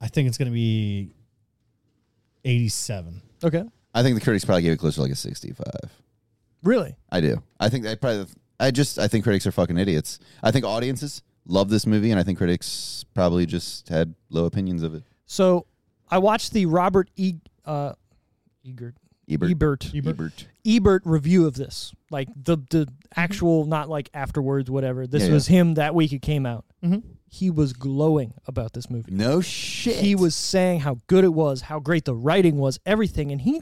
[SPEAKER 3] I think it's gonna be eighty seven.
[SPEAKER 1] Okay.
[SPEAKER 2] I think the critics probably gave it closer to like a 65.
[SPEAKER 1] Really?
[SPEAKER 2] I do. I think they probably. I just. I think critics are fucking idiots. I think audiences love this movie, and I think critics probably just had low opinions of it.
[SPEAKER 1] So I watched the Robert E. Uh, Egert.
[SPEAKER 2] Ebert.
[SPEAKER 1] Ebert.
[SPEAKER 3] Ebert.
[SPEAKER 1] Ebert review of this, like the the actual, not like afterwards, whatever. This
[SPEAKER 2] Yeah,
[SPEAKER 1] was him that week it came out. He was glowing about this movie.
[SPEAKER 2] No shit.
[SPEAKER 1] He was saying how good it was, how great the writing was, everything, and he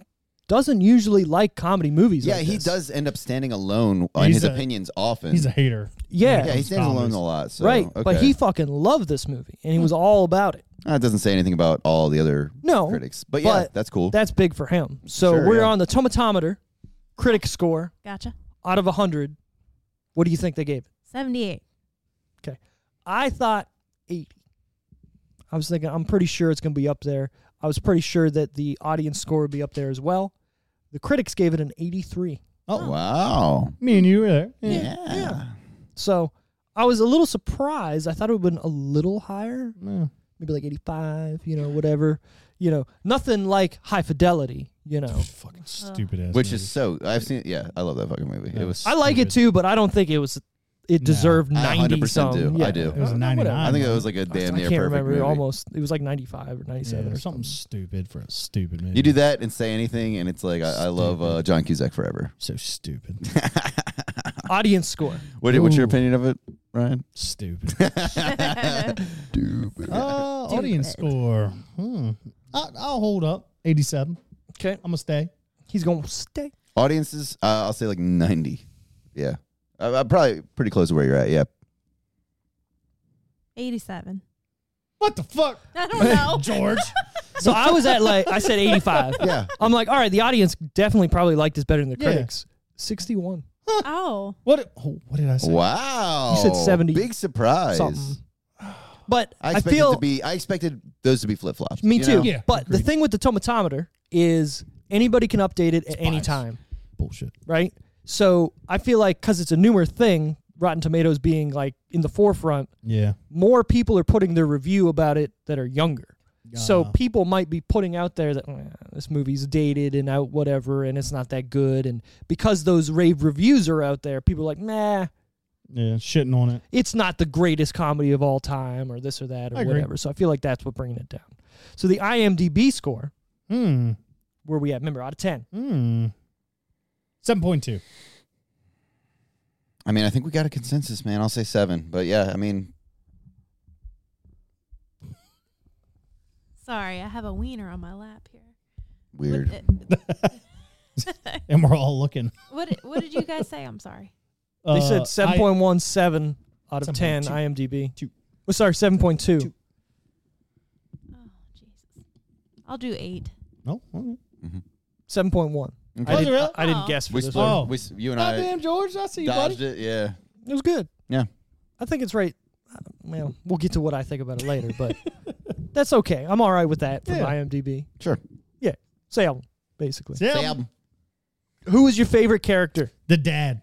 [SPEAKER 1] doesn't usually like comedy movies.
[SPEAKER 2] Yeah,
[SPEAKER 1] like
[SPEAKER 2] he
[SPEAKER 1] this.
[SPEAKER 2] does end up standing alone on
[SPEAKER 3] He's
[SPEAKER 2] his
[SPEAKER 3] a-
[SPEAKER 2] opinions often.
[SPEAKER 3] He's a hater.
[SPEAKER 1] Yeah,
[SPEAKER 2] Yeah, he stands alone a lot. So,
[SPEAKER 1] right.
[SPEAKER 2] Okay. Hmm.
[SPEAKER 1] But he fucking loved this movie, and he was all about it.
[SPEAKER 2] That doesn't say anything about all the other
[SPEAKER 1] No,
[SPEAKER 2] critics, but yeah,
[SPEAKER 1] but
[SPEAKER 2] that's cool.
[SPEAKER 1] That's big for him. So
[SPEAKER 2] Sure,
[SPEAKER 1] we're
[SPEAKER 2] yeah.
[SPEAKER 1] on the tomatometer, critic score
[SPEAKER 4] Gotcha.
[SPEAKER 1] out of hundred. What do you think they gave it? *laughs*
[SPEAKER 4] *laughs* 78.
[SPEAKER 1] I thought eighty. I was thinking I'm pretty sure it's going to be up there. I was pretty sure that the audience score would be up there as well. The critics gave it an 83.
[SPEAKER 2] oh wow,
[SPEAKER 3] Me and you were there. Yeah.
[SPEAKER 2] yeah.
[SPEAKER 1] So I was a little surprised. I thought it would have been a little higher,
[SPEAKER 3] Yeah.
[SPEAKER 1] maybe like 85, you know, whatever. You know, nothing like high fidelity, you know.
[SPEAKER 3] Fucking stupid ass.
[SPEAKER 2] Which
[SPEAKER 3] movie.
[SPEAKER 2] is so I've seen. Yeah, I love that fucking movie.
[SPEAKER 3] Yeah.
[SPEAKER 2] It was.
[SPEAKER 1] I like it
[SPEAKER 3] Stupid.
[SPEAKER 1] too, but I don't think it was it
[SPEAKER 3] No.
[SPEAKER 1] deserved
[SPEAKER 2] I
[SPEAKER 1] 90
[SPEAKER 2] 100% do.
[SPEAKER 1] some.
[SPEAKER 2] I do.
[SPEAKER 3] It was a
[SPEAKER 1] Uh,
[SPEAKER 3] 99.
[SPEAKER 1] whatever.
[SPEAKER 2] I think it was like a
[SPEAKER 1] I
[SPEAKER 2] damn
[SPEAKER 1] can't
[SPEAKER 2] near perfect
[SPEAKER 1] remember.
[SPEAKER 2] movie.
[SPEAKER 1] Almost, it was like ninety-five or
[SPEAKER 3] yeah,
[SPEAKER 1] ninety-seven
[SPEAKER 3] or
[SPEAKER 1] or something.
[SPEAKER 3] something *laughs* stupid for a stupid movie.
[SPEAKER 2] You do that and say anything, and it's like I, I love uh, John Cusack forever.
[SPEAKER 3] So
[SPEAKER 2] *laughs*
[SPEAKER 3] stupid.
[SPEAKER 1] Audience score.
[SPEAKER 2] What, what's your
[SPEAKER 3] Ooh.
[SPEAKER 2] opinion of it, Ryan? *laughs*
[SPEAKER 3] stupid.
[SPEAKER 2] Dude,
[SPEAKER 3] Uh, audience score. Hmm. I, I'll hold up. 87.
[SPEAKER 1] Okay,
[SPEAKER 3] I'm going to stay.
[SPEAKER 1] he's gonna stay.
[SPEAKER 2] audiences, uh, I'll say like ninety. Yeah, I, I'm probably pretty close to where you're
[SPEAKER 1] *laughs*
[SPEAKER 2] at. Yeah,
[SPEAKER 4] 87.
[SPEAKER 3] What the fuck?
[SPEAKER 1] *laughs*
[SPEAKER 3] *laughs*
[SPEAKER 4] I don't know.
[SPEAKER 3] George.
[SPEAKER 1] So I was at like I said eighty-five.
[SPEAKER 2] yeah.
[SPEAKER 1] I'm like, all right, the audience definitely probably liked this better than the
[SPEAKER 3] Yeah.
[SPEAKER 1] critics. Sixty-one.
[SPEAKER 4] oh.
[SPEAKER 3] what oh, What did I say?
[SPEAKER 2] Wow,
[SPEAKER 1] You said 70
[SPEAKER 2] Big surprise. *sighs*
[SPEAKER 1] something. But
[SPEAKER 2] I
[SPEAKER 1] I,
[SPEAKER 2] expected
[SPEAKER 1] feel
[SPEAKER 2] to be. I expected those to be flip flops.
[SPEAKER 1] me too.
[SPEAKER 3] Yeah,
[SPEAKER 1] but the
[SPEAKER 3] agreed.
[SPEAKER 1] thing with the tomatometer is anybody can update it at any
[SPEAKER 3] biased.
[SPEAKER 1] time,
[SPEAKER 3] Bullshit.
[SPEAKER 1] right? So I feel like because it's a newer thing, Rotten Tomatoes being like in the forefront,
[SPEAKER 3] Yeah.
[SPEAKER 1] more people are putting their review about it that are younger. So
[SPEAKER 3] Uh,
[SPEAKER 1] people might be putting out there that "Eh, this movie's dated and out whatever, and it's not that good. And because those rave reviews are out there, people are like, nah,
[SPEAKER 3] yeah, shitting on it.
[SPEAKER 1] it's not the greatest comedy of all time or this or that or
[SPEAKER 3] I agree.
[SPEAKER 1] whatever. So I feel like that's what bringing it down. So the IMDb score,
[SPEAKER 3] Hmm.
[SPEAKER 1] where we at? Remember, out of 10.
[SPEAKER 3] Hmm.
[SPEAKER 1] *laughs*
[SPEAKER 3] 7.2.
[SPEAKER 2] I mean, I think we got a consensus, man. I'll say seven, but yeah, I mean,
[SPEAKER 4] Sorry, I have a wiener on my lap here.
[SPEAKER 2] weird.
[SPEAKER 4] What, uh,
[SPEAKER 3] And we're all looking.
[SPEAKER 4] what, did- what did you guys say? I'm sorry.
[SPEAKER 1] They
[SPEAKER 3] Uh,
[SPEAKER 1] said
[SPEAKER 3] I-
[SPEAKER 1] 7.17 out of 10
[SPEAKER 3] 7.2.
[SPEAKER 1] IMDb.
[SPEAKER 3] Two.
[SPEAKER 1] Oh, sorry, 7.2.
[SPEAKER 3] Two.
[SPEAKER 4] Oh, Jesus. I'll do eight.
[SPEAKER 3] No. okay.
[SPEAKER 1] 7.1. I,
[SPEAKER 2] Okay.
[SPEAKER 3] Was it
[SPEAKER 1] didn't,
[SPEAKER 3] really?
[SPEAKER 1] I didn't
[SPEAKER 4] Oh.
[SPEAKER 1] guess for
[SPEAKER 2] We
[SPEAKER 1] this
[SPEAKER 2] split.
[SPEAKER 1] one.
[SPEAKER 3] Oh.
[SPEAKER 2] We, s- you and I
[SPEAKER 3] Goddamn, George. I see you,
[SPEAKER 2] dodged
[SPEAKER 3] buddy.
[SPEAKER 2] it. Yeah.
[SPEAKER 3] Oh.
[SPEAKER 1] It was good.
[SPEAKER 2] Yeah.
[SPEAKER 1] I think it's right. I don't- Well, we'll get to what I think about it later, but that's okay. I'm all right with that from
[SPEAKER 3] Yeah.
[SPEAKER 1] IMDb.
[SPEAKER 2] Sure.
[SPEAKER 1] Sale, basically.
[SPEAKER 3] Yeah.
[SPEAKER 2] Say album.
[SPEAKER 1] Who was your favorite character?
[SPEAKER 3] The dad.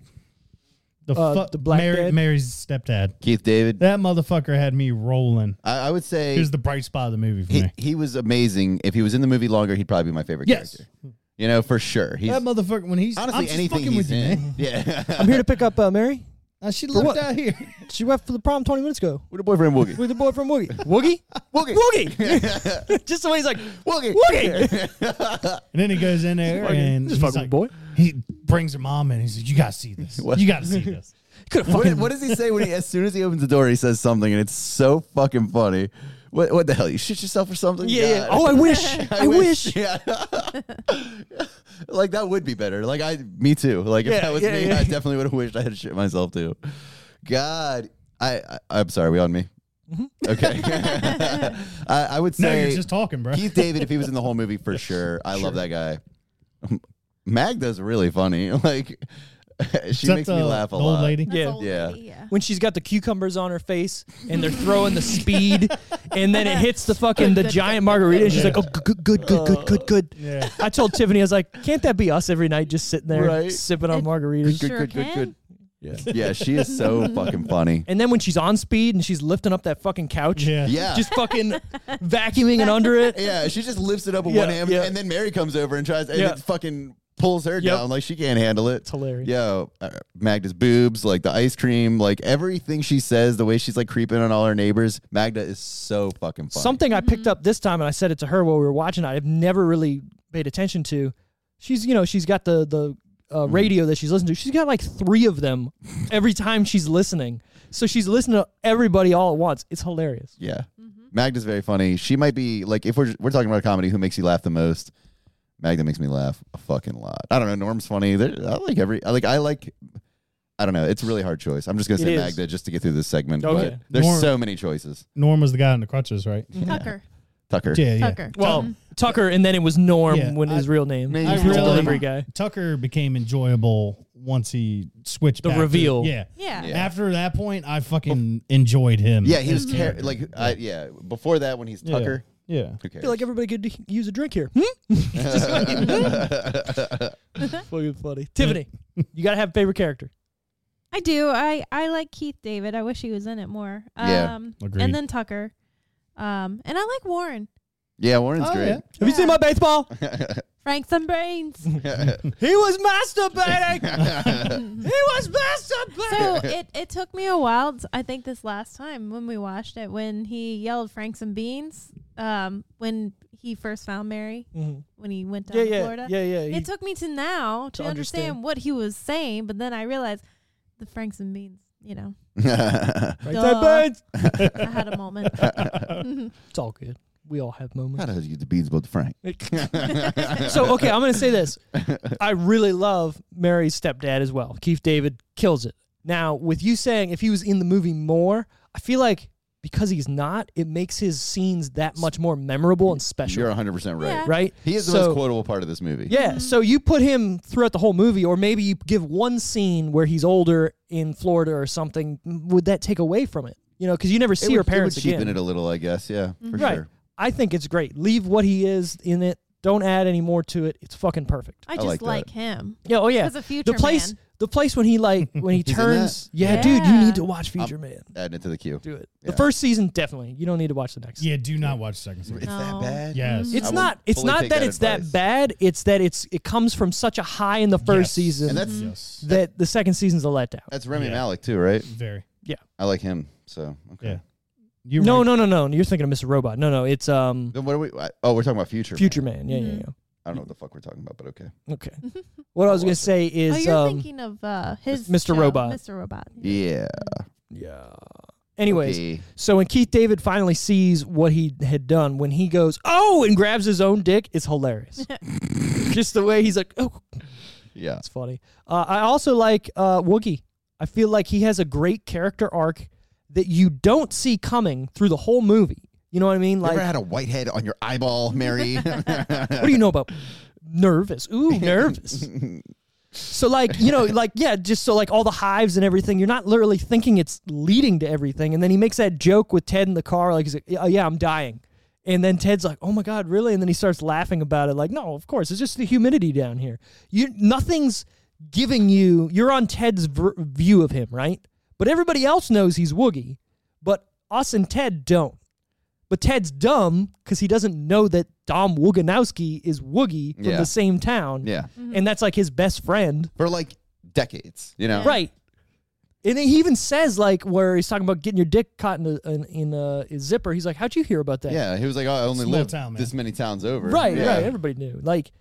[SPEAKER 3] The
[SPEAKER 1] Uh,
[SPEAKER 3] fuck.
[SPEAKER 1] the black
[SPEAKER 3] Mary,
[SPEAKER 1] dad?
[SPEAKER 3] Mary's stepdad.
[SPEAKER 2] Keith David.
[SPEAKER 3] That motherfucker had me rolling.
[SPEAKER 2] I, I would say
[SPEAKER 3] He was the bright spot of the movie for
[SPEAKER 2] he,
[SPEAKER 3] me.
[SPEAKER 2] he was amazing. If he was in the movie longer, he'd probably be my favorite
[SPEAKER 3] Yes.
[SPEAKER 2] character. You know, for sure. He's
[SPEAKER 3] that motherfucker, when he's
[SPEAKER 2] honestly
[SPEAKER 3] I'm just
[SPEAKER 2] anything
[SPEAKER 3] fucking
[SPEAKER 2] he's
[SPEAKER 3] with you, man.
[SPEAKER 2] in.
[SPEAKER 3] *laughs*
[SPEAKER 2] Yeah.
[SPEAKER 1] I'm here to pick up uh, Mary.
[SPEAKER 3] Now she
[SPEAKER 1] For
[SPEAKER 3] lived
[SPEAKER 1] what?
[SPEAKER 3] out here.
[SPEAKER 1] She left for the prom 20 minutes ago
[SPEAKER 2] *laughs* With a boyfriend Woogie.
[SPEAKER 1] with the boy from Woogie. Woogie?
[SPEAKER 2] Woogie.
[SPEAKER 1] Woogie! *laughs* Just the way he's like,
[SPEAKER 2] *laughs*
[SPEAKER 1] *laughs*
[SPEAKER 2] Woogie.
[SPEAKER 1] Woogie!
[SPEAKER 3] And then he goes in there and
[SPEAKER 1] Just
[SPEAKER 3] he's
[SPEAKER 1] fucking
[SPEAKER 3] like-
[SPEAKER 1] boy.
[SPEAKER 3] He brings her mom in. He says, "You gotta see this.
[SPEAKER 2] What?
[SPEAKER 3] You gotta see this."
[SPEAKER 1] Could have
[SPEAKER 2] What,
[SPEAKER 1] fucking.
[SPEAKER 2] what does he say when he, as soon as he opens the door, he says something and it's so fucking funny. What, what the hell? You shit yourself or something?
[SPEAKER 1] yeah, yeah.
[SPEAKER 2] God.
[SPEAKER 1] Oh, I wish. I, wish.
[SPEAKER 2] *laughs* Yeah. like that would be better. Like I, me too. Like if
[SPEAKER 1] Yeah,
[SPEAKER 2] that was
[SPEAKER 1] yeah,
[SPEAKER 2] me,
[SPEAKER 1] yeah.
[SPEAKER 2] I definitely would have wished I had shit myself too. God, I, I I'm sorry. We on me?
[SPEAKER 3] *laughs*
[SPEAKER 2] Okay. I, I would
[SPEAKER 3] Mm-hmm. No,
[SPEAKER 2] say
[SPEAKER 3] you're just talking, bro.
[SPEAKER 2] Keith David if he was in the whole movie for
[SPEAKER 3] *laughs*
[SPEAKER 2] sure. I love that guy. Magda's really funny. *laughs* Like she
[SPEAKER 3] Is that
[SPEAKER 2] makes
[SPEAKER 3] the-
[SPEAKER 2] me laugh a
[SPEAKER 3] the
[SPEAKER 2] lot.
[SPEAKER 3] Old lady.
[SPEAKER 4] That's
[SPEAKER 1] Yeah.
[SPEAKER 4] old
[SPEAKER 2] Yeah.
[SPEAKER 4] lady, yeah.
[SPEAKER 1] When she's got the cucumbers on her face and they're throwing the speed and then it hits the fucking the giant margarita and she's like, oh, good, good, good, good, good, good.
[SPEAKER 3] *laughs* Yeah.
[SPEAKER 1] I told Tiffany, I was like, can't that be us every night just sitting there
[SPEAKER 2] Right.
[SPEAKER 1] sipping on
[SPEAKER 4] It-
[SPEAKER 1] margaritas?
[SPEAKER 4] Sure can.
[SPEAKER 2] Yeah. yeah, she is so fucking
[SPEAKER 3] *laughs*
[SPEAKER 2] funny.
[SPEAKER 1] And then when she's on speed and she's lifting up that fucking couch,
[SPEAKER 3] Yeah.
[SPEAKER 2] Yeah.
[SPEAKER 1] just fucking vacuuming and under
[SPEAKER 2] *laughs*
[SPEAKER 1] it.
[SPEAKER 2] Yeah, she just lifts it up with
[SPEAKER 1] Yeah,
[SPEAKER 2] one hand,
[SPEAKER 1] yeah.
[SPEAKER 2] and then Mary comes over and tries, and
[SPEAKER 1] Yeah.
[SPEAKER 2] it fucking pulls her
[SPEAKER 1] Yep.
[SPEAKER 2] down like she can't handle it.
[SPEAKER 1] It's hilarious.
[SPEAKER 2] Yo, uh, Magda's boobs, like the ice cream, like everything she says, the way she's like creeping on all her neighbors. Magda is so fucking funny.
[SPEAKER 1] Something I picked up this time and I said it to her while we were watching. I've never really paid attention to. She's you know she's got the the uh, radio that she's listening to. She's got like three of them every time she's listening. So she's listening to everybody all at once. It's hilarious.
[SPEAKER 2] Yeah, Magda's very funny. She might be like if we're we're talking about comedy, who makes you laugh the most? Magda makes me laugh a fucking lot. I don't know. Norm's funny. They're- I like every. I like. I like. I I don't know. It's a really hard choice. I'm just gonna
[SPEAKER 1] It
[SPEAKER 2] say
[SPEAKER 1] is.
[SPEAKER 2] Magda just to get through this segment.
[SPEAKER 1] Okay.
[SPEAKER 2] But there's
[SPEAKER 3] More-
[SPEAKER 2] so many choices.
[SPEAKER 3] Norm was the guy on the crutches, right?
[SPEAKER 4] Tucker.
[SPEAKER 2] Tucker.
[SPEAKER 3] Yeah, yeah.
[SPEAKER 4] Tucker. Um,
[SPEAKER 1] Well, Tucker, and then it was Norm
[SPEAKER 3] Yeah,
[SPEAKER 1] when his
[SPEAKER 3] I-
[SPEAKER 1] real name.
[SPEAKER 2] I
[SPEAKER 1] He was the
[SPEAKER 3] really-
[SPEAKER 1] delivery guy.
[SPEAKER 3] Tucker became enjoyable once he switched
[SPEAKER 1] The
[SPEAKER 3] back to-
[SPEAKER 1] reveal.
[SPEAKER 3] yeah.
[SPEAKER 4] yeah.
[SPEAKER 2] Yeah.
[SPEAKER 3] After that point, I fucking enjoyed him.
[SPEAKER 2] Yeah, he was
[SPEAKER 3] as a
[SPEAKER 1] Mhm.
[SPEAKER 2] ter-
[SPEAKER 3] character.
[SPEAKER 2] like I, yeah. Before that, when he's
[SPEAKER 3] Yeah.
[SPEAKER 2] Tucker,
[SPEAKER 3] Yeah.
[SPEAKER 2] who cares?
[SPEAKER 1] I feel like everybody could use a drink here. Fucking funny. *laughs* Tiffany, you gotta have a favorite character.
[SPEAKER 4] I do. I I like Keith David. I wish he was in it more. Um
[SPEAKER 2] Yeah,
[SPEAKER 3] agreed.
[SPEAKER 4] And then Tucker. Um, and I like Warren.
[SPEAKER 2] *laughs* yeah, Warren's
[SPEAKER 3] Oh,
[SPEAKER 2] great.
[SPEAKER 1] Have you seen my
[SPEAKER 2] *laughs*
[SPEAKER 1] baseball?
[SPEAKER 4] Frank some brains.
[SPEAKER 1] he was
[SPEAKER 2] *laughs*
[SPEAKER 1] masturbating. he was masturbating. *laughs*
[SPEAKER 4] so it, it took me a while. t- I think this last time when we watched it, when he yelled "Frank some beans," um, when he first found Mary,
[SPEAKER 1] Mhm.
[SPEAKER 4] when he went down
[SPEAKER 1] Yeah,
[SPEAKER 4] to
[SPEAKER 1] yeah,
[SPEAKER 4] Florida.
[SPEAKER 1] yeah, yeah. he-
[SPEAKER 4] It took me to now to,
[SPEAKER 1] to
[SPEAKER 4] understand.
[SPEAKER 1] understand.
[SPEAKER 4] what he was saying, but then I realized the Franks and beans.
[SPEAKER 1] *laughs*
[SPEAKER 4] You know,
[SPEAKER 1] Right
[SPEAKER 4] Duh.
[SPEAKER 1] there, birds.
[SPEAKER 4] I had a
[SPEAKER 1] *laughs*
[SPEAKER 4] moment.
[SPEAKER 1] It's all good. We all have
[SPEAKER 2] *laughs* How *laughs*
[SPEAKER 1] moments.
[SPEAKER 2] does you get the beans about the Frank?
[SPEAKER 1] so okay, I'm gonna say this. I really love Mary's stepdad as well. Keith David kills it. Now, with you saying if he was in the movie more, I feel like because he's not, it makes his scenes that much more memorable and special.
[SPEAKER 2] You're 100 percent right.
[SPEAKER 4] Yeah.
[SPEAKER 1] Right?
[SPEAKER 2] He is the
[SPEAKER 1] So-
[SPEAKER 2] most quotable part of this movie.
[SPEAKER 1] Yeah, so you put him throughout the whole movie, or maybe you give one scene where he's older in Florida or something. Would that take away from it? You know, because you never
[SPEAKER 2] It
[SPEAKER 1] see
[SPEAKER 2] would-
[SPEAKER 1] your parents
[SPEAKER 2] it would cheapen
[SPEAKER 1] again.
[SPEAKER 2] it a little, I guess. Yeah, for
[SPEAKER 1] right.
[SPEAKER 2] sure.
[SPEAKER 1] I think it's great. Leave what he is in it. Don't add any more to it. It's fucking perfect.
[SPEAKER 4] I just
[SPEAKER 2] like
[SPEAKER 4] like,
[SPEAKER 2] that.
[SPEAKER 4] him.
[SPEAKER 1] Yeah. Oh yeah.
[SPEAKER 4] He's a future
[SPEAKER 1] the place.
[SPEAKER 4] man.
[SPEAKER 1] The place when he like
[SPEAKER 2] *laughs*
[SPEAKER 1] when he
[SPEAKER 2] He's in
[SPEAKER 1] turns. Yeah,
[SPEAKER 4] Yeah.
[SPEAKER 1] dude, you need to watch Future Man.
[SPEAKER 2] Adding it to the queue.
[SPEAKER 1] Do it.
[SPEAKER 2] Yeah.
[SPEAKER 1] The first season definitely. You don't need to watch the next.
[SPEAKER 3] Yeah, do not watch second
[SPEAKER 2] It's
[SPEAKER 3] season.
[SPEAKER 2] that
[SPEAKER 4] No.
[SPEAKER 2] bad.
[SPEAKER 3] Yes.
[SPEAKER 2] I
[SPEAKER 4] Mm-hmm.
[SPEAKER 1] It's
[SPEAKER 2] will
[SPEAKER 1] not. It's
[SPEAKER 2] fully
[SPEAKER 1] not
[SPEAKER 2] take
[SPEAKER 1] that,
[SPEAKER 2] that
[SPEAKER 1] it's
[SPEAKER 2] advice.
[SPEAKER 1] that bad. It's that it's it comes from such a high in the first
[SPEAKER 3] Yes.
[SPEAKER 1] season
[SPEAKER 2] And that's-
[SPEAKER 3] yes.
[SPEAKER 1] that the second season's a letdown.
[SPEAKER 2] That's Remy
[SPEAKER 3] Yeah.
[SPEAKER 2] Malik too, right?
[SPEAKER 1] Mm-hmm.
[SPEAKER 3] Very.
[SPEAKER 2] I like him. So okay.
[SPEAKER 3] Yeah. You
[SPEAKER 1] no, no, no, no. You're thinking of Mr. Robot. No, no. It's um
[SPEAKER 2] Then what are we? I- Oh, we're talking about future.
[SPEAKER 1] Future Man. Yeah, yeah,
[SPEAKER 4] Mhm.
[SPEAKER 1] yeah.
[SPEAKER 2] I don't know what the fuck we're talking about, but okay.
[SPEAKER 1] Okay.
[SPEAKER 4] *laughs*
[SPEAKER 1] What I was gonna say
[SPEAKER 4] Oh,
[SPEAKER 1] is
[SPEAKER 4] you're
[SPEAKER 1] um
[SPEAKER 4] thinking of uh, his
[SPEAKER 1] Mr.
[SPEAKER 4] show,
[SPEAKER 1] Robot.
[SPEAKER 4] Mr. Robot.
[SPEAKER 2] Yeah.
[SPEAKER 1] yeah. Anyways,
[SPEAKER 2] Okay.
[SPEAKER 1] so when Keith David finally sees what he had done, when he goes oh and grabs his own dick, it's
[SPEAKER 4] *laughs*
[SPEAKER 1] hilarious. Just the way he's like oh,
[SPEAKER 2] Yeah.
[SPEAKER 1] That's funny. Uh, I also like uh, Woogie. I feel like he has a great character arc that you don't see coming through the whole movie. You know what I mean?
[SPEAKER 2] You
[SPEAKER 1] Like,
[SPEAKER 2] ever had a whitehead on your eyeball, Mary? *laughs*
[SPEAKER 1] what do you know about nervous? Ooh, nervous. so, like, you know, like, yeah, just so like all the hives and everything, you're not literally thinking it's leading to everything. And then he makes that joke with Ted in the car, like, he's like, "Yeah, yeah, I'm dying. And then Ted's like, "Oh my god, really?" And then he starts laughing about it, like, "No, of course, it's just the humidity down here. You nothing's giving you. You're on Ted's v- view of him, right? But everybody else knows he's Woogie, but us and Ted don't. But Ted's dumb because he doesn't know that Dom Woganowski is Woogie from
[SPEAKER 2] Yeah.
[SPEAKER 1] the same town,
[SPEAKER 2] yeah.
[SPEAKER 1] and that's like his best friend,
[SPEAKER 2] For like decades, you know.
[SPEAKER 1] right? And he even says like where he's talking about getting your dick caught in a, in, in a, his zipper. He's like, "How'd you hear about that?"
[SPEAKER 2] Yeah. He was like, oh, I only
[SPEAKER 3] Small
[SPEAKER 2] lived
[SPEAKER 3] town, man.
[SPEAKER 2] this many towns over.
[SPEAKER 1] Right,
[SPEAKER 2] Yeah.
[SPEAKER 1] right. Everybody knew. Like,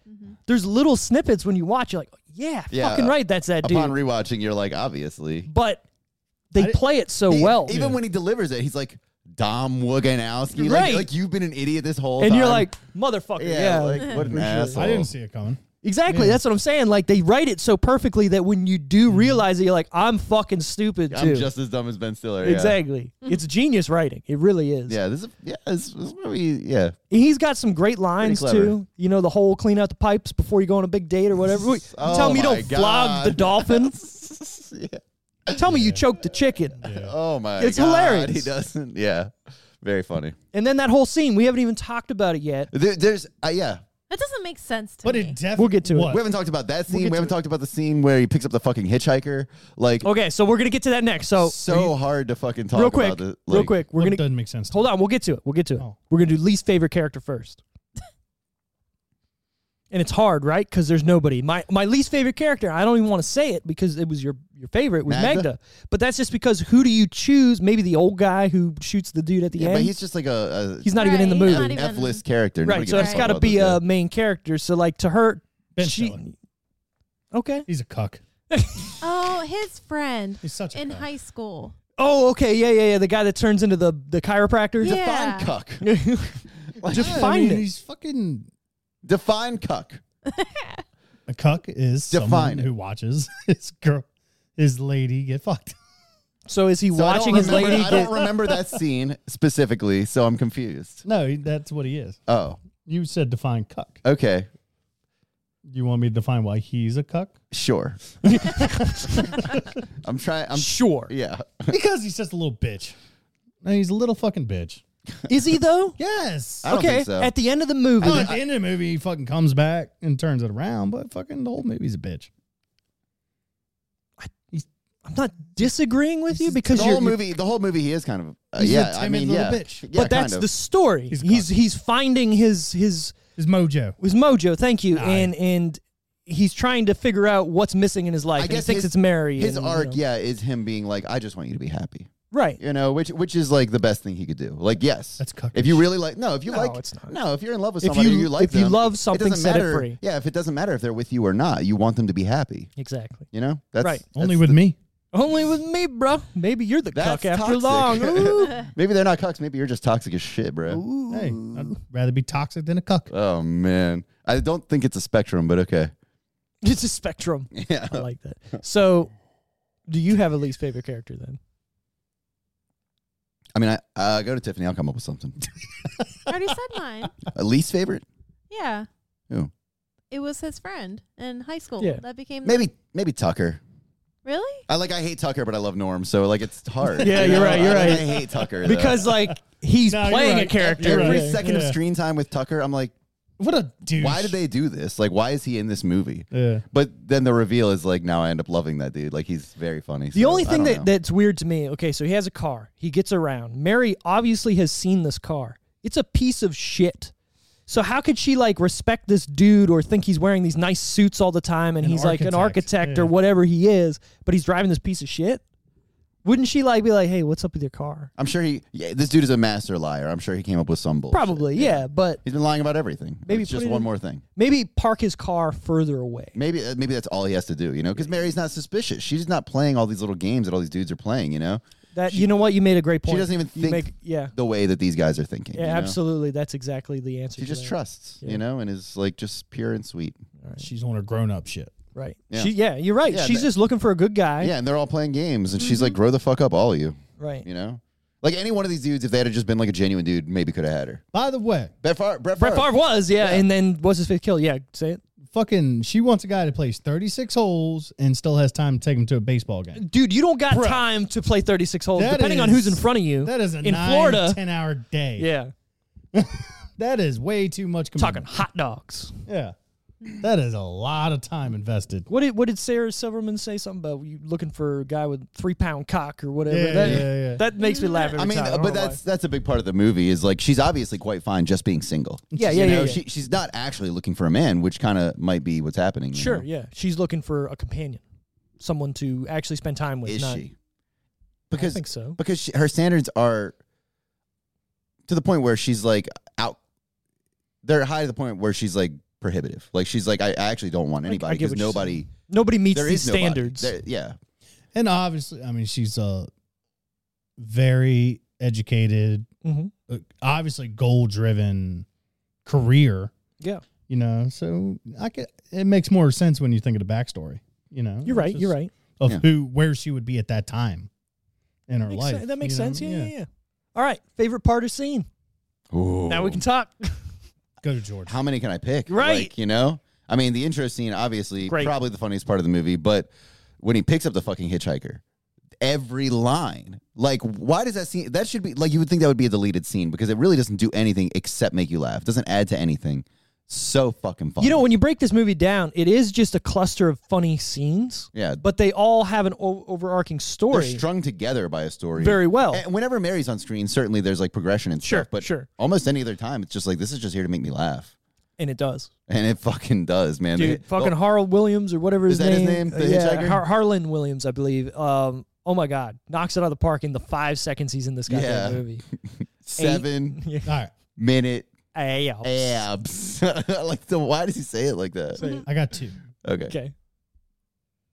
[SPEAKER 1] there's little snippets when you watch. You're like, yeah,
[SPEAKER 2] Yeah,
[SPEAKER 1] fucking
[SPEAKER 2] uh,
[SPEAKER 1] right. That's that dude.
[SPEAKER 2] Upon rewatching, you're like, obviously.
[SPEAKER 1] but they
[SPEAKER 3] I-
[SPEAKER 1] play it so
[SPEAKER 2] He-
[SPEAKER 1] well,
[SPEAKER 2] e- Even when he delivers it, he's like, Dom Woganowski. Like,
[SPEAKER 1] Right.
[SPEAKER 2] like, you've been an idiot this whole
[SPEAKER 1] and
[SPEAKER 2] time.
[SPEAKER 1] you're like, motherfucker,
[SPEAKER 2] *laughs* yeah,
[SPEAKER 1] yeah.
[SPEAKER 2] like, what an asshole.
[SPEAKER 3] *laughs* I didn't see it coming.
[SPEAKER 1] exactly. That's what I'm saying. Like they write it so perfectly that when you do realize it, you're like, I'm fucking stupid
[SPEAKER 2] Mm-hmm. I'm
[SPEAKER 1] too.
[SPEAKER 2] just as dumb as Ben Stiller. yeah.
[SPEAKER 1] exactly. It's genius writing. It really is.
[SPEAKER 2] Yeah, this is yeah, this, this movie. Yeah, *laughs*
[SPEAKER 1] And he's got some great lines
[SPEAKER 2] clever.
[SPEAKER 1] too. You know, the whole clean out the pipes before you go on a big date or
[SPEAKER 2] *laughs*
[SPEAKER 1] whatever. Wait, you
[SPEAKER 2] Oh
[SPEAKER 1] tell me you
[SPEAKER 2] my
[SPEAKER 1] don't flog the
[SPEAKER 2] God. *laughs*
[SPEAKER 1] dolphin.
[SPEAKER 2] yeah.
[SPEAKER 1] tell me you choked the chicken.
[SPEAKER 2] Oh my!
[SPEAKER 1] It's
[SPEAKER 2] God,
[SPEAKER 1] hilarious.
[SPEAKER 2] He doesn't. Yeah, very funny.
[SPEAKER 1] And then that whole scene, we haven't even talked about it yet.
[SPEAKER 2] There, there's uh, yeah.
[SPEAKER 4] That doesn't make sense to
[SPEAKER 3] But
[SPEAKER 4] me.
[SPEAKER 3] it definitely
[SPEAKER 1] We'll get to it.
[SPEAKER 2] We haven't talked about that scene.
[SPEAKER 1] get
[SPEAKER 2] we
[SPEAKER 1] to it.
[SPEAKER 2] haven't talked about the scene where he picks up the fucking hitchhiker. Like
[SPEAKER 1] Okay, so we're gonna get to that next. So
[SPEAKER 2] so hard to fucking talk
[SPEAKER 1] Oh, real quick,
[SPEAKER 2] about. The,
[SPEAKER 1] real
[SPEAKER 2] like-
[SPEAKER 1] quick, we're gonna
[SPEAKER 3] doesn't make sense. to
[SPEAKER 1] hold
[SPEAKER 3] me.
[SPEAKER 1] on. We'll get to it. We'll get to it.
[SPEAKER 3] Oh.
[SPEAKER 1] We're gonna do least favorite character first. and it's hard, right? Because there's nobody. My my least favorite character. I don't even want to say it because it was your your favorite was
[SPEAKER 2] Magda?
[SPEAKER 1] Magda. But that's just because who do you choose? Maybe the old guy who shoots the dude at the
[SPEAKER 2] Yeah,
[SPEAKER 1] end.
[SPEAKER 2] but he's just like a, a
[SPEAKER 1] He's not even in the
[SPEAKER 4] Right, he's
[SPEAKER 1] movie.
[SPEAKER 4] not even-
[SPEAKER 2] F list character. Nobody
[SPEAKER 1] Right. So
[SPEAKER 2] gives
[SPEAKER 1] that's
[SPEAKER 2] fuck
[SPEAKER 1] got to
[SPEAKER 2] about
[SPEAKER 1] be uh,
[SPEAKER 2] this guy.
[SPEAKER 1] a main character. So like to her,
[SPEAKER 3] Ben
[SPEAKER 1] she.
[SPEAKER 3] Stiller.
[SPEAKER 1] Okay.
[SPEAKER 3] He's a cuck.
[SPEAKER 4] Oh, his friend
[SPEAKER 3] He's such a
[SPEAKER 4] in
[SPEAKER 3] cuck.
[SPEAKER 4] high school.
[SPEAKER 1] Oh, okay. Yeah, yeah, yeah. The guy that turns into the the chiropractor.
[SPEAKER 4] Yeah.
[SPEAKER 2] cuck.
[SPEAKER 1] Just
[SPEAKER 3] Yeah, I
[SPEAKER 1] find
[SPEAKER 3] mean,
[SPEAKER 1] it.
[SPEAKER 3] He's fucking
[SPEAKER 2] Define cuck.
[SPEAKER 3] a cuck is
[SPEAKER 2] Define
[SPEAKER 3] someone
[SPEAKER 2] it.
[SPEAKER 3] who watches *laughs* his girl his lady get fucked.
[SPEAKER 1] *laughs*
[SPEAKER 3] *laughs*
[SPEAKER 1] So is he
[SPEAKER 2] So I don't
[SPEAKER 1] watching his
[SPEAKER 2] remember-
[SPEAKER 1] lady
[SPEAKER 2] I
[SPEAKER 1] get?
[SPEAKER 2] don't
[SPEAKER 1] *laughs*
[SPEAKER 2] remember that scene specifically, so I'm confused.
[SPEAKER 3] No, he- that's what he is.
[SPEAKER 2] Oh,
[SPEAKER 3] You said define cuck.
[SPEAKER 2] okay,
[SPEAKER 3] You want me to define why he's
[SPEAKER 2] *laughs*
[SPEAKER 3] a cuck?
[SPEAKER 1] *laughs*
[SPEAKER 2] sure. I'm trying. I'm
[SPEAKER 1] sure.
[SPEAKER 2] yeah.
[SPEAKER 3] Because he's just a little bitch. No, he's a little fucking bitch.
[SPEAKER 1] Is he
[SPEAKER 2] *laughs*
[SPEAKER 1] though?
[SPEAKER 3] Yes.
[SPEAKER 2] I don't
[SPEAKER 1] okay.
[SPEAKER 2] think so.
[SPEAKER 1] At the end of the movie,
[SPEAKER 3] Well, at the end of the movie, he fucking comes back and turns it around, but fucking the whole movie's a bitch.
[SPEAKER 1] I'm not disagreeing with you because
[SPEAKER 2] the
[SPEAKER 1] you're,
[SPEAKER 2] whole
[SPEAKER 1] you're-
[SPEAKER 2] movie, the whole movie, he is kind of uh,
[SPEAKER 3] He's a
[SPEAKER 2] yeah. I
[SPEAKER 3] timid
[SPEAKER 2] mean,
[SPEAKER 3] little
[SPEAKER 2] yeah,
[SPEAKER 3] bitch.
[SPEAKER 1] but that's
[SPEAKER 2] kind of.
[SPEAKER 1] the story.
[SPEAKER 3] He's
[SPEAKER 1] He's
[SPEAKER 3] a
[SPEAKER 1] he's, finding his his
[SPEAKER 3] His mojo.
[SPEAKER 1] his mojo. Thank you.
[SPEAKER 3] Aye.
[SPEAKER 1] And and he's trying to figure out what's missing in his life.
[SPEAKER 2] I
[SPEAKER 1] and he
[SPEAKER 2] guess
[SPEAKER 1] thinks
[SPEAKER 2] his-
[SPEAKER 1] it's Mary.
[SPEAKER 2] his
[SPEAKER 1] and, you
[SPEAKER 2] arc.
[SPEAKER 1] know.
[SPEAKER 2] Yeah, is him being like, I just want you to be happy.
[SPEAKER 1] Right.
[SPEAKER 2] You know, which which is like the best thing he could do. Like, yes,
[SPEAKER 3] That's cuckish.
[SPEAKER 2] If you really like, no, if you
[SPEAKER 1] No,
[SPEAKER 2] like,
[SPEAKER 1] it's not.
[SPEAKER 2] no, if you're in love with
[SPEAKER 1] If
[SPEAKER 2] somebody,
[SPEAKER 1] you-
[SPEAKER 2] or you like
[SPEAKER 1] if you
[SPEAKER 2] them,
[SPEAKER 1] love
[SPEAKER 2] it
[SPEAKER 1] something,
[SPEAKER 2] doesn't
[SPEAKER 1] set it
[SPEAKER 2] matter-
[SPEAKER 1] free.
[SPEAKER 2] Yeah, if it doesn't matter if they're with you or not, you want them to be happy.
[SPEAKER 1] Exactly.
[SPEAKER 2] You know, that's
[SPEAKER 1] Right.
[SPEAKER 2] that's
[SPEAKER 3] Only with me.
[SPEAKER 1] Only with me, bro. Maybe you're the
[SPEAKER 2] That's
[SPEAKER 1] cuck after
[SPEAKER 2] toxic. *laughs*
[SPEAKER 1] long. Ooh.
[SPEAKER 2] Maybe they're not cucks. Maybe you're just toxic as shit, bro.
[SPEAKER 3] Hey, I'd rather be toxic than a cuck.
[SPEAKER 2] Oh man, I don't think it's a spectrum,
[SPEAKER 1] *laughs*
[SPEAKER 2] but okay.
[SPEAKER 1] It's a spectrum.
[SPEAKER 2] Yeah.
[SPEAKER 1] I like that. So, do you have a least favorite character then?
[SPEAKER 2] I mean, I uh, go to Tiffany. I'll come up with something.
[SPEAKER 4] I already said
[SPEAKER 1] *laughs*
[SPEAKER 4] mine.
[SPEAKER 2] a least favorite?
[SPEAKER 4] Yeah.
[SPEAKER 2] Who?
[SPEAKER 4] It was his friend in high school.
[SPEAKER 1] Yeah.
[SPEAKER 4] That became
[SPEAKER 2] Maybe maybe Tucker.
[SPEAKER 4] really?
[SPEAKER 2] I like I hate Tucker, but I love Norm, so like it's
[SPEAKER 1] *laughs*
[SPEAKER 2] hard.
[SPEAKER 1] Yeah, you're right, you're
[SPEAKER 2] I,
[SPEAKER 1] right.
[SPEAKER 2] I hate Tucker though.
[SPEAKER 1] Because like he's
[SPEAKER 3] No, you're
[SPEAKER 1] playing
[SPEAKER 3] right.
[SPEAKER 1] a character.
[SPEAKER 3] You're
[SPEAKER 2] every
[SPEAKER 3] right.
[SPEAKER 2] second of
[SPEAKER 3] Yeah.
[SPEAKER 2] screen time with Tucker, I'm like,
[SPEAKER 3] What a douche.
[SPEAKER 2] why did they do this? Like, why is he in this movie?
[SPEAKER 3] Yeah.
[SPEAKER 2] But then the reveal is like, now I end up loving that dude. Like he's very funny.
[SPEAKER 1] The
[SPEAKER 2] so
[SPEAKER 1] only
[SPEAKER 2] I
[SPEAKER 1] thing
[SPEAKER 2] don't
[SPEAKER 1] that,
[SPEAKER 2] know.
[SPEAKER 1] that's weird to me, okay, so he has a car. He gets around. Mary obviously has seen this car. It's a piece of shit. So how could she like respect this dude or think he's wearing these nice suits all the time and
[SPEAKER 3] An
[SPEAKER 1] he's like an
[SPEAKER 3] architect,
[SPEAKER 1] architect
[SPEAKER 3] yeah.
[SPEAKER 1] or whatever he is, but he's driving this piece of shit? Wouldn't she like be like, "Hey, what's up with your car?"
[SPEAKER 2] I'm sure he. Yeah, this dude is a master liar. I'm sure he came up with some bullshit.
[SPEAKER 1] Probably, yeah, but
[SPEAKER 2] He's been lying about everything.
[SPEAKER 1] Maybe
[SPEAKER 2] Maybe it's just
[SPEAKER 1] put it
[SPEAKER 2] one
[SPEAKER 1] in-
[SPEAKER 2] more thing.
[SPEAKER 1] maybe park his car further away.
[SPEAKER 2] Maybe uh, maybe that's all he has to do, you know? Because Mary's not suspicious. She's not playing all these little games that all these dudes are playing, you know?
[SPEAKER 1] That you know what? You made a great
[SPEAKER 2] she
[SPEAKER 1] point.
[SPEAKER 2] doesn't even
[SPEAKER 1] You
[SPEAKER 2] think-
[SPEAKER 1] make- yeah.
[SPEAKER 2] The way that these guys are thinking.
[SPEAKER 1] Yeah,
[SPEAKER 2] you know?
[SPEAKER 1] absolutely. That's exactly the answer.
[SPEAKER 2] She
[SPEAKER 1] to
[SPEAKER 2] just
[SPEAKER 1] that.
[SPEAKER 2] trusts,
[SPEAKER 1] Yeah.
[SPEAKER 2] you know, and is like just pure and sweet.
[SPEAKER 3] She's on her grown up shit.
[SPEAKER 1] Right.
[SPEAKER 2] Yeah.
[SPEAKER 1] She, yeah, you're right.
[SPEAKER 2] Yeah,
[SPEAKER 1] She's
[SPEAKER 2] that-
[SPEAKER 1] just looking for a good guy.
[SPEAKER 2] Yeah, and they're all playing games, and she's
[SPEAKER 1] Mm-hmm.
[SPEAKER 2] like, "Grow the fuck up, all of you."
[SPEAKER 1] Right.
[SPEAKER 2] You know, like any one of these dudes, if they had just been like a genuine dude, maybe could have had her.
[SPEAKER 3] By the way,
[SPEAKER 2] Brett Favre, Brett Favre.
[SPEAKER 1] Brett Favre was, yeah,
[SPEAKER 2] Yeah.
[SPEAKER 1] and then was his fifth kill? Yeah, say it.
[SPEAKER 3] fucking, she wants a guy that plays 36 holes and still has time to take him to a baseball game.
[SPEAKER 1] Dude, you don't got
[SPEAKER 3] Bruh.
[SPEAKER 1] time to play 36 holes,
[SPEAKER 3] That
[SPEAKER 1] depending on
[SPEAKER 3] is-
[SPEAKER 1] who's in front of you.
[SPEAKER 3] That is a
[SPEAKER 1] in
[SPEAKER 3] nine,
[SPEAKER 1] Florida.
[SPEAKER 3] 10 hour day.
[SPEAKER 1] yeah,
[SPEAKER 3] That is way too much.
[SPEAKER 1] talking
[SPEAKER 3] Commitment.
[SPEAKER 1] hot dogs.
[SPEAKER 3] Yeah. That is a lot of time invested.
[SPEAKER 1] What did what did Sarah Silverman say something about you looking for a guy with three pound cock or whatever?
[SPEAKER 3] Yeah,
[SPEAKER 1] that,
[SPEAKER 3] yeah, yeah.
[SPEAKER 1] that makes me laugh every
[SPEAKER 2] I mean,
[SPEAKER 1] time. I don't
[SPEAKER 2] but
[SPEAKER 1] know why.
[SPEAKER 2] that's that's a big part of the movie is like she's obviously quite fine just being single.
[SPEAKER 1] Yeah,
[SPEAKER 2] You
[SPEAKER 1] yeah, yeah,
[SPEAKER 2] know,
[SPEAKER 1] yeah.
[SPEAKER 2] She, she's not actually looking for a man, which kind of might be what's happening. you
[SPEAKER 1] sure.
[SPEAKER 2] know?
[SPEAKER 1] Yeah, she's looking for a companion, someone to actually spend time with.
[SPEAKER 2] is
[SPEAKER 1] not-
[SPEAKER 2] she? Because
[SPEAKER 1] I think so.
[SPEAKER 2] because she, her standards are to the point where she's like out. They're high to the point where she's like prohibitive. Like she's like, I, I actually don't want
[SPEAKER 1] I
[SPEAKER 2] anybody
[SPEAKER 1] get
[SPEAKER 2] because
[SPEAKER 1] what you're
[SPEAKER 2] nobody
[SPEAKER 1] Nobody meets
[SPEAKER 2] there
[SPEAKER 1] these
[SPEAKER 2] is nobody.
[SPEAKER 1] standards.
[SPEAKER 2] There- yeah,
[SPEAKER 3] And obviously, I mean, she's a very educated,
[SPEAKER 1] hmm
[SPEAKER 3] uh, obviously goal driven career,
[SPEAKER 1] Yeah,
[SPEAKER 3] you know? So I could, it makes more sense when you think of the backstory, you know?
[SPEAKER 1] you're right.
[SPEAKER 3] Just
[SPEAKER 1] You're right.
[SPEAKER 3] Of
[SPEAKER 2] Yeah.
[SPEAKER 3] who, where she would be at that time in her
[SPEAKER 1] Makes
[SPEAKER 3] life.
[SPEAKER 1] sense. That makes
[SPEAKER 3] you know?
[SPEAKER 1] sense. Yeah, yeah, yeah. All right. Favorite part or scene? Now we can talk.
[SPEAKER 3] Go to George.
[SPEAKER 2] how many can I pick?
[SPEAKER 1] Right.
[SPEAKER 2] Like, you know? I mean, the intro scene, obviously,
[SPEAKER 1] Great.
[SPEAKER 2] probably the funniest part of the movie, but when he picks up the fucking hitchhiker, every line, like, why does that scene, that should be, like, you would think that would be a deleted scene because it really doesn't do anything except make you laugh. doesn't add to anything. So fucking funny.
[SPEAKER 1] You know, when you break this movie down, it is just a cluster of funny scenes.
[SPEAKER 2] Yeah.
[SPEAKER 1] But they all have an o- overarching
[SPEAKER 2] they're
[SPEAKER 1] story
[SPEAKER 2] strung together by a story.
[SPEAKER 1] very well.
[SPEAKER 2] And whenever Mary's on screen, certainly there's like progression and
[SPEAKER 1] Sure,
[SPEAKER 2] stuff, but
[SPEAKER 1] sure.
[SPEAKER 2] almost any other time, it's just like, this is just here to make me laugh.
[SPEAKER 1] and it does.
[SPEAKER 2] And it fucking does, man.
[SPEAKER 1] Dude,
[SPEAKER 2] The-
[SPEAKER 1] fucking Harold Williams or whatever his
[SPEAKER 2] oh. Is that his
[SPEAKER 1] name
[SPEAKER 2] name? The
[SPEAKER 1] uh, yeah,
[SPEAKER 2] hitchhiker?
[SPEAKER 1] Har- Harlan Williams, I believe. Um, oh my God. Knocks it out of the park in the five seconds he's in this goddamn
[SPEAKER 2] Yeah.
[SPEAKER 1] movie.
[SPEAKER 2] *laughs* seven
[SPEAKER 1] *laughs* Yeah.
[SPEAKER 3] All right.
[SPEAKER 2] minute
[SPEAKER 1] Ay, ow.
[SPEAKER 2] *laughs* abs. like, so why does he say it like that?
[SPEAKER 3] I got two.
[SPEAKER 2] Okay.
[SPEAKER 1] Okay.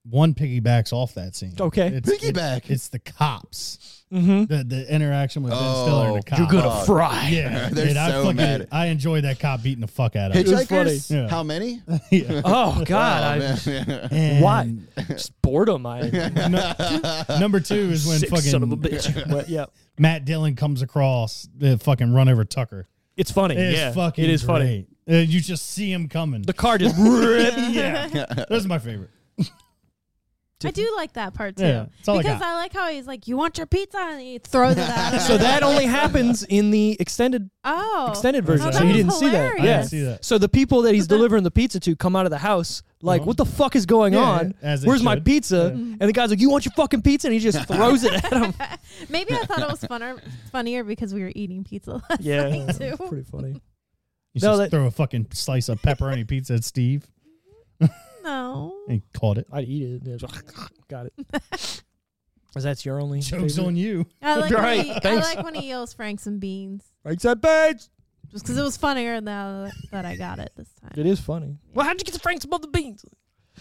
[SPEAKER 3] one piggybacks off that scene.
[SPEAKER 1] Okay.
[SPEAKER 3] It's, it's-
[SPEAKER 2] Piggyback.
[SPEAKER 3] it's the cops.
[SPEAKER 1] Mm-hmm.
[SPEAKER 3] The the interaction with Ben Stiller and the
[SPEAKER 2] Oh,
[SPEAKER 3] cops.
[SPEAKER 1] You're gonna
[SPEAKER 2] Fuck.
[SPEAKER 1] *laughs* fry.
[SPEAKER 3] Yeah,
[SPEAKER 2] *laughs* They're
[SPEAKER 3] dude, I
[SPEAKER 2] so
[SPEAKER 3] fucking
[SPEAKER 2] mad.
[SPEAKER 3] I enjoyed that cop beating the fuck out of him.
[SPEAKER 1] It was
[SPEAKER 2] Hitchhikers?
[SPEAKER 3] funny. Yeah.
[SPEAKER 2] How many?
[SPEAKER 3] Yeah.
[SPEAKER 2] *laughs*
[SPEAKER 1] Oh God. *laughs* I,
[SPEAKER 2] Oh, man. *laughs*
[SPEAKER 3] And
[SPEAKER 1] why? Just boredom. I
[SPEAKER 3] nu- number two is
[SPEAKER 1] *laughs*
[SPEAKER 3] when
[SPEAKER 1] sick
[SPEAKER 3] fucking
[SPEAKER 1] son of a bitch.
[SPEAKER 2] *laughs*
[SPEAKER 1] But, yeah.
[SPEAKER 3] Matt Dillon comes across the fucking run over Tucker.
[SPEAKER 1] It's funny.
[SPEAKER 3] It's
[SPEAKER 1] yeah.
[SPEAKER 3] fucking.
[SPEAKER 1] it is funny.
[SPEAKER 3] great. Uh, you just see him coming.
[SPEAKER 1] The car
[SPEAKER 3] *laughs*
[SPEAKER 1] just *laughs*
[SPEAKER 3] yeah, that's my favorite.
[SPEAKER 4] I do like that part too.
[SPEAKER 3] Yeah, it's all I
[SPEAKER 4] because
[SPEAKER 3] got.
[SPEAKER 4] I, like how he's like, "You want your pizza?" and he throws it at
[SPEAKER 1] *laughs*
[SPEAKER 4] him.
[SPEAKER 1] So that only happens in the extended
[SPEAKER 4] oh
[SPEAKER 1] extended
[SPEAKER 3] Oh,
[SPEAKER 1] version.
[SPEAKER 3] that
[SPEAKER 1] so you
[SPEAKER 3] was
[SPEAKER 1] didn't see
[SPEAKER 4] hilarious.
[SPEAKER 1] that.
[SPEAKER 3] I
[SPEAKER 1] Yeah.
[SPEAKER 3] didn't see that.
[SPEAKER 1] So the people
[SPEAKER 4] *laughs*
[SPEAKER 1] that he's
[SPEAKER 4] But that-
[SPEAKER 1] delivering the pizza to come out of the house like,
[SPEAKER 3] Uh-huh.
[SPEAKER 1] what the fuck is going
[SPEAKER 3] Yeah,
[SPEAKER 1] on?
[SPEAKER 3] yeah, as they
[SPEAKER 1] Where's my
[SPEAKER 3] should.
[SPEAKER 1] pizza?
[SPEAKER 3] Yeah.
[SPEAKER 4] Mm-hmm.
[SPEAKER 1] And the guy's like, you want your fucking pizza? And he
[SPEAKER 3] *laughs*
[SPEAKER 1] just throws it at
[SPEAKER 4] *laughs*
[SPEAKER 1] him.
[SPEAKER 4] Maybe I thought
[SPEAKER 1] *laughs*
[SPEAKER 4] it was funner, funnier because we were eating pizza *laughs* last
[SPEAKER 1] Yeah,
[SPEAKER 4] night too.
[SPEAKER 1] pretty funny.
[SPEAKER 3] You
[SPEAKER 1] No,
[SPEAKER 3] just
[SPEAKER 1] that-
[SPEAKER 3] throw a fucking slice of pepperoni pizza at Steve
[SPEAKER 4] No,
[SPEAKER 3] and he
[SPEAKER 1] *laughs*
[SPEAKER 3] caught it.
[SPEAKER 1] I'd eat it. It's like, Got it.
[SPEAKER 4] *laughs*
[SPEAKER 1] Is that your only
[SPEAKER 3] Jokes
[SPEAKER 1] favorite?
[SPEAKER 3] on you.
[SPEAKER 4] I like when
[SPEAKER 1] Right,
[SPEAKER 4] he, I
[SPEAKER 1] thanks.
[SPEAKER 4] like when he yells Franks and beans
[SPEAKER 1] Frank said Bates.
[SPEAKER 4] just because it was funnier now that I got it this time.
[SPEAKER 1] It is funny. Well, how'd you get the Franks above the beans?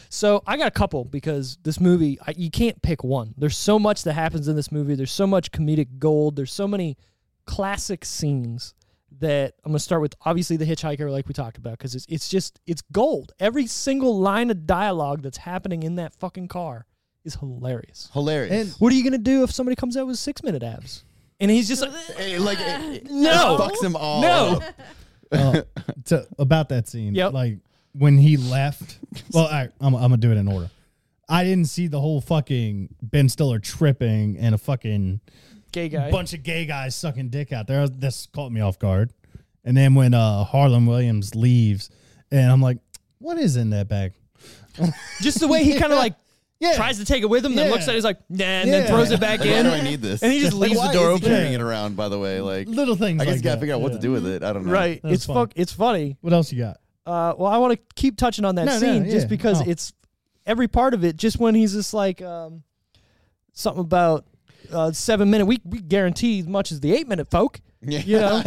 [SPEAKER 1] So I got a couple because this movie I, you can't pick one. There's so much that happens in this movie. There's so much comedic gold. There's so many classic scenes that I'm gonna start with. Obviously, the hitchhiker, like we talked about, because it's it's just it's gold. Every single line of dialogue that's happening in that fucking car is hilarious.
[SPEAKER 2] Hilarious.
[SPEAKER 1] What are you gonna do if somebody comes out with six minute abs and he's *laughs* just like,
[SPEAKER 2] Eh, like, it,
[SPEAKER 1] *laughs*
[SPEAKER 2] it
[SPEAKER 1] no,
[SPEAKER 2] fucks them all.
[SPEAKER 1] no,
[SPEAKER 2] up.
[SPEAKER 3] Uh, to, about that scene.
[SPEAKER 1] Yep.
[SPEAKER 3] Like when he left. Well, all right, I'm, I'm gonna do it in order. I didn't see the whole fucking Ben Stiller tripping and a fucking
[SPEAKER 1] gay guy.
[SPEAKER 3] bunch of gay guys sucking dick out there. This caught me off guard. And then when uh, Harlan Williams leaves, and I'm like, what is in that bag?
[SPEAKER 1] Just the way he kind of *laughs* like
[SPEAKER 3] Yeah.
[SPEAKER 1] tries to take it with him, then
[SPEAKER 3] Yeah.
[SPEAKER 1] looks at it, he's like, nah, and then
[SPEAKER 3] Yeah.
[SPEAKER 1] throws it back
[SPEAKER 2] Like, why do I
[SPEAKER 1] in.
[SPEAKER 2] need this?
[SPEAKER 1] And he just
[SPEAKER 2] Like,
[SPEAKER 1] leaves the
[SPEAKER 2] why
[SPEAKER 1] door
[SPEAKER 2] is he
[SPEAKER 1] open.
[SPEAKER 2] carrying it around, by the way. Like,
[SPEAKER 3] Little things.
[SPEAKER 2] I guess
[SPEAKER 3] like
[SPEAKER 2] you gotta
[SPEAKER 3] that.
[SPEAKER 2] figure out what
[SPEAKER 3] Yeah.
[SPEAKER 2] to do with it. I don't know.
[SPEAKER 1] *laughs* Right.
[SPEAKER 3] That was
[SPEAKER 1] It's fuck it's funny.
[SPEAKER 3] What else you got?
[SPEAKER 1] Uh, well, I want to keep touching on that
[SPEAKER 3] No, no,
[SPEAKER 1] scene just
[SPEAKER 3] yeah.
[SPEAKER 1] because
[SPEAKER 3] Oh.
[SPEAKER 1] it's every part of it, just when he's just like um, something about uh, seven minute. We, we guarantee as much as the eight minute folk.
[SPEAKER 2] *laughs* Yeah.
[SPEAKER 1] You know.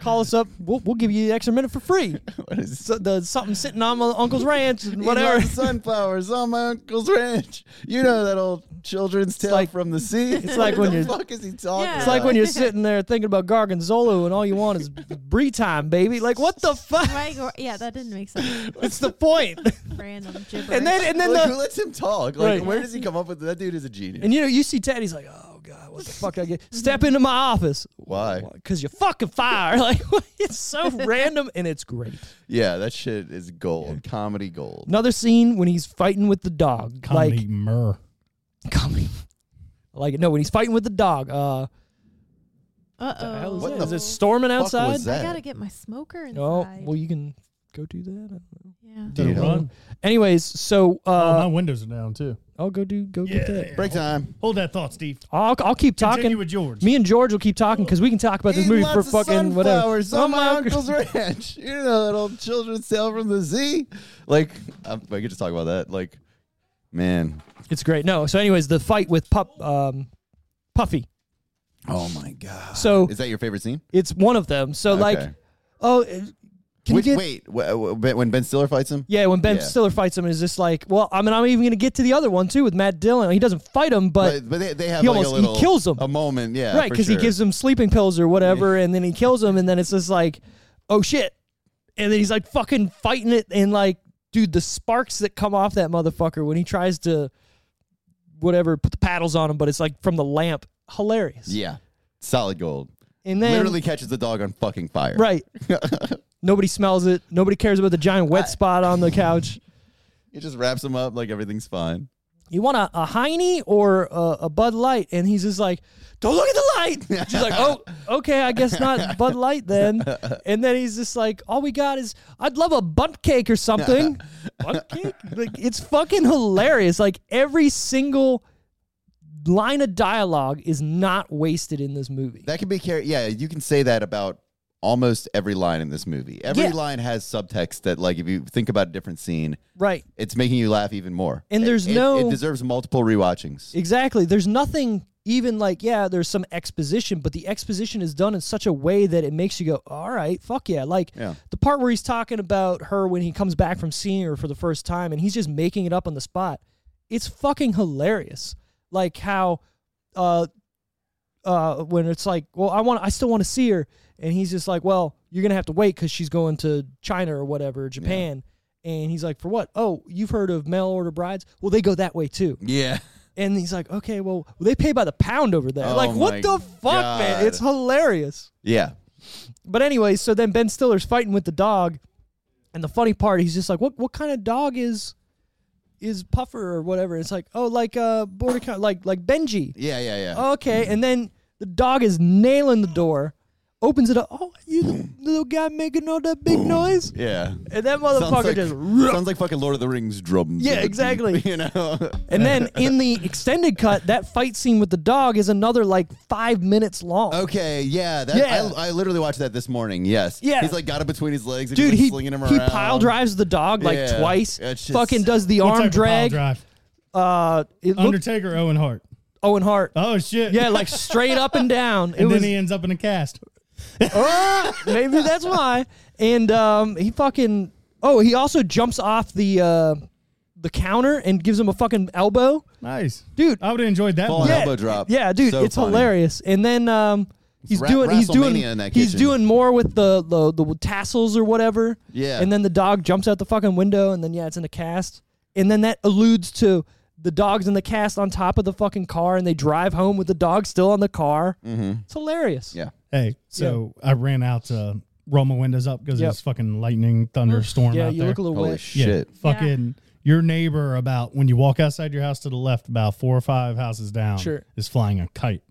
[SPEAKER 1] Call us up. We'll, we'll give you the extra minute for free.
[SPEAKER 2] *laughs*
[SPEAKER 1] *laughs*
[SPEAKER 2] what is
[SPEAKER 1] So the something sitting on my uncle's ranch *laughs* and
[SPEAKER 2] Eat
[SPEAKER 1] whatever.
[SPEAKER 2] lots of sunflowers on my uncle's ranch. You know that old children's tale
[SPEAKER 1] like-
[SPEAKER 2] from
[SPEAKER 1] *laughs*
[SPEAKER 2] the sea. It's
[SPEAKER 1] like when
[SPEAKER 2] the
[SPEAKER 1] you're-
[SPEAKER 2] fuck is he talking?
[SPEAKER 4] Yeah.
[SPEAKER 1] It's like when *laughs*
[SPEAKER 2] about?
[SPEAKER 1] you're sitting there thinking about Gargonzolo and all you want is *laughs* brie time, baby. Like what the fuck?
[SPEAKER 4] Right? or- Yeah, that didn't make sense.
[SPEAKER 1] *laughs* It's the point.
[SPEAKER 4] Random gibberish.
[SPEAKER 1] and then and then
[SPEAKER 2] like, who
[SPEAKER 1] the
[SPEAKER 2] lets him talk? Like
[SPEAKER 1] Right.
[SPEAKER 2] where does he come up with that dude is a genius?
[SPEAKER 1] and you know you see Ted, he's like, oh god, what the fuck? I get step into my office.
[SPEAKER 2] Why?
[SPEAKER 1] Because you're fucking fire. *laughs* Like it's so random and it's great.
[SPEAKER 2] Yeah, that shit is gold. Comedy gold.
[SPEAKER 1] Another scene when he's fighting with the dog,
[SPEAKER 3] Comedy
[SPEAKER 1] like
[SPEAKER 3] myrrh.
[SPEAKER 1] comedy. I like it. No, when he's fighting with the dog. Uh,
[SPEAKER 4] uh
[SPEAKER 1] the hell
[SPEAKER 4] oh,
[SPEAKER 1] is
[SPEAKER 2] What
[SPEAKER 1] that?
[SPEAKER 2] the
[SPEAKER 1] Is it storming
[SPEAKER 2] fuck was
[SPEAKER 1] outside?
[SPEAKER 2] that?
[SPEAKER 4] I gotta get my smoker inside.
[SPEAKER 1] Oh, well, you can go do that. I don't know.
[SPEAKER 4] yeah.
[SPEAKER 2] Dude.
[SPEAKER 3] Gotta run.
[SPEAKER 1] Anyways, so
[SPEAKER 3] oh, my
[SPEAKER 1] uh,
[SPEAKER 3] windows are down too.
[SPEAKER 1] I'll go do go get
[SPEAKER 3] Yeah.
[SPEAKER 1] that.
[SPEAKER 2] Break time.
[SPEAKER 3] Hold that thought, Steve.
[SPEAKER 1] I'll, I'll keep
[SPEAKER 3] Continue
[SPEAKER 1] talking.
[SPEAKER 3] with George.
[SPEAKER 1] Me and George will keep talking because we can talk about this
[SPEAKER 2] Eat
[SPEAKER 1] movie
[SPEAKER 2] lots
[SPEAKER 1] for
[SPEAKER 2] of
[SPEAKER 1] fucking whatever. Oh
[SPEAKER 2] sunflowers on my
[SPEAKER 1] uncle- *laughs*
[SPEAKER 2] uncle's ranch. You know that old children's tale from the sea. Like um, I'm, I get to talk about that. Like, man.
[SPEAKER 1] It's great. No, so anyways, the fight with Pup, um, Puffy.
[SPEAKER 2] Oh my god.
[SPEAKER 1] So
[SPEAKER 2] Is that your favorite scene?
[SPEAKER 1] it's one of them. So like,
[SPEAKER 2] Okay.
[SPEAKER 1] oh, uh, can
[SPEAKER 2] Which,
[SPEAKER 1] you get?
[SPEAKER 2] wait, wh- wh- when Ben Stiller fights him?
[SPEAKER 1] Yeah, when Ben
[SPEAKER 2] Yeah.
[SPEAKER 1] Stiller fights him, is just like, well, I mean, I'm even gonna get to the other one too with Matt Dillon. He doesn't fight him, but.
[SPEAKER 2] but, but they, they have
[SPEAKER 1] he
[SPEAKER 2] like
[SPEAKER 1] almost-
[SPEAKER 2] a
[SPEAKER 1] he
[SPEAKER 2] little
[SPEAKER 1] kills him.
[SPEAKER 2] a moment yeah
[SPEAKER 1] right,
[SPEAKER 2] because
[SPEAKER 1] because he gives him sleeping pills or whatever, and then he kills him, and then it's just like, oh shit, and then he's like fucking fighting it, and like, dude, the sparks that come off that motherfucker when he tries to, whatever, put the paddles on him, but it's like from the lamp, hilarious.
[SPEAKER 2] yeah solid gold
[SPEAKER 1] and then
[SPEAKER 2] literally catches the dog on fucking fire *laughs*
[SPEAKER 1] right, nobody smells it, nobody cares about the giant wet
[SPEAKER 2] I-
[SPEAKER 1] spot on the couch.
[SPEAKER 2] it just wraps him up like everything's fine
[SPEAKER 1] You want a, a Heine or a, a Bud Light, and he's just like, don't look at the
[SPEAKER 2] *laughs*
[SPEAKER 1] light. She's like, oh, okay, I guess not Bud Light then. And then he's just like, all we got is, I'd love a bunt cake or
[SPEAKER 2] *laughs*
[SPEAKER 1] something. bunt cake? Like, it's fucking hilarious. Like, every single line of dialogue is not wasted in this movie.
[SPEAKER 2] that can be carried yeah you can say that about almost every line in this movie every
[SPEAKER 1] Yeah.
[SPEAKER 2] line has subtext that like if you think about a different scene
[SPEAKER 1] right.
[SPEAKER 2] it's making you laugh even more
[SPEAKER 1] And
[SPEAKER 2] It-
[SPEAKER 1] there's
[SPEAKER 2] it-
[SPEAKER 1] no-
[SPEAKER 2] it deserves multiple rewatchings
[SPEAKER 1] Exactly. There's nothing even like, yeah, there's some exposition, but the exposition is done in such a way that it makes you go, all right, fuck yeah. Like
[SPEAKER 2] Yeah.
[SPEAKER 1] the part where he's talking about her when he comes back from seeing her for the first time and he's just making it up on the spot. it's fucking hilarious. Like how, uh, uh, when it's like, well, I want, I still want to see her, and he's just like, well, you're gonna have to wait because she's going to China or whatever, Japan, and he's like, for what? Oh, you've heard of mail order brides? Well, they go that way too.
[SPEAKER 2] Yeah.
[SPEAKER 1] And he's like, okay, well, they pay by the pound over there.
[SPEAKER 2] Oh
[SPEAKER 1] like,
[SPEAKER 2] my
[SPEAKER 1] what the fuck, man?
[SPEAKER 2] God.
[SPEAKER 1] It's hilarious.
[SPEAKER 2] Yeah.
[SPEAKER 1] But anyway, so then Ben Stiller's fighting with the dog, and the funny part, he's just like, "What what kind of dog is is Puffer or whatever?" It's like, "Oh, like uh, border co- like like Benji."
[SPEAKER 2] Yeah. Yeah. Yeah.
[SPEAKER 1] Okay, and then the dog is nailing the door, opens it up. Oh, you the little guy making all that big noise,
[SPEAKER 2] yeah.
[SPEAKER 1] and that
[SPEAKER 2] Sounds
[SPEAKER 1] motherfucker
[SPEAKER 2] like,
[SPEAKER 1] just.
[SPEAKER 2] sounds like fucking Lord of the Rings drums.
[SPEAKER 1] Yeah, exactly.
[SPEAKER 2] *laughs* You know.
[SPEAKER 1] And then in the extended cut, that fight scene with the dog is another like five minutes long.
[SPEAKER 2] Okay, yeah, that,
[SPEAKER 1] Yeah.
[SPEAKER 2] I, I literally watched that this morning. Yes,
[SPEAKER 1] Yeah.
[SPEAKER 2] He's like got it between his legs, and
[SPEAKER 1] Dude,
[SPEAKER 2] he's like
[SPEAKER 1] he,
[SPEAKER 2] slinging him
[SPEAKER 1] he
[SPEAKER 2] around.
[SPEAKER 1] pile drives the dog like
[SPEAKER 2] Yeah,
[SPEAKER 1] twice.
[SPEAKER 2] it's just-
[SPEAKER 1] fucking does the
[SPEAKER 3] What
[SPEAKER 1] arm
[SPEAKER 3] type of pile
[SPEAKER 1] drag.
[SPEAKER 3] drive?
[SPEAKER 1] Uh, it looked
[SPEAKER 3] Undertaker, Owen Hart.
[SPEAKER 1] Owen Hart.
[SPEAKER 3] Oh shit!
[SPEAKER 1] Yeah, like straight up and down. It
[SPEAKER 3] *laughs* and then
[SPEAKER 1] was
[SPEAKER 3] he ends up in a cast.
[SPEAKER 1] *laughs* maybe that's why. And um, he fucking oh, he also jumps off the uh, the counter and gives him a fucking elbow,
[SPEAKER 3] Nice,
[SPEAKER 1] dude.
[SPEAKER 3] I would have enjoyed that.
[SPEAKER 2] Fallen
[SPEAKER 3] one.
[SPEAKER 1] yeah,
[SPEAKER 2] elbow drop.
[SPEAKER 1] Yeah, dude,
[SPEAKER 2] So
[SPEAKER 1] it's
[SPEAKER 2] funny.
[SPEAKER 1] hilarious. And then um, he's
[SPEAKER 2] Ra-
[SPEAKER 1] doing he's doing
[SPEAKER 2] WrestleMania in that
[SPEAKER 1] he's
[SPEAKER 2] kitchen.
[SPEAKER 1] doing more with the, the the tassels or whatever.
[SPEAKER 2] Yeah.
[SPEAKER 1] And then the dog jumps out the fucking window, and then yeah, it's in a cast. And then that alludes to the dogs in the cast on top of the fucking car, and they drive home with the dog still on the car. Mm-hmm. It's hilarious.
[SPEAKER 2] Yeah,
[SPEAKER 3] Hey, so I ran out to roll my windows up because
[SPEAKER 1] Yep.
[SPEAKER 3] it's fucking lightning thunderstorm
[SPEAKER 1] Yeah,
[SPEAKER 3] out
[SPEAKER 1] you
[SPEAKER 3] there.
[SPEAKER 1] look a little
[SPEAKER 2] holy
[SPEAKER 1] wet.
[SPEAKER 3] Yeah,
[SPEAKER 2] shit.
[SPEAKER 3] fucking your neighbor about when you walk outside your house to the left, about four or five houses down,
[SPEAKER 1] Sure.
[SPEAKER 3] is flying a *laughs* kite.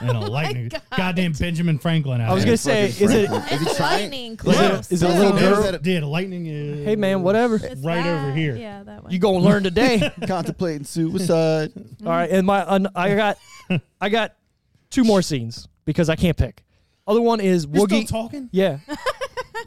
[SPEAKER 3] And a lightning, goddamn Benjamin Franklin out
[SPEAKER 1] I was
[SPEAKER 3] there.
[SPEAKER 1] gonna say,
[SPEAKER 2] Fucking
[SPEAKER 1] is it
[SPEAKER 2] Franklin.
[SPEAKER 4] It's
[SPEAKER 2] Is he trying?
[SPEAKER 4] lightning.
[SPEAKER 1] is
[SPEAKER 4] Close.
[SPEAKER 1] it, is it a
[SPEAKER 2] Yeah.
[SPEAKER 1] little
[SPEAKER 2] Yeah.
[SPEAKER 1] girl?
[SPEAKER 2] gonna-
[SPEAKER 3] Dude, lightning is
[SPEAKER 1] Hey man, whatever.
[SPEAKER 4] It's
[SPEAKER 3] right over
[SPEAKER 4] that-
[SPEAKER 3] here.
[SPEAKER 4] Yeah, that one.
[SPEAKER 1] You gonna learn
[SPEAKER 3] *laughs*
[SPEAKER 1] today. *laughs*
[SPEAKER 2] Contemplating suicide.
[SPEAKER 1] All right, and my un, I got I got two more scenes because I can't pick. Other one is
[SPEAKER 3] You're still
[SPEAKER 1] Woogie.
[SPEAKER 3] talking?
[SPEAKER 2] *laughs*
[SPEAKER 1] yeah,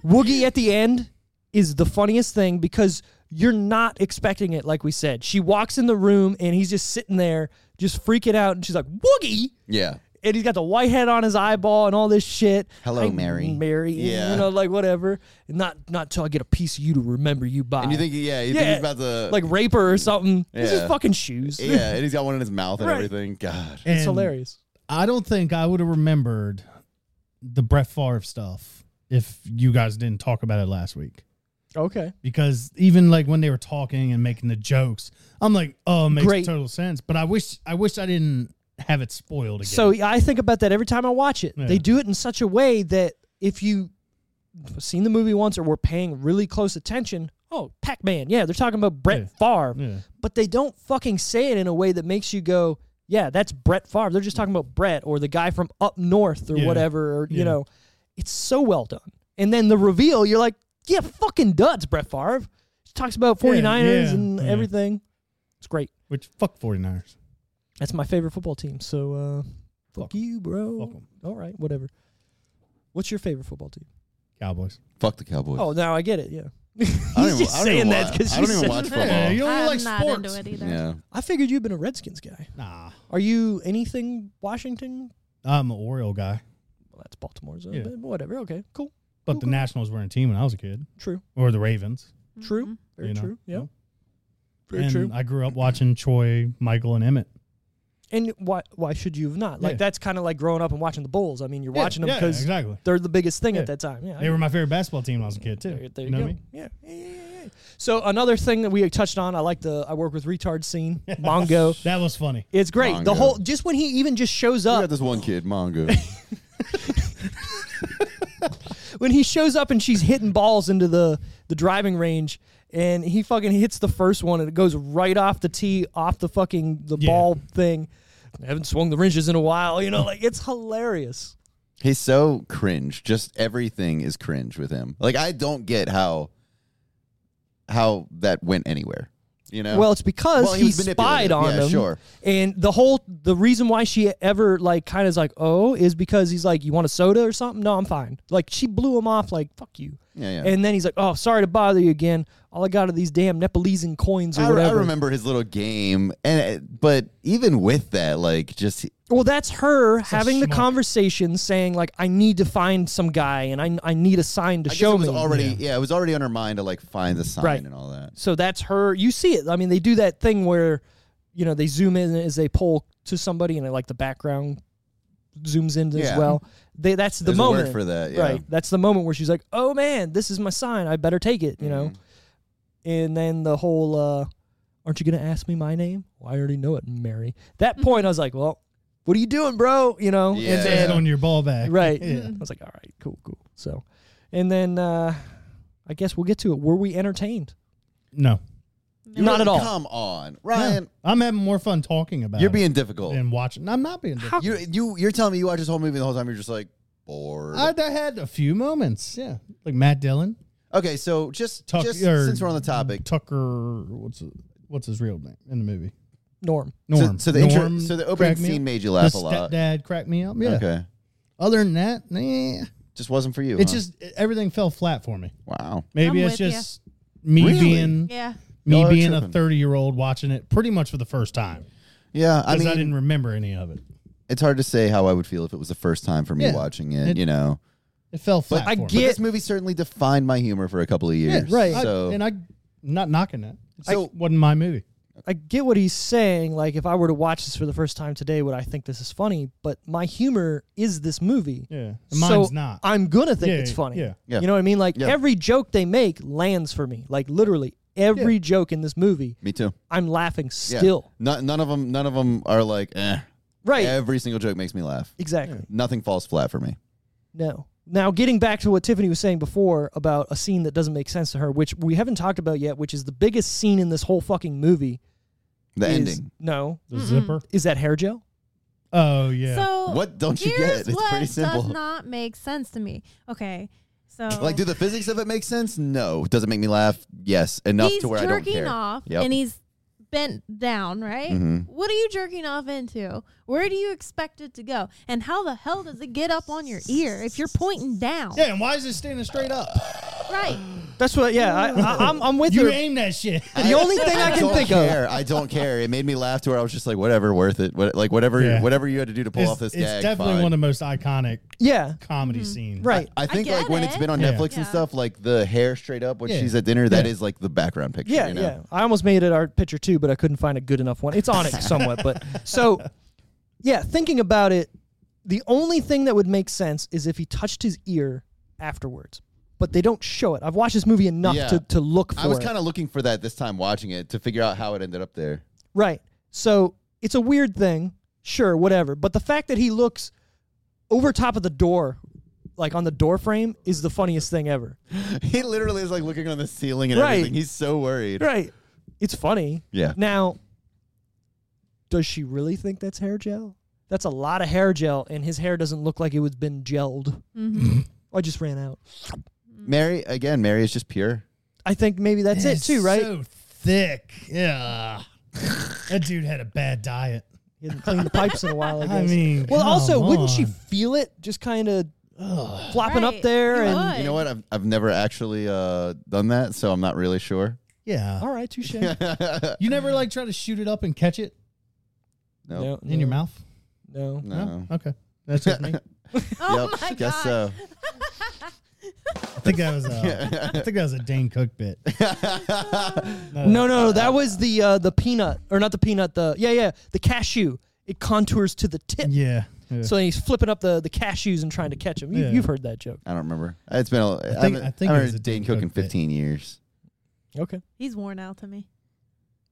[SPEAKER 1] Woogie at the end is the funniest thing because you're not expecting it. Like we said, she walks in the room and he's just sitting there, just freaking out, and she's like Woogie,
[SPEAKER 2] yeah,
[SPEAKER 1] and he's got the white head on his eyeball and all this shit.
[SPEAKER 2] Hello, Mary.
[SPEAKER 1] Mary.
[SPEAKER 2] Yeah.
[SPEAKER 1] you know, like whatever. Not not till I get a piece of you to remember you by.
[SPEAKER 2] and you think, yeah, you think
[SPEAKER 1] Yeah.
[SPEAKER 2] he's about to
[SPEAKER 1] like rape her or something? It's just
[SPEAKER 2] Yeah.
[SPEAKER 1] fucking shoes.
[SPEAKER 2] *laughs* yeah, and he's got one in his mouth and
[SPEAKER 1] Right.
[SPEAKER 2] everything. God,
[SPEAKER 1] it's
[SPEAKER 3] And
[SPEAKER 1] hilarious.
[SPEAKER 3] I don't think I would have remembered the Brett Favre stuff if you guys didn't talk about it last week.
[SPEAKER 1] Okay.
[SPEAKER 3] because even like when they were talking and making the jokes, I'm like, oh, it makes
[SPEAKER 1] Great.
[SPEAKER 3] total sense. But I wish, I wish I didn't have it spoiled again.
[SPEAKER 1] So I think about that every time I watch it.
[SPEAKER 3] Yeah.
[SPEAKER 1] They do it in such a way that if you have seen the movie once or were paying really close attention, oh, Pac Man, yeah, they're talking about Brett Favre,
[SPEAKER 3] yeah,
[SPEAKER 1] but they don't fucking say it in a way that makes you go, yeah, that's Brett Favre. They're just talking about Brett or the guy from up north or
[SPEAKER 3] Yeah.
[SPEAKER 1] whatever, or you
[SPEAKER 3] Yeah.
[SPEAKER 1] know, it's so well done. And then the reveal, you're like, yeah, fucking duds, Brett Favre. He talks about 49ers
[SPEAKER 3] yeah,
[SPEAKER 1] and
[SPEAKER 3] yeah.
[SPEAKER 1] everything. It's great.
[SPEAKER 3] which fuck 49ers.
[SPEAKER 1] That's my favorite football team. So uh, fuck,
[SPEAKER 3] Fuck 'em.
[SPEAKER 1] you, bro.
[SPEAKER 3] Fuck 'em.
[SPEAKER 1] All right, whatever. What's your favorite football team?
[SPEAKER 3] Cowboys.
[SPEAKER 2] fuck the Cowboys.
[SPEAKER 1] Oh, now I get it. Yeah,
[SPEAKER 2] I don't
[SPEAKER 1] he's
[SPEAKER 2] even-
[SPEAKER 1] just
[SPEAKER 2] I don't
[SPEAKER 1] saying
[SPEAKER 2] even
[SPEAKER 1] that
[SPEAKER 2] watch-
[SPEAKER 1] because
[SPEAKER 2] I don't
[SPEAKER 1] you
[SPEAKER 2] even
[SPEAKER 1] said-
[SPEAKER 2] watch football.
[SPEAKER 3] Yeah, you don't
[SPEAKER 4] I'm
[SPEAKER 3] like
[SPEAKER 4] not
[SPEAKER 3] sports.
[SPEAKER 4] into it either.
[SPEAKER 2] yeah,
[SPEAKER 1] I figured you've been a Redskins guy.
[SPEAKER 3] Nah,
[SPEAKER 1] Are you anything Washington?
[SPEAKER 3] I'm an Oriole guy,
[SPEAKER 1] Well, that's Baltimore's. uh,
[SPEAKER 3] Yeah.
[SPEAKER 1] but whatever. Okay, cool.
[SPEAKER 3] but
[SPEAKER 1] Cool,
[SPEAKER 3] the
[SPEAKER 1] cool.
[SPEAKER 3] Nationals were a team when I was a kid,
[SPEAKER 1] True.
[SPEAKER 3] or the Ravens.
[SPEAKER 1] True. Very
[SPEAKER 3] you know?
[SPEAKER 1] true. Yeah. Very
[SPEAKER 3] and
[SPEAKER 1] true.
[SPEAKER 3] I grew up watching Troy, Michael, and Emmett.
[SPEAKER 1] and why why should you have not? Like
[SPEAKER 3] Yeah.
[SPEAKER 1] that's kind of like growing up and watching the Bulls. I mean, you're watching them
[SPEAKER 3] yeah,
[SPEAKER 1] because
[SPEAKER 3] exactly.
[SPEAKER 1] they're the biggest thing
[SPEAKER 3] Yeah.
[SPEAKER 1] at that time. Yeah. I
[SPEAKER 3] They were my favorite basketball team when I was a kid too.
[SPEAKER 1] There, there
[SPEAKER 3] you
[SPEAKER 1] you
[SPEAKER 3] know
[SPEAKER 1] go.
[SPEAKER 3] what I mean?
[SPEAKER 1] Yeah. Yeah, yeah, yeah, yeah. So another thing that we had touched on, I like the I work with retard
[SPEAKER 3] *laughs*
[SPEAKER 1] scene, Mongo.
[SPEAKER 3] That was funny.
[SPEAKER 1] It's great. The
[SPEAKER 2] Mongo.
[SPEAKER 1] whole just when he even just shows
[SPEAKER 2] we
[SPEAKER 1] up,
[SPEAKER 2] got this one kid, Mongo.
[SPEAKER 1] *laughs* when he shows up and she's hitting balls into the the driving range, and he fucking hits the first one and it goes right off the tee, off the fucking the
[SPEAKER 3] Yeah.
[SPEAKER 1] ball thing. I haven't swung the wrenches in a while, you know. Like *laughs* it's hilarious.
[SPEAKER 2] He's so cringe. Just everything is cringe with him. Like I don't get how how that went anywhere. You know.
[SPEAKER 1] Well, it's because
[SPEAKER 2] Well, he
[SPEAKER 1] he,
[SPEAKER 2] was
[SPEAKER 1] spied
[SPEAKER 2] manipulative.
[SPEAKER 1] on
[SPEAKER 2] Yeah,
[SPEAKER 1] him.
[SPEAKER 2] sure.
[SPEAKER 1] And the whole the reason why she ever like kind of is like oh is because he's like you want a soda or something? No, I'm fine. Like she blew him off like fuck you.
[SPEAKER 2] Yeah, yeah.
[SPEAKER 1] And then he's like oh sorry to bother you again. All I got are these damn Nepalese coins or
[SPEAKER 2] I, I
[SPEAKER 1] whatever.
[SPEAKER 2] remember his little game, and uh, but even with that, like just
[SPEAKER 1] Well, that's her having the
[SPEAKER 3] schmuck.
[SPEAKER 1] conversation, saying like I need to find some guy and I I need a sign to
[SPEAKER 2] I guess
[SPEAKER 1] show
[SPEAKER 2] it was
[SPEAKER 1] me.
[SPEAKER 2] already yeah. it was already on her mind to like find the sign
[SPEAKER 1] Right.
[SPEAKER 2] and all that.
[SPEAKER 1] So that's her. You see it. I mean, they do that thing where you know, they zoom in as they pull to somebody, and like the background zooms in as
[SPEAKER 2] Yeah.
[SPEAKER 1] well. They, that's the
[SPEAKER 2] There's
[SPEAKER 1] moment
[SPEAKER 2] a word for that. Yeah.
[SPEAKER 1] Right. That's the moment where she's like, "Oh man, this is my sign. I better take it," you know.
[SPEAKER 2] Mhm.
[SPEAKER 1] And then the whole uh aren't you going to ask me my name? Well, I already know it, Mary. That point I was like, "Well, what are you doing, bro?" you know.
[SPEAKER 2] Yeah.
[SPEAKER 1] And
[SPEAKER 3] Head
[SPEAKER 1] then
[SPEAKER 3] on your ball
[SPEAKER 1] *laughs*
[SPEAKER 3] back.
[SPEAKER 2] *laughs*
[SPEAKER 1] right.
[SPEAKER 3] Yeah.
[SPEAKER 1] I was like, "All right, cool, cool." So, and then uh I guess we'll get to it. Were we entertained?
[SPEAKER 3] No.
[SPEAKER 1] Not at all.
[SPEAKER 2] Come on,
[SPEAKER 3] No.
[SPEAKER 2] Ryan.
[SPEAKER 3] I'm having more fun talking about
[SPEAKER 2] You're
[SPEAKER 3] it
[SPEAKER 2] being difficult.
[SPEAKER 3] and watching. I'm not being difficult.
[SPEAKER 2] You you you're telling me you watch this whole movie the whole time. You're just like bored.
[SPEAKER 3] I, I had a few moments. Yeah. Like Matt Dillon.
[SPEAKER 2] okay, so just
[SPEAKER 3] Tuck-
[SPEAKER 2] just
[SPEAKER 3] or
[SPEAKER 2] since we're on the topic,
[SPEAKER 3] Tucker, what's his- what's his real name in the movie?
[SPEAKER 1] Norm.
[SPEAKER 2] so-
[SPEAKER 3] Norm.
[SPEAKER 2] So, the intro-
[SPEAKER 3] Norm
[SPEAKER 2] so the opening
[SPEAKER 3] cracked me
[SPEAKER 2] scene
[SPEAKER 3] up.
[SPEAKER 2] made you laugh
[SPEAKER 3] the
[SPEAKER 2] a lot.
[SPEAKER 3] Stepdad cracked me up. Yeah.
[SPEAKER 2] Okay,
[SPEAKER 3] Other than that, nah.
[SPEAKER 2] just wasn't for you.
[SPEAKER 3] It's
[SPEAKER 2] huh?
[SPEAKER 3] just everything fell flat for me.
[SPEAKER 2] wow.
[SPEAKER 3] Maybe
[SPEAKER 4] I'm
[SPEAKER 3] it's
[SPEAKER 4] with ya.
[SPEAKER 3] just me
[SPEAKER 2] Really?
[SPEAKER 3] being
[SPEAKER 4] Yeah.
[SPEAKER 3] me
[SPEAKER 2] Y'all are
[SPEAKER 3] being a
[SPEAKER 2] tripping.
[SPEAKER 3] 30 year old watching it pretty much for the first time.
[SPEAKER 2] Yeah, I
[SPEAKER 3] Because
[SPEAKER 2] mean,
[SPEAKER 3] I, didn't remember any of it.
[SPEAKER 2] it's hard to say how I would feel if it was the first time for me
[SPEAKER 3] Yeah.
[SPEAKER 2] watching it.
[SPEAKER 3] It-
[SPEAKER 2] you know,
[SPEAKER 3] It fell
[SPEAKER 2] But
[SPEAKER 3] flat.
[SPEAKER 1] I
[SPEAKER 3] for me.
[SPEAKER 2] but
[SPEAKER 1] Yeah.
[SPEAKER 2] this movie certainly defined my humor for a couple of years.
[SPEAKER 1] right.
[SPEAKER 3] I-
[SPEAKER 2] So
[SPEAKER 3] and I not knocking that. So
[SPEAKER 2] So-
[SPEAKER 3] it wasn't my movie.
[SPEAKER 1] I get what he's saying. Like, if I were to watch this for the first time today, would I think this is funny? But my humor is this movie.
[SPEAKER 3] Yeah,
[SPEAKER 1] So
[SPEAKER 3] mine's not.
[SPEAKER 1] I'm gonna think
[SPEAKER 3] Yeah,
[SPEAKER 1] it's
[SPEAKER 3] yeah,
[SPEAKER 1] funny.
[SPEAKER 3] yeah.
[SPEAKER 2] Yeah.
[SPEAKER 1] You know what I mean? Like
[SPEAKER 2] Yeah.
[SPEAKER 1] every joke they make lands for me. Like literally every joke in this movie,
[SPEAKER 2] me too.
[SPEAKER 1] I'm laughing
[SPEAKER 2] Yeah.
[SPEAKER 1] still.
[SPEAKER 2] None, none of them. None of them are like. Eh.
[SPEAKER 1] Right.
[SPEAKER 2] Every single joke makes me laugh.
[SPEAKER 1] exactly.
[SPEAKER 2] Nothing falls flat for me.
[SPEAKER 1] No. Now getting back to what Tiffany was saying before about a scene that doesn't make sense to her, which we haven't talked about yet, which is the biggest scene in this whole fucking movie.
[SPEAKER 2] The
[SPEAKER 1] is-
[SPEAKER 2] ending.
[SPEAKER 1] No.
[SPEAKER 3] The
[SPEAKER 4] Mm-mm.
[SPEAKER 3] zipper.
[SPEAKER 1] Is that hair gel?
[SPEAKER 3] Oh yeah.
[SPEAKER 4] So
[SPEAKER 2] What don't you
[SPEAKER 4] here's
[SPEAKER 2] get? It's
[SPEAKER 4] what
[SPEAKER 2] pretty simple.
[SPEAKER 4] does not make sense to me. Okay. So
[SPEAKER 2] *laughs* Like, do the physics of it make sense? No. Does it make me laugh? Yes. Enough
[SPEAKER 4] he's
[SPEAKER 2] to where I don't
[SPEAKER 4] jerking
[SPEAKER 2] care.
[SPEAKER 4] off
[SPEAKER 2] Yep.
[SPEAKER 4] and he's bent down, right?
[SPEAKER 2] Mhm.
[SPEAKER 4] What are you jerking off into? Where do you expect it to go? And how the hell does it get up on your ear if you're pointing down?
[SPEAKER 3] yeah, and why is it standing
[SPEAKER 2] *laughs*
[SPEAKER 3] straight up?
[SPEAKER 4] Right.
[SPEAKER 2] *sighs*
[SPEAKER 1] That's what. Yeah, I, I, I'm, I'm with
[SPEAKER 3] You
[SPEAKER 1] her.
[SPEAKER 3] aim that shit.
[SPEAKER 1] The
[SPEAKER 2] *laughs*
[SPEAKER 1] only thing I can
[SPEAKER 2] don't
[SPEAKER 1] think of.
[SPEAKER 2] care. I don't care. It made me laugh to where I was just like, whatever, worth it. What, like whatever,
[SPEAKER 3] Yeah.
[SPEAKER 2] whatever you had to do to pull
[SPEAKER 3] it's
[SPEAKER 2] off this
[SPEAKER 3] it's
[SPEAKER 2] gag.
[SPEAKER 3] definitely
[SPEAKER 2] fine.
[SPEAKER 3] one of the most iconic
[SPEAKER 1] Yeah.
[SPEAKER 3] comedy scenes.
[SPEAKER 1] Mm-hmm. Right.
[SPEAKER 2] I think
[SPEAKER 4] get
[SPEAKER 2] like when it's
[SPEAKER 4] it.
[SPEAKER 2] been on
[SPEAKER 3] Yeah.
[SPEAKER 2] Netflix and
[SPEAKER 4] Yeah.
[SPEAKER 2] stuff, like the hair straight up when
[SPEAKER 3] Yeah.
[SPEAKER 2] she's at dinner, that is
[SPEAKER 3] Yeah.
[SPEAKER 2] like the background picture.
[SPEAKER 1] Yeah,
[SPEAKER 2] you know?
[SPEAKER 1] yeah. I almost made it our picture too, but I couldn't find a good enough one. It's on it somewhat,
[SPEAKER 2] *laughs*
[SPEAKER 1] but so yeah, thinking about it, the only thing that would make sense is if he touched his ear afterwards. But they don't show it. I've watched this movie enough
[SPEAKER 2] Yeah.
[SPEAKER 1] to, to look for
[SPEAKER 2] I was
[SPEAKER 1] it.
[SPEAKER 2] kind of looking for that this time watching it to figure out how it ended up there. *laughs*
[SPEAKER 1] Right. So it's a weird thing, sure, whatever. But the fact that he looks over top of the door, like on the door frame, is the funniest thing ever.
[SPEAKER 2] He literally is like looking on the ceiling and
[SPEAKER 1] Right.
[SPEAKER 2] everything. He's so worried.
[SPEAKER 1] Right. It's funny.
[SPEAKER 2] Yeah.
[SPEAKER 1] Now, does she really think that's hair gel? That's a lot of hair gel, and his hair doesn't look like it was been gelled.
[SPEAKER 3] Mm-hmm.
[SPEAKER 1] I just ran out.
[SPEAKER 2] Mary again. Mary is just pure.
[SPEAKER 1] I think maybe that's it
[SPEAKER 3] It's
[SPEAKER 1] too, right?
[SPEAKER 3] So thick. Yeah. that dude had a bad diet.
[SPEAKER 1] He hadn't cleaned the pipes in a
[SPEAKER 3] *laughs*
[SPEAKER 1] while. I guess.
[SPEAKER 3] I mean,
[SPEAKER 1] well,
[SPEAKER 3] come
[SPEAKER 1] also, wouldn't she
[SPEAKER 3] on.
[SPEAKER 1] feel it just kind of flopping up
[SPEAKER 4] Right.
[SPEAKER 1] there?
[SPEAKER 4] You
[SPEAKER 1] and
[SPEAKER 4] would.
[SPEAKER 2] You know what? I've, I've never actually uh, done that, so I'm not really sure.
[SPEAKER 3] yeah.
[SPEAKER 1] all right, touche.
[SPEAKER 3] You never like try to shoot it up and catch it
[SPEAKER 2] Nope.
[SPEAKER 3] in your mouth?
[SPEAKER 1] No.
[SPEAKER 3] Oh.
[SPEAKER 2] No.
[SPEAKER 3] Okay. That's just
[SPEAKER 2] *laughs*
[SPEAKER 3] me.
[SPEAKER 4] Oh
[SPEAKER 2] Yep,
[SPEAKER 4] my
[SPEAKER 2] guess uh,
[SPEAKER 4] god.
[SPEAKER 2] so.
[SPEAKER 3] I think that
[SPEAKER 2] *laughs*
[SPEAKER 3] was a, I think that was a Dane Cook bit.
[SPEAKER 1] No, no, no. That was the uh, the peanut, or not the peanut. The yeah, yeah, the cashew. It contours to the tip,
[SPEAKER 2] *laughs*
[SPEAKER 3] Yeah. yeah.
[SPEAKER 1] so he's flipping up the, the cashews and trying to catch them. You,
[SPEAKER 3] Yeah.
[SPEAKER 1] You've heard that joke,
[SPEAKER 2] I don't remember. It's been. A, I
[SPEAKER 3] think-
[SPEAKER 2] haven't-
[SPEAKER 3] I think
[SPEAKER 2] I
[SPEAKER 3] it
[SPEAKER 2] haven't
[SPEAKER 3] was a
[SPEAKER 2] heard Dane
[SPEAKER 3] Dane
[SPEAKER 2] Cook
[SPEAKER 3] Cook
[SPEAKER 2] in
[SPEAKER 3] bit.
[SPEAKER 2] 15 years.
[SPEAKER 1] okay?
[SPEAKER 4] He's worn out to me.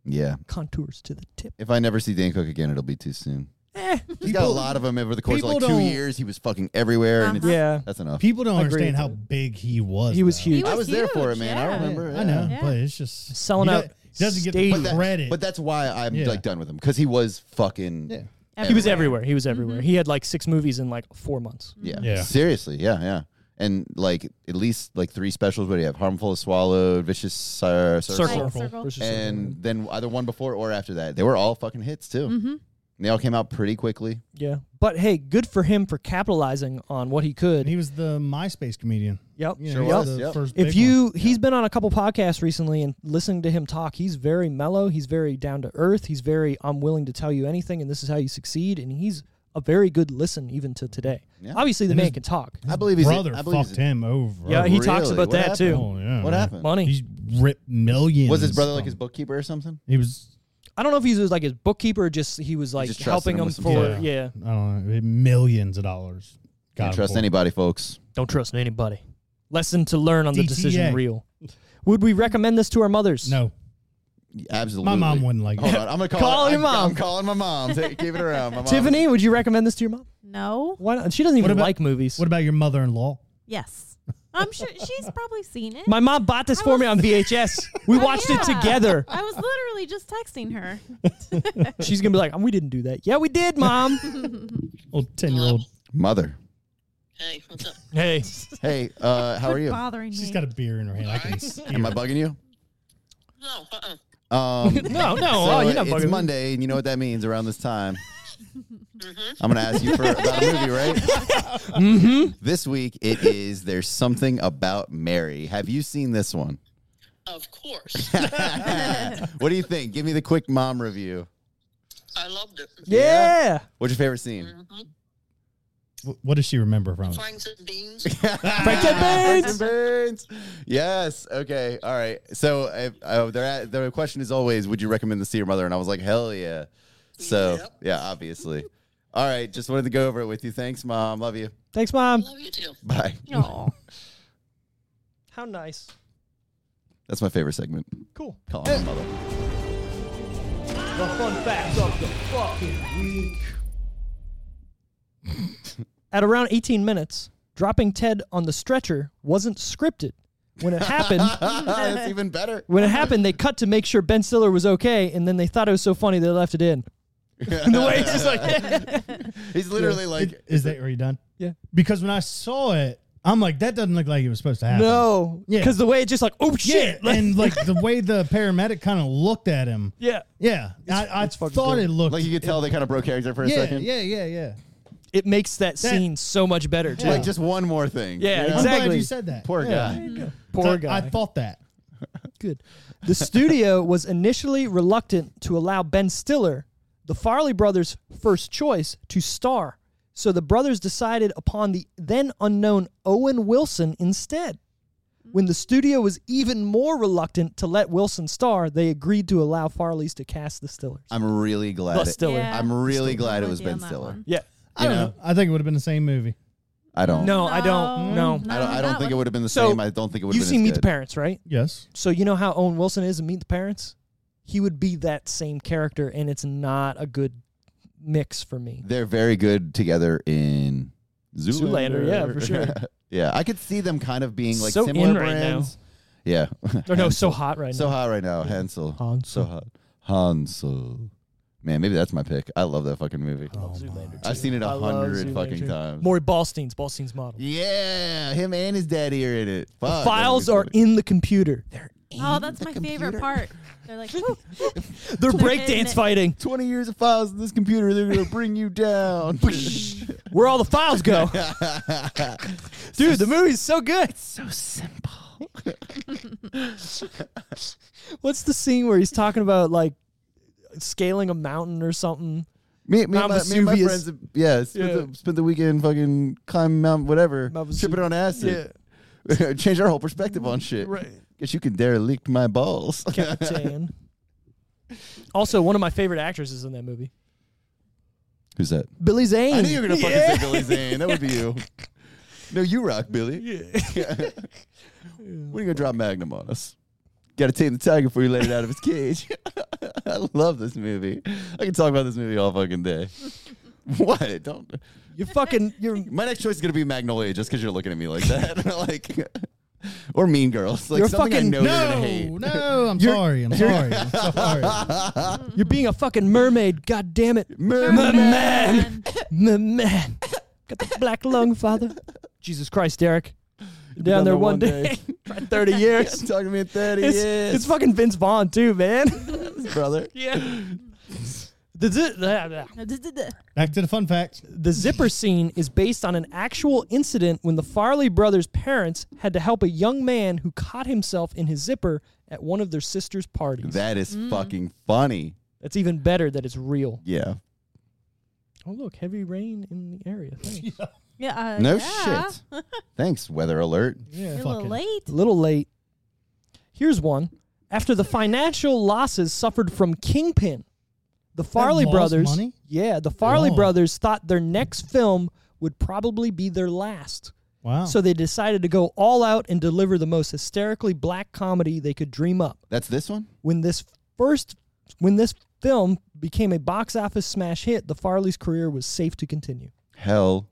[SPEAKER 2] Yeah.
[SPEAKER 1] Contours to the tip.
[SPEAKER 2] If I never see Dan Cook again, it'll be too
[SPEAKER 3] *laughs*
[SPEAKER 2] soon.
[SPEAKER 1] Eh,
[SPEAKER 2] He's got a lot of them over the course of like
[SPEAKER 3] people
[SPEAKER 2] two
[SPEAKER 3] don't- Uh-huh.
[SPEAKER 2] years. He was fucking everywhere, and it's,
[SPEAKER 1] yeah.
[SPEAKER 2] that's enough.
[SPEAKER 3] People don't
[SPEAKER 1] I agree
[SPEAKER 3] understand
[SPEAKER 1] with
[SPEAKER 3] how
[SPEAKER 1] that.
[SPEAKER 3] big he was.
[SPEAKER 1] He was
[SPEAKER 3] though.
[SPEAKER 1] huge.
[SPEAKER 4] He
[SPEAKER 2] I was there for it,
[SPEAKER 4] huge,
[SPEAKER 2] man. I
[SPEAKER 4] yeah.
[SPEAKER 2] remember.
[SPEAKER 3] I know,
[SPEAKER 2] yeah.
[SPEAKER 3] but it's just
[SPEAKER 1] Selling
[SPEAKER 3] he
[SPEAKER 1] out
[SPEAKER 3] do- he doesn't get
[SPEAKER 1] stadiums.
[SPEAKER 3] the
[SPEAKER 1] But
[SPEAKER 2] that-
[SPEAKER 3] credit.
[SPEAKER 2] But that's why I'm
[SPEAKER 3] Yeah.
[SPEAKER 2] like done with him because he was fucking.
[SPEAKER 3] Yeah.
[SPEAKER 1] He was everywhere. He was everywhere. He had like six movies in like four months.
[SPEAKER 2] Yeah.
[SPEAKER 3] Yeah.
[SPEAKER 2] Seriously. Yeah. Yeah. And like at least like three specials. What do you have? Harmful is Swallowed, Vicious uh,
[SPEAKER 1] Circle.
[SPEAKER 2] Circle,
[SPEAKER 4] Circle. Circle.
[SPEAKER 1] There's just Circle.
[SPEAKER 2] and then either one before or after that. They were all fucking hits too.
[SPEAKER 1] Mm-hmm.
[SPEAKER 2] And they all came out pretty quickly.
[SPEAKER 1] yeah. But hey, good for him for capitalizing on what he could.
[SPEAKER 3] And he was the MySpace comedian.
[SPEAKER 1] yep.
[SPEAKER 3] You
[SPEAKER 2] Sure
[SPEAKER 3] he was
[SPEAKER 2] was,
[SPEAKER 3] the
[SPEAKER 2] yep.
[SPEAKER 3] first
[SPEAKER 1] If
[SPEAKER 3] big
[SPEAKER 1] you, he's been on a couple podcasts recently, and listening to him talk, he's very mellow. He's very down to earth. He's very, I'm willing to tell you anything, and this is how you succeed. And he's a very good listen even to today.
[SPEAKER 2] Yeah.
[SPEAKER 1] Obviously, the
[SPEAKER 3] And
[SPEAKER 1] man
[SPEAKER 3] his-
[SPEAKER 1] can talk.
[SPEAKER 2] I
[SPEAKER 3] one.
[SPEAKER 2] believe he's.
[SPEAKER 3] brother
[SPEAKER 2] I believe he's-
[SPEAKER 3] fucked him over.
[SPEAKER 1] Yeah, he talks
[SPEAKER 2] Really?
[SPEAKER 1] about
[SPEAKER 2] What
[SPEAKER 1] that
[SPEAKER 2] happened?
[SPEAKER 1] too.
[SPEAKER 3] Oh, yeah,
[SPEAKER 2] What
[SPEAKER 3] man.
[SPEAKER 2] happened?
[SPEAKER 1] Money.
[SPEAKER 3] He's ripped millions.
[SPEAKER 2] Was his brother like his
[SPEAKER 3] from-
[SPEAKER 2] bookkeeper or something?
[SPEAKER 3] He was
[SPEAKER 1] I don't know if he was like his bookkeeper or just he was like
[SPEAKER 2] just
[SPEAKER 1] helping
[SPEAKER 2] trusted him
[SPEAKER 1] him,
[SPEAKER 2] with some
[SPEAKER 1] for
[SPEAKER 3] stuff.
[SPEAKER 1] yeah.
[SPEAKER 3] I don't know, millions of dollars.
[SPEAKER 2] Can't
[SPEAKER 3] God,
[SPEAKER 2] trust
[SPEAKER 3] for-
[SPEAKER 2] anybody, folks.
[SPEAKER 1] Don't trust anybody. Lesson to learn on the decision
[SPEAKER 3] DTA.
[SPEAKER 1] reel. Would we recommend this to our mothers?
[SPEAKER 3] No,
[SPEAKER 2] Absolutely.
[SPEAKER 3] my mom wouldn't like
[SPEAKER 2] *laughs* Hold
[SPEAKER 3] it.
[SPEAKER 2] on, I'm gonna call.
[SPEAKER 1] Call
[SPEAKER 2] her.
[SPEAKER 1] your
[SPEAKER 2] I'm,
[SPEAKER 1] mom.
[SPEAKER 2] I'm calling my mom. Take, give it around. My mom.
[SPEAKER 1] Tiffany, would you recommend this to your mom?
[SPEAKER 4] No.
[SPEAKER 1] Why not? She doesn't even
[SPEAKER 3] about-
[SPEAKER 1] like movies.
[SPEAKER 3] What about your mother-in-law?
[SPEAKER 4] Yes. I'm sure she's probably seen it.
[SPEAKER 1] My mom bought this
[SPEAKER 4] I
[SPEAKER 1] for me
[SPEAKER 4] was-
[SPEAKER 1] on VHS. We *laughs*
[SPEAKER 4] Oh,
[SPEAKER 1] watched it
[SPEAKER 4] yeah.
[SPEAKER 1] together.
[SPEAKER 4] I was literally just texting her.
[SPEAKER 1] She's gonna be like, "We didn't do that." Yeah, we did, mom.
[SPEAKER 3] Old ten-year-old.
[SPEAKER 2] Mother.
[SPEAKER 5] Hey, what's up?
[SPEAKER 1] *laughs* hey,
[SPEAKER 2] Hey, uh, how are you?
[SPEAKER 4] Bothering
[SPEAKER 3] She's
[SPEAKER 4] me. *laughs*
[SPEAKER 3] got a beer in her hand. I can see
[SPEAKER 2] Am I
[SPEAKER 3] her.
[SPEAKER 2] bugging you?
[SPEAKER 5] No, uh-uh.
[SPEAKER 2] Um,
[SPEAKER 1] *laughs* no, no,
[SPEAKER 2] So
[SPEAKER 1] oh, you're not
[SPEAKER 2] it's
[SPEAKER 1] bugging. me.
[SPEAKER 2] Monday, and you know what that means around this time. I'm gonna ask you for about a movie, right? mm-hmm. This week it is "There's Something About Mary." Have you seen this one?
[SPEAKER 5] Of course.
[SPEAKER 2] What do you think? Give me the quick mom review.
[SPEAKER 5] I loved it.
[SPEAKER 1] Yeah.
[SPEAKER 2] What's your favorite scene?
[SPEAKER 3] Wh- What does she remember from it?
[SPEAKER 5] Franks and beans.
[SPEAKER 1] Frank and
[SPEAKER 2] *laughs*
[SPEAKER 1] Beans.
[SPEAKER 2] Burns. Yes. Okay. All right. So if, uh, they're at, the question is always, would you recommend this to your mother? And I was like, hell yeah. So
[SPEAKER 5] Yep.
[SPEAKER 2] yeah, obviously. All right. Just wanted to go over it with you. Thanks, mom. Love you.
[SPEAKER 1] Thanks, mom.
[SPEAKER 5] Love you too.
[SPEAKER 2] Bye.
[SPEAKER 1] *laughs*
[SPEAKER 4] Aw.
[SPEAKER 1] How nice.
[SPEAKER 2] That's my favorite segment.
[SPEAKER 1] Cool.
[SPEAKER 2] Call my mother.
[SPEAKER 1] The fun facts of the fucking week. *laughs* At around 18 minutes, dropping Ted on the stretcher wasn't scripted. When it
[SPEAKER 3] *laughs*
[SPEAKER 1] happened,
[SPEAKER 2] *laughs* That's even better.
[SPEAKER 1] when it happened, they cut to make sure Ben Stiller was okay, and then they thought it was so funny they left it
[SPEAKER 3] *laughs*
[SPEAKER 1] in. the way it's just like,
[SPEAKER 2] He's literally
[SPEAKER 3] Is-
[SPEAKER 2] like,
[SPEAKER 3] is that? Are you done?
[SPEAKER 1] *laughs* Yeah.
[SPEAKER 3] Because when I saw it, I'm like, that doesn't look like it was supposed to happen.
[SPEAKER 1] no,
[SPEAKER 3] Yeah.
[SPEAKER 1] because the way it just like, oh
[SPEAKER 3] Yeah,
[SPEAKER 1] shit, Like-
[SPEAKER 3] and like the way the paramedic kind of looked at him.
[SPEAKER 1] yeah.
[SPEAKER 3] Yeah, I, I
[SPEAKER 1] it's fucking
[SPEAKER 3] thought
[SPEAKER 1] good.
[SPEAKER 3] it looked
[SPEAKER 2] like you could tell they kind of broke character for a
[SPEAKER 3] yeah,
[SPEAKER 2] second.
[SPEAKER 3] yeah, yeah, yeah.
[SPEAKER 1] it makes that, scene so much better. Too.
[SPEAKER 2] Like just one more thing.
[SPEAKER 1] Yeah,
[SPEAKER 2] you know?
[SPEAKER 3] I'm
[SPEAKER 1] exactly.
[SPEAKER 3] glad you said that.
[SPEAKER 2] Poor
[SPEAKER 3] Yeah.
[SPEAKER 2] guy.
[SPEAKER 1] poor
[SPEAKER 3] I-
[SPEAKER 1] guy.
[SPEAKER 3] I thought that.
[SPEAKER 1] Good. The
[SPEAKER 2] *laughs*
[SPEAKER 1] studio was initially reluctant to allow Ben Stiller, the Farley brothers' first choice, to star. So the brothers decided upon the then unknown Owen Wilson instead. When the studio was even more reluctant to let Wilson star, they agreed to allow Farley's to cast the Stillers.
[SPEAKER 2] I'm really glad.
[SPEAKER 1] the
[SPEAKER 2] It,
[SPEAKER 1] Stiller.
[SPEAKER 4] Yeah.
[SPEAKER 2] I'm really glad it
[SPEAKER 4] with
[SPEAKER 2] was
[SPEAKER 4] you
[SPEAKER 2] Ben
[SPEAKER 4] on that
[SPEAKER 2] Stiller.
[SPEAKER 4] one.
[SPEAKER 1] Yeah.
[SPEAKER 3] I don't know. I think it would have been the same movie.
[SPEAKER 2] I don't.
[SPEAKER 1] No, I don't. No.
[SPEAKER 2] I don't. I
[SPEAKER 4] that
[SPEAKER 2] don't think it
[SPEAKER 4] one.
[SPEAKER 2] would have been the
[SPEAKER 1] So,
[SPEAKER 2] same. I don't think it would.
[SPEAKER 1] You've
[SPEAKER 2] have
[SPEAKER 1] seen
[SPEAKER 2] been
[SPEAKER 1] Meet
[SPEAKER 2] as
[SPEAKER 1] the
[SPEAKER 2] good.
[SPEAKER 1] Parents, right?
[SPEAKER 3] Yes.
[SPEAKER 1] So you know how Owen Wilson is in Meet the Parents? He would be that same character, and it's not a good mix for me.
[SPEAKER 2] They're very good together in Zoolander.
[SPEAKER 1] Zoolander, yeah, for sure.
[SPEAKER 2] *laughs* yeah, I could see them kind of being like
[SPEAKER 1] So
[SPEAKER 2] similar
[SPEAKER 1] in right now.
[SPEAKER 2] brands.
[SPEAKER 1] *laughs*
[SPEAKER 2] Yeah.
[SPEAKER 1] Or no, so hot right
[SPEAKER 2] so
[SPEAKER 1] now.
[SPEAKER 2] hot right now, Hansel.
[SPEAKER 1] Hansel.
[SPEAKER 2] So hot. Hansel. Man, maybe that's my pick. I love that fucking movie.
[SPEAKER 1] Oh, Zoolander
[SPEAKER 2] I've
[SPEAKER 1] too.
[SPEAKER 2] seen it
[SPEAKER 1] I
[SPEAKER 2] a
[SPEAKER 1] love
[SPEAKER 2] hundred
[SPEAKER 1] Zoolander
[SPEAKER 2] fucking
[SPEAKER 1] too.
[SPEAKER 2] times.
[SPEAKER 1] Maury Ballstein's Ballstein's model.
[SPEAKER 2] Yeah, him and his daddy are in it. Fuck, that
[SPEAKER 1] Files
[SPEAKER 2] movie's
[SPEAKER 1] are
[SPEAKER 2] funny.
[SPEAKER 1] in the computer. They're
[SPEAKER 4] Oh, that's my favorite part.
[SPEAKER 2] *laughs*
[SPEAKER 4] They're like, "Woo."
[SPEAKER 1] *laughs* they're
[SPEAKER 4] in
[SPEAKER 1] breakdance
[SPEAKER 4] it.
[SPEAKER 1] fighting.
[SPEAKER 2] Twenty years of files in this computer. They're gonna bring
[SPEAKER 1] *laughs*
[SPEAKER 2] you down.
[SPEAKER 1] Where all the files
[SPEAKER 2] *laughs*
[SPEAKER 1] go. Dude, the movie's so good.
[SPEAKER 2] so simple.
[SPEAKER 1] What's the scene where he's talking about like scaling a mountain or something?
[SPEAKER 2] Me, me, and
[SPEAKER 1] Mount
[SPEAKER 2] my, me and my
[SPEAKER 1] Vesuvius.
[SPEAKER 2] friends, yeah, spent,
[SPEAKER 1] Yeah.
[SPEAKER 2] The, spent the weekend fucking climbing Mount whatever,
[SPEAKER 1] Mount Vesuvius.
[SPEAKER 2] tripping on acid. *laughs* Changed our whole perspective on shit.
[SPEAKER 1] Right.
[SPEAKER 2] Guess you can derelict my balls. *laughs*
[SPEAKER 1] Captain. also, one of my favorite actresses in that movie,
[SPEAKER 2] Who's that?
[SPEAKER 1] Billy Zane.
[SPEAKER 2] I knew you were gonna
[SPEAKER 1] Yeah.
[SPEAKER 2] fucking say Billy Zane. That would be you. *laughs* No, you rock, Billy. *laughs* when are you gonna drop Magnum on us? Got to tame the tiger before you let it out of its cage. *laughs* I love this movie. I can talk about this movie all fucking day. *laughs* What? Don't.
[SPEAKER 1] You're fucking. You're
[SPEAKER 2] My next choice is gonna be Magnolia, just because you're looking at me like that, *laughs* like, or Mean Girls, like
[SPEAKER 1] You're
[SPEAKER 2] something I
[SPEAKER 1] fucking-
[SPEAKER 2] know you're gonna hate.
[SPEAKER 3] No, no, I'm sorry. I'm sorry. I'm sorry.
[SPEAKER 1] *laughs* you're being a fucking mermaid. God damn it.
[SPEAKER 4] *laughs*
[SPEAKER 2] Mermaid.
[SPEAKER 1] Man, man, man. Got the black lung, *laughs* father. Jesus Christ, Derek. You're down, there one day. Tried 30 years.
[SPEAKER 2] Talking to me in
[SPEAKER 1] *laughs*
[SPEAKER 2] thirty
[SPEAKER 1] It's,
[SPEAKER 2] years,
[SPEAKER 1] it's fucking Vince Vaughn, too, man.
[SPEAKER 2] brother.
[SPEAKER 1] *laughs* yeah. The, zi- blah, blah.
[SPEAKER 3] Back to the fun fact.
[SPEAKER 1] the zipper scene is based on an actual incident when the Farley brothers' parents had to help a young man who caught himself in his zipper at one of their sister's parties.
[SPEAKER 2] *laughs* That is fucking funny.
[SPEAKER 1] That's even better that it's real.
[SPEAKER 2] Yeah.
[SPEAKER 1] Oh, look, heavy rain in the area. Thanks.
[SPEAKER 4] Yeah. Uh,
[SPEAKER 2] No
[SPEAKER 4] yeah.
[SPEAKER 1] *laughs*
[SPEAKER 2] shit. Thanks, weather alert.
[SPEAKER 4] You're a
[SPEAKER 3] fucking-
[SPEAKER 4] little late.
[SPEAKER 1] A little late. Here's one. After the financial losses suffered from Kingpin, the Farley
[SPEAKER 3] lost
[SPEAKER 1] brothers.
[SPEAKER 3] money?
[SPEAKER 1] Yeah, the Farley
[SPEAKER 3] Oh.
[SPEAKER 1] brothers thought their next film would probably be their last.
[SPEAKER 3] Wow.
[SPEAKER 1] So they decided to go all out and deliver the most hysterically black comedy they could dream up.
[SPEAKER 2] That's this one?
[SPEAKER 1] When this first when this film became a box office smash hit, the Farley's career was safe to continue.
[SPEAKER 2] Hell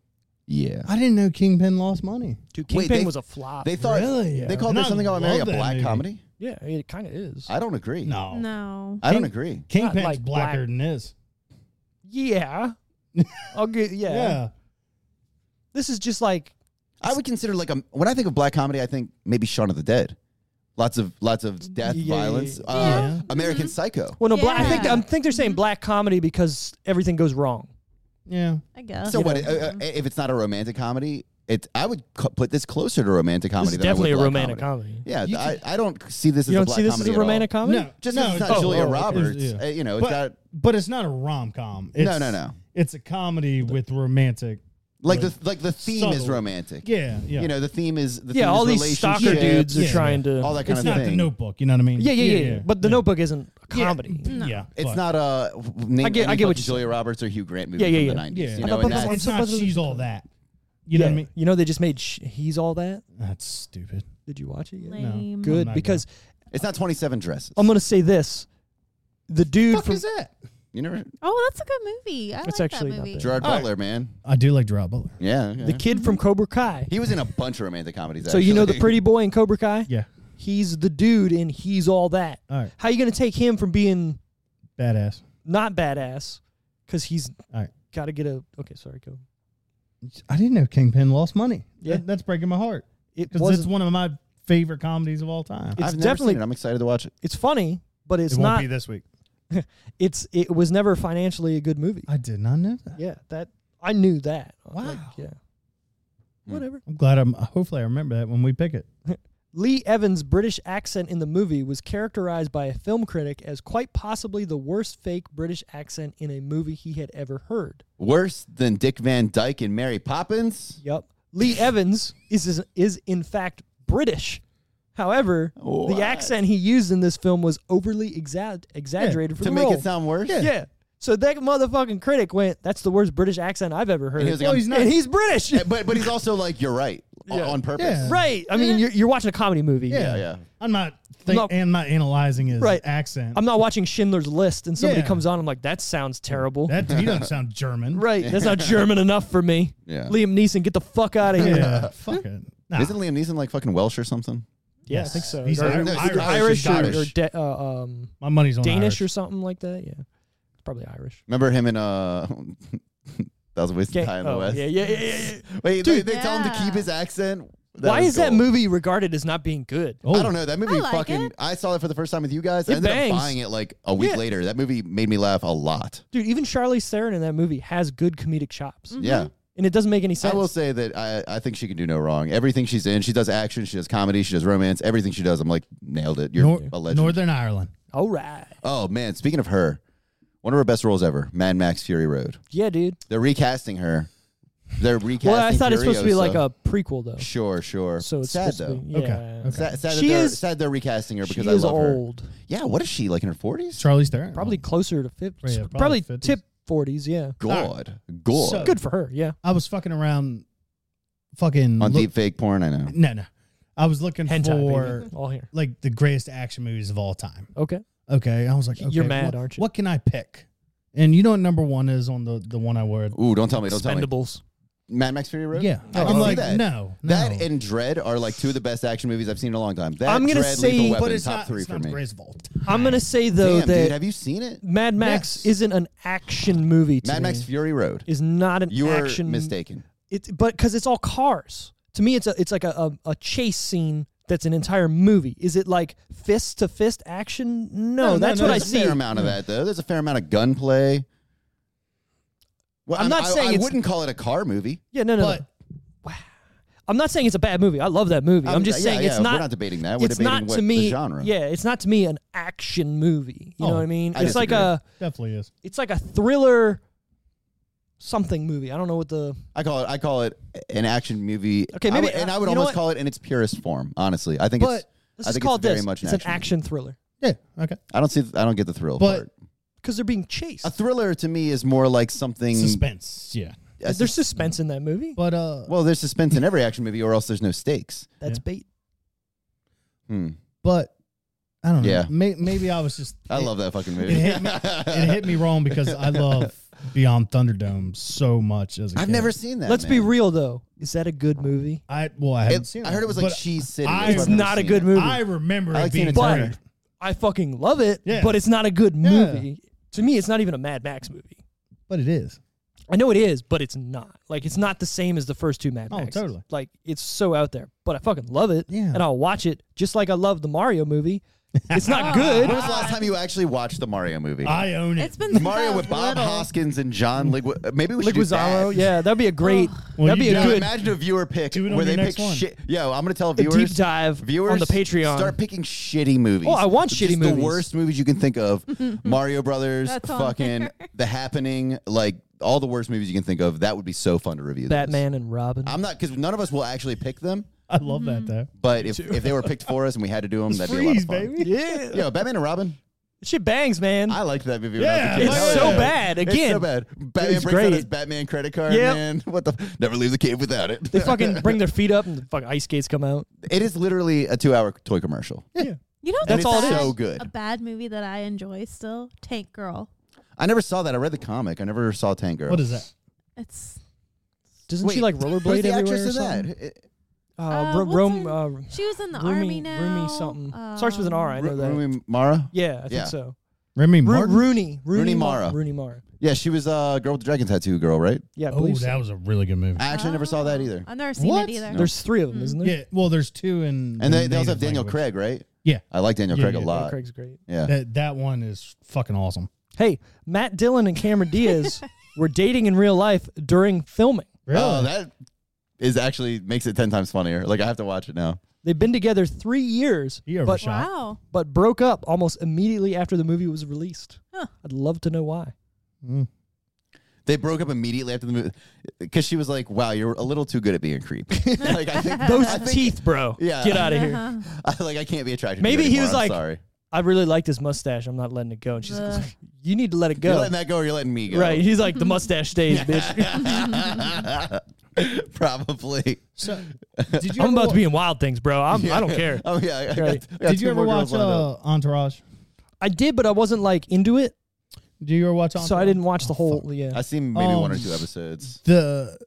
[SPEAKER 2] yeah.
[SPEAKER 3] I didn't know Kingpin lost money.
[SPEAKER 1] Dude,
[SPEAKER 2] Wait,
[SPEAKER 1] Kingpin
[SPEAKER 2] they-
[SPEAKER 1] was a flop.
[SPEAKER 2] They thought
[SPEAKER 3] Really?
[SPEAKER 2] they called
[SPEAKER 3] And
[SPEAKER 2] this
[SPEAKER 3] I
[SPEAKER 2] something about Mary a
[SPEAKER 3] love that
[SPEAKER 2] black
[SPEAKER 3] movie.
[SPEAKER 2] comedy.
[SPEAKER 1] yeah, it kind of is.
[SPEAKER 2] I don't agree.
[SPEAKER 3] No.
[SPEAKER 4] No.
[SPEAKER 2] I don't
[SPEAKER 3] King-
[SPEAKER 2] agree.
[SPEAKER 3] Kingpin's
[SPEAKER 1] like
[SPEAKER 3] blacker
[SPEAKER 1] black.
[SPEAKER 3] than this. *laughs*
[SPEAKER 1] yeah. I'll get yeah.
[SPEAKER 3] Yeah.
[SPEAKER 1] This is just like
[SPEAKER 2] I would consider like a when I think of black comedy, I think maybe Shaun of the Dead. Lots of lots of death,
[SPEAKER 1] Yeah,
[SPEAKER 2] violence.
[SPEAKER 1] yeah, Mm-hmm.
[SPEAKER 2] Uh,
[SPEAKER 3] Yeah.
[SPEAKER 2] American Psycho.
[SPEAKER 1] well, no, black, I
[SPEAKER 4] Yeah. Mm-hmm.
[SPEAKER 1] think I think they're saying black comedy because everything goes wrong.
[SPEAKER 3] Yeah.
[SPEAKER 4] I guess.
[SPEAKER 2] So what?
[SPEAKER 1] know. mm-hmm.
[SPEAKER 2] uh, uh, if it's not a romantic comedy, it's I would co- put this closer to romantic comedy.
[SPEAKER 1] This is
[SPEAKER 2] than I would
[SPEAKER 1] definitely a
[SPEAKER 2] black
[SPEAKER 1] romantic comedy.
[SPEAKER 2] Yeah,
[SPEAKER 3] You
[SPEAKER 2] I, I don't see this.
[SPEAKER 1] You
[SPEAKER 2] as a
[SPEAKER 1] don't
[SPEAKER 2] black
[SPEAKER 1] see this as
[SPEAKER 2] comedy
[SPEAKER 1] a
[SPEAKER 2] at all.
[SPEAKER 1] romantic comedy?
[SPEAKER 3] No.
[SPEAKER 2] Just 'cause it's not
[SPEAKER 3] it's-
[SPEAKER 2] Julia
[SPEAKER 3] oh,
[SPEAKER 2] Roberts.
[SPEAKER 3] it's- yeah.
[SPEAKER 2] uh, you know, it's
[SPEAKER 3] but,
[SPEAKER 2] got
[SPEAKER 3] but it's not a rom com.
[SPEAKER 2] No, no, no.
[SPEAKER 3] It's a comedy with romantic.
[SPEAKER 2] like the like the theme is
[SPEAKER 3] subtle.
[SPEAKER 2] romantic.
[SPEAKER 3] Yeah, yeah.
[SPEAKER 2] You know, the theme is the
[SPEAKER 1] Yeah,
[SPEAKER 2] theme
[SPEAKER 1] all
[SPEAKER 2] is
[SPEAKER 1] these stalker
[SPEAKER 2] relationships,
[SPEAKER 1] dudes are
[SPEAKER 3] Yeah.
[SPEAKER 1] trying to.
[SPEAKER 2] all that kind
[SPEAKER 3] it's
[SPEAKER 2] of
[SPEAKER 3] not
[SPEAKER 2] thing.
[SPEAKER 3] the Notebook. You know what I mean?
[SPEAKER 1] yeah, yeah, yeah, yeah. But the Notebook isn't a comedy.
[SPEAKER 3] Yeah,
[SPEAKER 2] It's
[SPEAKER 3] but-
[SPEAKER 2] not a name,
[SPEAKER 1] I get-
[SPEAKER 2] any
[SPEAKER 1] I get what
[SPEAKER 2] fucking
[SPEAKER 1] you're
[SPEAKER 2] Julia Roberts or Hugh Grant movie
[SPEAKER 1] Yeah, yeah,
[SPEAKER 2] from
[SPEAKER 1] yeah.
[SPEAKER 2] the nineties.
[SPEAKER 3] Yeah.
[SPEAKER 2] You
[SPEAKER 1] I
[SPEAKER 2] know,
[SPEAKER 1] thought
[SPEAKER 2] and
[SPEAKER 1] that
[SPEAKER 2] that's,
[SPEAKER 1] was-
[SPEAKER 3] It's not. She's all that. You know what I mean?
[SPEAKER 1] You know they just made sh- he's all that.
[SPEAKER 3] That's stupid.
[SPEAKER 1] Did you watch it? Yet?
[SPEAKER 4] Lame.
[SPEAKER 1] Good
[SPEAKER 3] not
[SPEAKER 1] because
[SPEAKER 2] it's not twenty seven dresses.
[SPEAKER 1] I'm gonna say this: the dude from
[SPEAKER 3] that?
[SPEAKER 2] you know,
[SPEAKER 4] Oh, that's a good movie. I
[SPEAKER 1] It's
[SPEAKER 4] like
[SPEAKER 1] actually
[SPEAKER 4] that
[SPEAKER 1] not
[SPEAKER 4] movie.
[SPEAKER 1] bad.
[SPEAKER 2] Gerard
[SPEAKER 3] All right.
[SPEAKER 2] Butler, man.
[SPEAKER 3] I do like Gerard Butler.
[SPEAKER 2] Yeah, yeah.
[SPEAKER 1] the kid from Cobra Kai.
[SPEAKER 2] he was in a bunch of romantic comedies.
[SPEAKER 1] So you know the
[SPEAKER 2] actually.
[SPEAKER 1] pretty boy in Cobra Kai.
[SPEAKER 3] Yeah,
[SPEAKER 1] He's the dude, and he's all that.
[SPEAKER 3] All right.
[SPEAKER 1] How you gonna take him from being
[SPEAKER 3] badass.
[SPEAKER 1] not badass because he's
[SPEAKER 3] All right.
[SPEAKER 1] got to get a okay? Sorry, go.
[SPEAKER 3] I didn't know Kingpin lost money.
[SPEAKER 1] Yeah.
[SPEAKER 3] That- that's breaking my heart
[SPEAKER 1] It
[SPEAKER 3] because it's
[SPEAKER 1] was.
[SPEAKER 3] one of my favorite comedies of all time.
[SPEAKER 1] It's
[SPEAKER 2] I've never
[SPEAKER 1] definitely-
[SPEAKER 2] Seen it. I'm excited to watch it.
[SPEAKER 1] It's funny, but it's not.
[SPEAKER 3] this week.
[SPEAKER 1] It's it was never financially a good movie.
[SPEAKER 3] I did not know that.
[SPEAKER 1] Yeah, that I knew that. Like,
[SPEAKER 3] Wow.
[SPEAKER 1] yeah.
[SPEAKER 2] Hmm.
[SPEAKER 1] Whatever.
[SPEAKER 3] I'm glad. I'm. Hopefully, I remember that when we pick it.
[SPEAKER 1] Lee Evans' British accent in the movie was characterized by a film critic as quite possibly the worst fake British accent in a movie he had ever heard.
[SPEAKER 2] Worse than Dick Van Dyke and Mary Poppins.
[SPEAKER 1] Yep. Lee Evans is, is is in fact British. However,
[SPEAKER 2] What?
[SPEAKER 1] the accent he used in this film was overly exa- exaggerated for
[SPEAKER 2] to
[SPEAKER 1] the
[SPEAKER 2] make
[SPEAKER 1] role.
[SPEAKER 2] it sound worse.
[SPEAKER 1] yeah. So that motherfucking critic went, "That's the worst British accent I've ever heard."
[SPEAKER 2] And he was like,
[SPEAKER 1] Oh,
[SPEAKER 2] I'm-
[SPEAKER 1] he's not- and he's British.
[SPEAKER 2] Eh, But but he's also like you're right o-
[SPEAKER 1] Yeah.
[SPEAKER 2] on purpose.
[SPEAKER 3] *laughs* Yeah.
[SPEAKER 1] right. I mean, you're, you're watching a comedy movie.
[SPEAKER 2] Yeah, yeah.
[SPEAKER 3] I'm not. Think,
[SPEAKER 1] No.
[SPEAKER 3] and not analyzing his
[SPEAKER 1] Right.
[SPEAKER 3] accent.
[SPEAKER 1] I'm not watching Schindler's List and somebody
[SPEAKER 3] Yeah.
[SPEAKER 1] comes on. I'm like, that sounds terrible.
[SPEAKER 3] that he doesn't sound
[SPEAKER 1] *laughs*
[SPEAKER 3] German.
[SPEAKER 1] right. That's
[SPEAKER 2] *laughs*
[SPEAKER 1] not German enough for me.
[SPEAKER 2] Yeah.
[SPEAKER 1] Liam Neeson, get the fuck out of here. Yeah, *laughs*
[SPEAKER 3] Yeah. Fuck it. Nah.
[SPEAKER 2] Isn't Liam Neeson like fucking Welsh or something?
[SPEAKER 1] I think so.
[SPEAKER 3] He's
[SPEAKER 1] or,
[SPEAKER 3] Ir-
[SPEAKER 2] No,
[SPEAKER 3] Irish.
[SPEAKER 2] he's
[SPEAKER 1] or Irish,
[SPEAKER 2] Irish.
[SPEAKER 1] or, or de- uh, um,
[SPEAKER 3] My money's on
[SPEAKER 1] Danish
[SPEAKER 3] Irish.
[SPEAKER 1] or something like that. Yeah. It's probably Irish.
[SPEAKER 2] Remember him in uh, *laughs* that was a waste
[SPEAKER 1] Gang-
[SPEAKER 2] of time in the
[SPEAKER 1] oh,
[SPEAKER 2] West.
[SPEAKER 1] yeah, yeah, yeah, yeah, yeah.
[SPEAKER 2] Wait,
[SPEAKER 1] Dude.
[SPEAKER 2] they, they tell him to
[SPEAKER 4] Yeah.
[SPEAKER 2] keep his accent. *laughs* That
[SPEAKER 1] Why
[SPEAKER 2] was
[SPEAKER 1] is that
[SPEAKER 2] gold.
[SPEAKER 1] movie regarded as not being good?
[SPEAKER 3] Oh,
[SPEAKER 2] I don't know. That movie
[SPEAKER 4] I like
[SPEAKER 2] fucking.
[SPEAKER 4] it.
[SPEAKER 2] I saw it for the first time with you guys.
[SPEAKER 1] It
[SPEAKER 2] I ended
[SPEAKER 1] bangs.
[SPEAKER 2] up buying it like a week
[SPEAKER 1] Yeah.
[SPEAKER 2] later. That movie made me laugh a lot.
[SPEAKER 1] Dude, even Charlize Theron in that movie has good comedic chops.
[SPEAKER 2] Yeah.
[SPEAKER 1] And it doesn't make any Mm-hmm. sense.
[SPEAKER 2] Mm. I will say that I, I think she can do no wrong. Everything she's in, she does action, she does comedy, she does romance, everything she does. I'm like, nailed it. You're
[SPEAKER 3] Nor-
[SPEAKER 2] a legend.
[SPEAKER 3] Northern Ireland.
[SPEAKER 1] All right.
[SPEAKER 2] oh, man. Speaking of her, one of her best roles ever Mad Max Fury Road.
[SPEAKER 1] Yeah, dude.
[SPEAKER 2] They're recasting her. They're recasting
[SPEAKER 1] Well, I thought it's supposed to be
[SPEAKER 2] Furiosa.
[SPEAKER 1] like a prequel, though.
[SPEAKER 2] Sure, sure.
[SPEAKER 1] So it's
[SPEAKER 2] sad,
[SPEAKER 1] supposed to
[SPEAKER 2] though.
[SPEAKER 1] be. Yeah.
[SPEAKER 3] Okay, okay.
[SPEAKER 2] Sad, sad,
[SPEAKER 1] She
[SPEAKER 2] that they're,
[SPEAKER 1] is-
[SPEAKER 2] sad they're recasting her because
[SPEAKER 1] she
[SPEAKER 2] I
[SPEAKER 1] is
[SPEAKER 2] love her.
[SPEAKER 1] old.
[SPEAKER 2] Yeah, what is she, like in her 40s?
[SPEAKER 3] Charlie's Oh. Theron.
[SPEAKER 1] Probably closer to 50.
[SPEAKER 3] Yeah,
[SPEAKER 1] probably
[SPEAKER 3] probably 50s.
[SPEAKER 1] tip 40s, yeah.
[SPEAKER 2] God. God.
[SPEAKER 3] So-
[SPEAKER 1] Good for her, yeah.
[SPEAKER 3] I was fucking around.
[SPEAKER 2] On
[SPEAKER 3] Fucking. look-
[SPEAKER 2] deep fake porn, I know.
[SPEAKER 3] No, no. I was looking for
[SPEAKER 1] Hentai, baby. All here.
[SPEAKER 3] *laughs* like the greatest action movies of all time.
[SPEAKER 1] Okay.
[SPEAKER 3] Okay, I was like,
[SPEAKER 1] You're
[SPEAKER 3] okay,
[SPEAKER 1] mad,
[SPEAKER 3] what-
[SPEAKER 1] aren't you?
[SPEAKER 3] What can I pick? And you know what number one is on the the one I wore.
[SPEAKER 2] Ooh, don't tell me. Don't tell me.
[SPEAKER 1] Expendables.
[SPEAKER 2] Mad Max Fury Road?
[SPEAKER 3] Yeah,
[SPEAKER 2] I can
[SPEAKER 3] I'm
[SPEAKER 2] see
[SPEAKER 3] like,
[SPEAKER 2] that.
[SPEAKER 3] no, no.
[SPEAKER 2] That and Dread are like two of the best action movies I've seen in a long time. That
[SPEAKER 1] I'm gonna
[SPEAKER 2] Dread,
[SPEAKER 1] say-
[SPEAKER 2] Lethal Weapon,
[SPEAKER 3] but it's
[SPEAKER 2] top
[SPEAKER 3] not
[SPEAKER 2] three
[SPEAKER 3] it's
[SPEAKER 2] for
[SPEAKER 3] not
[SPEAKER 2] me.
[SPEAKER 3] the greatest of all time.
[SPEAKER 1] I'm going to say, though,
[SPEAKER 2] Damn,
[SPEAKER 1] that
[SPEAKER 2] dude, have you seen it?
[SPEAKER 1] Mad Max
[SPEAKER 3] Yes.
[SPEAKER 1] isn't an action movie to
[SPEAKER 2] Mad Max
[SPEAKER 1] me.
[SPEAKER 2] Fury Road.
[SPEAKER 1] is not an
[SPEAKER 2] You were
[SPEAKER 1] action
[SPEAKER 2] mistaken.
[SPEAKER 1] It, but because it's all cars. To me, it's a it's like a, a, a chase scene that's an entire movie. Is it like fist to fist action? No, that's what I
[SPEAKER 2] there's a
[SPEAKER 1] see.
[SPEAKER 2] fair amount of that though. There's a fair amount of gunplay. Well,
[SPEAKER 1] I'm not
[SPEAKER 2] I-
[SPEAKER 1] saying
[SPEAKER 2] I,
[SPEAKER 1] it's-
[SPEAKER 2] wouldn't call it a car movie.
[SPEAKER 1] Yeah, no, no, no.
[SPEAKER 3] But-
[SPEAKER 1] Wow. I'm not saying it's a bad movie. I love that movie. I'm, just
[SPEAKER 2] yeah,
[SPEAKER 1] saying
[SPEAKER 2] yeah,
[SPEAKER 1] it's not.
[SPEAKER 2] We're not debating that. We're
[SPEAKER 1] it's
[SPEAKER 2] debating
[SPEAKER 1] not
[SPEAKER 2] what
[SPEAKER 1] to me.
[SPEAKER 2] the genre.
[SPEAKER 1] Yeah, it's not to me an action movie. You know
[SPEAKER 3] Oh,
[SPEAKER 1] what I mean?
[SPEAKER 2] I
[SPEAKER 1] it's like
[SPEAKER 2] disagree.
[SPEAKER 1] a
[SPEAKER 3] Definitely is.
[SPEAKER 1] it's like a thriller something movie. I don't know what the
[SPEAKER 2] I call it. I call it an action movie.
[SPEAKER 1] Okay,
[SPEAKER 2] I
[SPEAKER 1] maybe-
[SPEAKER 2] would- and I would
[SPEAKER 1] you know what?
[SPEAKER 2] almost call it in its purest form. Honestly, I think
[SPEAKER 1] but let's
[SPEAKER 2] it's. I
[SPEAKER 1] just
[SPEAKER 2] think
[SPEAKER 1] call
[SPEAKER 2] it's
[SPEAKER 1] it
[SPEAKER 2] very
[SPEAKER 1] this.
[SPEAKER 2] much an
[SPEAKER 1] it's
[SPEAKER 2] action
[SPEAKER 1] an action thriller.
[SPEAKER 3] Yeah. Okay.
[SPEAKER 2] I don't see. I don't get the thrill
[SPEAKER 3] But-
[SPEAKER 2] part.
[SPEAKER 1] because they're being chased.
[SPEAKER 2] A thriller to me is more like something.
[SPEAKER 3] Suspense. Yeah.
[SPEAKER 2] a
[SPEAKER 1] There's
[SPEAKER 2] sus-
[SPEAKER 1] suspense in that movie.
[SPEAKER 3] But uh,
[SPEAKER 2] well, there's suspense in every action movie, or else there's no stakes.
[SPEAKER 1] That's
[SPEAKER 3] Yeah.
[SPEAKER 1] bait.
[SPEAKER 2] Hmm.
[SPEAKER 3] but I don't know.
[SPEAKER 2] Yeah.
[SPEAKER 3] May, maybe I was just.
[SPEAKER 2] *laughs* I
[SPEAKER 3] it-
[SPEAKER 2] love that fucking
[SPEAKER 3] It
[SPEAKER 2] movie.
[SPEAKER 3] hit, me, it hit me wrong because
[SPEAKER 2] *laughs*
[SPEAKER 3] I love Beyond Thunderdome so much as a
[SPEAKER 2] I've
[SPEAKER 3] kid.
[SPEAKER 2] never seen that.
[SPEAKER 1] Let's be
[SPEAKER 2] man.
[SPEAKER 1] real though. Is that a good movie?
[SPEAKER 3] I well, I haven't
[SPEAKER 2] It-
[SPEAKER 3] seen.
[SPEAKER 2] I heard it was like
[SPEAKER 3] but
[SPEAKER 2] Cheese City.
[SPEAKER 3] I-
[SPEAKER 2] That's why
[SPEAKER 1] It's
[SPEAKER 2] I've never
[SPEAKER 1] not a
[SPEAKER 2] seen
[SPEAKER 1] good
[SPEAKER 2] it.
[SPEAKER 1] movie.
[SPEAKER 3] I remember
[SPEAKER 2] I
[SPEAKER 3] it
[SPEAKER 2] like
[SPEAKER 3] being
[SPEAKER 2] Tina
[SPEAKER 1] But-
[SPEAKER 3] turned.
[SPEAKER 1] I fucking love it,
[SPEAKER 3] Yeah.
[SPEAKER 1] but it's not a good
[SPEAKER 3] Yeah.
[SPEAKER 1] movie. To me, it's not even a Mad Max movie.
[SPEAKER 3] but
[SPEAKER 2] *laughs*
[SPEAKER 3] it is.
[SPEAKER 1] I know it is, but it's not. Like it's not the same as the first two Mad
[SPEAKER 3] Oh,
[SPEAKER 1] Max.
[SPEAKER 3] totally.
[SPEAKER 1] Like it's so out there, but I fucking love it.
[SPEAKER 3] Yeah.
[SPEAKER 1] And I'll watch it just like I love the Mario movie. It's not good.
[SPEAKER 2] When was the last time you actually watched the Mario movie?
[SPEAKER 3] *laughs* I own it.
[SPEAKER 4] It's been since
[SPEAKER 2] *laughs*
[SPEAKER 4] I
[SPEAKER 2] Mario
[SPEAKER 4] was
[SPEAKER 2] with Bob
[SPEAKER 4] little.
[SPEAKER 2] Hoskins and John Ligua. Maybe we should do
[SPEAKER 1] Liquizarro,
[SPEAKER 2] that.
[SPEAKER 1] yeah, that'd be a great.
[SPEAKER 3] Well,
[SPEAKER 1] that'd be
[SPEAKER 3] you
[SPEAKER 1] a
[SPEAKER 3] do-
[SPEAKER 2] Now
[SPEAKER 1] good
[SPEAKER 2] imagine a viewer pick
[SPEAKER 3] Do it on
[SPEAKER 2] where
[SPEAKER 3] your
[SPEAKER 2] they
[SPEAKER 3] next
[SPEAKER 2] pick
[SPEAKER 3] one.
[SPEAKER 2] shit. Yo, I'm gonna tell
[SPEAKER 1] deep
[SPEAKER 2] viewers.
[SPEAKER 1] dive on
[SPEAKER 2] viewers
[SPEAKER 1] the Patreon.
[SPEAKER 2] Start picking shitty movies.
[SPEAKER 1] Oh, I want
[SPEAKER 2] Just
[SPEAKER 1] shitty movies.
[SPEAKER 2] The worst movies you can think
[SPEAKER 4] *laughs*
[SPEAKER 2] of: Mario Brothers,
[SPEAKER 4] That's on
[SPEAKER 2] fucking
[SPEAKER 4] there.
[SPEAKER 2] The Happening, like all the worst movies you can think of. That would be so fun to review. those.
[SPEAKER 1] Batman and Robin.
[SPEAKER 2] *laughs* I'm not because none of us will actually pick them.
[SPEAKER 3] I love
[SPEAKER 4] Mm-hmm.
[SPEAKER 3] that though.
[SPEAKER 2] But if, if they were picked for us and we had to do them, that'd be a lot of
[SPEAKER 3] Freeze,
[SPEAKER 2] fun.
[SPEAKER 3] baby.
[SPEAKER 1] yeah,
[SPEAKER 2] Yo, Batman and Robin.
[SPEAKER 1] shit bangs, man.
[SPEAKER 2] I liked that movie. when I was
[SPEAKER 3] Yeah,
[SPEAKER 2] a kid.
[SPEAKER 1] it's
[SPEAKER 2] Hell
[SPEAKER 1] so
[SPEAKER 2] yeah.
[SPEAKER 1] bad.
[SPEAKER 2] It's
[SPEAKER 1] Again,
[SPEAKER 2] so bad. Batman
[SPEAKER 1] it's
[SPEAKER 2] breaks out
[SPEAKER 1] great.
[SPEAKER 2] his Batman credit card.
[SPEAKER 1] Yep.
[SPEAKER 2] Man, *laughs* what the? f- Never leave the cave without it. *laughs*
[SPEAKER 1] they fucking bring their feet up and the fucking ice skates come out.
[SPEAKER 2] It is literally a two-hour toy commercial.
[SPEAKER 4] You know,
[SPEAKER 1] That's
[SPEAKER 4] that's
[SPEAKER 1] all
[SPEAKER 4] all
[SPEAKER 1] it is.
[SPEAKER 2] So good.
[SPEAKER 4] A bad movie that I enjoy still, Tank Girl.
[SPEAKER 2] I never saw that. I read the comic. I never saw Tank Girl.
[SPEAKER 3] What is that?
[SPEAKER 4] It's
[SPEAKER 1] Doesn't she
[SPEAKER 2] Wait,
[SPEAKER 1] like
[SPEAKER 2] Who's
[SPEAKER 1] rollerblade
[SPEAKER 2] the
[SPEAKER 1] everywhere?
[SPEAKER 2] actress
[SPEAKER 1] or
[SPEAKER 2] in
[SPEAKER 1] something?
[SPEAKER 2] that? It-
[SPEAKER 1] Uh,
[SPEAKER 4] Uh,
[SPEAKER 1] Ro-
[SPEAKER 4] what's
[SPEAKER 1] Rome,
[SPEAKER 4] her-
[SPEAKER 1] uh,
[SPEAKER 4] she was in the
[SPEAKER 1] Roomy,
[SPEAKER 4] army now. Uh,
[SPEAKER 1] Roomy something. Starts with an R. I know
[SPEAKER 2] Ro-
[SPEAKER 1] that.
[SPEAKER 2] Rooney Mara.
[SPEAKER 1] yeah, I
[SPEAKER 2] Yeah.
[SPEAKER 1] think so.
[SPEAKER 3] Remy
[SPEAKER 1] Ro-
[SPEAKER 3] Martin.
[SPEAKER 1] Rooney, Rooney,
[SPEAKER 2] Rooney
[SPEAKER 1] Ma-
[SPEAKER 2] Mara.
[SPEAKER 1] Rooney Mara.
[SPEAKER 2] Yeah, she was a uh, girl with the dragon tattoo girl, right?
[SPEAKER 1] Yeah, I
[SPEAKER 3] oh,
[SPEAKER 1] believe so.
[SPEAKER 3] that was a really good movie.
[SPEAKER 2] I actually never saw that either.
[SPEAKER 4] I've never seen
[SPEAKER 3] What?
[SPEAKER 4] it either.
[SPEAKER 2] No. Mm-hmm.
[SPEAKER 1] There's three of them, isn't there?
[SPEAKER 3] Yeah. Well, there's two in.
[SPEAKER 2] And they,
[SPEAKER 3] in
[SPEAKER 2] they also have
[SPEAKER 3] native
[SPEAKER 2] Daniel
[SPEAKER 3] language.
[SPEAKER 2] Craig, right?
[SPEAKER 3] Yeah.
[SPEAKER 2] I like Daniel
[SPEAKER 3] Yeah,
[SPEAKER 2] Craig
[SPEAKER 3] yeah,
[SPEAKER 2] a
[SPEAKER 3] Daniel
[SPEAKER 1] Yeah,
[SPEAKER 2] lot.
[SPEAKER 1] Oh, Craig's great.
[SPEAKER 2] Yeah.
[SPEAKER 3] That that one is fucking awesome.
[SPEAKER 1] Hey, Matt Dillon and
[SPEAKER 2] *laughs*
[SPEAKER 1] Cameron Diaz were dating in real life during filming.
[SPEAKER 3] Really?
[SPEAKER 2] Oh, that is actually makes it ten times funnier. Like I have to watch it now.
[SPEAKER 1] They've been together three years,
[SPEAKER 3] He
[SPEAKER 1] but
[SPEAKER 3] overshot.
[SPEAKER 4] Wow.
[SPEAKER 1] but broke up almost immediately after the movie was released.
[SPEAKER 4] Huh.
[SPEAKER 1] I'd love to know why.
[SPEAKER 2] They broke up immediately after the movie because she was like, "Wow, you're a little too good at being a creep." *laughs* like I think
[SPEAKER 1] Those
[SPEAKER 2] I think-
[SPEAKER 1] teeth, bro.
[SPEAKER 2] Yeah.
[SPEAKER 1] Get out of here.
[SPEAKER 4] Uh-huh.
[SPEAKER 2] I, like I can't be attracted.
[SPEAKER 1] Maybe
[SPEAKER 2] to you
[SPEAKER 1] he was
[SPEAKER 2] anymore. I'm
[SPEAKER 1] like,
[SPEAKER 2] "Sorry,
[SPEAKER 1] I really like this mustache. I'm not letting it go. And she's
[SPEAKER 4] Ugh.
[SPEAKER 1] like, *laughs* You need to let it
[SPEAKER 2] you're
[SPEAKER 1] go.
[SPEAKER 2] letting that go, or you're letting me go."
[SPEAKER 1] Right. *laughs* He's like, The mustache stays, bitch.
[SPEAKER 2] *laughs* Probably.
[SPEAKER 3] So, did you
[SPEAKER 1] I'm
[SPEAKER 3] ever
[SPEAKER 1] about to be
[SPEAKER 3] wa-
[SPEAKER 1] in wild things, bro. I'm, I don't care.
[SPEAKER 2] Oh *laughs* yeah. I got-
[SPEAKER 1] Right.
[SPEAKER 2] I got
[SPEAKER 3] Did
[SPEAKER 2] two
[SPEAKER 3] you ever
[SPEAKER 2] more
[SPEAKER 3] watch
[SPEAKER 2] girls lined up.
[SPEAKER 3] uh, Entourage?
[SPEAKER 1] I did, but I wasn't like into it.
[SPEAKER 3] Do you ever watch Entourage?
[SPEAKER 1] So I didn't watch the whole. Yeah.
[SPEAKER 2] I seen maybe one or
[SPEAKER 3] Um,
[SPEAKER 1] Oh,
[SPEAKER 2] two episodes.
[SPEAKER 3] the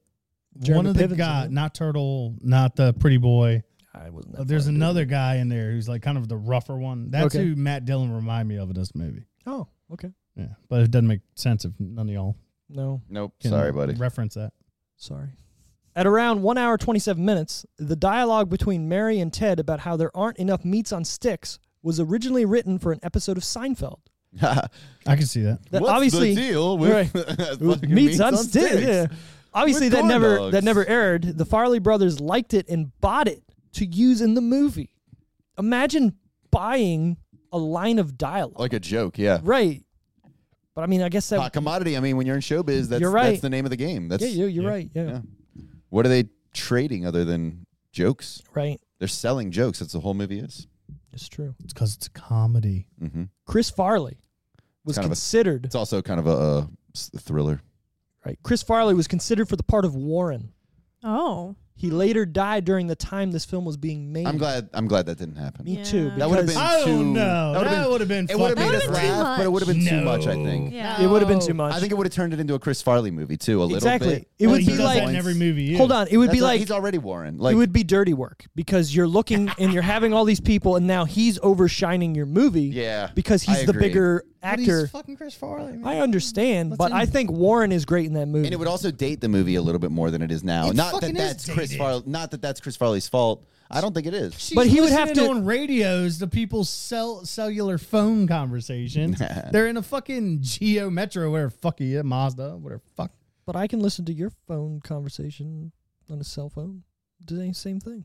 [SPEAKER 3] one
[SPEAKER 1] Jeremy
[SPEAKER 3] of the
[SPEAKER 1] Piven's
[SPEAKER 3] guy,
[SPEAKER 1] in it.
[SPEAKER 3] not Turtle, not the pretty boy.
[SPEAKER 1] I wasn't.
[SPEAKER 3] Uh,
[SPEAKER 1] that
[SPEAKER 3] There's
[SPEAKER 1] far into
[SPEAKER 3] another guy in there who's like kind of the rougher one. That's
[SPEAKER 1] Okay.
[SPEAKER 3] who Matt Dillon remind me of in this movie.
[SPEAKER 1] it. Oh, okay.
[SPEAKER 3] Yeah, but it doesn't make sense if none of y'all.
[SPEAKER 1] No,
[SPEAKER 2] Nope.
[SPEAKER 3] Can
[SPEAKER 2] Sorry, buddy. *laughs*
[SPEAKER 3] Reference that.
[SPEAKER 1] sorry. At around one hour twenty-seven minutes, the dialogue between Mary and Ted about how there aren't enough meats on sticks was originally written for an episode of Seinfeld.
[SPEAKER 3] I can see that.
[SPEAKER 1] That
[SPEAKER 2] What's
[SPEAKER 1] obviously
[SPEAKER 2] the deal with
[SPEAKER 1] right.
[SPEAKER 2] *laughs* fucking
[SPEAKER 1] With meats on sticks. Yeah. Obviously,
[SPEAKER 2] With
[SPEAKER 1] that
[SPEAKER 2] corn
[SPEAKER 1] never
[SPEAKER 2] dogs.
[SPEAKER 1] that never aired. The Farley brothers liked it and bought it to use in the movie. Imagine buying a line of dialogue,
[SPEAKER 2] Like a joke, yeah.
[SPEAKER 1] right? But I mean, I guess that
[SPEAKER 2] Hot commodity. I mean, when you're in showbiz, that's
[SPEAKER 1] You're right.
[SPEAKER 2] that's the name of the game. That's
[SPEAKER 1] yeah, you- you're
[SPEAKER 3] yeah.
[SPEAKER 1] right. Yeah,
[SPEAKER 2] Yeah. what are they trading other than jokes?
[SPEAKER 1] right.
[SPEAKER 2] They're selling jokes. That's the whole movie is.
[SPEAKER 1] It's true.
[SPEAKER 3] It's because it's a comedy.
[SPEAKER 2] hmm
[SPEAKER 1] Chris Farley was
[SPEAKER 2] Kind of a-
[SPEAKER 1] considered
[SPEAKER 2] It's also kind of a, uh s thriller.
[SPEAKER 1] right. Chris Farley was considered for the part of Warren.
[SPEAKER 4] Oh.
[SPEAKER 1] He later died during the time this film was being made.
[SPEAKER 2] I'm glad. I'm glad that didn't happen.
[SPEAKER 1] Me
[SPEAKER 4] Yeah.
[SPEAKER 1] too.
[SPEAKER 4] That
[SPEAKER 2] That would have
[SPEAKER 1] because
[SPEAKER 2] been.
[SPEAKER 3] I
[SPEAKER 2] too,
[SPEAKER 3] don't know.
[SPEAKER 2] would've
[SPEAKER 3] That would've been
[SPEAKER 2] It would have
[SPEAKER 3] fucking-
[SPEAKER 2] made us
[SPEAKER 4] That would've been too
[SPEAKER 2] laugh, but it would have been too much. I think.
[SPEAKER 4] Yeah.
[SPEAKER 1] It would have been too much.
[SPEAKER 2] I think it would have turned it into a Chris Farley movie too. A little
[SPEAKER 1] exactly.
[SPEAKER 2] bit.
[SPEAKER 1] It
[SPEAKER 3] Well,
[SPEAKER 1] would
[SPEAKER 3] he
[SPEAKER 1] be
[SPEAKER 3] does that
[SPEAKER 1] like
[SPEAKER 3] in every movie. you-
[SPEAKER 1] hold on. It would
[SPEAKER 2] That's
[SPEAKER 1] be
[SPEAKER 2] al-
[SPEAKER 1] like
[SPEAKER 2] he's already Warren. Like
[SPEAKER 1] it would be dirty work because you're
[SPEAKER 2] *laughs*
[SPEAKER 1] looking and you're having all these people, and now he's overshining your movie.
[SPEAKER 2] Yeah,
[SPEAKER 1] because
[SPEAKER 2] I
[SPEAKER 1] he's the
[SPEAKER 2] agree.
[SPEAKER 1] bigger
[SPEAKER 3] But he's
[SPEAKER 1] actor.
[SPEAKER 3] fucking Chris Farley. man.
[SPEAKER 1] I understand,
[SPEAKER 3] What's
[SPEAKER 1] but
[SPEAKER 3] in-
[SPEAKER 1] I think Warren is great in that movie.
[SPEAKER 2] And it would also date the movie a little bit more than it is now.
[SPEAKER 3] It
[SPEAKER 2] not that
[SPEAKER 3] fucking is
[SPEAKER 2] that's Chris
[SPEAKER 3] dated.
[SPEAKER 2] Farley. Not that that's Chris Farley's fault. I don't think it is.
[SPEAKER 3] She's
[SPEAKER 1] But he would have
[SPEAKER 3] listening
[SPEAKER 1] to-
[SPEAKER 3] on radios the people's cell cellular phone
[SPEAKER 1] *laughs*
[SPEAKER 3] conversations. They're in a fucking Geo Metro, where fuck he is, Mazda, whatever fuck.
[SPEAKER 1] but I can listen to your phone conversation on a cell phone. Do the same thing.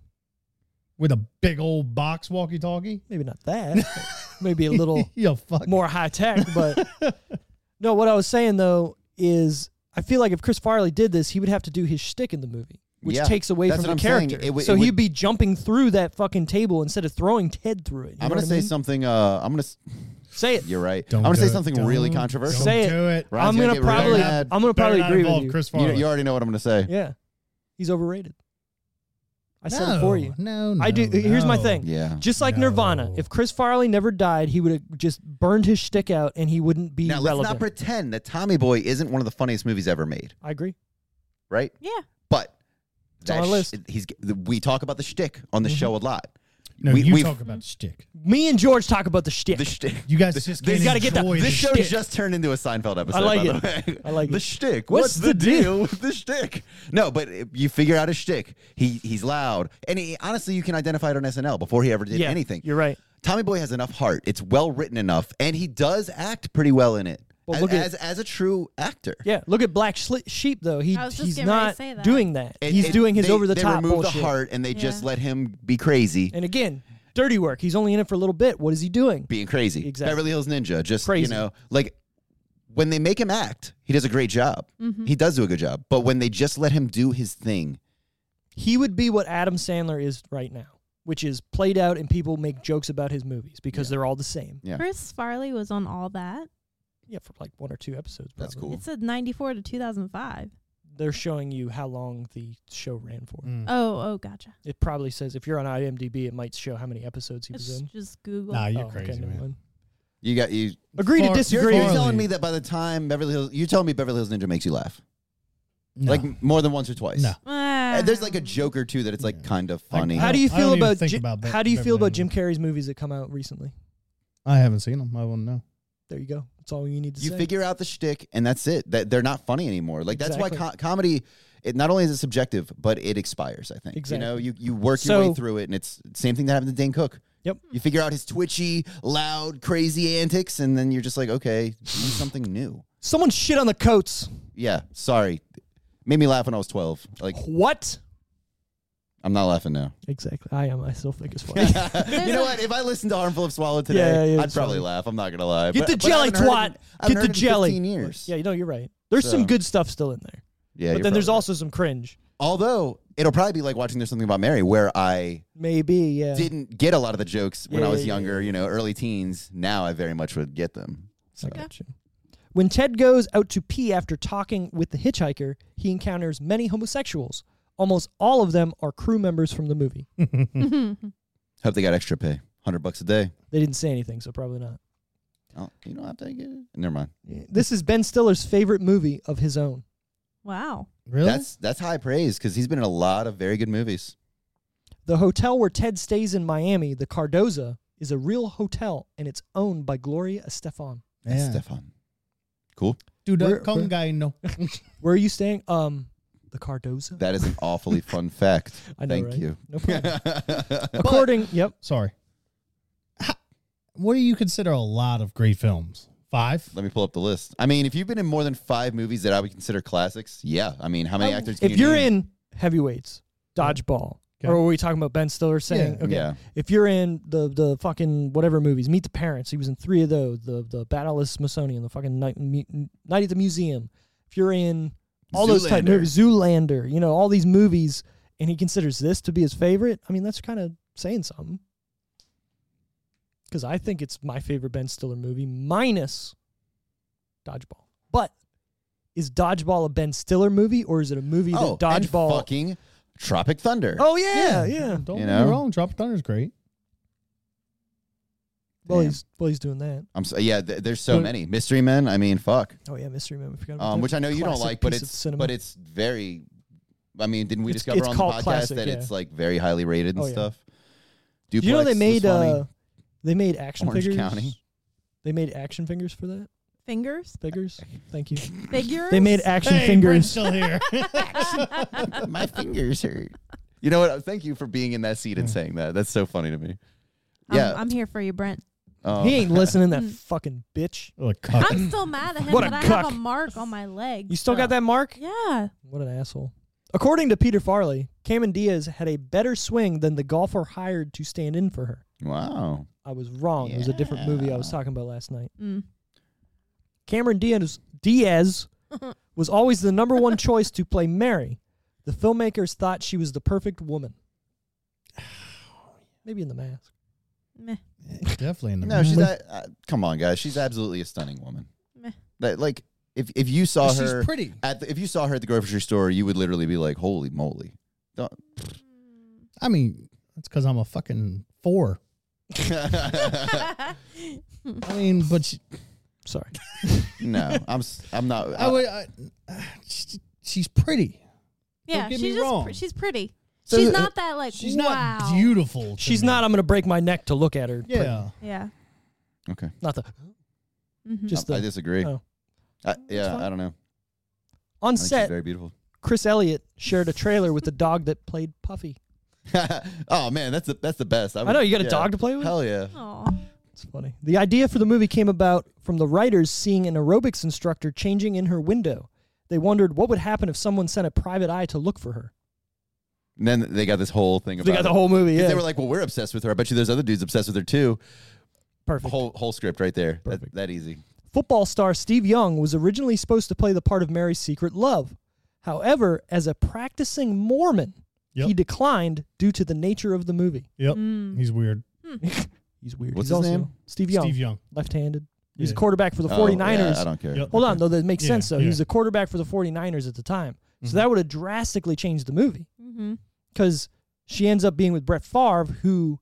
[SPEAKER 3] With a big old box walkie talkie.
[SPEAKER 1] Maybe not that.
[SPEAKER 2] *laughs*
[SPEAKER 1] maybe a little
[SPEAKER 3] *laughs* Yo, fuck.
[SPEAKER 1] more high tech, but no. What I was saying though is, I feel like if Chris Farley did this, he would have to do his shtick in the movie. which
[SPEAKER 2] Yeah,
[SPEAKER 1] takes away
[SPEAKER 2] that's
[SPEAKER 1] from the
[SPEAKER 2] what I'm saying.
[SPEAKER 1] character.
[SPEAKER 2] It would-
[SPEAKER 1] so
[SPEAKER 2] it
[SPEAKER 1] he'd
[SPEAKER 2] would-
[SPEAKER 1] be jumping through that fucking table instead of throwing Ted through it. You know
[SPEAKER 2] I'm
[SPEAKER 1] what
[SPEAKER 2] gonna
[SPEAKER 1] I
[SPEAKER 2] say
[SPEAKER 1] mean?
[SPEAKER 2] something. Uh, I'm gonna. s-
[SPEAKER 1] Say it.
[SPEAKER 2] You're right.
[SPEAKER 3] Don't
[SPEAKER 2] I'm gonna
[SPEAKER 3] do
[SPEAKER 2] say
[SPEAKER 3] it.
[SPEAKER 2] something
[SPEAKER 3] Don't-
[SPEAKER 2] really
[SPEAKER 3] don't
[SPEAKER 2] controversial.
[SPEAKER 3] Don't
[SPEAKER 1] Say it.
[SPEAKER 3] do it.
[SPEAKER 2] Ryan's
[SPEAKER 1] I'm
[SPEAKER 2] gonna
[SPEAKER 1] gonna
[SPEAKER 2] get really
[SPEAKER 1] probably.
[SPEAKER 2] mad.
[SPEAKER 1] I'm gonna
[SPEAKER 3] Better
[SPEAKER 1] probably
[SPEAKER 3] not
[SPEAKER 1] agree
[SPEAKER 3] involve
[SPEAKER 1] with you.
[SPEAKER 3] Chris
[SPEAKER 2] You,
[SPEAKER 3] Farley.
[SPEAKER 2] you already know what I'm gonna say.
[SPEAKER 1] Yeah, he's overrated. I said it for you.
[SPEAKER 3] No,
[SPEAKER 1] I do.
[SPEAKER 3] no,
[SPEAKER 1] Here's my
[SPEAKER 3] no.
[SPEAKER 1] thing.
[SPEAKER 2] Yeah.
[SPEAKER 1] Just like Nirvana,
[SPEAKER 3] No.
[SPEAKER 1] if Chris Farley never died, he would have just burned his shtick out, and he wouldn't be
[SPEAKER 2] Now let's
[SPEAKER 1] relevant.
[SPEAKER 2] not pretend that Tommy Boy isn't one of the funniest movies ever made,
[SPEAKER 1] I agree.
[SPEAKER 2] right?
[SPEAKER 4] Yeah.
[SPEAKER 2] But
[SPEAKER 1] on our
[SPEAKER 2] sh-
[SPEAKER 1] list.
[SPEAKER 2] he's we talk about the shtick on the show a lot.
[SPEAKER 3] Mm-hmm. No,
[SPEAKER 2] we,
[SPEAKER 3] you
[SPEAKER 2] we've-
[SPEAKER 3] talk about shtick.
[SPEAKER 1] Me and George talk about the shtick.
[SPEAKER 2] the shtick.
[SPEAKER 3] You guys just
[SPEAKER 1] They
[SPEAKER 3] can't
[SPEAKER 1] gotta get that-
[SPEAKER 3] enjoy
[SPEAKER 1] this
[SPEAKER 3] the
[SPEAKER 2] This show
[SPEAKER 1] *laughs* shtick.
[SPEAKER 2] just turned into a Seinfeld episode.
[SPEAKER 1] I like
[SPEAKER 2] by
[SPEAKER 1] it.
[SPEAKER 2] The way.
[SPEAKER 1] I like
[SPEAKER 2] the
[SPEAKER 1] it.
[SPEAKER 2] shtick.
[SPEAKER 1] What's
[SPEAKER 2] What's,
[SPEAKER 1] the
[SPEAKER 2] the,
[SPEAKER 1] deal?
[SPEAKER 2] deal? with the shtick? No, but it- you figure out his shtick. He he's loud, and he, honestly, you can identify it on SNL before he ever did
[SPEAKER 1] yeah,
[SPEAKER 2] anything.
[SPEAKER 1] You're right.
[SPEAKER 2] Tommy Boy has enough heart. It's well written enough, and he does act pretty well in it.
[SPEAKER 1] Well,
[SPEAKER 2] as,
[SPEAKER 1] look at-
[SPEAKER 2] as, as a true actor.
[SPEAKER 1] Yeah, look at Black Shli- Sheep though. He
[SPEAKER 4] I was just
[SPEAKER 1] he's
[SPEAKER 4] getting ready to
[SPEAKER 1] not
[SPEAKER 4] say that.
[SPEAKER 1] doing that.
[SPEAKER 2] It-
[SPEAKER 1] he's
[SPEAKER 2] it-
[SPEAKER 1] doing his
[SPEAKER 2] they-
[SPEAKER 1] over the
[SPEAKER 2] They
[SPEAKER 1] top
[SPEAKER 2] removed
[SPEAKER 1] bullshit.
[SPEAKER 2] the heart, and they just
[SPEAKER 4] Yeah.
[SPEAKER 2] let him be crazy,
[SPEAKER 1] And again, dirty work. He's only in it for a little bit. What is he doing?
[SPEAKER 2] being crazy.
[SPEAKER 1] Exactly.
[SPEAKER 2] Beverly Hills Ninja, just
[SPEAKER 1] Crazy.
[SPEAKER 2] you know, like when they make him act, he does a great job. He does do a good job, but when they just let him do his thing.
[SPEAKER 1] He would be what Adam Sandler is right now, which is played out and people make jokes about his movies because they're all the same.
[SPEAKER 2] Yeah.
[SPEAKER 4] Chris Farley was on all that.
[SPEAKER 1] Yeah, for like one or two episodes. Probably.
[SPEAKER 2] That's cool.
[SPEAKER 4] It said 94 to 2005.
[SPEAKER 1] They're showing you how long the show ran for.
[SPEAKER 3] Mm.
[SPEAKER 4] Oh, oh, gotcha.
[SPEAKER 1] It probably says if you're on IMDb, it might show how many episodes he was
[SPEAKER 4] It's
[SPEAKER 1] in.
[SPEAKER 4] just Google.
[SPEAKER 3] Nah, you're
[SPEAKER 1] Oh, okay,
[SPEAKER 3] crazy,
[SPEAKER 1] never
[SPEAKER 3] man.
[SPEAKER 1] mind.
[SPEAKER 2] You got you.
[SPEAKER 1] Agree to
[SPEAKER 2] You're,
[SPEAKER 3] Far-
[SPEAKER 1] disagree.
[SPEAKER 2] you're
[SPEAKER 3] Farley.
[SPEAKER 2] telling me that by the time Beverly Hills, you telling me Beverly Hills Ninja makes you laugh
[SPEAKER 3] No.
[SPEAKER 2] like m- more than once or twice.
[SPEAKER 3] No.
[SPEAKER 4] Ah.
[SPEAKER 2] Uh, There's like a joke or two that it's like
[SPEAKER 3] Yeah.
[SPEAKER 2] kind of
[SPEAKER 3] Like,
[SPEAKER 2] funny.
[SPEAKER 1] How do
[SPEAKER 3] I
[SPEAKER 1] you
[SPEAKER 3] don't
[SPEAKER 1] feel
[SPEAKER 3] even
[SPEAKER 1] about,
[SPEAKER 3] think
[SPEAKER 1] Jim-
[SPEAKER 3] about Be-
[SPEAKER 1] how do you feel
[SPEAKER 3] Beverly
[SPEAKER 1] about Jim Carrey's movies that come out recently?
[SPEAKER 3] I haven't seen them. I wouldn't know.
[SPEAKER 1] There you go. That's all you need to
[SPEAKER 2] you
[SPEAKER 1] say.
[SPEAKER 2] figure out the shtick, and that's it. That they're not funny anymore. Like that's why
[SPEAKER 1] Exactly.
[SPEAKER 2] co- comedy. It not only is it subjective, but it expires. I think you know
[SPEAKER 1] Exactly.
[SPEAKER 2] you you work your
[SPEAKER 1] So-
[SPEAKER 2] way through it, and it's same thing that happened to Dane Cook.
[SPEAKER 1] Yep.
[SPEAKER 2] You figure out his twitchy, loud, crazy antics, and then you're just like, okay, do something new.
[SPEAKER 1] Someone shit on the coats.
[SPEAKER 2] Yeah, sorry, made me laugh when I was twelve. Like
[SPEAKER 1] What?
[SPEAKER 2] I'm not laughing now.
[SPEAKER 1] *laughs* Exactly. I am. I still think it's *laughs* funny.
[SPEAKER 2] you know what? If I listened to Armful of Swallow today,
[SPEAKER 1] Yeah, yeah,
[SPEAKER 2] I'd
[SPEAKER 1] it's
[SPEAKER 2] probably
[SPEAKER 1] funny.
[SPEAKER 2] laugh. I'm not gonna lie.
[SPEAKER 1] Get
[SPEAKER 2] But-
[SPEAKER 1] the
[SPEAKER 2] but I
[SPEAKER 1] jelly,
[SPEAKER 2] haven't heard
[SPEAKER 1] twat.
[SPEAKER 2] it- I haven't
[SPEAKER 1] Get
[SPEAKER 2] heard
[SPEAKER 1] the
[SPEAKER 2] it in
[SPEAKER 1] jelly.
[SPEAKER 2] 15 years.
[SPEAKER 1] Yeah, you know you're right. There's some
[SPEAKER 2] So-
[SPEAKER 1] good stuff still in there,
[SPEAKER 2] yeah.
[SPEAKER 1] but
[SPEAKER 2] you're
[SPEAKER 1] then there's
[SPEAKER 2] probably right.
[SPEAKER 1] also some cringe.
[SPEAKER 2] although it'll probably be like watching There's Something About Mary, where I
[SPEAKER 1] Maybe. Yeah.
[SPEAKER 2] didn't get a lot of the jokes when
[SPEAKER 1] Yeah,
[SPEAKER 2] I was
[SPEAKER 1] yeah, yeah,
[SPEAKER 2] younger. You know, early teens. Now I very much would get them. So
[SPEAKER 1] Gotcha. When Ted goes out to pee after talking with the hitchhiker, he encounters many homosexuals. Almost all of them are crew members from the movie.
[SPEAKER 2] hope they got extra pay, hundred bucks a day.
[SPEAKER 1] They didn't say anything, so probably not.
[SPEAKER 2] Oh, you don't have to get it. Never mind.
[SPEAKER 1] This is Ben Stiller's favorite movie of his own.
[SPEAKER 4] Wow.
[SPEAKER 3] Really?
[SPEAKER 2] That's that's high praise because he's been in a lot of very good movies.
[SPEAKER 1] The hotel where Ted stays in Miami, the Cardoza, is a real hotel and it's owned by Gloria Estefan.
[SPEAKER 3] yeah.
[SPEAKER 2] Stefan, cool.
[SPEAKER 3] Dude,
[SPEAKER 1] We're-
[SPEAKER 3] that Kong
[SPEAKER 1] we're-
[SPEAKER 3] guy, no.
[SPEAKER 1] Where are you staying? Um, the Cardoza.
[SPEAKER 2] That is an
[SPEAKER 1] *laughs*
[SPEAKER 2] awfully fun fact.
[SPEAKER 1] I know,
[SPEAKER 2] Thank
[SPEAKER 1] right?
[SPEAKER 2] you.
[SPEAKER 1] No problem. According, yep.
[SPEAKER 3] Sorry. Ha- What do you consider a lot of great films? Five?
[SPEAKER 2] *laughs* Let me pull up the list. I mean, if you've been in more than five movies that I would consider classics, yeah. I mean, how many actors? Can
[SPEAKER 1] Oh, If
[SPEAKER 2] you
[SPEAKER 1] you're
[SPEAKER 2] name?
[SPEAKER 1] in heavyweights, dodgeball,
[SPEAKER 3] Okay.
[SPEAKER 1] or were we talking about Ben Stiller saying,
[SPEAKER 3] Yeah.
[SPEAKER 1] okay,
[SPEAKER 2] Yeah.
[SPEAKER 1] if you're in the the fucking whatever movies, Meet the Parents, he was in three of those, the the Battle of Smithsonian, the fucking Night, Mu- Night at the Museum. If you're in all those type
[SPEAKER 2] Zoolander.
[SPEAKER 1] movies, Zoolander, you know, all these movies, and he considers this to be his favorite, I mean, that's kind of saying something. Because I think it's my favorite Ben Stiller movie, minus Dodgeball. But is Dodgeball a Ben Stiller movie, or is it a movie
[SPEAKER 2] oh,
[SPEAKER 1] that
[SPEAKER 2] and
[SPEAKER 1] Dodgeball?
[SPEAKER 2] fucking Tropic Thunder.
[SPEAKER 1] oh yeah, yeah.
[SPEAKER 3] Don't
[SPEAKER 2] You
[SPEAKER 3] get me
[SPEAKER 2] know?
[SPEAKER 3] wrong. Drop Thunder's great.
[SPEAKER 1] Well,
[SPEAKER 2] Damn.
[SPEAKER 1] he's well, he's doing that.
[SPEAKER 2] I'm so, yeah. Th- there's so
[SPEAKER 3] But-
[SPEAKER 2] many Mystery Men. I mean, fuck.
[SPEAKER 1] Oh yeah, Mystery Man. We forgot about
[SPEAKER 2] Um,
[SPEAKER 1] that.
[SPEAKER 2] which I know you don't
[SPEAKER 1] Classic
[SPEAKER 2] like, but
[SPEAKER 1] piece of
[SPEAKER 2] it's
[SPEAKER 1] cinema.
[SPEAKER 2] but it's very. I mean, didn't we
[SPEAKER 1] It's-
[SPEAKER 2] discover
[SPEAKER 1] it's
[SPEAKER 2] on the
[SPEAKER 1] called
[SPEAKER 2] podcast
[SPEAKER 1] classic,
[SPEAKER 2] that
[SPEAKER 1] yeah.
[SPEAKER 2] it's like very highly rated and
[SPEAKER 1] Oh, yeah.
[SPEAKER 2] stuff?
[SPEAKER 1] Do you know
[SPEAKER 2] Duplex
[SPEAKER 1] they
[SPEAKER 2] was
[SPEAKER 1] made
[SPEAKER 2] funny.
[SPEAKER 1] uh, they made action
[SPEAKER 2] Orange
[SPEAKER 1] figures. *laughs*
[SPEAKER 2] County. *laughs*
[SPEAKER 1] They made action fingers for that.
[SPEAKER 4] Fingers?
[SPEAKER 1] Figures. Thank
[SPEAKER 2] *laughs*
[SPEAKER 1] you.
[SPEAKER 4] Figures?
[SPEAKER 1] They made action
[SPEAKER 3] Brent's
[SPEAKER 1] fingers.
[SPEAKER 3] still *laughs* here.
[SPEAKER 2] my fingers hurt. You know what? Thank you for being in that seat and saying that. That's so funny to me.
[SPEAKER 4] I'm,
[SPEAKER 2] Yeah.
[SPEAKER 4] I'm here for you, Brent.
[SPEAKER 1] *coughs*
[SPEAKER 2] Um,
[SPEAKER 1] He ain't listening. That
[SPEAKER 4] Mm.
[SPEAKER 1] fucking bitch.
[SPEAKER 3] Look,
[SPEAKER 4] I'm still mad at him
[SPEAKER 1] What a
[SPEAKER 4] that I have
[SPEAKER 1] cuck.
[SPEAKER 4] a mark on my leg.
[SPEAKER 1] You still got that mark?
[SPEAKER 4] Yeah.
[SPEAKER 1] What an asshole. According to Peter Farley, Cameron Diaz had a better swing than the golfer hired to stand in for her.
[SPEAKER 2] wow.
[SPEAKER 1] I was wrong. It was a different movie I was talking about last night.
[SPEAKER 4] Mm.
[SPEAKER 1] Cameron Diaz Diaz was always the number one choice to play Mary. The filmmakers thought she was the perfect woman. *sighs* Maybe in the mask.
[SPEAKER 4] Meh.
[SPEAKER 3] Definitely in the
[SPEAKER 2] No, she's not, uh, come on, guys. She's absolutely a stunning woman.
[SPEAKER 4] Meh.
[SPEAKER 2] That, like if if you saw
[SPEAKER 3] she's
[SPEAKER 2] her
[SPEAKER 3] pretty.
[SPEAKER 2] at the, if you saw her at the grocery store, you would literally be like, "Holy moly!" Don't.
[SPEAKER 3] I mean, that's because I'm a fucking four. I mean, but she,
[SPEAKER 2] *laughs*
[SPEAKER 1] Sorry.
[SPEAKER 2] no, I'm s- I'm not.
[SPEAKER 3] I would. I, *sighs* she, she's pretty.
[SPEAKER 4] yeah,
[SPEAKER 3] get
[SPEAKER 4] she's
[SPEAKER 3] me
[SPEAKER 4] just
[SPEAKER 3] wrong.
[SPEAKER 4] pr- she's pretty.
[SPEAKER 2] So
[SPEAKER 4] she's
[SPEAKER 2] who-
[SPEAKER 3] uh,
[SPEAKER 4] not that like
[SPEAKER 3] She's
[SPEAKER 4] wow.
[SPEAKER 3] not beautiful. to
[SPEAKER 1] She's
[SPEAKER 3] me.
[SPEAKER 1] not, I'm going to break my neck to look at her.
[SPEAKER 3] Yeah.
[SPEAKER 4] Yeah.
[SPEAKER 2] okay.
[SPEAKER 1] Not the.
[SPEAKER 4] Mhm.
[SPEAKER 1] Just
[SPEAKER 2] I, I
[SPEAKER 1] the.
[SPEAKER 2] disagree.
[SPEAKER 1] oh.
[SPEAKER 2] I, yeah,
[SPEAKER 1] fine.
[SPEAKER 2] I don't know.
[SPEAKER 1] On
[SPEAKER 2] I think she's
[SPEAKER 1] set,
[SPEAKER 2] very beautiful. *laughs*
[SPEAKER 1] Chris Elliott shared a trailer with the dog that played Puffy.
[SPEAKER 2] oh man, that's the that's the best.
[SPEAKER 1] I know, you got a
[SPEAKER 2] yeah.
[SPEAKER 1] dog to play with?
[SPEAKER 2] Hell yeah.
[SPEAKER 1] uh,
[SPEAKER 4] Aw.
[SPEAKER 1] It's funny. The idea for the movie came about from the writers seeing an aerobics instructor changing in her window. They wondered what would happen if someone sent a private eye to look for her.
[SPEAKER 2] And then they got this whole thing about
[SPEAKER 1] They got
[SPEAKER 2] it.
[SPEAKER 1] the whole movie.
[SPEAKER 2] 'Cause
[SPEAKER 1] Yeah,
[SPEAKER 2] They were like, "Well, we're obsessed with her. I bet you there's other dudes obsessed with her too."
[SPEAKER 1] perfect.
[SPEAKER 2] Whole whole script right there. That,
[SPEAKER 1] Perfect.
[SPEAKER 2] that easy.
[SPEAKER 1] Football star Steve Young was originally supposed to play the part of Mary's secret love. However, as a practicing Mormon,
[SPEAKER 3] Yep.
[SPEAKER 1] he declined due to the nature of the movie.
[SPEAKER 3] Yep.
[SPEAKER 4] Mm.
[SPEAKER 3] He's weird.
[SPEAKER 1] He's weird. He's
[SPEAKER 2] What's his
[SPEAKER 1] also
[SPEAKER 2] name?
[SPEAKER 1] Steve Young,
[SPEAKER 3] Steve Young.
[SPEAKER 1] left-handed. He was
[SPEAKER 3] Yeah.
[SPEAKER 1] quarterback for the
[SPEAKER 2] Oh, yeah,
[SPEAKER 1] 49ers.
[SPEAKER 2] I don't care.
[SPEAKER 3] Yep.
[SPEAKER 1] Hold on, though. That makes
[SPEAKER 3] Yeah,
[SPEAKER 1] sense, though. He
[SPEAKER 3] yeah.
[SPEAKER 1] was the quarterback for the 49ers at the time.
[SPEAKER 2] Mm-hmm.
[SPEAKER 1] So that would have drastically changed the movie.
[SPEAKER 4] Mhm.
[SPEAKER 1] because she ends up being with Brett Favre, who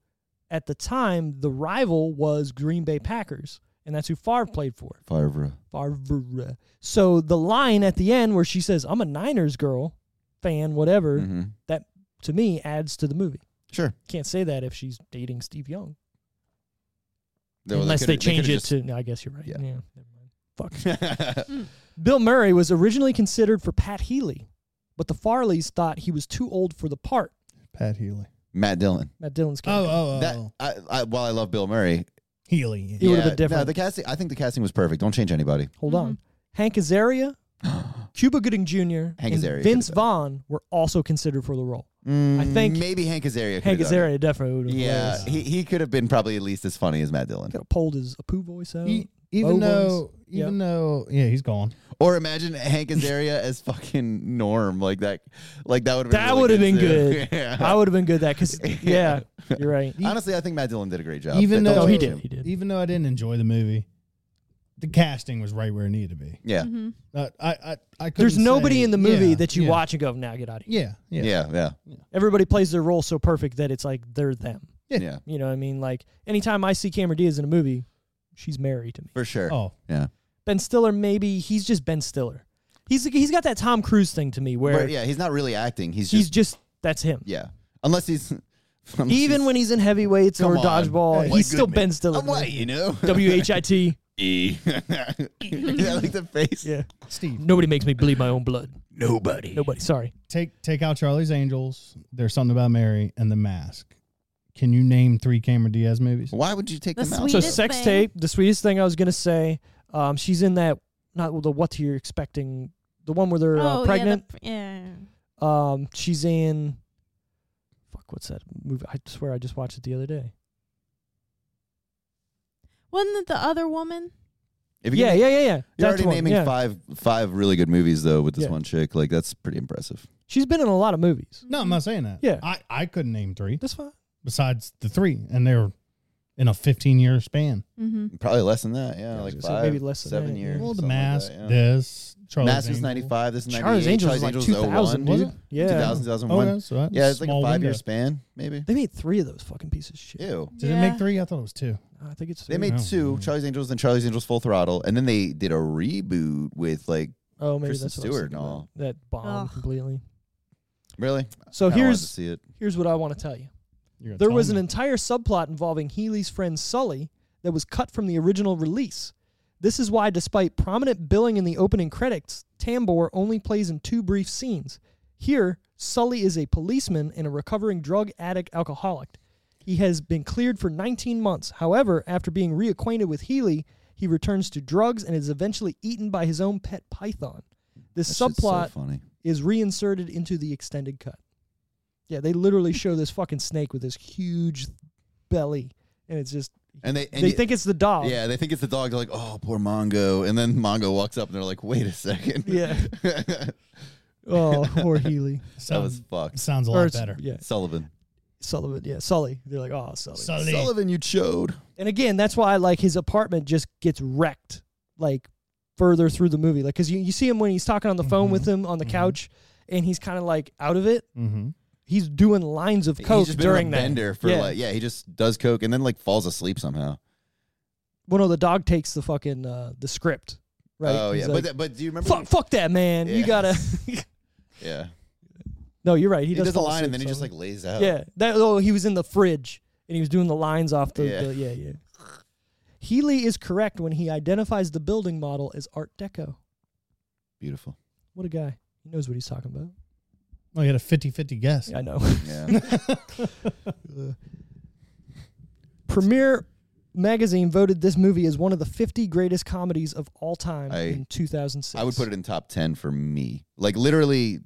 [SPEAKER 1] at the time the rival was Green Bay Packers, and that's who Favre played for.
[SPEAKER 2] Farvra.
[SPEAKER 1] Favre. So the line at the end where she says, "I'm a Niners girl, fan, whatever,"
[SPEAKER 2] hmm
[SPEAKER 1] that to me adds to the movie.
[SPEAKER 2] Sure.
[SPEAKER 1] Can't say that if she's dating Steve Young,
[SPEAKER 2] Well,
[SPEAKER 1] unless they,
[SPEAKER 2] could've-
[SPEAKER 1] change it
[SPEAKER 2] could've
[SPEAKER 1] to. No, I guess you're right.
[SPEAKER 2] Yeah.
[SPEAKER 1] Yeah. never mind. Fuck.
[SPEAKER 2] just-
[SPEAKER 1] Bill Murray was originally considered for Pat Healy, but the Farleys thought he was too old for the part.
[SPEAKER 3] Pat Healy.
[SPEAKER 2] *laughs* Matt Dillon.
[SPEAKER 1] Matt Dillon's
[SPEAKER 3] Oh,
[SPEAKER 1] character.
[SPEAKER 3] oh, oh.
[SPEAKER 2] That I, I, while I love Bill Murray,
[SPEAKER 3] Healy.
[SPEAKER 1] It would've been
[SPEAKER 2] No,
[SPEAKER 1] different.
[SPEAKER 2] the casting. I think the casting was perfect. Don't change anybody.
[SPEAKER 3] uh,
[SPEAKER 1] Hold on.
[SPEAKER 3] mm-hmm.
[SPEAKER 1] Hank
[SPEAKER 2] *gasps*
[SPEAKER 1] Azaria, Cuba Gooding Jr., and
[SPEAKER 2] Azaria could've
[SPEAKER 1] Vince
[SPEAKER 2] done it.
[SPEAKER 1] Vaughn were also considered for the role. I think
[SPEAKER 2] Mm, maybe Hank Azaria. could've
[SPEAKER 1] Hank
[SPEAKER 2] done it.
[SPEAKER 1] Azaria definitely would have.
[SPEAKER 2] Yeah, he, he could have been probably at least as funny as Matt Dillon.
[SPEAKER 1] Could have pulled his Apu voice out.
[SPEAKER 3] E-
[SPEAKER 1] Bo
[SPEAKER 3] even though,
[SPEAKER 1] voice.
[SPEAKER 3] even though, yeah, he's gone.
[SPEAKER 2] Or imagine
[SPEAKER 1] *laughs*
[SPEAKER 2] Hank Azaria as fucking Norm, like that. Like that would have been
[SPEAKER 1] That
[SPEAKER 2] really
[SPEAKER 1] would have been
[SPEAKER 2] too.
[SPEAKER 1] good.
[SPEAKER 2] *laughs* Yeah.
[SPEAKER 1] I would have been good at that because,
[SPEAKER 2] *laughs*
[SPEAKER 1] yeah, you're right.
[SPEAKER 2] Honestly, I think Matt Dillon did a great job.
[SPEAKER 3] even
[SPEAKER 2] They
[SPEAKER 3] though
[SPEAKER 2] don't
[SPEAKER 1] No, he
[SPEAKER 2] change
[SPEAKER 1] did.
[SPEAKER 2] him.
[SPEAKER 1] He did.
[SPEAKER 3] Even though I didn't enjoy the movie, the casting was right where it needed to be.
[SPEAKER 2] Yeah,
[SPEAKER 4] Mhm.
[SPEAKER 3] Uh, I, I, I couldn't
[SPEAKER 1] There's nobody
[SPEAKER 3] say-
[SPEAKER 1] in the movie
[SPEAKER 3] yeah,
[SPEAKER 1] that you
[SPEAKER 3] yeah,
[SPEAKER 1] watch and go, now get out of here.
[SPEAKER 3] Yeah, yeah,
[SPEAKER 2] yeah, yeah,
[SPEAKER 1] *laughs* Everybody plays their role so perfect that it's like they're them.
[SPEAKER 2] yeah,
[SPEAKER 3] Yeah.
[SPEAKER 1] You know what I mean? Like, anytime I see Cameron Diaz in a movie, she's Mary to me.
[SPEAKER 2] for sure.
[SPEAKER 3] Oh,
[SPEAKER 2] Yeah,
[SPEAKER 1] Ben Stiller, maybe he's just Ben Stiller. He's he's got that Tom Cruise thing to me where
[SPEAKER 2] but yeah, he's not really acting. He's
[SPEAKER 1] he's
[SPEAKER 2] just
[SPEAKER 1] just that's him.
[SPEAKER 2] yeah, unless he's *laughs*
[SPEAKER 1] Even
[SPEAKER 2] unless he's-
[SPEAKER 1] when he's in heavyweights
[SPEAKER 2] Come
[SPEAKER 1] or
[SPEAKER 2] on.
[SPEAKER 1] dodgeball,
[SPEAKER 2] Hey,
[SPEAKER 1] he's
[SPEAKER 2] White
[SPEAKER 1] still
[SPEAKER 2] Goodman.
[SPEAKER 1] Ben Stiller. *laughs*
[SPEAKER 2] I'm white, you know. *laughs*
[SPEAKER 1] W H I T.
[SPEAKER 2] E. yeah, like the face.
[SPEAKER 1] Yeah.
[SPEAKER 3] Steve,
[SPEAKER 1] Nobody makes me bleed my own blood.
[SPEAKER 2] Nobody.
[SPEAKER 1] Nobody. Sorry.
[SPEAKER 3] take take out Charlie's Angels. There's something about Mary and The Mask. Can you name three Cameron Diaz movies?
[SPEAKER 2] Why would you take
[SPEAKER 4] The
[SPEAKER 2] them out?
[SPEAKER 4] sweet-
[SPEAKER 1] So
[SPEAKER 4] Sweetest
[SPEAKER 1] sex
[SPEAKER 4] thing.
[SPEAKER 1] tape. The sweetest thing I was gonna say. Um, she's in that not the what you're expecting. The one where they're
[SPEAKER 4] oh, yeah,
[SPEAKER 1] uh,
[SPEAKER 4] the
[SPEAKER 1] pregnant.
[SPEAKER 4] pr- Yeah.
[SPEAKER 1] um, she's in. Fuck. What's that movie? I swear I just watched it the other day.
[SPEAKER 4] Wasn't it the other woman?
[SPEAKER 2] If you
[SPEAKER 1] Yeah.
[SPEAKER 2] can-
[SPEAKER 1] Yeah. Yeah. Yeah.
[SPEAKER 2] You're
[SPEAKER 1] That's
[SPEAKER 2] already
[SPEAKER 1] one,
[SPEAKER 2] naming
[SPEAKER 1] yeah.
[SPEAKER 2] five five really good movies though with this
[SPEAKER 1] Yeah.
[SPEAKER 2] one chick. Like that's pretty impressive.
[SPEAKER 1] She's been in a lot of movies.
[SPEAKER 3] No, I'm not saying that.
[SPEAKER 1] Yeah.
[SPEAKER 3] I, I couldn't name three
[SPEAKER 1] That's fine.
[SPEAKER 3] besides the three, and they're in a 15 year span.
[SPEAKER 4] Mm-hmm.
[SPEAKER 2] Probably less than that. Yeah,
[SPEAKER 1] Yeah, I was
[SPEAKER 2] like
[SPEAKER 1] gonna say
[SPEAKER 2] five,
[SPEAKER 1] maybe less than
[SPEAKER 2] seven
[SPEAKER 1] that, yeah.
[SPEAKER 2] years.
[SPEAKER 3] Well, The
[SPEAKER 2] something like
[SPEAKER 3] Mask,
[SPEAKER 2] that, yeah.
[SPEAKER 3] this Charlie's
[SPEAKER 2] Mask was
[SPEAKER 3] Angels.
[SPEAKER 2] ninety five. This is oh ninety eight.
[SPEAKER 1] Charlie's Angels was like 2000,
[SPEAKER 2] 01,
[SPEAKER 1] dude.
[SPEAKER 3] Was it?
[SPEAKER 1] Yeah.
[SPEAKER 2] 2000, 2001.
[SPEAKER 3] Oh, that's right.
[SPEAKER 2] yeah, it's like a
[SPEAKER 3] Small
[SPEAKER 2] five year
[SPEAKER 3] window.
[SPEAKER 2] span maybe.
[SPEAKER 1] They made three of those fucking pieces of shit.
[SPEAKER 2] Ew.
[SPEAKER 3] Did it
[SPEAKER 4] Yeah.
[SPEAKER 3] make three? I thought it was two.
[SPEAKER 1] I think it's
[SPEAKER 2] They
[SPEAKER 1] three.
[SPEAKER 2] made
[SPEAKER 3] Yeah.
[SPEAKER 2] two Charlie's Angels and Charlie's Angels Full Throttle, and then they did a reboot with like
[SPEAKER 1] Oh, maybe
[SPEAKER 2] Kristen
[SPEAKER 1] that's what I was
[SPEAKER 2] Stewart
[SPEAKER 1] thinking
[SPEAKER 2] and
[SPEAKER 1] about.
[SPEAKER 2] all.
[SPEAKER 1] That bombed
[SPEAKER 4] Ugh.
[SPEAKER 1] completely.
[SPEAKER 2] really.
[SPEAKER 1] So
[SPEAKER 2] Kinda wanted to
[SPEAKER 1] here's
[SPEAKER 2] see it.
[SPEAKER 1] here's what I want to tell you.
[SPEAKER 3] You're gonna
[SPEAKER 1] There
[SPEAKER 3] tell
[SPEAKER 1] was an
[SPEAKER 3] me.
[SPEAKER 1] entire subplot involving Healy's friend Sully that was cut from the original release. This is why, despite prominent billing in the opening credits, Tambor only plays in two brief scenes. Here, Sully is a policeman and a recovering drug addict alcoholic. He has been cleared for 19 months. However, after being reacquainted with Healy, he returns to drugs and is eventually eaten by his own pet python. This
[SPEAKER 2] That shit's so
[SPEAKER 1] subplot
[SPEAKER 2] funny.
[SPEAKER 1] is reinserted into the extended cut. Yeah, they literally show this fucking snake with this huge belly, and it's just
[SPEAKER 2] And they and
[SPEAKER 1] they
[SPEAKER 2] you-
[SPEAKER 1] think it's the dog.
[SPEAKER 2] Yeah, they think it's the dog. They're like, *laughs* oh, poor Mongo. And then Mongo walks up and they're like, wait a second.
[SPEAKER 1] Yeah.
[SPEAKER 2] *laughs*
[SPEAKER 1] Oh, poor Healy.
[SPEAKER 2] That
[SPEAKER 3] Sound-
[SPEAKER 2] was fucked.
[SPEAKER 3] sounds a
[SPEAKER 1] Or
[SPEAKER 3] lot
[SPEAKER 1] it's-
[SPEAKER 3] better.
[SPEAKER 1] Yeah,
[SPEAKER 2] Sullivan.
[SPEAKER 1] Sullivan. Yeah, Sully. They're like, oh, Sully.
[SPEAKER 3] Sully.
[SPEAKER 2] Sullivan, you chode.
[SPEAKER 1] and again, that's why like his apartment just gets wrecked like further through the movie. Like, cause you, you see him when he's talking on the phone with him on the couch, and he's kind of like out of it.
[SPEAKER 3] Mm-hmm.
[SPEAKER 1] He's doing lines of coke
[SPEAKER 2] He's just been on
[SPEAKER 1] during
[SPEAKER 2] a
[SPEAKER 1] that.
[SPEAKER 2] bender for
[SPEAKER 1] yeah.
[SPEAKER 2] like yeah, he just does coke and then like falls asleep somehow.
[SPEAKER 1] well, no, the dog takes the fucking uh, the script, right?
[SPEAKER 2] Oh
[SPEAKER 1] He's
[SPEAKER 2] yeah,
[SPEAKER 1] like,
[SPEAKER 2] but that, but do you remember?
[SPEAKER 1] fuck, fuck that man. You
[SPEAKER 2] Yeah.
[SPEAKER 1] gotta. *laughs*
[SPEAKER 2] Yeah,
[SPEAKER 1] no, you're right. He,
[SPEAKER 2] he, does, a
[SPEAKER 1] fall
[SPEAKER 2] line
[SPEAKER 1] asleep
[SPEAKER 2] and then he just
[SPEAKER 1] somewhere.
[SPEAKER 2] like lays out.
[SPEAKER 1] Yeah, that. Oh, he was in the fridge and he was doing the lines off the.
[SPEAKER 2] Yeah.
[SPEAKER 1] the- yeah, yeah. Healy is correct when he identifies the building model as Art Deco. *laughs*
[SPEAKER 2] beautiful.
[SPEAKER 1] What a guy! He knows what he's talking about.
[SPEAKER 3] Oh, you had a 50-50 guess.
[SPEAKER 1] I know. *laughs*
[SPEAKER 2] Yeah,
[SPEAKER 1] Premiere magazine voted this movie as one of the 50 greatest comedies of all time
[SPEAKER 2] I-
[SPEAKER 1] in 2006.
[SPEAKER 2] I would put it in top ten for me. Like literally,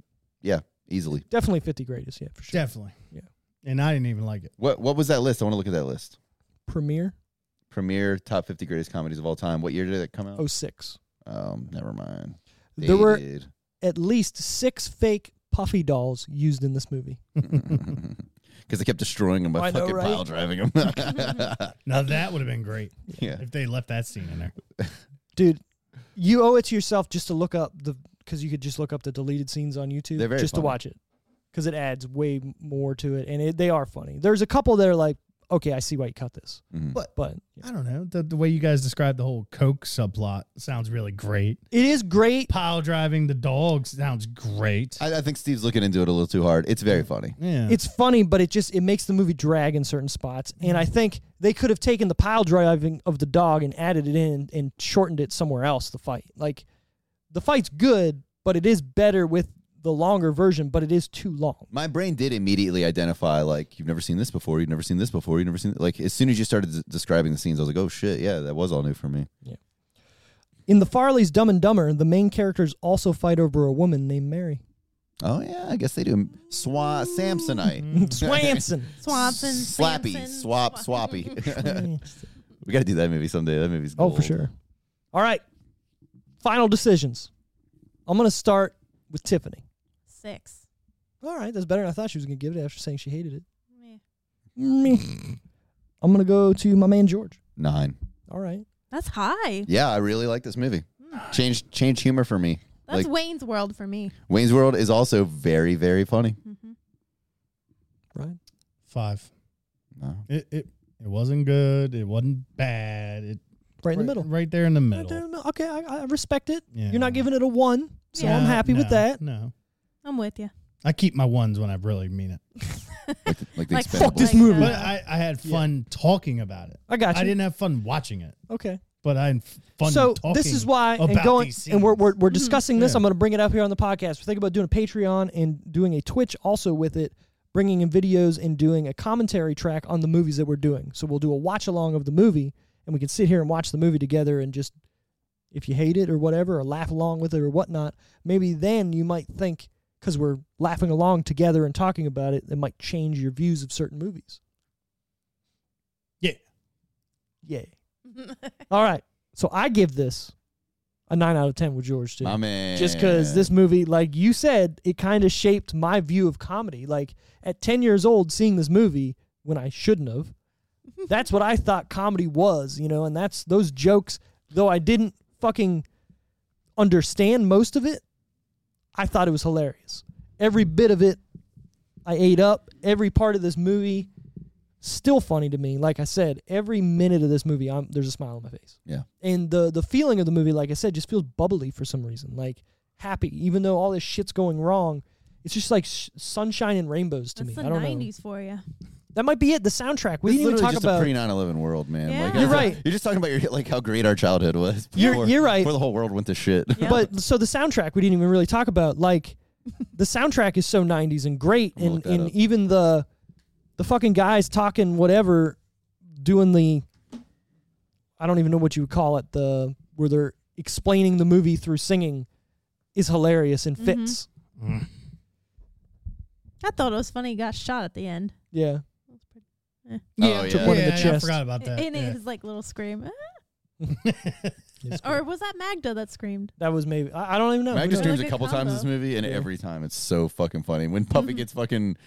[SPEAKER 2] yeah, easily.
[SPEAKER 1] definitely 50 greatest. Yeah, for sure.
[SPEAKER 3] Definitely.
[SPEAKER 1] Yeah.
[SPEAKER 3] And I didn't even like it.
[SPEAKER 2] What what was that list? I want to look at that list.
[SPEAKER 1] Premiere
[SPEAKER 2] Premiere top fifty greatest comedies of all time. What year did it come out?
[SPEAKER 1] 06.
[SPEAKER 2] Um, never mind.
[SPEAKER 1] Oh, There were
[SPEAKER 2] Dated.
[SPEAKER 1] at least six fake puffy dolls used in this movie.
[SPEAKER 2] Because I kept destroying them by
[SPEAKER 1] I know,
[SPEAKER 2] fucking
[SPEAKER 1] right?
[SPEAKER 2] pile driving them.
[SPEAKER 3] Now that would have been great
[SPEAKER 2] *laughs* yeah.
[SPEAKER 1] *laughs*
[SPEAKER 3] if they left that scene in there.
[SPEAKER 1] Dude, you owe it to yourself just to look up the because you could just look up the deleted scenes on YouTube
[SPEAKER 2] They're very
[SPEAKER 1] just to
[SPEAKER 2] funny.
[SPEAKER 1] watch it because it adds way more to it and it, they are funny. There's a couple that are like, okay, I see why you cut this,
[SPEAKER 2] Mhm.
[SPEAKER 1] but
[SPEAKER 3] I don't know. The, the way you guys described the whole Coke subplot sounds really great.
[SPEAKER 1] it is great.
[SPEAKER 3] Pile driving the dog sounds great.
[SPEAKER 2] I, I think Steve's looking into it a little too hard. It's
[SPEAKER 1] Mm.
[SPEAKER 2] very funny.
[SPEAKER 3] yeah.
[SPEAKER 1] It's funny, but it just it makes the movie drag in certain spots. And I think they could have taken the pile driving of the dog and added it in and shortened it somewhere else. The fight, like the fight's good, but it is better with the longer version. But it is too long.
[SPEAKER 2] My brain did immediately identify like you've never seen this before, you've never seen this before, you've never seen like as soon as you started d- describing the scenes, I was like, oh shit, yeah, that was all new for me.
[SPEAKER 1] In the Farley's Dumb and Dumber, the main characters also fight over a woman named
[SPEAKER 3] *laughs*
[SPEAKER 1] Mary
[SPEAKER 2] Oh yeah, I guess they do. Swa Samsonite,
[SPEAKER 1] Mm-hmm. Swanson.
[SPEAKER 4] Swanson,
[SPEAKER 2] slappy,
[SPEAKER 4] Samson,
[SPEAKER 2] swap,
[SPEAKER 4] Swan-
[SPEAKER 2] swappy.
[SPEAKER 4] *laughs*
[SPEAKER 2] *laughs* we got to do that movie someday. That movie's
[SPEAKER 1] oh,
[SPEAKER 2] gold.
[SPEAKER 1] for sure. All right, final decisions. I'm gonna start with Tiffany.
[SPEAKER 4] Six.
[SPEAKER 1] All right, that's better than I thought she was gonna give it after saying she hated it.
[SPEAKER 4] Meh.
[SPEAKER 1] Me. I'm gonna go to my man George.
[SPEAKER 2] Nine.
[SPEAKER 1] All right.
[SPEAKER 4] That's high.
[SPEAKER 2] Yeah, I really like this movie. Change change humor for me.
[SPEAKER 4] Hmm. That's
[SPEAKER 2] like
[SPEAKER 4] Wayne's World for me.
[SPEAKER 2] Wayne's World is also very very funny.
[SPEAKER 1] Right.
[SPEAKER 3] Five.
[SPEAKER 4] Hmm.
[SPEAKER 2] Oh.
[SPEAKER 3] It, it it wasn't good. It wasn't bad. It
[SPEAKER 1] Right in the middle.
[SPEAKER 3] Right there in the
[SPEAKER 1] Right there in
[SPEAKER 3] middle.
[SPEAKER 1] the middle. Okay, I, I respect it.
[SPEAKER 3] Yeah.
[SPEAKER 1] You're not giving it a one, so
[SPEAKER 4] Yeah.
[SPEAKER 1] I'm happy with
[SPEAKER 3] No,
[SPEAKER 1] that.
[SPEAKER 3] No.
[SPEAKER 4] I'm with you.
[SPEAKER 3] I keep my ones when I really mean it.
[SPEAKER 2] Like the
[SPEAKER 4] Like,
[SPEAKER 2] Expendables.
[SPEAKER 1] fuck this movie.
[SPEAKER 3] But I, I had fun talking about it.
[SPEAKER 1] I got you.
[SPEAKER 3] I didn't have fun watching it,
[SPEAKER 1] okay.
[SPEAKER 3] but I had f- fun
[SPEAKER 1] So
[SPEAKER 3] talking
[SPEAKER 1] this is why and
[SPEAKER 3] about
[SPEAKER 1] going
[SPEAKER 3] these
[SPEAKER 1] and we're
[SPEAKER 3] scenes. Mm-hmm.
[SPEAKER 1] we're, we're discussing this.
[SPEAKER 3] Yeah.
[SPEAKER 1] I'm going to bring it up here on the podcast. We're thinking about doing a Patreon and doing a Twitch also with it, bringing in videos and doing a commentary track on the movies that we're doing. So we'll do a watch along of the movie, and we can sit here and watch the movie together and just if you hate it or whatever, or laugh along with it or whatnot. Maybe then you might think because we're laughing along together and talking about it, it might change your views of certain movies.
[SPEAKER 3] Yeah.
[SPEAKER 1] Yay. All right. So I give this a nine out of ten with George too.
[SPEAKER 2] My man.
[SPEAKER 1] Just because this movie, like you said, it kind of shaped my view of comedy. Like at ten years old, seeing this movie when I shouldn't have, that's what I thought comedy was, you know. And that's those jokes. Though I didn't fucking understand most of it, I thought it was hilarious. Every bit of it, I ate up. Every part of this movie, still funny to me. Like I said, every minute of this movie, I'm there's a smile on my face
[SPEAKER 2] Yeah.
[SPEAKER 1] and the the feeling of the movie, like I said, just feels bubbly for some reason. Like happy, even though all this shit's going wrong. It's just like sh- sunshine and rainbows to
[SPEAKER 4] That's
[SPEAKER 1] me.
[SPEAKER 4] the
[SPEAKER 1] I don't know.
[SPEAKER 4] 90s for you.
[SPEAKER 1] That might be it. The soundtrack. We
[SPEAKER 2] It's
[SPEAKER 1] didn't even
[SPEAKER 2] literally
[SPEAKER 1] talk
[SPEAKER 2] just
[SPEAKER 1] about.
[SPEAKER 2] a pre 9/11 world, man. Like,
[SPEAKER 4] Yeah.
[SPEAKER 1] You're
[SPEAKER 2] it's like-
[SPEAKER 1] right.
[SPEAKER 2] You're just talking about your, like how great our childhood was.
[SPEAKER 1] You're-
[SPEAKER 2] before-
[SPEAKER 1] you're right.
[SPEAKER 2] Before the whole world went
[SPEAKER 1] *laughs*
[SPEAKER 2] to shit.
[SPEAKER 4] Yeah.
[SPEAKER 1] But so the soundtrack we didn't even really talk about.
[SPEAKER 4] *laughs*
[SPEAKER 1] Like the soundtrack is so 90s and great,
[SPEAKER 2] I'm gonna
[SPEAKER 1] and
[SPEAKER 2] look that
[SPEAKER 1] and
[SPEAKER 2] up.
[SPEAKER 1] even the the fucking guys talking whatever, doing the I don't even know what you would call it the where they're explaining the movie through singing is hilarious and
[SPEAKER 4] Mm-hmm.
[SPEAKER 1] fits.
[SPEAKER 4] I thought it was funny he got shot at the end.
[SPEAKER 1] Yeah.
[SPEAKER 2] Yeah, Oh,
[SPEAKER 1] took
[SPEAKER 2] yeah.
[SPEAKER 1] one in the
[SPEAKER 3] I
[SPEAKER 1] chest.
[SPEAKER 3] forgot about that.
[SPEAKER 4] And
[SPEAKER 3] yeah.
[SPEAKER 4] his like little scream.
[SPEAKER 1] It's
[SPEAKER 4] Eh? Or
[SPEAKER 1] great.
[SPEAKER 4] was that Magda that screamed?
[SPEAKER 1] that was maybe I, I don't even know.
[SPEAKER 2] Magda
[SPEAKER 4] knows?
[SPEAKER 2] screams a
[SPEAKER 4] Good
[SPEAKER 2] couple times in this
[SPEAKER 4] combo.
[SPEAKER 2] movie, and
[SPEAKER 1] Yeah. Mm-hmm.
[SPEAKER 2] every time it's so fucking funny. When Puffy gets fucking,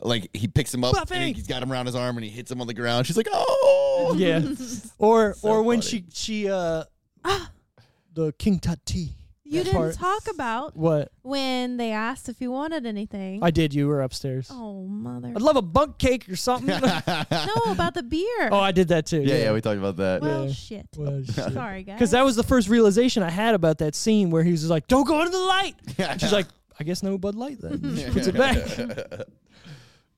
[SPEAKER 2] like he picks him up, and
[SPEAKER 1] Puffy!
[SPEAKER 2] he- he's got him around his arm, and he hits him on the ground. She's like, "Oh,
[SPEAKER 4] *laughs*
[SPEAKER 1] yeah. Or
[SPEAKER 2] *laughs* So
[SPEAKER 1] or when
[SPEAKER 2] funny.
[SPEAKER 1] she she
[SPEAKER 4] *gasps*
[SPEAKER 1] uh the King Tut tea.
[SPEAKER 4] You
[SPEAKER 1] that
[SPEAKER 4] didn't
[SPEAKER 1] part.
[SPEAKER 4] talk about
[SPEAKER 1] What
[SPEAKER 4] when they asked if you wanted anything.
[SPEAKER 1] I did, you were upstairs.
[SPEAKER 4] oh mother!
[SPEAKER 1] I'd love a bunk cake or
[SPEAKER 2] *laughs*
[SPEAKER 1] something.
[SPEAKER 4] no, about the beer.
[SPEAKER 1] *laughs* oh, I did that too. *laughs*
[SPEAKER 2] yeah, yeah." We talked about *laughs* that.
[SPEAKER 4] well,
[SPEAKER 1] yeah.
[SPEAKER 4] shit.
[SPEAKER 2] *laughs*
[SPEAKER 1] Because
[SPEAKER 4] Sorry, guys.
[SPEAKER 1] that was the first realization I had about that scene where he was just like, "Don't go into the
[SPEAKER 2] *laughs*
[SPEAKER 1] light." And she's like, "I guess no Bud Light then." She puts it back.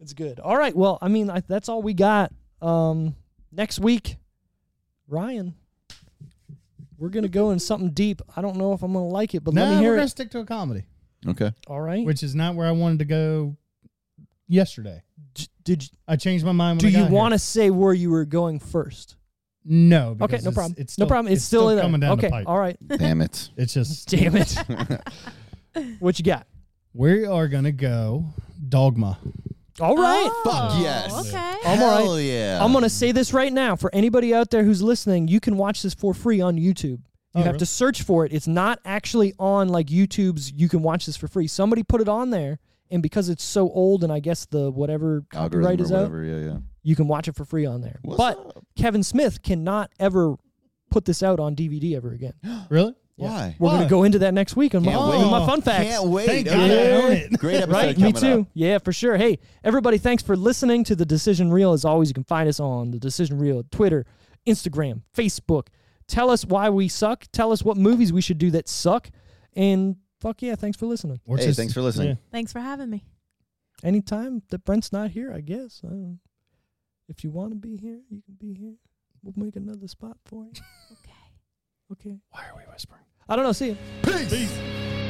[SPEAKER 1] it's good. All right. Well, I mean, I, that's all we got. Um, next week, Ryan, we're gonna go in something deep. I don't know if I'm gonna like it, but let
[SPEAKER 3] No,
[SPEAKER 1] me
[SPEAKER 3] we're
[SPEAKER 1] hear
[SPEAKER 3] gonna
[SPEAKER 1] it.
[SPEAKER 3] stick to a comedy,
[SPEAKER 2] Okay.
[SPEAKER 1] All right.
[SPEAKER 3] which is not where I wanted to go yesterday.
[SPEAKER 1] D- did you-
[SPEAKER 3] I changed my mind.
[SPEAKER 1] do
[SPEAKER 3] When
[SPEAKER 1] you want
[SPEAKER 3] want
[SPEAKER 1] to say where you were going first?
[SPEAKER 3] No. because
[SPEAKER 1] Okay, no
[SPEAKER 3] it's-
[SPEAKER 1] problem.
[SPEAKER 3] It's
[SPEAKER 1] no
[SPEAKER 3] still-
[SPEAKER 1] problem. It's, still, in there.
[SPEAKER 3] coming down
[SPEAKER 1] okay.
[SPEAKER 3] the pipe.
[SPEAKER 1] All right.
[SPEAKER 2] Damn it.
[SPEAKER 3] It's just
[SPEAKER 1] Damn it. what you got?
[SPEAKER 3] *laughs* we are gonna go dogma.
[SPEAKER 1] All right. Oh.
[SPEAKER 4] Oh,
[SPEAKER 2] Fuck yes.
[SPEAKER 4] Okay.
[SPEAKER 1] I'm *laughs* all
[SPEAKER 2] Hell
[SPEAKER 1] right.
[SPEAKER 2] yeah.
[SPEAKER 1] I'm going to say this right now for anybody out there who's listening, you can watch this for free on YouTube. You
[SPEAKER 3] Oh,
[SPEAKER 1] have
[SPEAKER 3] really?
[SPEAKER 1] to search for it. It's not actually on like YouTube's you can watch this for free. Somebody put it on there and because it's so old and I guess the whatever copyright
[SPEAKER 2] algorithm
[SPEAKER 1] is
[SPEAKER 2] or
[SPEAKER 1] out,
[SPEAKER 2] whatever. Yeah, yeah.
[SPEAKER 1] you can watch it for free on there.
[SPEAKER 2] What's
[SPEAKER 1] but
[SPEAKER 2] up?
[SPEAKER 1] Kevin Smith cannot ever put this out on DVD ever again.
[SPEAKER 3] Really?
[SPEAKER 2] Why?
[SPEAKER 1] We're going to
[SPEAKER 3] Why?
[SPEAKER 1] go into that next week on my,
[SPEAKER 2] Can't
[SPEAKER 3] wait.
[SPEAKER 1] on my fun facts.
[SPEAKER 2] Can't wait.
[SPEAKER 3] Thank God I own it.
[SPEAKER 2] Great episode
[SPEAKER 1] right? Me
[SPEAKER 2] coming
[SPEAKER 1] too.
[SPEAKER 2] up.
[SPEAKER 1] Yeah, for sure. Hey, everybody, thanks for listening to The Decision Reel. As always, you can find us on The Decision Reel, Twitter, Instagram, Facebook. Tell us why we suck. Tell us what movies we should do that suck. And fuck yeah, thanks for listening.
[SPEAKER 3] Or
[SPEAKER 2] Hey,
[SPEAKER 3] just-
[SPEAKER 2] thanks for listening.
[SPEAKER 3] yeah.
[SPEAKER 4] Thanks for having me.
[SPEAKER 1] Anytime that Brent's not here, I guess. I don't- if you want to be here, you can be here. We'll make another spot for you. *laughs*
[SPEAKER 4] Okay.
[SPEAKER 1] Okay.
[SPEAKER 3] Why are we whispering?
[SPEAKER 1] I don't know. See you.
[SPEAKER 2] Peace.